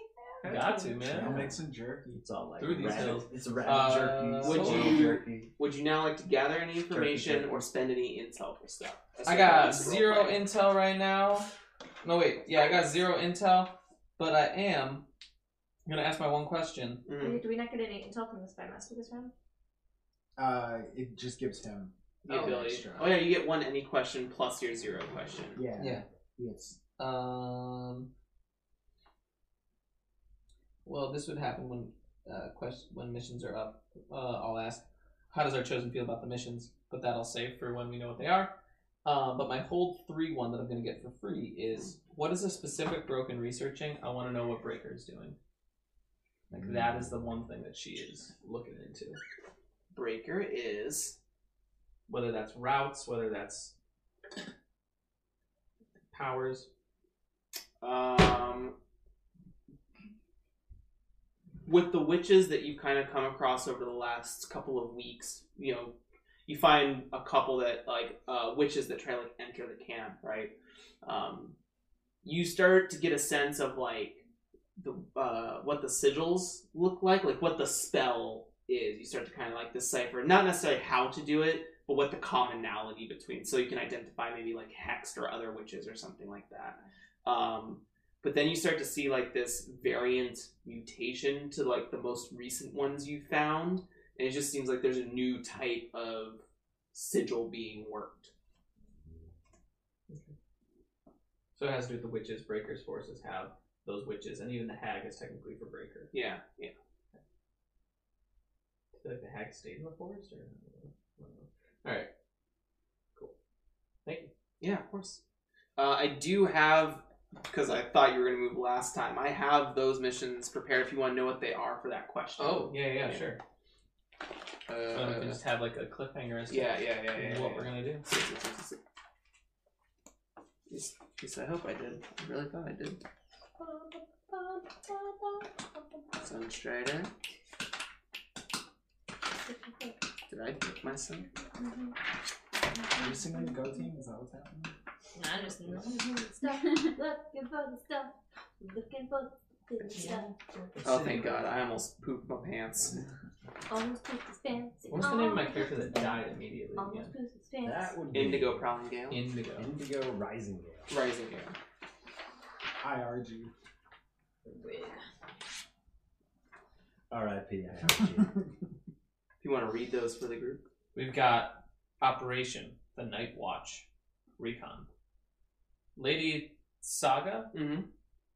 Speaker 6: Got to man.
Speaker 7: I'll make some jerky.
Speaker 2: It's all like
Speaker 6: Through these
Speaker 2: rabbit-
Speaker 6: hills.
Speaker 2: It's a rabbit
Speaker 6: Uh,
Speaker 2: jerky.
Speaker 8: would
Speaker 2: sole
Speaker 8: you-
Speaker 2: jerky.
Speaker 8: Would you now like to gather any information
Speaker 2: jerky.
Speaker 8: or spend any intel for stuff?
Speaker 6: I got zero intel right now. No, wait. Yeah, I got zero intel, but I am gonna ask my one question.
Speaker 8: Mm,
Speaker 1: do we not get any intel from the spy master this round?
Speaker 7: Uh, it just gives him.
Speaker 8: the
Speaker 7: Oh,
Speaker 8: ability.
Speaker 7: extra.
Speaker 8: Oh yeah, you get one any question plus your zero question.
Speaker 7: Yeah.
Speaker 6: Yeah.
Speaker 7: Yes.
Speaker 6: Um. Well, this would happen when uh, quest- when missions are up. Uh, I'll ask, how does our chosen feel about the missions? But that I'll save for when we know what they are. Um, but my hold three one that I'm gonna get for free is what is a specific broken researching? I want to know what Breaker is doing. Like that is the
Speaker 8: Hmm.
Speaker 6: one thing that she is looking into.
Speaker 8: Breaker is
Speaker 6: Whether that's routes, whether that's powers.
Speaker 8: um with the witches that you've kind of come across over the last couple of weeks, you know, you find a couple that like uh, witches that try to like enter the camp, right? Um, you start to get a sense of like the uh, what the sigils look like, like what the spell is, you start to kind of like decipher not necessarily how to do it, but what the commonality between. So you can identify maybe like hexed or other witches or something like that. Um, but then you start to see like this variant mutation to like the most recent ones you found, and it just seems like there's a new type of sigil being worked.
Speaker 6: So it has to do with the witches. Breaker's forces have those witches, and even the hag is technically for Breaker.
Speaker 8: Yeah, yeah.
Speaker 6: I feel like the hag stayed in the forest, or I don't know. All right, cool. Thank you.
Speaker 8: Yeah, of course. Uh, I do have because I thought you were going to move last time. I have those missions prepared if you want to know what they are for that question.
Speaker 6: Oh yeah, yeah,
Speaker 8: Yeah.
Speaker 6: sure.
Speaker 8: uh,
Speaker 6: So we can just have like a cliffhanger as to
Speaker 8: yeah, yeah, yeah, yeah. yeah,
Speaker 6: what
Speaker 8: yeah.
Speaker 6: we're gonna do.
Speaker 8: Yes, yes, I hope I did. I really thought I did. Sunstrider. Did I pick myself?
Speaker 7: Are you singing the Go Team? Is that what's happening?
Speaker 1: I just looking for the stuff, looking for the stuff, looking for the stuff.
Speaker 8: Oh, thank God. I almost pooped my pants.
Speaker 1: Almost put this fancy.
Speaker 6: What was the name of my character that died immediately?
Speaker 1: Almost
Speaker 6: Again?
Speaker 1: put this fancy.
Speaker 9: That would be
Speaker 8: Indigo Prowling Gale.
Speaker 6: Indigo.
Speaker 9: Indigo Rising Gale.
Speaker 8: Rising Gale.
Speaker 7: IRG.
Speaker 9: R.I.P.
Speaker 7: [laughs]
Speaker 9: IRG.
Speaker 8: If you want to read those for the group.
Speaker 6: We've got Operation the Night Watch, Recon. Lady Saga
Speaker 8: Mm-hmm.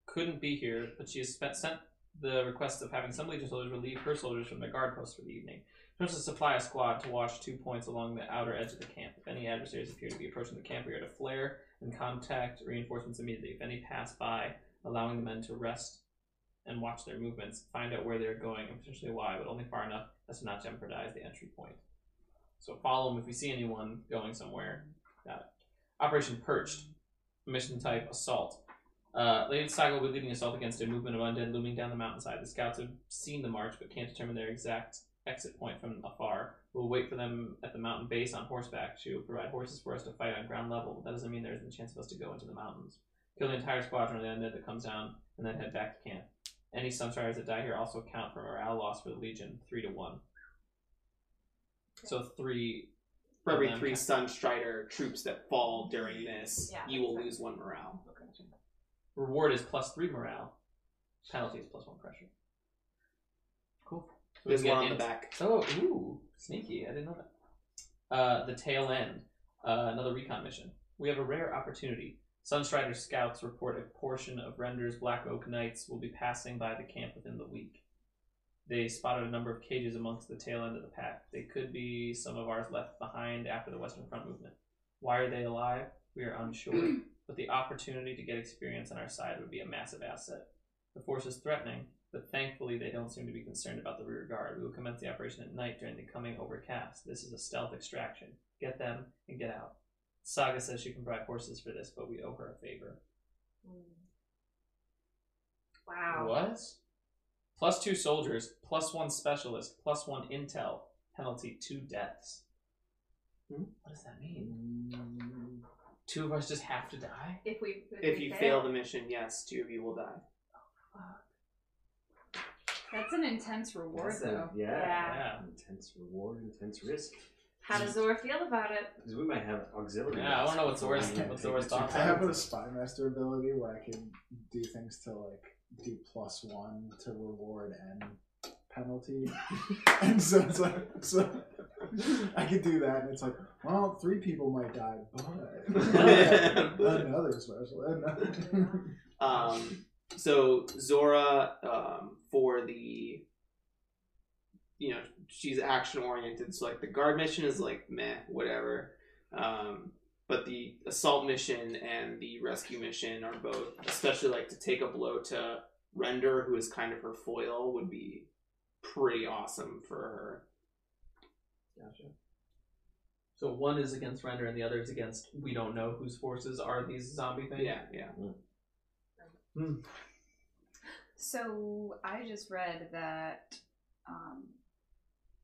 Speaker 6: couldn't be here, but she has spent, sent the request of having some Legion soldiers relieve her soldiers from their guard posts for the evening. She wants to supply a squad to watch two points along the outer edge of the camp. If any adversaries appear to be approaching the camp, we are to flare and contact reinforcements immediately. If any pass by, allowing the men to rest and watch their movements, find out where they're going and potentially why, but only far enough as to not jeopardize the entry point. So follow them if we see anyone going somewhere. Got it. Operation Perched, mission type assault. Uh, Lady Saga will be leading assault against a movement of undead looming down the mountainside. The scouts have seen the march but can't determine their exact exit point from afar. We'll wait for them at the mountain base on horseback. She will provide horses for us to fight on ground level. That doesn't mean there isn't a chance of us to go into the mountains. Kill the entire squadron of the undead that comes down, and then head back to camp. Any Sunstriders that die here also count for morale loss for the Legion, three to one. So three
Speaker 8: For every
Speaker 6: Um,
Speaker 8: three Sunstrider troops that fall during this,
Speaker 1: Yeah,
Speaker 8: you will
Speaker 1: that's right.
Speaker 8: lose one morale.
Speaker 6: Reward is plus three morale. Penalty is plus one pressure. Cool. So we
Speaker 8: There's
Speaker 6: get
Speaker 8: one on the
Speaker 6: int-
Speaker 8: back.
Speaker 6: So, ooh, sneaky. I didn't know that. Uh, the tail end. Uh, another recon mission. We have a rare opportunity. Sunstrider scouts report a portion of Render's Black Oak Knights will be passing by the camp within the week. They spotted a number of cages amongst the tail end of the pack. They could be some of ours left behind after the Western Front movement. Why are they alive? We are unsure. but the opportunity to get experience on our side would be a massive asset. The force is threatening, but thankfully they don't seem to be concerned about the rear guard. We will commence the operation at night during the coming overcast. This is a stealth extraction. Get them and get out. Saga says she can provide horses for this, but we owe her a favor.
Speaker 1: Wow.
Speaker 6: What? Plus two soldiers, plus one specialist, plus one intel, penalty two deaths.
Speaker 8: Hmm?
Speaker 6: What does that mean? Two of us just have to die?
Speaker 1: If we
Speaker 8: If you fail the mission, yes, two of you will die.
Speaker 4: That's an intense reward,
Speaker 9: That's
Speaker 4: though.
Speaker 9: a- yeah.
Speaker 1: Yeah.
Speaker 9: Intense reward, intense risk.
Speaker 1: how does Zora feel about it?
Speaker 9: Because we might have auxiliary.
Speaker 6: Yeah, I
Speaker 9: don't
Speaker 6: wanna know what Zora's- what Zora's
Speaker 7: I
Speaker 6: thoughts
Speaker 7: have a spy master ability where I can do things to like do plus one to reward and penalty, [laughs] and so it's like so I could do that, and it's like, well, three people might die, [laughs] but [laughs] another special. [laughs] Another.
Speaker 8: Um, so Zora, um, for the, you know, she's action oriented. So like the guard mission is like meh, whatever. Um, but the assault mission and the rescue mission are both, especially like to take a blow to Render, who is kind of her foil, would be pretty awesome for her.
Speaker 6: Gotcha. So one is against Render and the other is against we don't know whose forces are these zombie things.
Speaker 8: Yeah, yeah.
Speaker 4: So I just read that um,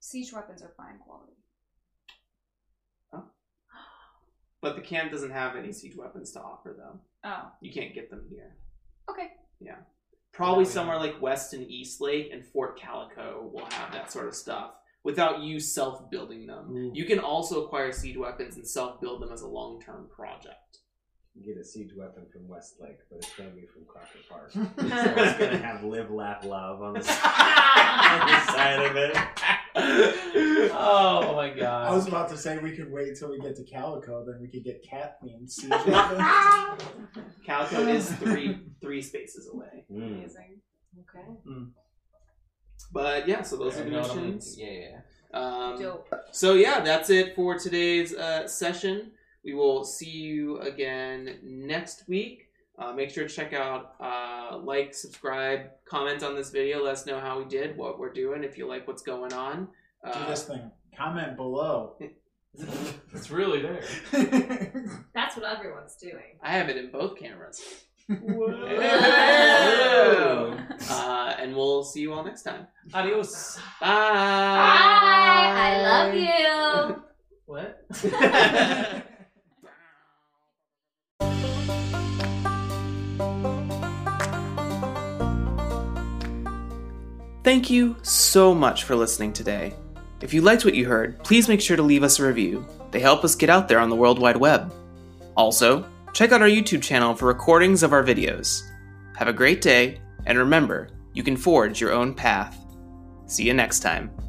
Speaker 4: siege weapons are fine quality.
Speaker 8: But the camp doesn't have any siege weapons to offer though.
Speaker 4: Oh,
Speaker 8: You can't get them here.
Speaker 4: Okay.
Speaker 8: Yeah. Probably
Speaker 6: Yeah.
Speaker 8: somewhere like West and East Lake and Fort Calico will have that sort of stuff.
Speaker 1: without you self building them.
Speaker 6: Mm.
Speaker 1: You can also acquire seed weapons and self build them as a long term project.
Speaker 2: get a siege weapon from Westlake, but it's gonna be from Crocker Park. so
Speaker 9: [laughs]
Speaker 2: it's gonna have live, laugh, love on the, [laughs] s- on the side of it.
Speaker 6: [laughs] [laughs] oh my god.
Speaker 7: I was about to say we could wait until we get to Calico, then we could get Kathleen. See if that-
Speaker 6: [laughs]
Speaker 1: Calico is three three spaces away.
Speaker 2: Mm.
Speaker 11: Amazing.
Speaker 3: Okay.
Speaker 1: But yeah, so those
Speaker 6: I
Speaker 1: are the
Speaker 6: know what I'm-
Speaker 1: missions.
Speaker 6: Yeah, yeah, yeah.
Speaker 1: Um,
Speaker 3: Dope.
Speaker 1: so yeah, that's it for today's uh, session. We will see you again next week. Uh, make sure to check out, uh, like, subscribe, comment on this video. Let us know how we did, what we're doing, if you like what's going on.
Speaker 7: Do
Speaker 1: Uh,
Speaker 7: this thing. Comment below.
Speaker 6: [laughs] It's really there.
Speaker 3: That's what everyone's doing.
Speaker 1: I have it in both cameras.
Speaker 3: Whoa.
Speaker 1: Uh, and we'll see you all next time.
Speaker 6: [laughs] Adios.
Speaker 1: Bye.
Speaker 3: Hi, I love you.
Speaker 6: What?
Speaker 1: Thank you so much for listening today. If you liked what you heard, please make sure to leave us a review. They help us get out there on the World Wide Web. Also, check out our YouTube channel for recordings of our videos. Have a great day, and remember, you can forge your own path. See you next time.